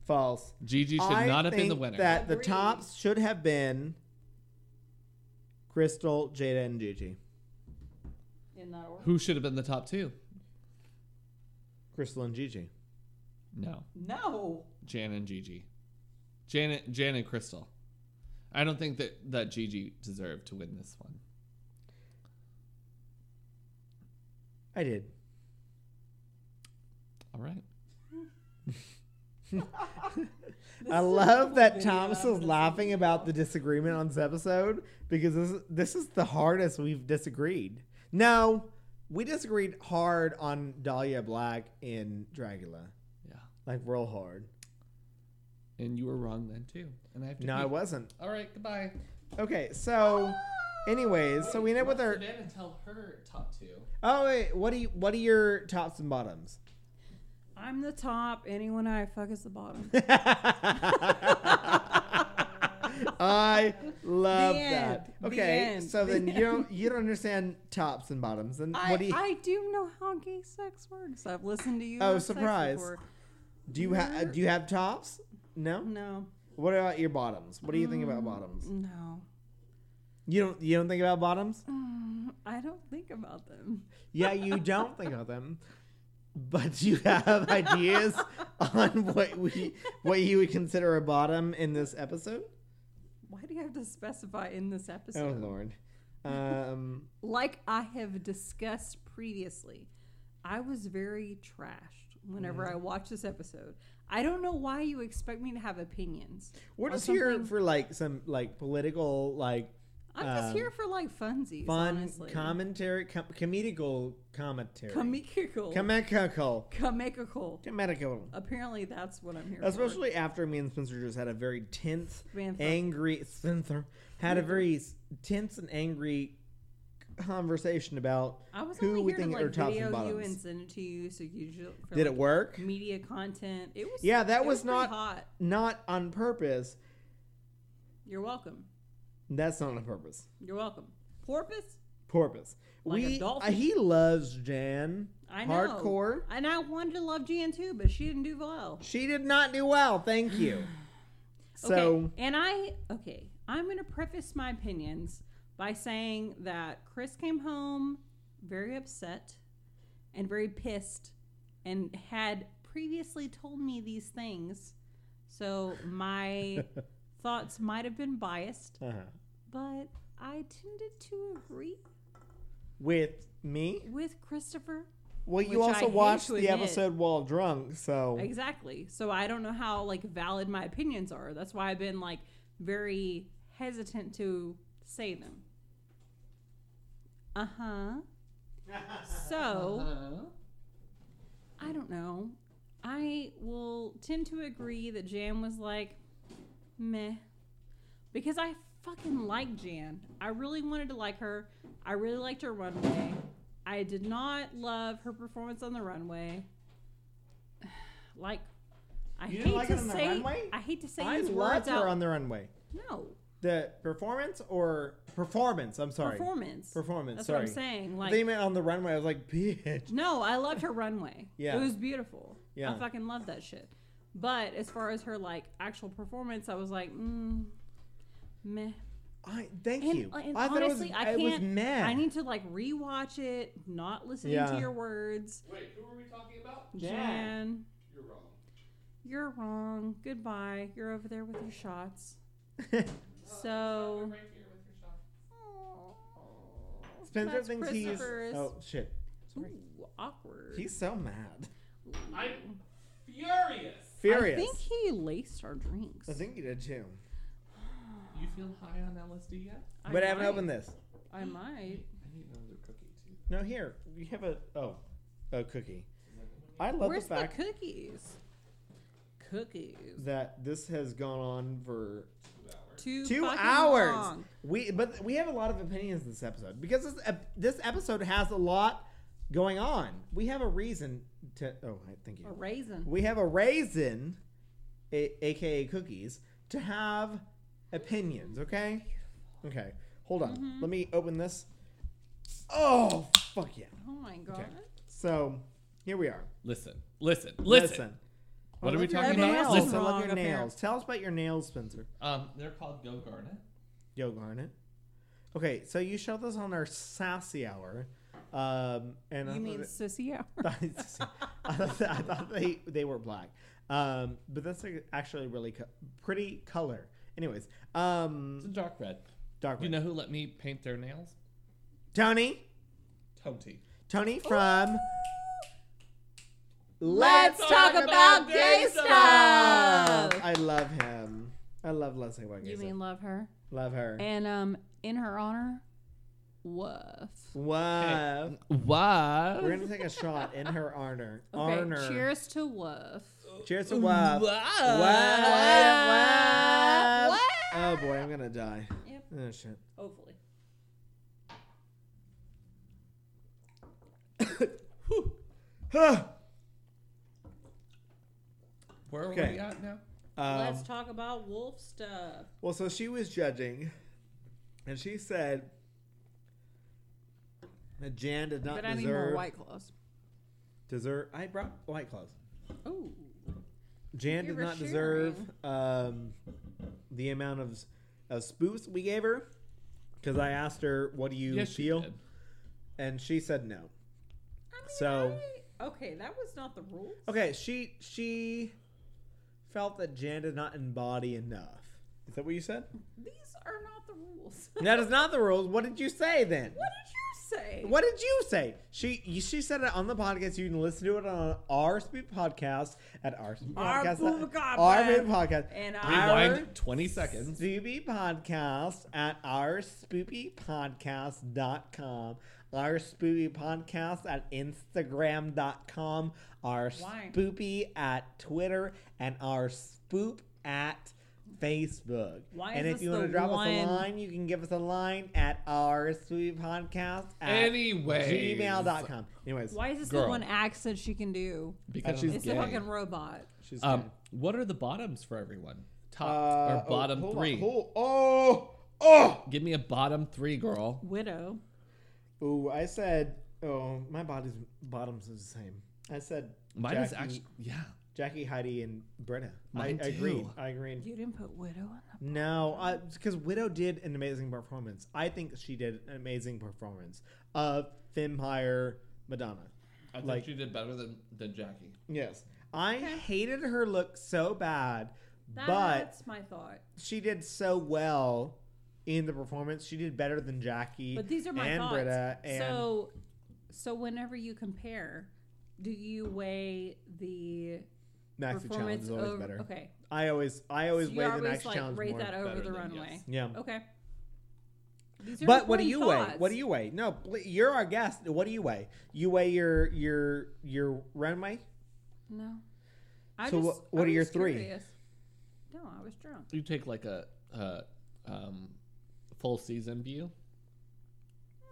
Speaker 2: false.
Speaker 1: Gigi should not have been the
Speaker 2: think
Speaker 1: winner.
Speaker 2: That the
Speaker 3: Agreed.
Speaker 2: tops should have been Crystal, Jada, and Gigi.
Speaker 3: In that order.
Speaker 1: Who should have been the top two?
Speaker 2: Crystal and Gigi.
Speaker 1: No.
Speaker 3: No.
Speaker 1: Jan and Gigi. Jan, Jan and Crystal. I don't think that, that Gigi deserved to win this one.
Speaker 2: I did.
Speaker 1: All right.
Speaker 2: I love that
Speaker 3: video
Speaker 2: Thomas
Speaker 3: after
Speaker 2: is
Speaker 3: this
Speaker 2: laughing about the disagreement on this episode because this is, this is the hardest we've disagreed. No, we disagreed hard on Dahlia Black in Dragula.
Speaker 1: Yeah.
Speaker 2: Like, real hard.
Speaker 1: And you were wrong then too. And I have to
Speaker 2: No, I
Speaker 1: pee.
Speaker 2: wasn't.
Speaker 1: All right, goodbye.
Speaker 2: Okay, so, anyways, so we end up with
Speaker 1: What's
Speaker 2: our.
Speaker 1: Savannah tell her top two.
Speaker 2: Oh, wait, what, do you, what are your tops and bottoms?
Speaker 3: I'm the top. Anyone I fuck is the bottom.
Speaker 2: I love
Speaker 3: The
Speaker 2: that.
Speaker 3: end. The
Speaker 2: Okay,
Speaker 3: end.
Speaker 2: so
Speaker 3: The
Speaker 2: then you don't you don't understand tops and bottoms. And
Speaker 3: I,
Speaker 2: what do you
Speaker 3: I do know how gay sex works. I've listened to you.
Speaker 2: Oh,
Speaker 3: have sex
Speaker 2: surprise.
Speaker 3: before.
Speaker 2: do you
Speaker 3: Mm-hmm.
Speaker 2: have? Do you have tops? No.
Speaker 3: No.
Speaker 2: What about your bottoms? What do you think
Speaker 3: Mm.
Speaker 2: about bottoms?
Speaker 3: No.
Speaker 2: You don't you don't think about bottoms?
Speaker 3: I don't think about them.
Speaker 2: Yeah, you don't think of them, but you have ideas on what we what you would consider a bottom in this episode.
Speaker 3: Why do you have to specify in this
Speaker 2: Oh
Speaker 3: episode?
Speaker 2: lord. Um.
Speaker 3: Like I have discussed previously, I was very trashed whenever
Speaker 2: Mm-hmm.
Speaker 3: I watched this episode. I don't know why you expect me to have opinions.
Speaker 2: We're
Speaker 3: on
Speaker 2: just here
Speaker 3: something-
Speaker 2: for like some like political like
Speaker 3: I'm just
Speaker 2: um,
Speaker 3: here for like funsies.
Speaker 2: fun
Speaker 3: honestly.
Speaker 2: commentary, com- comedical commentary,
Speaker 3: Comical.
Speaker 2: comical,
Speaker 3: Comical.
Speaker 2: comical.
Speaker 3: Apparently, that's what I'm here for.
Speaker 2: Especially after me and Spencer just had a very tense,
Speaker 3: Spencer.
Speaker 2: angry Spencer had a very s- tense and angry conversation about
Speaker 3: I was
Speaker 2: who
Speaker 3: only
Speaker 2: we
Speaker 3: here
Speaker 2: think
Speaker 3: to,
Speaker 2: are
Speaker 3: like,
Speaker 2: tops
Speaker 3: video
Speaker 2: and
Speaker 3: you
Speaker 2: bottoms.
Speaker 3: and send it to you, so you ju- for,
Speaker 2: Did it
Speaker 3: like,
Speaker 2: work?
Speaker 3: Media content. It was
Speaker 2: Yeah, that
Speaker 3: it
Speaker 2: was
Speaker 3: pretty
Speaker 2: not-
Speaker 3: hot.
Speaker 2: Not on purpose.
Speaker 3: You're welcome.
Speaker 2: That's not on purpose.
Speaker 3: You're welcome. Porpoise.
Speaker 2: Purpose.
Speaker 3: Like a
Speaker 2: we
Speaker 3: dolphin.
Speaker 2: uh, he loves Jan
Speaker 3: I know.
Speaker 2: hardcore.
Speaker 3: And I wanted to love Jan too, but she didn't do well.
Speaker 2: She did not do well. Thank you. So.
Speaker 3: okay. and I okay, I'm gonna preface my opinions by saying that Chris came home very upset and very pissed and had previously told me these things. So my thoughts might have been biased,
Speaker 2: Uh-huh.
Speaker 3: but I tended to agree
Speaker 2: With me?
Speaker 3: with Christopher.
Speaker 2: Well, you
Speaker 3: Which I
Speaker 2: also
Speaker 3: hate
Speaker 2: watched
Speaker 3: to
Speaker 2: the
Speaker 3: admit.
Speaker 2: episode while drunk, so
Speaker 3: Exactly. So I don't know how like valid my opinions are. That's why I've been like very hesitant to say them. Uh-huh. So,
Speaker 1: Uh-huh.
Speaker 3: I don't know. I will tend to agree that Jan was like meh because I fucking like Jan. I really wanted to like her. I really liked her runway. I did not love her performance on the runway. Like, I
Speaker 2: You
Speaker 3: hate
Speaker 2: didn't like
Speaker 3: to
Speaker 2: it on the
Speaker 3: say,
Speaker 2: runway?
Speaker 3: I hate to say
Speaker 2: I
Speaker 3: these
Speaker 2: loved
Speaker 3: words
Speaker 2: her
Speaker 3: out.
Speaker 2: on the runway.
Speaker 3: no
Speaker 2: The performance or performance? I'm sorry,
Speaker 3: performance.
Speaker 2: performance.
Speaker 3: That's
Speaker 2: sorry,
Speaker 3: what I'm saying. Like,
Speaker 2: they meant on the runway. I was like, bitch.
Speaker 3: No, I loved her runway.
Speaker 2: Yeah.
Speaker 3: It was beautiful.
Speaker 2: Yeah.
Speaker 3: I fucking love that shit. But as far as her like actual performance, I was like, mm, meh.
Speaker 2: I thank
Speaker 3: And, uh,
Speaker 2: you.
Speaker 3: and
Speaker 2: I thought
Speaker 3: honestly,
Speaker 2: it was,
Speaker 3: I can't.
Speaker 2: was mad.
Speaker 3: I need to like rewatch it, not listening
Speaker 2: Eh. Yeah.
Speaker 3: to your words.
Speaker 1: Wait, who were we talking about?
Speaker 3: Jan.
Speaker 1: You're wrong.
Speaker 3: you're wrong. Goodbye. You're over there with your shots. So.
Speaker 1: right here with your shot.
Speaker 2: Spencer
Speaker 3: That's
Speaker 2: thinks he's.
Speaker 3: Christopher's.
Speaker 2: Oh shit,
Speaker 3: Ooh, awkward.
Speaker 2: he's so mad,
Speaker 1: I'm furious.
Speaker 2: furious.
Speaker 3: I think he laced our drinks.
Speaker 2: I think you did too,
Speaker 1: You feel high on LSD yet?
Speaker 3: I
Speaker 2: but I haven't
Speaker 3: might.
Speaker 2: opened this.
Speaker 3: I might.
Speaker 1: I need another cookie too.
Speaker 2: No, here you have a oh, a cookie. I love
Speaker 3: Where's
Speaker 2: the fact
Speaker 3: the cookies? Cookies.
Speaker 2: that this has gone on for
Speaker 3: Two,
Speaker 2: two
Speaker 3: fucking
Speaker 2: hours.
Speaker 3: long.
Speaker 2: We but we have a lot of opinions this episode because this ep- this episode has a lot going on. We have a reason to. Oh, I- thank you.
Speaker 3: A raisin.
Speaker 2: We have a raisin, a- aka cookies, to have opinions. Okay. Okay. Hold on. Let me open this. Oh fuck yeah!
Speaker 3: Oh my god.
Speaker 2: Okay. So here we are.
Speaker 1: Listen, listen, listen. What
Speaker 2: I
Speaker 1: are we
Speaker 2: love your
Speaker 1: talking
Speaker 3: about?
Speaker 2: Nails.
Speaker 3: Listen.
Speaker 2: I love
Speaker 3: Wrong
Speaker 2: your
Speaker 3: up here.
Speaker 2: nails. Tell us about your nails, Spencer.
Speaker 1: Um, they're called Go Garnet.
Speaker 2: Yo, Garnet. Okay, so you showed this on our sassy hour. Um, and I
Speaker 3: You mean
Speaker 2: thought
Speaker 3: sissy hour?
Speaker 2: it- I thought, that- I thought they, they were black. Um, but that's like actually really co- pretty color. Anyways,
Speaker 1: It's
Speaker 2: um,
Speaker 1: a dark red.
Speaker 2: dark
Speaker 1: You
Speaker 2: red.
Speaker 1: know who let me paint their nails?
Speaker 2: Tony.
Speaker 1: Tony.
Speaker 2: Tony from
Speaker 3: Let's Talk About Gay Stuff!
Speaker 2: I love him. I love Leslie Wagner.
Speaker 3: You mean love her?
Speaker 2: love her?
Speaker 3: And um, in her honor, woof.
Speaker 2: Wow.
Speaker 1: Why?
Speaker 2: We're gonna take a shot in her honor.
Speaker 3: Okay,
Speaker 2: Honor.
Speaker 3: cheers to woof.
Speaker 2: Cheers to Wub.
Speaker 3: Wub.
Speaker 2: Wub. Oh boy, I'm gonna die.
Speaker 3: Yep.
Speaker 2: Oh shit.
Speaker 3: Hopefully.
Speaker 2: Huh.
Speaker 1: Where are
Speaker 2: Okay.
Speaker 1: we at now?
Speaker 2: Um,
Speaker 3: Let's talk about wolf stuff.
Speaker 2: well, so she was judging, and she said that Jan did not
Speaker 3: But I
Speaker 2: deserve
Speaker 3: need more white claws.
Speaker 2: deserve. I brought white claws.
Speaker 3: Ooh.
Speaker 2: Jan
Speaker 3: You
Speaker 2: did
Speaker 3: were
Speaker 2: not deserve
Speaker 3: sharing.
Speaker 2: um, the amount of of spoofs we gave her because I asked her, "What do you
Speaker 1: Yes, she
Speaker 2: feel?"
Speaker 1: did.
Speaker 2: and she said no.
Speaker 3: I mean,
Speaker 2: So-
Speaker 3: I- okay, that was not the rules.
Speaker 2: Okay, she she felt that Jan did not embody enough. Is that what you said?
Speaker 3: These are not the rules.
Speaker 2: that is not the rules. What did you say then?
Speaker 3: What did you say?
Speaker 2: What did you say? She you- she said it on the podcast. You can listen to it on our Speed podcast at our Speed
Speaker 3: Our
Speaker 2: podcast.
Speaker 3: Boob God
Speaker 2: our
Speaker 3: Lab.
Speaker 2: Speed podcast.
Speaker 3: And
Speaker 2: Rewind.
Speaker 3: our
Speaker 1: Rewind 20 seconds.
Speaker 2: Spoopy Podcast at our spoopypodcast.com, our spoopy podcast at instagram.com, our
Speaker 3: Why?
Speaker 2: spoopy at Twitter, and our spoop at Facebook.
Speaker 3: Why
Speaker 2: and
Speaker 3: is
Speaker 2: if
Speaker 3: this
Speaker 2: you want to
Speaker 3: the
Speaker 2: drop us
Speaker 3: one-
Speaker 2: a line, you can give us a line at our spoopy podcast at
Speaker 1: Anyway.
Speaker 2: gmail.com. Anyways,
Speaker 3: Why is this
Speaker 1: Girl.
Speaker 3: the one accent she can do?
Speaker 1: Because
Speaker 2: I don't
Speaker 1: she's
Speaker 3: It's
Speaker 1: gay.
Speaker 3: a fucking robot.
Speaker 2: she's
Speaker 1: um,
Speaker 2: good.
Speaker 1: what are the bottoms for everyone? Top
Speaker 2: Uh,
Speaker 1: or bottom
Speaker 2: oh, hold on,
Speaker 1: three?
Speaker 2: hold- oh, oh!
Speaker 1: Give me a bottom three, girl.
Speaker 3: Widow.
Speaker 2: Ooh, I said. Oh, my body's bottoms is the same. I said.
Speaker 1: Mine
Speaker 2: Jackie,
Speaker 1: is actually yeah.
Speaker 2: Jackie, Heidi, and Britta.
Speaker 1: Mine
Speaker 2: I, I agreed.
Speaker 1: too.
Speaker 2: I agreed.
Speaker 3: You didn't put widow on the
Speaker 2: No, because Widow did an amazing performance. I think she did an amazing performance of Vampire Madonna.
Speaker 1: I think
Speaker 2: Like-
Speaker 1: she did better than than Jackie.
Speaker 2: Yes, I hated her look so bad, but
Speaker 3: That's my thought.
Speaker 2: she did so well in the performance. She did better than Jackie.
Speaker 3: But these are my
Speaker 2: and
Speaker 3: thoughts.
Speaker 2: Britta and
Speaker 3: so, so whenever you compare, do you weigh the
Speaker 2: Maxi Challenge
Speaker 3: performance
Speaker 2: is always
Speaker 3: over?
Speaker 2: better.
Speaker 3: Okay,
Speaker 2: I always I always
Speaker 3: So
Speaker 2: weigh
Speaker 3: you
Speaker 2: the
Speaker 3: always
Speaker 2: Maxi
Speaker 3: like
Speaker 2: Challenge
Speaker 3: rate
Speaker 2: more.
Speaker 3: that over
Speaker 1: better
Speaker 3: the
Speaker 1: than
Speaker 3: runway.
Speaker 1: yes.
Speaker 2: Yeah.
Speaker 3: Okay. These are
Speaker 2: But
Speaker 3: just
Speaker 2: what do
Speaker 3: my
Speaker 2: you weigh?
Speaker 3: thoughts.
Speaker 2: What do you weigh? No, pl- you're our guest. What do you weigh? You weigh your your your runway.
Speaker 3: No. I
Speaker 2: So
Speaker 3: just,
Speaker 2: wh- what
Speaker 3: I
Speaker 2: are your
Speaker 3: was
Speaker 2: three?
Speaker 3: curious. No, I was drunk.
Speaker 1: You take like a, a um, full season view.
Speaker 3: Ah,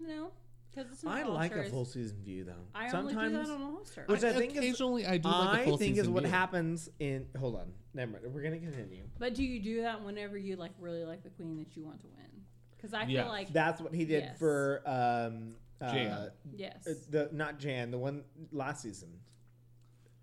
Speaker 3: No, because it's an
Speaker 2: I like a
Speaker 3: all-stars.
Speaker 2: full season view though.
Speaker 3: I only do
Speaker 2: Sometimes
Speaker 3: that on All-Star.
Speaker 2: Which I think is-
Speaker 1: occasionally I do like a
Speaker 2: I
Speaker 1: full
Speaker 2: think is
Speaker 1: season
Speaker 2: what
Speaker 1: view.
Speaker 2: happens in. Hold on, never mind. We're gonna continue.
Speaker 3: But do you do that whenever you like really like the queen that you want to win? Because I feel
Speaker 1: Yeah.
Speaker 3: like
Speaker 2: That's what he did
Speaker 3: Yes.
Speaker 2: for um uh,
Speaker 1: Jan.
Speaker 3: yes,
Speaker 2: uh, The not Jan, the one last season.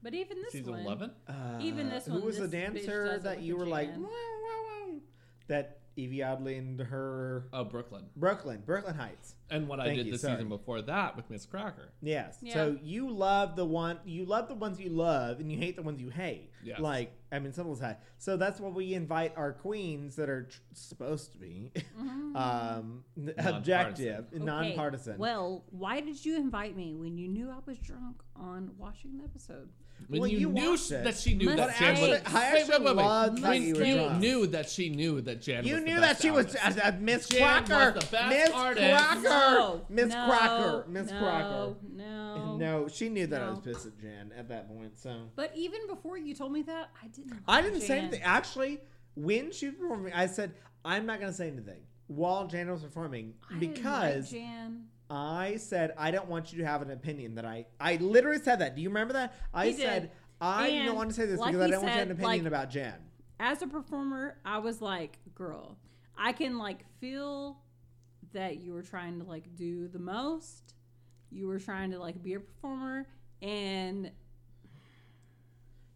Speaker 3: but even this
Speaker 1: Season
Speaker 3: one,
Speaker 1: eleven.
Speaker 2: Uh,
Speaker 3: Even this
Speaker 2: Who
Speaker 3: one,
Speaker 2: was the
Speaker 3: this bitch
Speaker 2: dancer
Speaker 3: does it
Speaker 2: that
Speaker 3: with
Speaker 2: you
Speaker 3: a
Speaker 2: were like?
Speaker 3: Jan.
Speaker 2: "Wow, wow, wow," That Evie Oddly and her
Speaker 1: Oh, Brooklyn.
Speaker 2: Brooklyn, Brooklyn Heights.
Speaker 1: And what I
Speaker 2: Thank
Speaker 1: did
Speaker 2: you,
Speaker 1: the
Speaker 2: sorry.
Speaker 1: season before that with Miss Cracker.
Speaker 2: Yes.
Speaker 3: Yeah.
Speaker 2: So you love the one you love the ones you love and you hate the ones you hate.
Speaker 1: Yes.
Speaker 2: Like I mean, simple as that. So that's why we invite our queens that are tr- supposed to be
Speaker 3: mm-hmm.
Speaker 2: um, n- objective,
Speaker 1: Nonpartisan.
Speaker 2: and
Speaker 3: Okay,
Speaker 2: nonpartisan.
Speaker 3: Well, why did you invite me when you knew I was drunk on watching the episode?
Speaker 1: When
Speaker 2: Well,
Speaker 1: you,
Speaker 2: you
Speaker 1: knew
Speaker 2: watched
Speaker 1: sh-
Speaker 2: it.
Speaker 1: that she knew
Speaker 3: But
Speaker 1: that Jan
Speaker 3: actually-
Speaker 1: was.
Speaker 3: I
Speaker 2: actually loved that
Speaker 1: when
Speaker 2: you were drunk.
Speaker 1: knew that she knew that Jan.
Speaker 2: you
Speaker 1: was the
Speaker 2: knew that
Speaker 1: best
Speaker 2: she was
Speaker 1: artist.
Speaker 2: uh, uh, Miss
Speaker 1: Jan was
Speaker 2: Crocker.
Speaker 1: the best
Speaker 2: Miss
Speaker 1: artist.
Speaker 2: her,
Speaker 3: No,
Speaker 2: Miss
Speaker 3: no,
Speaker 2: Crocker, Miss
Speaker 3: no,
Speaker 2: Crocker.
Speaker 3: No.
Speaker 2: No, she knew that I was
Speaker 3: No.
Speaker 2: pissed at Jen at that point. So
Speaker 3: But even before you told me that, I didn't.
Speaker 2: I
Speaker 3: like
Speaker 2: didn't say
Speaker 3: Jan.
Speaker 2: anything. Actually, when she performed, I said I'm not going to say anything while Jan was performing
Speaker 3: I didn't like
Speaker 2: because
Speaker 3: Jan.
Speaker 2: I said I don't want you to have an opinion that I. I literally said that. Do you remember that? I
Speaker 3: He did.
Speaker 2: said I
Speaker 3: And
Speaker 2: don't want to say this
Speaker 3: like
Speaker 2: because I
Speaker 3: he
Speaker 2: don't want you to have an
Speaker 3: said,
Speaker 2: opinion
Speaker 3: like-
Speaker 2: about Jan.
Speaker 3: as a performer, I was like, girl, I can like feel that you were trying to like do the most. You were trying to like be a performer and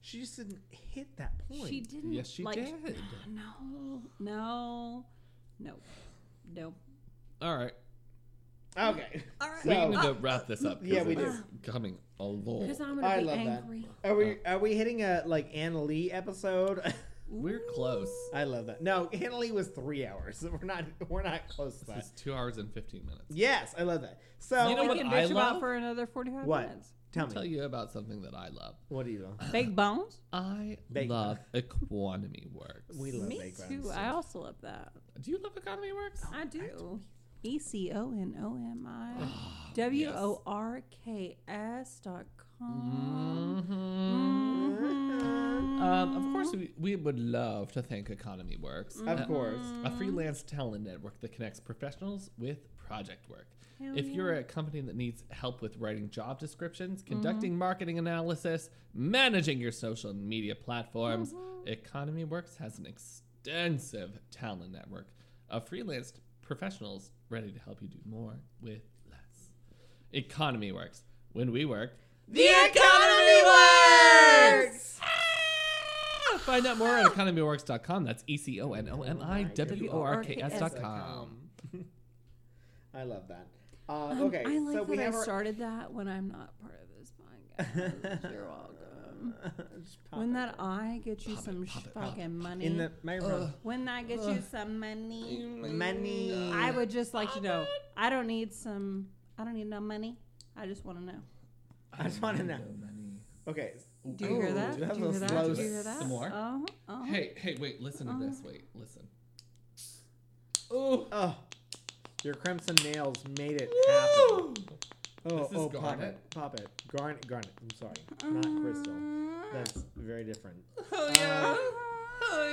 Speaker 2: She just didn't hit that point.
Speaker 3: she didn't
Speaker 1: Yes, she
Speaker 3: like
Speaker 1: did.
Speaker 3: no no no no
Speaker 1: All right.
Speaker 2: Okay.
Speaker 3: all right
Speaker 1: we need to wrap this up. 'cause
Speaker 2: yeah, we
Speaker 1: it
Speaker 2: do.
Speaker 1: is Coming along.
Speaker 3: because i'm gonna
Speaker 2: I
Speaker 3: be
Speaker 2: love that.
Speaker 3: angry
Speaker 2: Are we are we hitting a like Anna Lee episode?
Speaker 1: We're close.
Speaker 2: I love that. No, Anna Lee was three hours. We're not we're not close to
Speaker 1: This
Speaker 2: that.
Speaker 1: is two hours and fifteen minutes.
Speaker 2: Yes, I love that. So
Speaker 1: You know
Speaker 3: we
Speaker 1: what
Speaker 3: can
Speaker 1: I
Speaker 3: bitch about
Speaker 1: love?
Speaker 3: for another 45
Speaker 2: What?
Speaker 3: minutes
Speaker 2: tell
Speaker 1: I'll tell
Speaker 2: me.
Speaker 1: you about something that I love.
Speaker 2: What do you love?
Speaker 3: big bones
Speaker 1: I
Speaker 2: Bake-
Speaker 1: love economy works.
Speaker 2: We love
Speaker 3: me
Speaker 2: baked
Speaker 3: too
Speaker 2: buns.
Speaker 3: i also love that
Speaker 1: Do you love economy works?
Speaker 3: I do. E C O N O M I W O R K S dot
Speaker 2: Mm-hmm. Oh.
Speaker 3: com.
Speaker 1: Mm-hmm.
Speaker 3: Mhm.
Speaker 1: Um, of course, we, we would love to thank Economy Works. Uh,
Speaker 2: Of course.
Speaker 1: a freelance talent network that connects professionals with project work.
Speaker 3: Hell
Speaker 1: if you're a company that needs help with writing job descriptions, conducting marketing analysis, managing your social media platforms, Economy Works has an extensive talent network of freelance professionals ready to help you do more with less. Economy Works. When we work,
Speaker 2: The economy works.
Speaker 1: Find out more at economyworks.com. That's E C O N O M I W O R K S dot com.
Speaker 2: Um, I love that. Uh,
Speaker 3: Um,
Speaker 2: okay,
Speaker 3: I like
Speaker 2: so
Speaker 3: that
Speaker 2: we
Speaker 3: I
Speaker 2: have our.
Speaker 3: started that when I'm not part of this podcast. you're welcome.
Speaker 2: Just pop
Speaker 3: When
Speaker 2: it.
Speaker 3: that I get you some
Speaker 1: pop it, pop
Speaker 3: fucking money.
Speaker 2: in the microphone.
Speaker 3: when that gets you some money.
Speaker 2: Money.
Speaker 3: I would just like to know. I don't need some. I don't need no money. I just want to know.
Speaker 2: I just want to know. Okay.
Speaker 3: Do you hear that?
Speaker 2: Do you Oh, have
Speaker 3: Do you
Speaker 2: a
Speaker 3: hear that?
Speaker 2: slow
Speaker 3: Do you hear that?
Speaker 1: Some more?
Speaker 3: Uh-huh, uh-huh.
Speaker 1: Hey, hey, wait, listen to this. Wait, listen.
Speaker 2: Ooh. Oh, your crimson nails made it happen. Oh,
Speaker 1: This is
Speaker 2: oh, pop
Speaker 1: garnet.
Speaker 2: it, pop it, garnet, garnet. I'm sorry, not crystal. That's very different.
Speaker 1: Oh yeah. Oh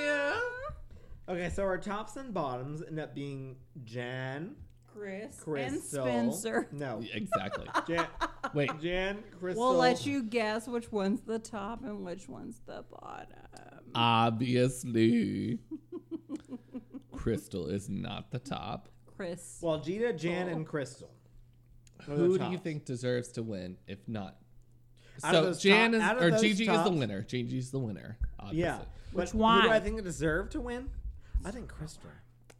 Speaker 1: yeah.
Speaker 2: Okay, so our tops and bottoms end up being Jan,
Speaker 3: Chris
Speaker 2: Crystal,
Speaker 3: and Spencer.
Speaker 2: No,
Speaker 1: Exactly.
Speaker 2: Jan,
Speaker 1: Wait.
Speaker 2: Jan, Crystal.
Speaker 3: We'll let you guess which one's the top and which one's the bottom.
Speaker 1: Obviously, Crystal is not the top.
Speaker 3: Chris.
Speaker 2: Well, Gita, Jan,
Speaker 3: Oh.
Speaker 2: and Crystal. Those are
Speaker 1: Who do you
Speaker 2: tops.
Speaker 1: think deserves to win if not?
Speaker 2: Out of
Speaker 1: So
Speaker 2: those
Speaker 1: Jan
Speaker 2: top- out
Speaker 1: is
Speaker 2: of
Speaker 1: or
Speaker 2: those
Speaker 1: Gigi is
Speaker 2: tops-
Speaker 1: the winner. Gigi's the winner. Obviously.
Speaker 2: Yeah, but who
Speaker 3: one?
Speaker 2: do I think deserved to win? I think Crystal.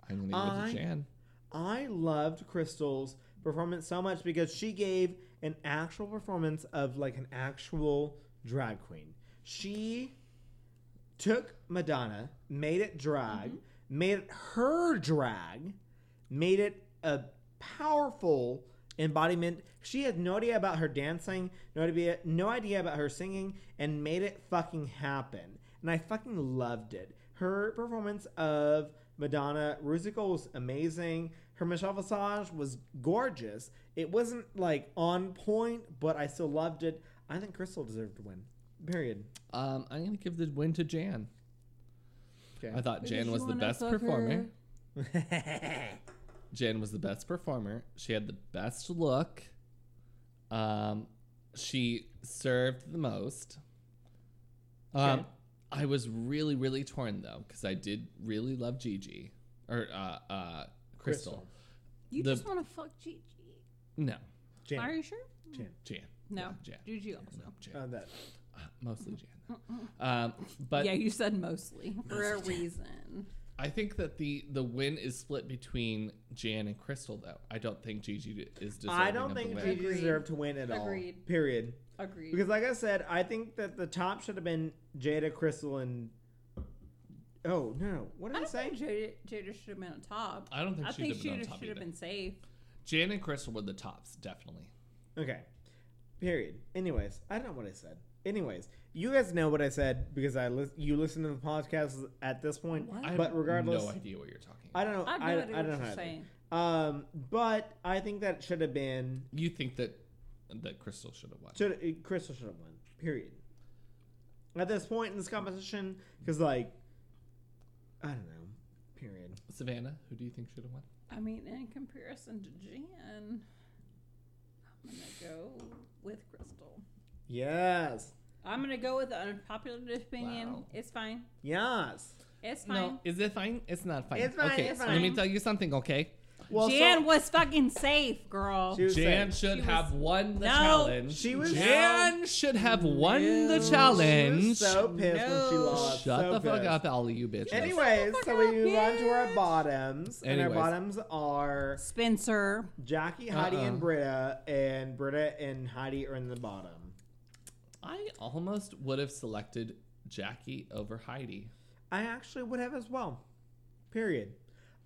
Speaker 1: I'm gonna go
Speaker 2: I-
Speaker 1: with Jan.
Speaker 2: I loved Crystal's performance so much because she gave an actual performance of like an actual drag queen. She took Madonna, made it drag, made it her drag, made it a powerful embodiment. She had no idea about her dancing, no idea, no idea about her singing, and made it fucking happen. And I fucking loved it. Her performance of Madonna Rusical was amazing. Her Michelle Visage was gorgeous. It wasn't like on point, but I still loved it. I think Crystal deserved to win. Period.
Speaker 1: Um, I'm gonna give the win to Jan.
Speaker 2: Okay.
Speaker 1: I thought
Speaker 3: Because
Speaker 1: Jan
Speaker 3: you
Speaker 1: was the
Speaker 3: wanna
Speaker 1: best
Speaker 3: fuck
Speaker 1: performer.
Speaker 3: her.
Speaker 1: Jan was the best performer. She had the best look. Um, she served the most. Um,
Speaker 2: Okay.
Speaker 1: I was really, really torn though because I did really love Gigi or uh, uh, Crystal.
Speaker 2: Crystal.
Speaker 3: You
Speaker 1: The-
Speaker 3: just want to fuck Gigi.
Speaker 1: No,
Speaker 2: Jan.
Speaker 3: Are you sure?
Speaker 1: Jan.
Speaker 3: No.
Speaker 1: Jan.
Speaker 3: Gigi also.
Speaker 1: No, Jan.
Speaker 2: Uh, that.
Speaker 1: Uh, mostly Jan. Um, but
Speaker 3: yeah, you said mostly for a reason.
Speaker 1: I think that the the win is split between Jan and Crystal though. I don't think Gigi is deserving
Speaker 2: I don't
Speaker 1: of the
Speaker 2: think
Speaker 1: win.
Speaker 2: Gigi
Speaker 3: Agreed.
Speaker 2: deserved to win at all.
Speaker 3: Agreed.
Speaker 2: Period.
Speaker 3: Agreed.
Speaker 2: Because, like I said, I think that the top should have been Jada, Crystal, and. Oh, no. What did
Speaker 3: I
Speaker 2: I,
Speaker 3: don't
Speaker 2: say?
Speaker 3: think Jada, Jada should have been on top.
Speaker 1: I don't think
Speaker 3: I
Speaker 1: she'd
Speaker 3: think
Speaker 1: have been on
Speaker 3: Jada
Speaker 1: top
Speaker 3: should have
Speaker 1: either.
Speaker 3: been safe.
Speaker 1: Jan and Crystal were the tops, definitely.
Speaker 2: Okay. Period. Anyways, I don't know what I said. Anyways, you guys know what I said because I lis- you listen to the podcast at this point.
Speaker 3: What?
Speaker 1: I have
Speaker 2: But regardless,
Speaker 1: no idea what you're talking.
Speaker 2: I don't know.
Speaker 3: I have no
Speaker 2: I,
Speaker 3: idea
Speaker 2: I
Speaker 3: what
Speaker 2: don't know.
Speaker 3: you're
Speaker 2: either.
Speaker 3: saying.
Speaker 2: Um, but I think that should have been
Speaker 1: You think that that Crystal should have won?
Speaker 2: should uh, Crystal should have won. Period. At this point in this competition, because like, I don't know. Period.
Speaker 1: Savannah, who do you think should have won?
Speaker 3: I mean, in comparison to Jan, I'm gonna go with Crystal.
Speaker 2: Yes.
Speaker 3: I'm gonna go with the unpopular opinion.
Speaker 1: Wow.
Speaker 3: It's fine.
Speaker 2: Yes.
Speaker 3: It's fine.
Speaker 1: is it fine? It's not fine.
Speaker 2: It's fine,
Speaker 1: Okay,
Speaker 2: it's
Speaker 1: let me
Speaker 3: fine.
Speaker 1: tell you something. Okay,
Speaker 2: Well, so-
Speaker 3: Jan was fucking safe, girl.
Speaker 2: She was
Speaker 1: Jan
Speaker 2: safe.
Speaker 1: should
Speaker 3: She
Speaker 1: have
Speaker 3: was-
Speaker 1: won the
Speaker 3: No,
Speaker 1: challenge.
Speaker 2: she was-
Speaker 1: Jan should have won
Speaker 2: No, she
Speaker 1: the
Speaker 2: was
Speaker 1: challenge.
Speaker 2: so pissed when she
Speaker 3: No.
Speaker 2: lost.
Speaker 1: Shut
Speaker 2: So
Speaker 1: the fuck
Speaker 2: pissed.
Speaker 1: up, all of you bitches.
Speaker 2: Anyways, so we move on to our bottoms, and our
Speaker 1: Anyways.
Speaker 2: bottoms are
Speaker 3: Spencer.
Speaker 2: Jackie, Heidi,
Speaker 1: Uh-uh.
Speaker 2: and Britta, and Britta and Heidi are in the bottom.
Speaker 1: I almost would have selected Jackie over Heidi.
Speaker 2: I actually would have as well. Period.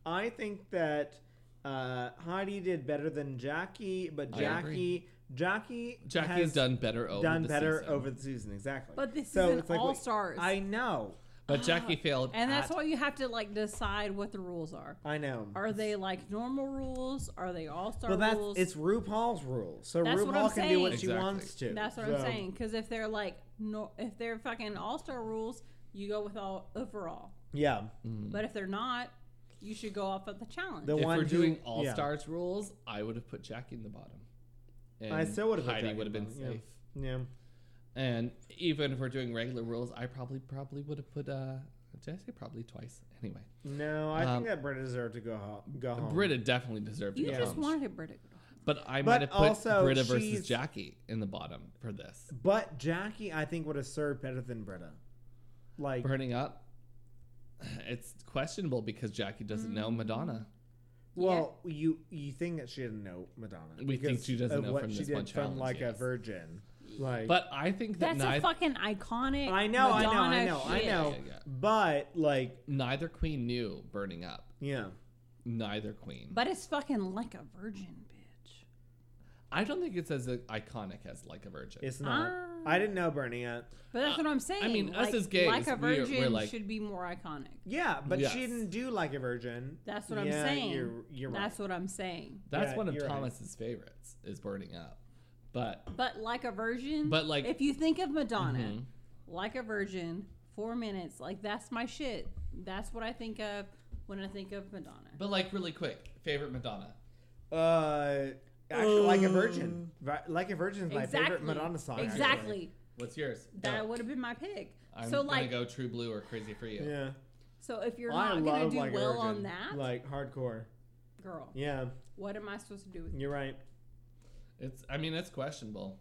Speaker 2: I think that uh, Heidi did better than Jackie, but
Speaker 1: I agree.
Speaker 2: Jackie, Jackie,
Speaker 1: Jackie
Speaker 2: has
Speaker 1: has done better over
Speaker 2: done
Speaker 1: the
Speaker 2: better
Speaker 1: season.
Speaker 2: over the season, exactly.
Speaker 3: But this
Speaker 2: So
Speaker 3: is
Speaker 2: it's
Speaker 3: an
Speaker 2: like, wait,
Speaker 3: all stars.
Speaker 2: I know,
Speaker 1: but Jackie failed.
Speaker 3: and that's
Speaker 1: at-
Speaker 3: why you have to like decide what the rules are.
Speaker 2: I know.
Speaker 3: Are they like normal rules? Are they all star
Speaker 2: Well, that's
Speaker 3: rules?
Speaker 2: it's RuPaul's rule, so
Speaker 3: That's
Speaker 2: RuPaul
Speaker 3: what I'm
Speaker 2: can do what she
Speaker 1: saying.
Speaker 2: wants to.
Speaker 3: That's what
Speaker 2: So,
Speaker 3: I'm saying. Because if they're like no, if they're fucking all star rules, you go with all overall.
Speaker 2: Yeah,
Speaker 3: But if they're not, you should go off of the challenge.
Speaker 2: Hmm. The
Speaker 1: if
Speaker 2: one
Speaker 1: we're
Speaker 2: who-
Speaker 1: doing
Speaker 2: yeah.
Speaker 1: all stars rules, I would have put Jackie in the bottom. And
Speaker 2: I still would have. put
Speaker 1: Heidi
Speaker 2: Jackie
Speaker 1: would have
Speaker 2: in
Speaker 1: been
Speaker 2: the bottom,
Speaker 1: safe.
Speaker 2: Yeah. yeah.
Speaker 1: And even if we're doing regular rules, I probably probably would have put uh did I say probably twice? Anyway.
Speaker 2: No, I
Speaker 1: Um,
Speaker 2: think that Britta deserved to go home. Go home.
Speaker 1: Britta definitely deserved to
Speaker 3: you
Speaker 1: go
Speaker 3: just
Speaker 1: home.
Speaker 3: wanted Britta. to go.
Speaker 1: But I
Speaker 2: But
Speaker 1: might have put
Speaker 2: also,
Speaker 1: Britta versus
Speaker 2: she's-
Speaker 1: Jackie in the bottom for this.
Speaker 2: But Jackie, I think would have served better than Britta. Like
Speaker 1: Burning up. It's questionable because Jackie doesn't know
Speaker 3: Mm.
Speaker 1: Madonna.
Speaker 2: Well, you you think that she didn't know Madonna?
Speaker 1: We think
Speaker 2: because
Speaker 1: she doesn't
Speaker 2: of
Speaker 1: know
Speaker 2: what
Speaker 1: from
Speaker 2: she
Speaker 1: this
Speaker 2: did
Speaker 1: one challenge,
Speaker 2: from like
Speaker 1: yes.
Speaker 2: a virgin. Like,
Speaker 1: But I think that
Speaker 3: That's a
Speaker 1: neither,
Speaker 3: fucking iconic.
Speaker 2: I know,
Speaker 3: Madonna
Speaker 2: I know, I know,
Speaker 3: shit.
Speaker 2: I know.
Speaker 1: Yeah, yeah.
Speaker 2: But like,
Speaker 1: neither queen knew burning up.
Speaker 2: yeah,
Speaker 1: Neither queen.
Speaker 3: But it's fucking like a virgin, bitch.
Speaker 1: I don't think it's as uh, iconic as like a virgin.
Speaker 2: it's not.
Speaker 3: Ah.
Speaker 2: I didn't know Bernie yet.
Speaker 3: But that's
Speaker 1: Uh,
Speaker 3: what I'm saying.
Speaker 1: I mean, us
Speaker 3: like,
Speaker 1: as gays,
Speaker 3: like a
Speaker 1: we're- we're
Speaker 3: virgin
Speaker 1: like-
Speaker 3: should be more iconic.
Speaker 2: Yeah, but
Speaker 1: Yes.
Speaker 2: she didn't do like a virgin.
Speaker 3: That's what I'm
Speaker 2: Yeah,
Speaker 3: saying.
Speaker 2: You're, you're right.
Speaker 3: That's what I'm saying.
Speaker 1: That's
Speaker 2: yeah,
Speaker 1: one of
Speaker 2: you're right.
Speaker 1: Thomas's favorites is burning up. But
Speaker 3: But like a virgin.
Speaker 1: But, like-
Speaker 3: if you think of Madonna,
Speaker 1: Mhm.
Speaker 3: like a virgin, four minutes. Like that's my shit. That's what I think of when I think of Madonna.
Speaker 1: but like really quick, favorite Madonna.
Speaker 2: Uh, actually, like a
Speaker 1: Um,
Speaker 2: virgin. Vi- Like a virgin is my favorite Madonna song. actually.
Speaker 3: Exactly.
Speaker 1: What's yours?
Speaker 3: That
Speaker 1: Go.
Speaker 3: would have been my pick.
Speaker 1: I'm
Speaker 3: so
Speaker 1: gonna
Speaker 3: like,
Speaker 1: go True Blue or Crazy for You.
Speaker 2: Yeah.
Speaker 3: so if you're
Speaker 2: I
Speaker 3: not gonna
Speaker 2: love
Speaker 3: do
Speaker 2: like a
Speaker 3: well on
Speaker 1: virgin.
Speaker 3: that,
Speaker 2: Like hardcore.
Speaker 3: girl,
Speaker 2: Yeah,
Speaker 3: what am I supposed to do with you?
Speaker 2: you're right.
Speaker 1: It's I mean it's questionable.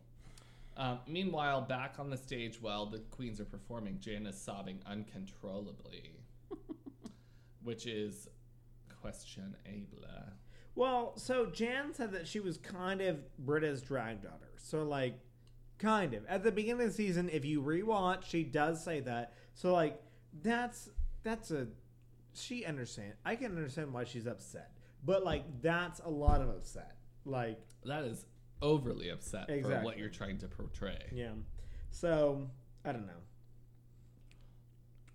Speaker 1: Um, meanwhile, back on the stage while the queens are performing, Jan is sobbing uncontrollably, which is questionable.
Speaker 2: Well, so Jan said that she was kind of Britta's drag daughter. So, like, kind of. At the beginning of the season, if you rewatch, she does say that. So, like, that's that's a she understand. I can understand why she's upset, but like, that's a lot of upset. Like,
Speaker 1: That is overly upset for what
Speaker 2: Exactly.
Speaker 1: you're trying to portray.
Speaker 2: yeah. So I don't know.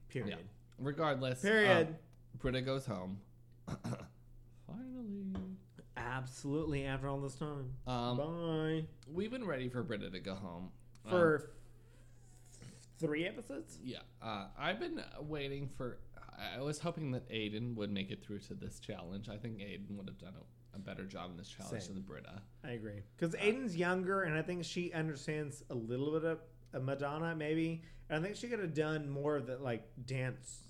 Speaker 2: Period.
Speaker 1: Yeah. Regardless,
Speaker 2: Period.
Speaker 1: um, Britta goes home. Finally.
Speaker 2: Absolutely. After all this time,
Speaker 1: Um,
Speaker 2: bye.
Speaker 1: we've been ready for Britta to go home Um,
Speaker 2: For three episodes.
Speaker 1: Yeah, uh, I've been waiting for. I I was hoping that Aiden would make it through to this challenge. I think Aiden would have done a, a better job in this challenge
Speaker 2: Same.
Speaker 1: than Britta.
Speaker 2: I agree.
Speaker 1: Uh,
Speaker 2: Because Aiden's younger, and I think she understands a little bit of of Madonna, maybe. And I think she could have done more of the like dance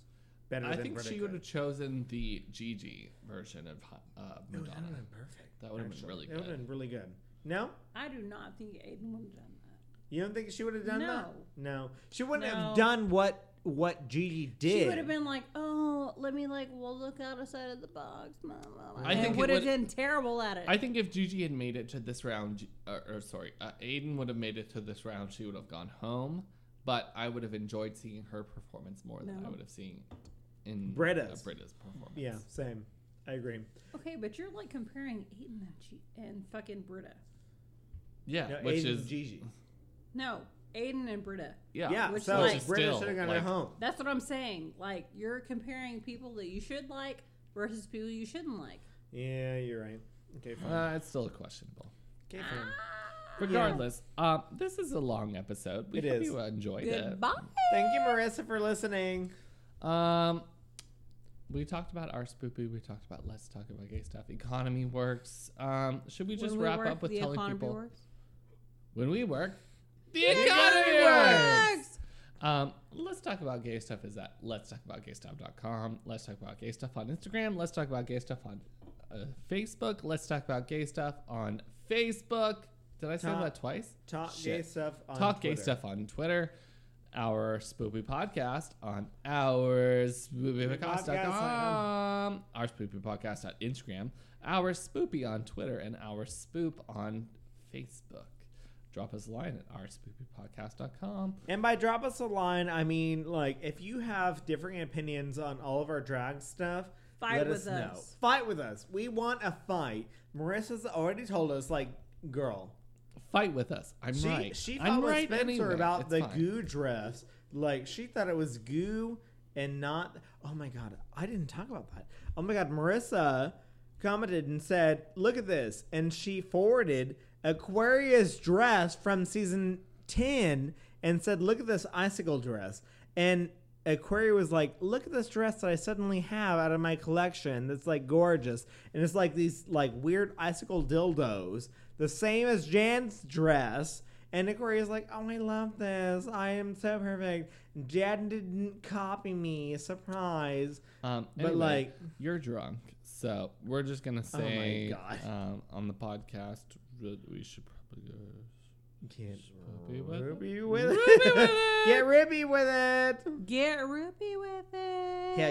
Speaker 2: better.
Speaker 1: I
Speaker 2: than
Speaker 1: think she would have chosen the Gigi version of uh,
Speaker 2: Madonna. that would have
Speaker 1: Madonna.
Speaker 2: been perfect.
Speaker 1: That would have been
Speaker 2: actually.
Speaker 1: really
Speaker 2: That would have
Speaker 1: good.
Speaker 2: been really good. No,
Speaker 3: I do not think Aiden would have done that.
Speaker 2: you don't think she would have done that?
Speaker 3: No.
Speaker 2: No, she wouldn't
Speaker 3: No.
Speaker 2: have done what what Gigi did.
Speaker 3: She would have been like, "Oh, let me like, well, look outside of the box, mama."
Speaker 1: I
Speaker 3: I
Speaker 1: think
Speaker 3: think
Speaker 1: it
Speaker 3: would have
Speaker 1: would-
Speaker 3: been terrible at it.
Speaker 1: I think if Gigi had made it to this round, G- uh, or sorry, uh, Aiden would have made it to this round, she would have gone home. But I would have enjoyed seeing her performance more than I
Speaker 3: No.
Speaker 1: would have seen in
Speaker 2: Britta's.
Speaker 1: uh, Britta's performance.
Speaker 2: Yeah, same. I agree.
Speaker 3: okay, but you're like comparing Aiden and she and fucking Britta.
Speaker 1: yeah,
Speaker 2: No,
Speaker 1: which
Speaker 2: Aiden
Speaker 1: is
Speaker 2: and Gigi.
Speaker 3: No, Aiden and Britta.
Speaker 1: yeah,
Speaker 2: Yeah,
Speaker 3: Which,
Speaker 2: so
Speaker 3: like-
Speaker 2: Britta
Speaker 1: Still,
Speaker 2: should have gone
Speaker 1: like-
Speaker 2: home.
Speaker 3: That's what I'm saying. Like you're comparing people that you should like versus people you shouldn't like.
Speaker 2: Yeah, you're right. Okay, fine.
Speaker 1: Uh, it's still questionable.
Speaker 2: okay, fine.
Speaker 3: Ah.
Speaker 1: Regardless, um, this is a long episode. We
Speaker 2: It
Speaker 1: hope
Speaker 2: is.
Speaker 1: you enjoyed
Speaker 3: Goodbye.
Speaker 2: Thank you, Marissa, for listening.
Speaker 1: it. Um, we talked about our spoopy. We talked about let's talk about gay stuff. Economy works. Um, should we just
Speaker 3: When we
Speaker 1: wrap
Speaker 3: work,
Speaker 1: up with
Speaker 3: the
Speaker 1: telling
Speaker 3: economy
Speaker 1: people
Speaker 3: works.
Speaker 1: when we work, the economy works. Um, let's talk about gay stuff is at let's talk about gaystuff.com. Let's talk about gay stuff on Instagram. Let's talk about gay stuff on uh, Facebook. Let's talk about gay stuff on Facebook. Did I say
Speaker 2: Talk-
Speaker 1: that twice?
Speaker 2: Talk gay
Speaker 1: Shit.
Speaker 2: stuff on
Speaker 1: Talk Gay
Speaker 2: Twitter.
Speaker 1: Stuff on Twitter, our spoopy podcast on our spoopypodcast.com, our spoopy podcast on Instagram, our spoopy on Twitter, and our spoop on Facebook. Drop us a line at our spoopypodcast.com.
Speaker 2: And by drop us a line, I mean like if you have differing opinions on all of our drag stuff,
Speaker 3: Fight
Speaker 2: let
Speaker 3: with
Speaker 2: us know.
Speaker 3: us.
Speaker 2: Fight with us. We want a fight. Marissa's already told us, like, girl,
Speaker 1: Fight with us. I'm
Speaker 2: she
Speaker 1: right.
Speaker 2: she fought
Speaker 1: I'm
Speaker 2: with
Speaker 1: right
Speaker 2: Spencer
Speaker 1: anyway.
Speaker 2: about
Speaker 1: It's
Speaker 2: the
Speaker 1: fine.
Speaker 2: goo dress. Like she thought it was goo and not. Oh my god, I didn't talk about that. Oh my god, Marissa commented and said, "Look at this," and she forwarded Aquarius dress from season ten and said, "Look at this icicle dress." And Aquarius was like, "Look at this dress that I suddenly have out of my collection. That's like gorgeous, and it's like these like weird icicle dildos, the same as Jan's dress." And Aquarius is like, oh, I love this. I am so perfect. Jan didn't copy me. Surprise.
Speaker 1: Um,
Speaker 2: But,
Speaker 1: anyway,
Speaker 2: like- Oh
Speaker 1: you're drunk, so we're just gonna say
Speaker 2: God.
Speaker 1: um, on the podcast that we should probably go.
Speaker 2: Get
Speaker 1: Ruby with it.
Speaker 2: Ruby with
Speaker 1: Ruby with
Speaker 2: it.
Speaker 1: it.
Speaker 2: Get Ruby with it.
Speaker 3: Get rippy with it.
Speaker 2: Yeah,